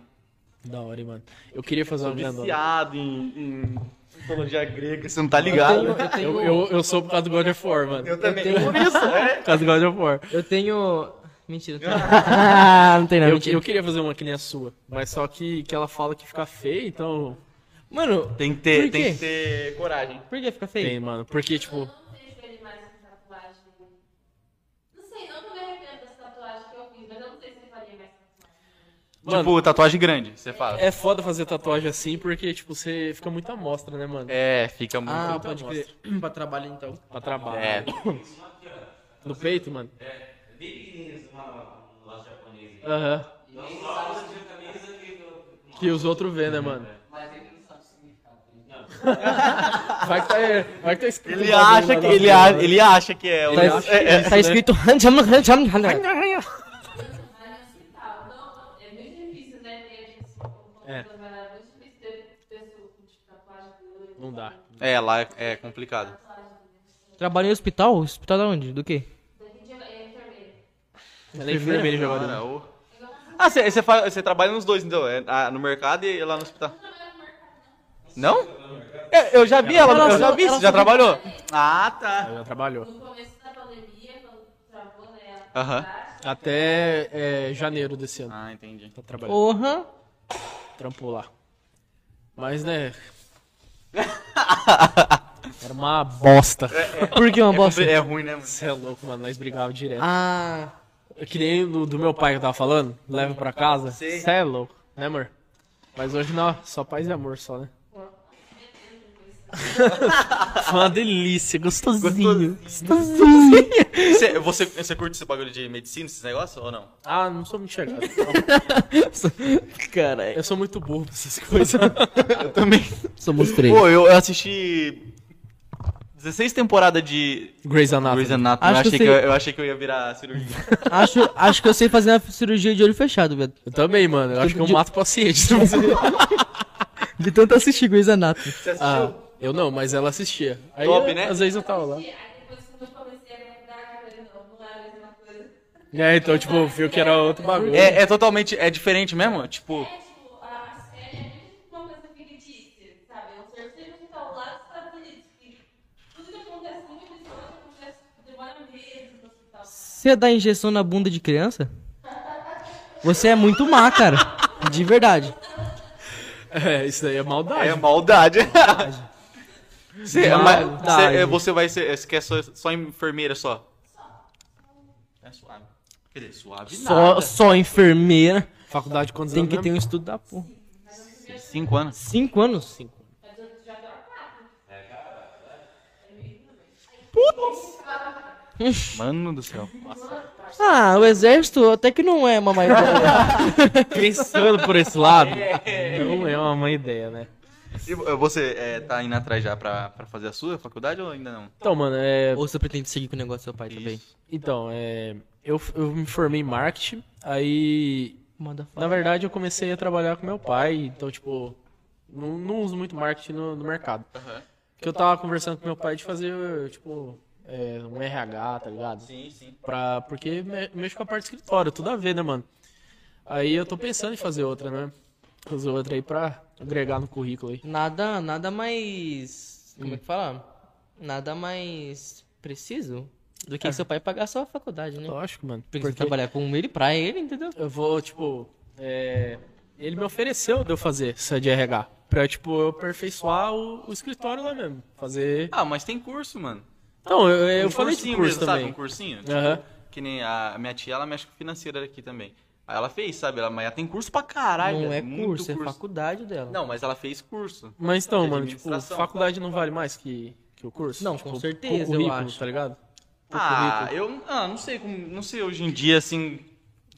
Speaker 3: Da hora, hein, mano. Eu queria fazer uma grandona.
Speaker 6: Viciado em, em mitologia grega, você não tá ligado?
Speaker 1: Eu tenho,
Speaker 3: Eu, eu, eu sou por causa do God of War, mano.
Speaker 6: Eu também. Por isso, é.
Speaker 3: Por causa do God of War.
Speaker 1: eu tenho... Mentira. eu tenho- não tem não,
Speaker 3: Eu,
Speaker 1: mentira.
Speaker 3: eu queria fazer uma que nem a sua, mas só que, que ela fala que fica feia, então.
Speaker 1: Mano,
Speaker 6: Tem que ter,
Speaker 1: Por
Speaker 6: tem
Speaker 1: quê?
Speaker 6: que ter coragem.
Speaker 1: por que fica feio?
Speaker 3: Tem, mano. Porque, tipo.
Speaker 4: Eu não vejo ele mais com tatuagem. Não sei, não que eu me arrependo dessa tatuagem que eu fiz, mas eu não sei se eu faria mais tatuagem.
Speaker 3: Mano,
Speaker 6: Tipo, tatuagem grande, você fala.
Speaker 3: é foda fazer tatuagem assim, porque, tipo, você fica muito amostra, né, mano?
Speaker 6: É, fica muito.
Speaker 1: Ah,
Speaker 3: Então
Speaker 1: pode
Speaker 3: mostra.
Speaker 1: crer. pra trabalho, então.
Speaker 3: Pra trabalho.
Speaker 6: É.
Speaker 3: No peito, mano?
Speaker 5: É, Bem pequenininhos, uma- um negócio japonês.
Speaker 3: Aham. Que os outros vê, né, mano?
Speaker 5: É.
Speaker 3: Vai que tá, vai que tá escrito.
Speaker 6: Ele acha que ele, a- ele acha que é.
Speaker 1: Tá,
Speaker 6: o- é, é.
Speaker 1: tá escrito...
Speaker 4: Mas no hospital, não, é muito difícil, né? Ter, assim, como
Speaker 3: É.
Speaker 4: Era muito difícil ter pessoa com tipo, tatuagem doida.
Speaker 3: Não dá.
Speaker 2: É, lá é, é complicado.
Speaker 1: Trabalha em hospital? Hospital da onde? Do quê?
Speaker 4: Daqui de é enfermeira.
Speaker 3: Ela é enfermeira jogadora.
Speaker 2: Cara, ô. Ah, você trabalha nos dois, então? É, ah, no mercado e lá no hospital? Não? É, eu já vi ela,
Speaker 1: Ela
Speaker 2: eu já
Speaker 1: só-
Speaker 2: vi,
Speaker 1: ela
Speaker 2: você já
Speaker 1: só-
Speaker 2: trabalhou? Ah, tá.
Speaker 3: Ela trabalhou.
Speaker 4: No começo da pandemia, quando travou, né? a
Speaker 2: Aham.
Speaker 4: faculdade,
Speaker 3: Até é, janeiro desse ano.
Speaker 2: Ah, entendi.
Speaker 3: Ela trabalhou.
Speaker 1: Porra!
Speaker 3: Trampou lá. Mas, né... Era uma bosta.
Speaker 1: Por que uma bosta?
Speaker 2: É ruim, né, mano?
Speaker 3: Você é louco, mano. Nós brigávamos direto.
Speaker 1: Ah,
Speaker 3: É Que nem do, do meu pai que eu tava falando, leva pra casa. Cê é louco, né, amor? Mas hoje não, só paz e amor só, né? Foi uma delícia, gostosinho. Gostosinho.
Speaker 2: Você, você, você curte esse bagulho de medicina, esses negócios, ou não?
Speaker 3: Ah, não sou muito chegado. então.
Speaker 1: caralho.
Speaker 3: Eu sou muito burro pra essas coisas.
Speaker 1: Somos três.
Speaker 2: Pô, eu eu assisti 16 temporadas de
Speaker 3: Grey's Anatomy.
Speaker 2: Grey's Anatomy.
Speaker 1: Acho
Speaker 2: eu, achei
Speaker 1: que
Speaker 2: que
Speaker 1: eu
Speaker 2: eu,
Speaker 1: sei.
Speaker 2: eu achei que eu ia virar cirurgia.
Speaker 1: Acho, acho que eu sei fazer uma cirurgia de olho fechado, velho.
Speaker 3: Eu também, mano. Eu acho que eu
Speaker 1: De-
Speaker 3: mato pacientes.
Speaker 1: De tanto assistir Grey's Anatomy.
Speaker 3: ah, eu não, mas ela assistia. Aí,
Speaker 2: Top,
Speaker 3: eu-
Speaker 2: né?
Speaker 3: Às vezes eu tava lá.
Speaker 4: Aí depois, quando eu comecei a faculdade, eu falei, não, não é a mesma coisa.
Speaker 3: É, então, tipo, viu que era outro bagulho.
Speaker 2: É, é totalmente, é diferente mesmo? Tipo,
Speaker 4: É, tipo, a série é muito uma coisa fictícia, sabe? É um terceiro que tá ao lado dos Estados Unidos. que Tudo que acontece no episódio acontece, demora meses no hospital.
Speaker 1: Você dá injeção na bunda de criança? Você é muito má, cara. De verdade.
Speaker 3: É, isso daí é maldade.
Speaker 2: é maldade. Você,
Speaker 1: Maldade.
Speaker 2: mas você- é, você vai ser, você quer só, só enfermeira só? É suave. Quer dizer, suave
Speaker 1: Só, só enfermeira.
Speaker 3: Faculdade quantos
Speaker 1: Tem
Speaker 3: anos
Speaker 1: que ter
Speaker 3: mesmo?
Speaker 1: um estudo da porra.
Speaker 2: Cinco anos.
Speaker 1: Cinco anos? Cinco.
Speaker 2: Mano do céu.
Speaker 1: Ah, o exército até que não é uma má ideia.
Speaker 3: Pensando por esse lado, não é uma má ideia, né?
Speaker 2: E vo- você é, tá indo atrás já pra, pra fazer a sua faculdade ou ainda não?
Speaker 3: Então, mano, é.
Speaker 1: Ou você pretende seguir com o negócio do seu pai também?
Speaker 3: Então, é. Eu, eu me formei em marketing, aí.
Speaker 1: Manda
Speaker 3: Na verdade, eu comecei a trabalhar com meu pai, então, tipo. Não, não uso muito marketing no, no mercado. Que eu tava conversando com meu pai de fazer, tipo. é, um RH, tá ligado?
Speaker 2: Sim, sim.
Speaker 3: Pra, porque me- mexo com a parte de escritório, tudo a ver, né, mano? Aí eu tô pensando em fazer outra, né? Fazer outra aí pra agregar no currículo aí.
Speaker 1: Nada, nada mais. Como é que fala? Nada mais preciso do que seu pai pagar só a faculdade, né?
Speaker 3: Lógico, mano.
Speaker 1: Porque, você trabalhar com ele pra ele, entendeu?
Speaker 3: Eu vou, tipo, é, ele me ofereceu de eu fazer essa de RH. Pra, tipo, eu aperfeiçoar o, o escritório lá mesmo. Fazer.
Speaker 2: Ah, mas tem curso, mano.
Speaker 3: Então, eu, eu
Speaker 2: Um
Speaker 3: falei de
Speaker 2: cursinho
Speaker 3: curso
Speaker 2: mesmo,
Speaker 3: também.
Speaker 2: Sabe? Um cursinho?
Speaker 3: Aham.
Speaker 2: Que nem a minha tia, ela mexe com financeira aqui também. Aí ela fez, sabe? Ela, mas ela tem curso pra caralho.
Speaker 1: não é
Speaker 2: muito
Speaker 1: curso, é faculdade dela.
Speaker 2: Não, mas ela fez curso.
Speaker 3: Mas então,
Speaker 2: De
Speaker 3: mano, tipo,
Speaker 2: administração. tá?
Speaker 3: faculdade não vale mais que, que o curso?
Speaker 1: Não,
Speaker 3: Tipo,
Speaker 1: com certeza, eu
Speaker 3: currículo,
Speaker 1: acho.
Speaker 3: tá ligado? Pro
Speaker 2: Ah,
Speaker 3: currículo.
Speaker 2: eu ah, não sei como. Não sei hoje em dia, assim.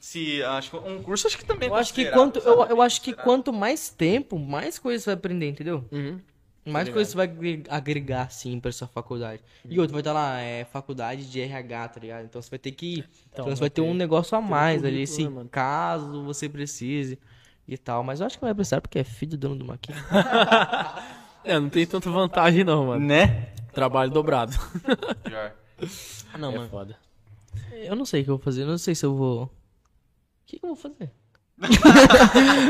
Speaker 2: Se. Acho que um curso acho que também é
Speaker 1: Eu acho que
Speaker 2: considerado,
Speaker 1: quanto, eu,
Speaker 2: sabe?
Speaker 1: eu acho que quanto mais tempo, mais coisa você vai aprender, entendeu?
Speaker 3: Uhum.
Speaker 1: Mais coisa você vai agre- agregar, sim, pra sua faculdade. E outro, vai estar lá, é faculdade de RH, tá ligado? Então você vai ter que. Então, você vai ter um negócio a mais ali,
Speaker 3: currículo,
Speaker 1: se
Speaker 3: né, mano?
Speaker 1: caso você precise e tal. Mas eu acho que não vai precisar, porque é filho do dono do Maquinha.
Speaker 3: É, não tem tanta vantagem, não, mano.
Speaker 2: Né?
Speaker 3: Trabalho dobrado.
Speaker 2: Pior.
Speaker 1: Ah, não,
Speaker 3: é
Speaker 1: mano.
Speaker 3: foda.
Speaker 1: Eu não sei o que eu vou fazer, eu não sei se eu vou. O que, que eu vou fazer?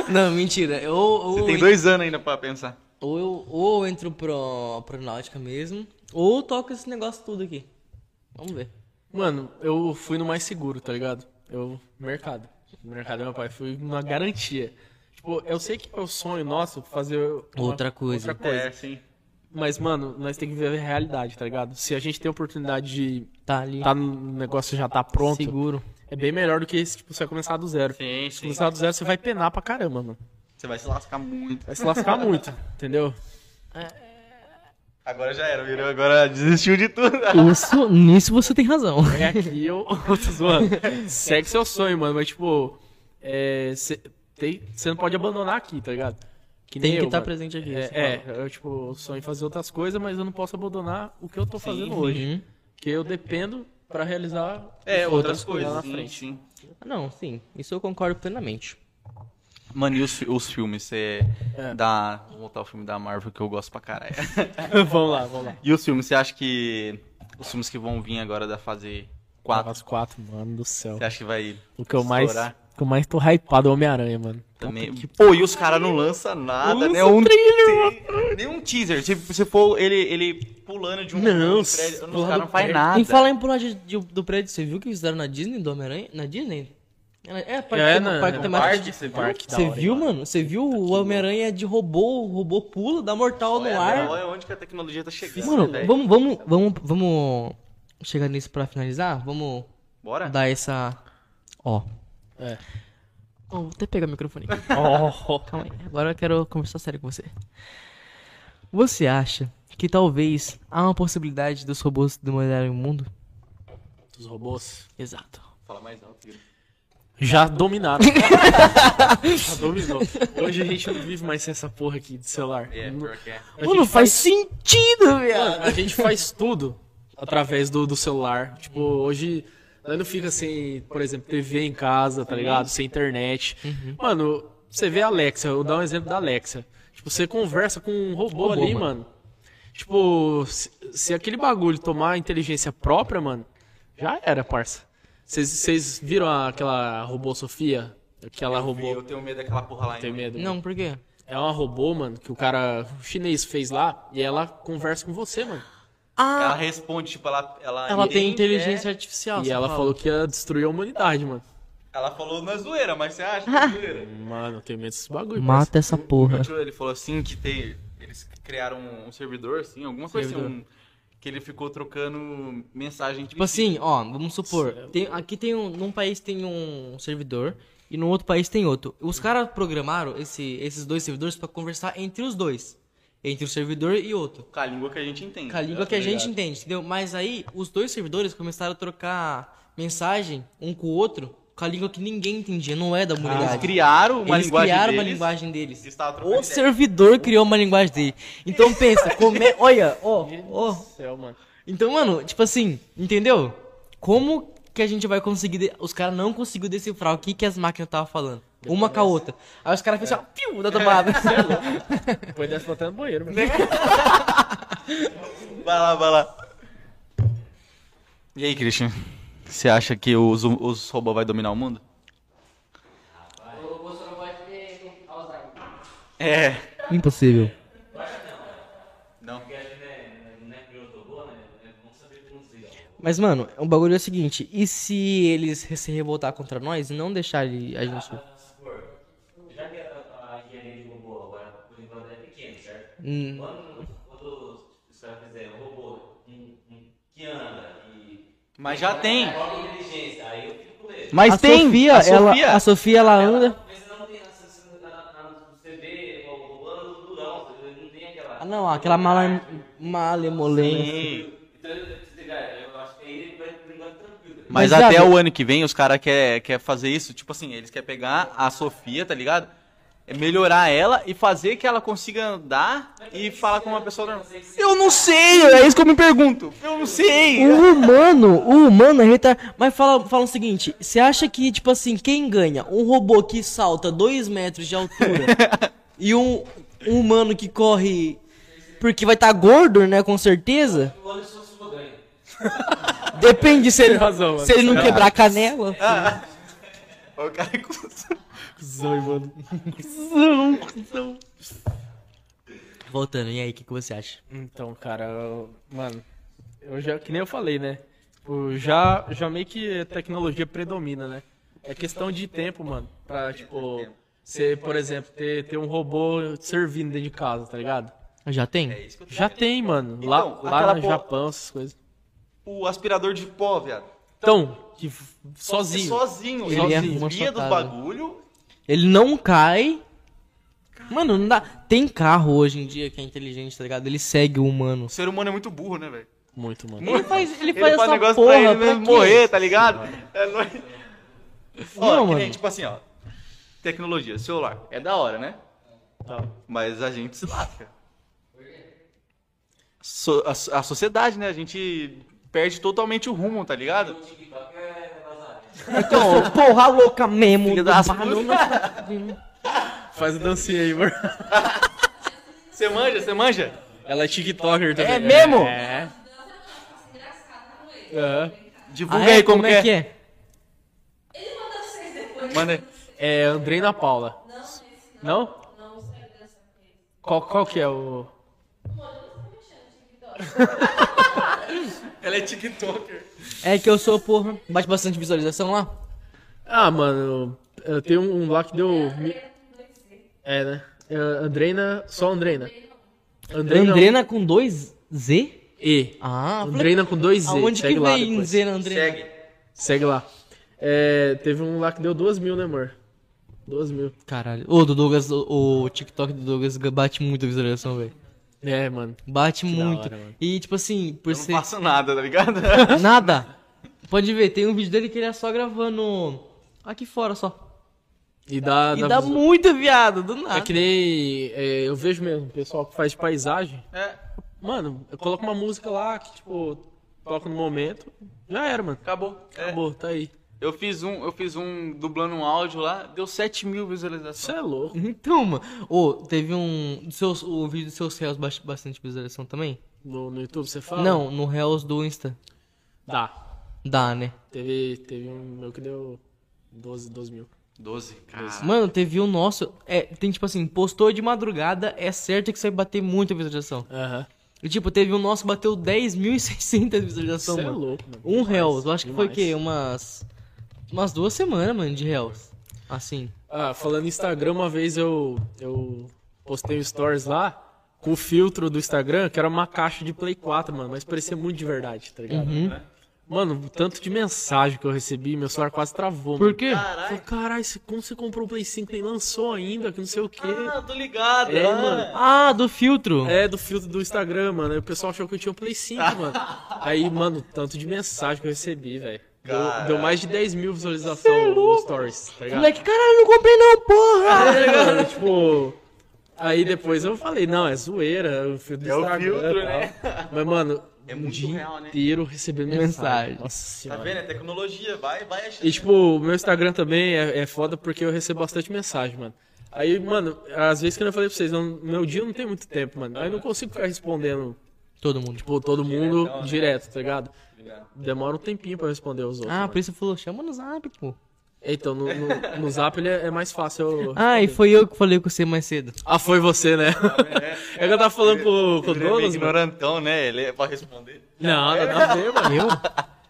Speaker 1: não, mentira. Eu,
Speaker 2: Você
Speaker 1: ou,
Speaker 2: tem dois anos ainda pra pensar.
Speaker 1: ou eu ou eu entro pro, pro Náutica mesmo, ou eu toco esse negócio tudo aqui. Vamos ver.
Speaker 3: Mano, eu fui no mais seguro, tá ligado? Eu, mercado. Mercado, meu pai, fui na garantia. Tipo, eu sei que é o sonho nosso fazer uma-
Speaker 1: Outra coisa.
Speaker 3: Tá. outra coisa.
Speaker 2: É, sim.
Speaker 3: Mas, mano, nós temos que ver a realidade, tá ligado? Se a gente tem a oportunidade de
Speaker 1: Tá ali.
Speaker 3: tá no negócio já tá pronto,
Speaker 1: Seguro.
Speaker 3: é bem melhor do que se, tipo, você começar do zero. Se
Speaker 2: Sim, sim.
Speaker 3: começar do zero, você vai penar pra caramba, mano.
Speaker 2: Você vai se lascar muito.
Speaker 3: Vai se lascar muito, entendeu?
Speaker 2: Agora já era, virou. Agora É, desistiu de tudo.
Speaker 1: Isso, nisso você tem razão.
Speaker 3: É aqui eu. Tô zoando. Segue seu sonho, mano. Mas, tipo, você não pode abandonar aqui, tá ligado? nem
Speaker 1: Tem que tá
Speaker 3: eu,
Speaker 1: estar
Speaker 3: mano.
Speaker 1: presente aqui. você
Speaker 3: É, é, eu, tipo, sonho em fazer outras coisas, mas eu não posso abandonar o que eu tô fazendo hoje.
Speaker 1: Uhum.
Speaker 3: Porque eu dependo pra realizar
Speaker 2: É, outras,
Speaker 3: lá
Speaker 2: coisas.
Speaker 3: na
Speaker 2: sim,
Speaker 3: frente.
Speaker 2: sim.
Speaker 1: Ah, Não, sim, isso eu concordo plenamente.
Speaker 2: Mano, e os, os filmes? Você.
Speaker 3: É.
Speaker 2: Da. Vou voltar ao filme da Marvel que eu gosto pra caralho.
Speaker 3: vamos lá, vamos lá.
Speaker 2: E os filmes, você acha que. Os filmes que vão vir agora da fase 4,
Speaker 3: As quatro, mano do céu.
Speaker 2: você acha que vai.
Speaker 3: O que eu mais,
Speaker 2: Estourar.
Speaker 3: o que eu mais tô hypado é o Homem-Aranha, mano.
Speaker 2: Também. Pô, e os caras não lançam nada,
Speaker 3: Lança
Speaker 2: né? Um trailer, Nenhum teaser. Se, se for ele, ele pulando de um.
Speaker 3: Não,
Speaker 2: de um prédio, os
Speaker 3: pular
Speaker 2: caras
Speaker 3: do
Speaker 2: não faz
Speaker 3: prédio.
Speaker 2: nada.
Speaker 1: Em falar em pular de- de- do prédio, você viu o que fizeram na Disney do Homem-Aranha? Na Disney? É, é, parque,
Speaker 3: É,
Speaker 1: tem-
Speaker 3: na-
Speaker 1: parque
Speaker 3: no
Speaker 1: temático
Speaker 2: parque,
Speaker 1: de-
Speaker 2: você viu?
Speaker 3: Parque da
Speaker 1: Você
Speaker 3: hora,
Speaker 1: viu,
Speaker 3: hein,
Speaker 1: mano? Você viu o Homem-Aranha de robô, o robô pula, dá mortal no
Speaker 2: Olha,
Speaker 1: ar.
Speaker 2: Olha onde que a tecnologia tá chegando.
Speaker 1: Mano,
Speaker 2: é velho.
Speaker 1: vamos, vamos, vamos, vamos chegar nisso pra finalizar? Vamos
Speaker 2: Bora?
Speaker 1: dar essa. Ó.
Speaker 3: É.
Speaker 1: Ó, vou até pegar o microfone.
Speaker 3: Oh,
Speaker 1: Calma aí, agora eu quero conversar sério com você. Você acha que talvez há uma possibilidade dos robôs dominarem o mundo?
Speaker 3: dos robôs.
Speaker 1: Exato.
Speaker 3: Já dominaram. Já dominou. Hoje a gente não vive mais sem essa porra aqui de celular.
Speaker 2: É, pior que é.
Speaker 3: A
Speaker 1: Mano,
Speaker 3: gente
Speaker 1: faz sentido,
Speaker 3: Mano,
Speaker 1: viado.
Speaker 3: a gente faz tudo através do, do celular. Tipo, hoje nós não fica sem, por exemplo, TV em casa, tá ligado? Sem internet.
Speaker 1: Uhum.
Speaker 3: Mano, você vê a Alexa, eu vou dar um exemplo da Alexa. Tipo, você conversa com um robô,
Speaker 1: Robô,
Speaker 3: ali,
Speaker 1: mano.
Speaker 3: mano. Tipo, se, se aquele bagulho tomar inteligência própria, mano, já era, parça. Vocês- Vocês viram aquela robô Sofia? Aquela robô.
Speaker 2: Eu tenho medo daquela porra lá.
Speaker 3: Tem
Speaker 2: hein?
Speaker 3: medo.
Speaker 1: Não, por quê?
Speaker 3: É uma robô, mano, que o cara o chinês fez lá e ela conversa com você, mano.
Speaker 2: Ela responde, tipo, ela. Ela,
Speaker 1: Ah, Ela tem
Speaker 2: entende,
Speaker 1: inteligência artificial.
Speaker 3: E
Speaker 1: você
Speaker 3: ela
Speaker 1: fala.
Speaker 3: falou que ia destruir a humanidade, mano.
Speaker 2: é. Ela falou na zoeira, mas você acha que é zoeira?
Speaker 3: Mano, eu tenho medo desses bagulho. parça.
Speaker 1: Mata essa porra.
Speaker 2: Meu tio, Ele falou assim que tem. Eles criaram um servidor, assim, alguma coisa assim.
Speaker 3: Servidor.
Speaker 2: um- que ele ficou trocando mensagem.
Speaker 1: Tipo assim, ó, vamos supor, tem- aqui tem um, num país tem um servidor e no outro país tem outro. Os caras programaram esse- esses dois servidores pra conversar entre os dois, entre o servidor e outro.
Speaker 2: Com a língua que a gente entende.
Speaker 1: Com a língua que a gente entende, entendeu? Mas aí os dois servidores começaram a trocar mensagem um com o outro com a língua que ninguém entendia, não é da
Speaker 2: Eles
Speaker 1: humanidade.
Speaker 2: criaram uma
Speaker 1: Eles
Speaker 2: linguagem.
Speaker 1: criaram uma
Speaker 2: deles,
Speaker 1: linguagem deles.
Speaker 2: eles estavam trocando
Speaker 1: O
Speaker 2: ideia.
Speaker 1: servidor criou uma linguagem dele. Então pensa, como é. Olha, ó, ó.
Speaker 3: Céu, mano.
Speaker 1: Então, mano, tipo assim, entendeu? Como que a gente vai conseguir. de- Os caras não conseguiu decifrar o que, que as máquinas estavam falando. Uma com a outra. Aí os caras fizeram, ó, piu, da tomada.
Speaker 3: Depois dessa, vou até no banheiro, mano.
Speaker 2: Vai lá, vai lá. E aí, Christian? Você acha que os, os robôs vão dominar o mundo?
Speaker 7: O Bolsonaro pode ter Alzheimer.
Speaker 2: É.
Speaker 1: Impossível.
Speaker 2: Não.
Speaker 1: Mas, mano, o bagulho é o seguinte: e se eles se revoltar contra nós e não deixar ele- a gente.
Speaker 5: Já que a, a engenharia de robô agora, por enquanto, é pequena, certo?
Speaker 1: Hum,
Speaker 5: Quando, quando os caras fizerem um robô um, um, que anda e
Speaker 2: Mas já tem.
Speaker 5: coloca inteligência, aí eu fico com ele.
Speaker 2: Mas
Speaker 1: a
Speaker 2: tem.
Speaker 1: Sofia,
Speaker 2: a
Speaker 1: ela,
Speaker 2: Sofia.
Speaker 1: a Sofia, ela anda.
Speaker 5: Mas você não tem essa- essa- na- na- Você vê o robô anda no durão, você não tem aquela.
Speaker 1: Ah, Não, aquela mala, é malemolência.
Speaker 5: Então, eu- eu acho que aí ele vai por enquanto tranquilo.
Speaker 2: Mas,
Speaker 1: Mas,
Speaker 2: até
Speaker 1: Gabi-
Speaker 2: o ano que vem os caras querem quer fazer isso, tipo assim, eles querem pegar a Sofia, tá ligado? É Melhorar ela e fazer que ela consiga andar e falar com uma pessoa normal. Eu não sei, é isso que eu me pergunto. Eu não sei.
Speaker 1: O humano, o humano é retar... Mas fala, fala o seguinte, você acha que, tipo assim, quem ganha? Um robô que salta 2 metros de altura e um, um humano que corre porque vai estar gordo, né, com certeza? Depende se ele,
Speaker 3: razão, mano.
Speaker 1: se ele não quebrar a canela.
Speaker 2: O cara é cuzão.
Speaker 3: Cusão, mano.
Speaker 1: Voltando, e aí, o que, que você acha?
Speaker 3: Então, cara, eu- mano, eu já, que nem eu falei, né? Tipo, já, já meio que a tecnologia predomina, né? É questão de tempo, mano, pra, tipo, você, por exemplo, ter, ter um robô servindo dentro de casa, tá ligado?
Speaker 1: Já tem?
Speaker 3: Já tem, mano, lá,
Speaker 2: Então,
Speaker 3: lá
Speaker 2: aquela
Speaker 3: no
Speaker 2: porra-
Speaker 3: Japão, essas coisas.
Speaker 2: O aspirador de pó, viado. É
Speaker 3: Então, que f- sozinho.
Speaker 2: Sozinho,
Speaker 1: Ele
Speaker 2: sozinho.
Speaker 1: é uma
Speaker 2: Desvia dos
Speaker 1: chocada.
Speaker 2: bagulho.
Speaker 1: Ele não cai. Mano, não dá. Tem carro hoje em dia que é inteligente, tá ligado? Ele segue o humano.
Speaker 2: O ser humano é muito burro, né, velho?
Speaker 3: Muito, mano.
Speaker 1: Ele faz, ele
Speaker 2: Ele
Speaker 1: faz
Speaker 2: faz
Speaker 1: essa
Speaker 2: negócio
Speaker 1: porra
Speaker 2: pra ele
Speaker 1: pra
Speaker 2: mesmo
Speaker 1: quê?
Speaker 2: morrer, tá ligado? É nóis. Ó,
Speaker 1: Não,
Speaker 2: que nem,
Speaker 1: mano.
Speaker 2: tipo assim, ó. Tecnologia, celular. É da hora, né? Mas a gente se lasca. So- a, a sociedade, né? A gente perde totalmente o rumo, tá ligado?
Speaker 1: Então, porra louca mesmo.
Speaker 2: Filha
Speaker 1: do
Speaker 2: das
Speaker 1: barulho.
Speaker 3: Faz a dancinha aí, amor.
Speaker 6: Você manja, você manja?
Speaker 3: Ela é TikToker também.
Speaker 6: É mesmo?
Speaker 3: É.
Speaker 4: Engraçado com ele.
Speaker 3: Aham.
Speaker 6: Divulga
Speaker 1: Ah, é?
Speaker 6: aí como,
Speaker 1: é
Speaker 6: que é.
Speaker 1: é?
Speaker 4: Ele manda vocês depois.
Speaker 6: Manda aí.
Speaker 3: É Andreina Paula.
Speaker 4: Não, esse não.
Speaker 3: Não?
Speaker 4: Não, isso é engraçado com ele.
Speaker 3: Qual, qual que é o.
Speaker 4: Mano, eu não tô mexendo no TikTok.
Speaker 6: Ela é TikToker.
Speaker 1: É que eu sou, porra. Bate bastante visualização lá?
Speaker 3: Ah, mano, eu tenho um, um lá que deu. mi-
Speaker 4: Ele não vai dizer.
Speaker 3: É, né? É, Andreina. Só Andreina. Andreina.
Speaker 1: Andrena com dois Z?
Speaker 3: E.
Speaker 1: Ah, falei,
Speaker 3: Andreina com dois Z.
Speaker 1: aonde
Speaker 3: Segue
Speaker 1: que
Speaker 3: lá
Speaker 1: vem
Speaker 3: depois.
Speaker 1: Z na Andrena?
Speaker 3: Segue lá. É, teve um lá que deu duas mil, né, amor? Duas mil.
Speaker 1: Caralho. Ô, do Douglas, o, o TikTok do Douglas bate muito a visualização, velho.
Speaker 3: É, mano.
Speaker 1: Bate
Speaker 3: da
Speaker 1: muito.
Speaker 3: hora, mano.
Speaker 1: e, tipo assim, por
Speaker 6: Não
Speaker 1: ser.
Speaker 6: faço nada, tá ligado?
Speaker 1: Nada. Pode ver, tem um vídeo dele que ele é só gravando aqui fora só.
Speaker 3: E dá.
Speaker 1: E Ah, dá muita viado, do nada.
Speaker 3: É que nem. é, eu vejo mesmo, o pessoal que faz paisagem.
Speaker 6: É.
Speaker 3: Mano, eu coloco uma música lá que, tipo, toco no momento. Já era, mano.
Speaker 6: Acabou. É.
Speaker 3: Acabou, tá aí.
Speaker 6: Eu fiz um, eu fiz um dublando um áudio lá, deu 7 mil visualizações.
Speaker 3: Isso é louco.
Speaker 1: Então, mano. Ô, teve um. do Seus, o vídeo dos seus réus bate bastante visualização também?
Speaker 3: No, no YouTube você fala?
Speaker 1: Não, no réus do Insta.
Speaker 3: Dá.
Speaker 1: Dá, né?
Speaker 3: Teve, teve um meu que deu 12, 12 mil.
Speaker 6: 12, cara.
Speaker 1: Mano, teve o nosso. É, tem tipo assim, postou de madrugada, é certo que você vai bater muita visualização.
Speaker 3: Aham.
Speaker 1: E tipo, teve o nosso bateu 10.600 visualizações,
Speaker 3: Isso é
Speaker 1: mano.
Speaker 3: louco, mano.
Speaker 1: Um
Speaker 3: Demais,
Speaker 1: réus, eu acho que foi o
Speaker 3: demais.
Speaker 1: quê? Umas. Umas duas semanas, mano, de réus. Assim.
Speaker 3: Ah, falando em Instagram, uma vez eu, eu postei um stories lá com o filtro do Instagram, que era uma caixa de Play 4, mano, mas parecia muito de verdade, tá ligado?
Speaker 1: Uhum.
Speaker 3: Mano, o tanto de mensagem que eu recebi, meu celular quase travou,
Speaker 1: Por
Speaker 3: mano.
Speaker 1: quê?
Speaker 3: Falei, caralho, você- como você comprou o Play 5 nem lançou ainda, que não sei o quê.
Speaker 6: Ah, tô ligado.
Speaker 3: É,
Speaker 6: ah.
Speaker 3: mano.
Speaker 1: Ah, do filtro.
Speaker 3: É, do filtro do Instagram, mano. Aí o pessoal achou que eu tinha o Play 5,
Speaker 6: Ah.
Speaker 3: mano. Aí, mano, tanto de mensagem que eu recebi, velho. Deu, deu mais de 10 mil
Speaker 6: é
Speaker 3: visualizações no Stories, tá ligado?
Speaker 1: Moleque, caralho, não comprei não, porra!
Speaker 3: É, mano, tipo. Aí depois eu falei, não, é zoeira, o filtro do
Speaker 6: É o
Speaker 3: Instagram.
Speaker 6: filtro,
Speaker 3: e tal. Mas, mano,
Speaker 6: É
Speaker 3: o
Speaker 6: muito
Speaker 3: dia
Speaker 6: real, né?
Speaker 3: inteiro recebendo mensagem.
Speaker 1: Mensagem.
Speaker 3: Nossa
Speaker 6: Tá
Speaker 3: senhora.
Speaker 6: vendo? É tecnologia, vai, vai achando.
Speaker 3: E, tipo, o meu Instagram também é, é foda porque eu recebo bastante mensagem, mano. Aí, mano, às vezes que eu falei pra vocês, não- meu dia não tem muito tempo, mano. Aí eu não consigo ficar respondendo,
Speaker 1: Todo mundo.
Speaker 3: tipo, todo mundo direto, tá ligado? Demora um tempinho pra responder os outros.
Speaker 1: Ah,
Speaker 3: mano.
Speaker 1: por isso falou, chama no zap, pô.
Speaker 3: Então, no, no, no Zap ele é, é mais fácil. Eu...
Speaker 1: Ah, e foi eu que falei com você mais cedo.
Speaker 3: Ah, foi você, né? É que eu tava falando com, com o
Speaker 6: Ele é meio
Speaker 3: Douglas, mano.
Speaker 6: ignorantão, né? Ele é pra responder.
Speaker 3: Não, nada a ver, mano.
Speaker 1: Eu?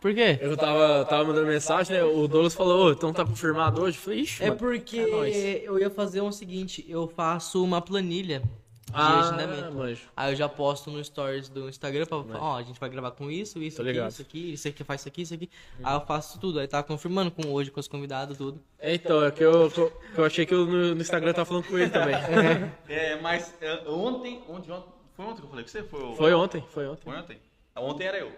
Speaker 1: Por quê?
Speaker 3: Eu tava, tava mandando mensagem, né? O Douglas falou, ô, então tá confirmado hoje? Eu falei, ixi,
Speaker 1: É
Speaker 3: mano.
Speaker 1: porque
Speaker 3: nóis.
Speaker 1: eu ia fazer o seguinte, eu faço uma planilha de
Speaker 3: Ah,
Speaker 1: agendamento.
Speaker 3: manjo.
Speaker 1: Aí eu já posto no stories do Instagram pra falar, ó, a gente vai gravar com isso, isso,
Speaker 3: Tô
Speaker 1: aqui,
Speaker 3: ligado.
Speaker 1: isso aqui, isso aqui, faz isso aqui, isso aqui. Aí eu faço tudo, aí tá confirmando com hoje, com os convidados, tudo.
Speaker 3: É, então, é que eu, que eu- que eu achei que eu no, no Instagram tava falando com ele também.
Speaker 6: É, mas é, ontem, onde ontem? Foi ontem que eu falei com você? Foi, o-
Speaker 3: Foi ontem, foi ontem.
Speaker 6: Foi ontem? Ah, Ontem era eu.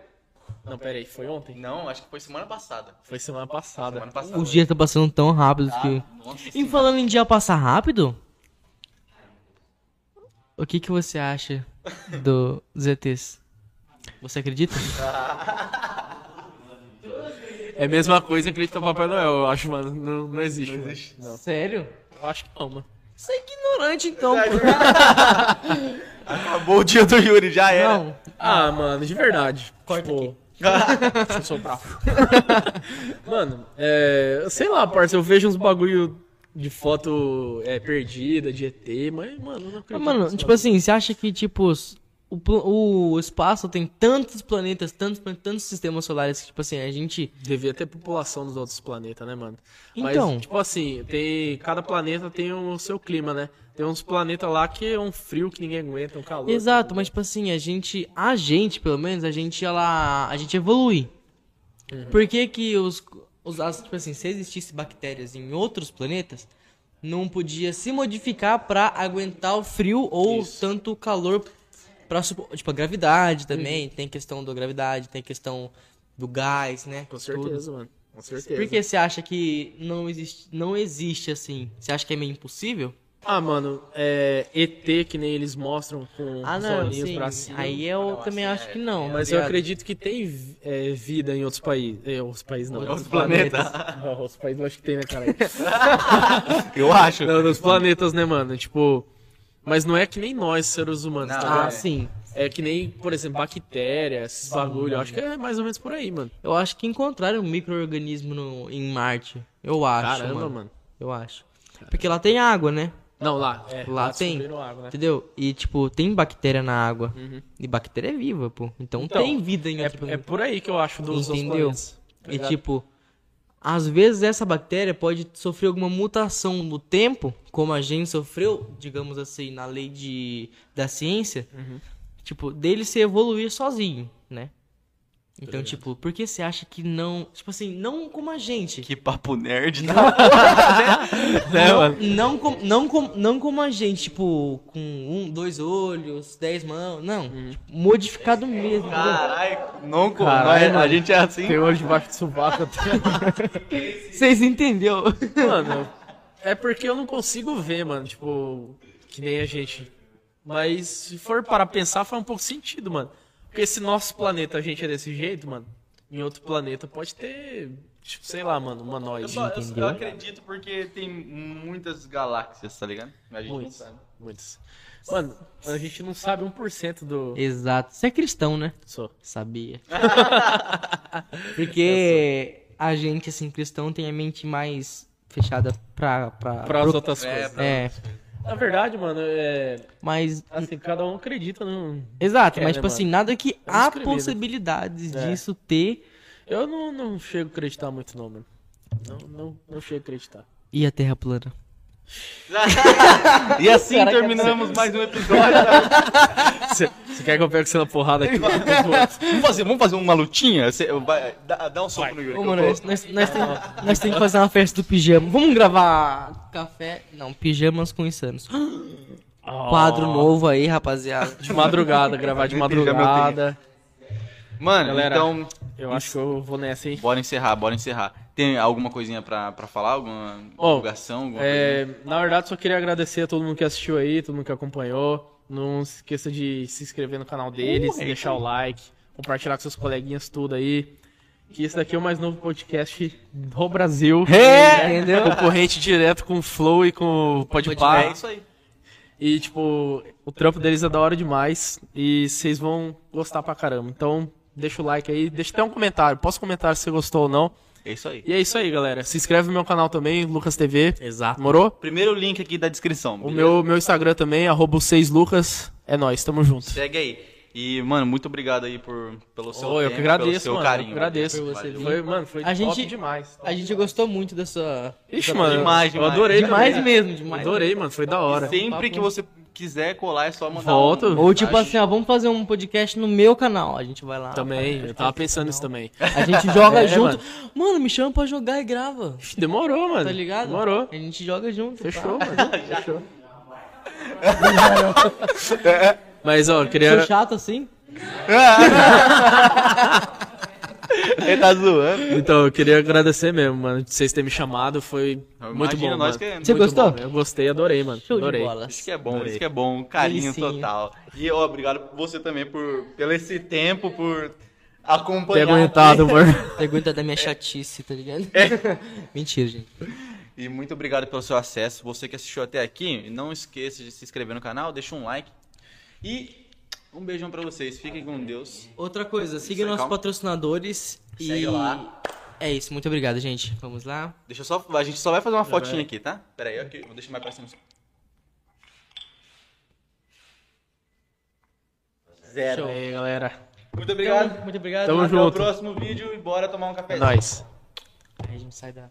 Speaker 3: Não, peraí, foi ontem?
Speaker 6: Não, acho que foi semana passada.
Speaker 3: Foi semana passada.
Speaker 6: Semana passada.
Speaker 1: O dia tá passando tão rápido
Speaker 6: Ah,
Speaker 1: que...
Speaker 6: nossa
Speaker 1: E
Speaker 6: senhora.
Speaker 1: falando em dia passar rápido, o que que você acha do ZTs? Você acredita?
Speaker 3: É a mesma coisa que acreditar no Papai Noel, eu acho, mano. Não, não existe. Não existe. Não.
Speaker 1: Sério?
Speaker 3: Eu acho que não, mano.
Speaker 1: Você é ignorante então, pô.
Speaker 6: Acabou o dia do Yuri, já era.
Speaker 1: Não.
Speaker 3: Ah, mano, de verdade.
Speaker 1: Corta
Speaker 3: tipo... Deixa eu soprar. mano, é... sei lá, parça, eu vejo uns bagulho de foto é, perdida, de ET, mas, mano, eu não acredito.
Speaker 1: Mas, mano,
Speaker 3: nisso,
Speaker 1: tipo assim, você acha que, tipo, os- o, pla- o espaço tem tantos planetas, tantos, plan- tantos sistemas solares que, tipo assim, a gente.
Speaker 3: Devia ter população dos outros planetas, né, mano?
Speaker 1: Então.
Speaker 3: Mas, tipo assim, tem... cada planeta tem o seu clima, né? Tem uns planetas lá que é um frio que ninguém aguenta, um calor.
Speaker 1: Exato, mas, tipo assim, a gente. A gente, pelo menos, a gente, ela. A gente evolui. Por que que os. os as- tipo assim, se existisse bactérias em outros planetas. Não podia se modificar pra aguentar o frio ou tanto calor pra supo- tipo a gravidade também, tem questão da gravidade, tem questão do gás, né?
Speaker 3: Com
Speaker 1: Tudo.
Speaker 3: certeza, mano. Com certeza.
Speaker 1: Por que você acha que não existe, não existe assim? Você acha que é meio impossível?
Speaker 3: Ah, mano, é ET que nem eles mostram com
Speaker 1: Ah,
Speaker 3: os
Speaker 1: não,
Speaker 3: olhinhos
Speaker 1: sim.
Speaker 3: pra cima.
Speaker 1: Aí eu também acho que não.
Speaker 3: Mas
Speaker 1: tá
Speaker 3: eu
Speaker 1: ligado?
Speaker 3: acredito que tem vi- é, vida em outros países. É, outros países não.
Speaker 6: Outros planetas.
Speaker 3: Não, outros países eu acho que tem, né, cara?
Speaker 6: Eu acho.
Speaker 3: não, nos planetas, né, mano? Tipo. Mas não é que nem nós, seres humanos, tá
Speaker 1: Ah,
Speaker 3: ligado?
Speaker 1: sim.
Speaker 3: É que nem, por exemplo, bactéria, esses bagulho. Eu acho que é mais ou menos por aí, mano.
Speaker 1: Eu acho que encontraram um micro-organismo no- em Marte. Eu acho,
Speaker 3: Caramba,
Speaker 1: mano.
Speaker 3: mano.
Speaker 1: Eu acho. Porque lá tem água, né?
Speaker 3: Não, lá. É,
Speaker 1: Lá tem.
Speaker 3: descobriram Água, né?
Speaker 1: Entendeu? E, tipo, tem bactéria na água. E bactéria é viva, pô. Então,
Speaker 3: Uhum. Então,
Speaker 1: tem vida em outro
Speaker 3: É, é
Speaker 1: planeta.
Speaker 3: por aí que eu acho dos outros
Speaker 1: Entendeu?
Speaker 3: planetas.
Speaker 1: E, tipo, às vezes essa bactéria pode sofrer alguma mutação no tempo, como a gente sofreu, digamos assim, na lei de, da ciência.
Speaker 3: Uhum.
Speaker 1: Tipo, dele se evoluir sozinho, né? Então, tipo, por que você acha que não. Tipo assim, não como a gente.
Speaker 2: Que papo nerd, né?
Speaker 3: É,
Speaker 6: Né, mano?
Speaker 1: Não, com, não, com, não como a gente, tipo, com um, dois olhos, dez mãos, não.
Speaker 3: Hum.
Speaker 1: Tipo, modificado mesmo. entendeu?
Speaker 3: Ah.
Speaker 2: Caralho, não como.
Speaker 3: Caralho,
Speaker 2: Nós- a gente é assim.
Speaker 3: Tem olho debaixo do sovaco até.
Speaker 1: Vocês entenderam?
Speaker 3: mano, é porque eu não consigo ver, mano. Tipo, que nem a gente. Mas se for para pensar, faz um pouco sentido, mano. Porque se nosso planeta a gente é desse jeito, mano, em outro planeta pode ter, tipo, sei lá, mano, humanoide.
Speaker 2: Eu, eu- eu acredito porque tem muitas galáxias, tá ligado? A gente não
Speaker 3: Muitos.
Speaker 2: sabe.
Speaker 3: Muitos. Mano, a gente não sabe 1% do.
Speaker 1: Exato. Você é cristão, né?
Speaker 3: Sou.
Speaker 1: Sabia. Porque a gente, assim, cristão tem a mente mais fechada pra. pra,
Speaker 3: Para as outras coisas. né?
Speaker 1: É,
Speaker 3: Na verdade, mano, é.
Speaker 1: mas.
Speaker 3: Assim, cada um acredita num.
Speaker 1: Exato,
Speaker 3: É,
Speaker 1: mas,
Speaker 3: né,
Speaker 1: tipo
Speaker 3: mano?
Speaker 1: assim, nada que
Speaker 3: É
Speaker 1: há
Speaker 3: escrevido.
Speaker 1: possibilidades
Speaker 3: É.
Speaker 1: disso ter.
Speaker 3: Eu não, não chego a acreditar muito, não, mano. Não, não, não chego a acreditar.
Speaker 1: E a Terra plana?
Speaker 2: E assim terminamos mais um episódio.
Speaker 3: Você quer que eu pegue você na porrada aqui?
Speaker 2: vamos, fazer, vamos fazer uma lutinha? Você, vai, dá, dá um soco no Yuri.
Speaker 1: Ô, mano, nós, nós, nós tem, nós tem que fazer uma festa do pijama. Vamos gravar café. Não, pijamas com insanos. Quadro novo aí, rapaziada.
Speaker 3: De madrugada, gravar de
Speaker 2: Nem pijama eu
Speaker 3: madrugada.
Speaker 2: Mano,
Speaker 3: Galera.
Speaker 2: então,
Speaker 3: Eu acho que eu vou nessa, hein?
Speaker 2: bora encerrar, bora encerrar. Tem alguma coisinha pra, pra falar? Alguma
Speaker 3: Ó,
Speaker 2: divulgação? Alguma
Speaker 3: É, na verdade, só queria agradecer a todo mundo que assistiu aí, todo mundo que acompanhou. Não se esqueça de se inscrever no canal deles, deixar o like, compartilhar com seus coleguinhas tudo aí. Que esse daqui é o mais novo podcast do Brasil.
Speaker 1: Entendeu?
Speaker 3: Concorrente direto com o Flow e com o
Speaker 2: coisa?
Speaker 3: Podpah.
Speaker 2: É isso aí.
Speaker 3: E, tipo, o trampo deles é da hora demais. E vocês vão gostar pra caramba. Então, deixa o like aí. Deixa até um comentário. Posso comentar se você gostou ou não.
Speaker 2: É isso aí.
Speaker 3: E é isso aí, galera. Se inscreve no meu canal também, Lucas TV.
Speaker 1: Exato.
Speaker 3: Morou?
Speaker 2: Primeiro link aqui da descrição.
Speaker 3: O
Speaker 2: beleza?
Speaker 3: meu, meu Instagram também, arroba o 6 Lucas. É nóis, tamo junto.
Speaker 2: Segue aí. E, mano, muito obrigado aí por, pelo seu
Speaker 3: Ô, eu
Speaker 2: tempo,
Speaker 3: que agradeço,
Speaker 2: pelo seu
Speaker 3: mano.
Speaker 2: carinho.
Speaker 3: eu que agradeço.
Speaker 1: Por você vir.
Speaker 3: Foi, mano, foi
Speaker 1: A gente-
Speaker 3: top demais.
Speaker 1: A gente gostou muito dessa.
Speaker 3: Ixi, mano,
Speaker 2: Demais,
Speaker 3: eu
Speaker 2: demais.
Speaker 3: adorei.
Speaker 1: Demais
Speaker 3: também.
Speaker 1: mesmo, demais.
Speaker 3: Adorei, mano, foi da hora.
Speaker 2: Sempre que você quiser colar, é só mandar
Speaker 3: Volto.
Speaker 2: um...
Speaker 1: Ou tipo assim, ó, vamos fazer um podcast no meu canal. A gente vai lá.
Speaker 3: Também, eu tava pensando nisso também.
Speaker 1: A gente joga
Speaker 3: É,
Speaker 1: junto. Mano. me chama pra jogar e grava.
Speaker 3: Ixi, Demorou, mano.
Speaker 1: Tá ligado?
Speaker 3: Demorou.
Speaker 1: A gente joga junto.
Speaker 3: Fechou,
Speaker 1: tá?
Speaker 3: mano. Fechou. Mas, ó, eu queria.
Speaker 1: Sou chato assim?
Speaker 2: Ele tá zoando.
Speaker 3: Então, eu queria agradecer mesmo, mano, de vocês terem me chamado. Foi muito
Speaker 2: Imagina,
Speaker 3: bom.
Speaker 2: nós
Speaker 3: mano.
Speaker 2: que é-
Speaker 3: Muito
Speaker 1: Você gostou?
Speaker 3: bom, Eu gostei, adorei, mano.
Speaker 1: Show
Speaker 3: adorei.
Speaker 1: de bola.
Speaker 2: Isso que é bom, isso que é bom, carinho
Speaker 1: Delicinha.
Speaker 2: total. E ó, obrigado você também por pelo esse tempo, por
Speaker 3: Ter
Speaker 2: acompanhar.
Speaker 3: aguentado, mano.
Speaker 1: Pergunta da minha chatice, tá ligado?
Speaker 3: É.
Speaker 1: Mentira, gente.
Speaker 2: E muito obrigado pelo seu acesso. Você que assistiu até aqui, não esqueça de se inscrever no canal, deixa um like. E um beijão pra vocês. Fiquem com Deus.
Speaker 1: Outra coisa, siga
Speaker 2: Sai,
Speaker 1: nossos
Speaker 2: calma.
Speaker 1: patrocinadores e.
Speaker 2: Segue lá.
Speaker 1: É isso, muito obrigado, gente. Vamos lá.
Speaker 2: Deixa eu só, a gente só vai fazer uma fotinha aqui, tá? Pera aí, ok. Vou deixar mais pra cima.
Speaker 3: Show. aí, galera.
Speaker 2: Muito obrigado.
Speaker 1: Muito obrigado.
Speaker 3: Tamo
Speaker 2: Até o
Speaker 3: junto.
Speaker 2: próximo vídeo e bora tomar um
Speaker 3: É
Speaker 2: cafezinho.
Speaker 3: nóis.
Speaker 1: Aí a gente sai da.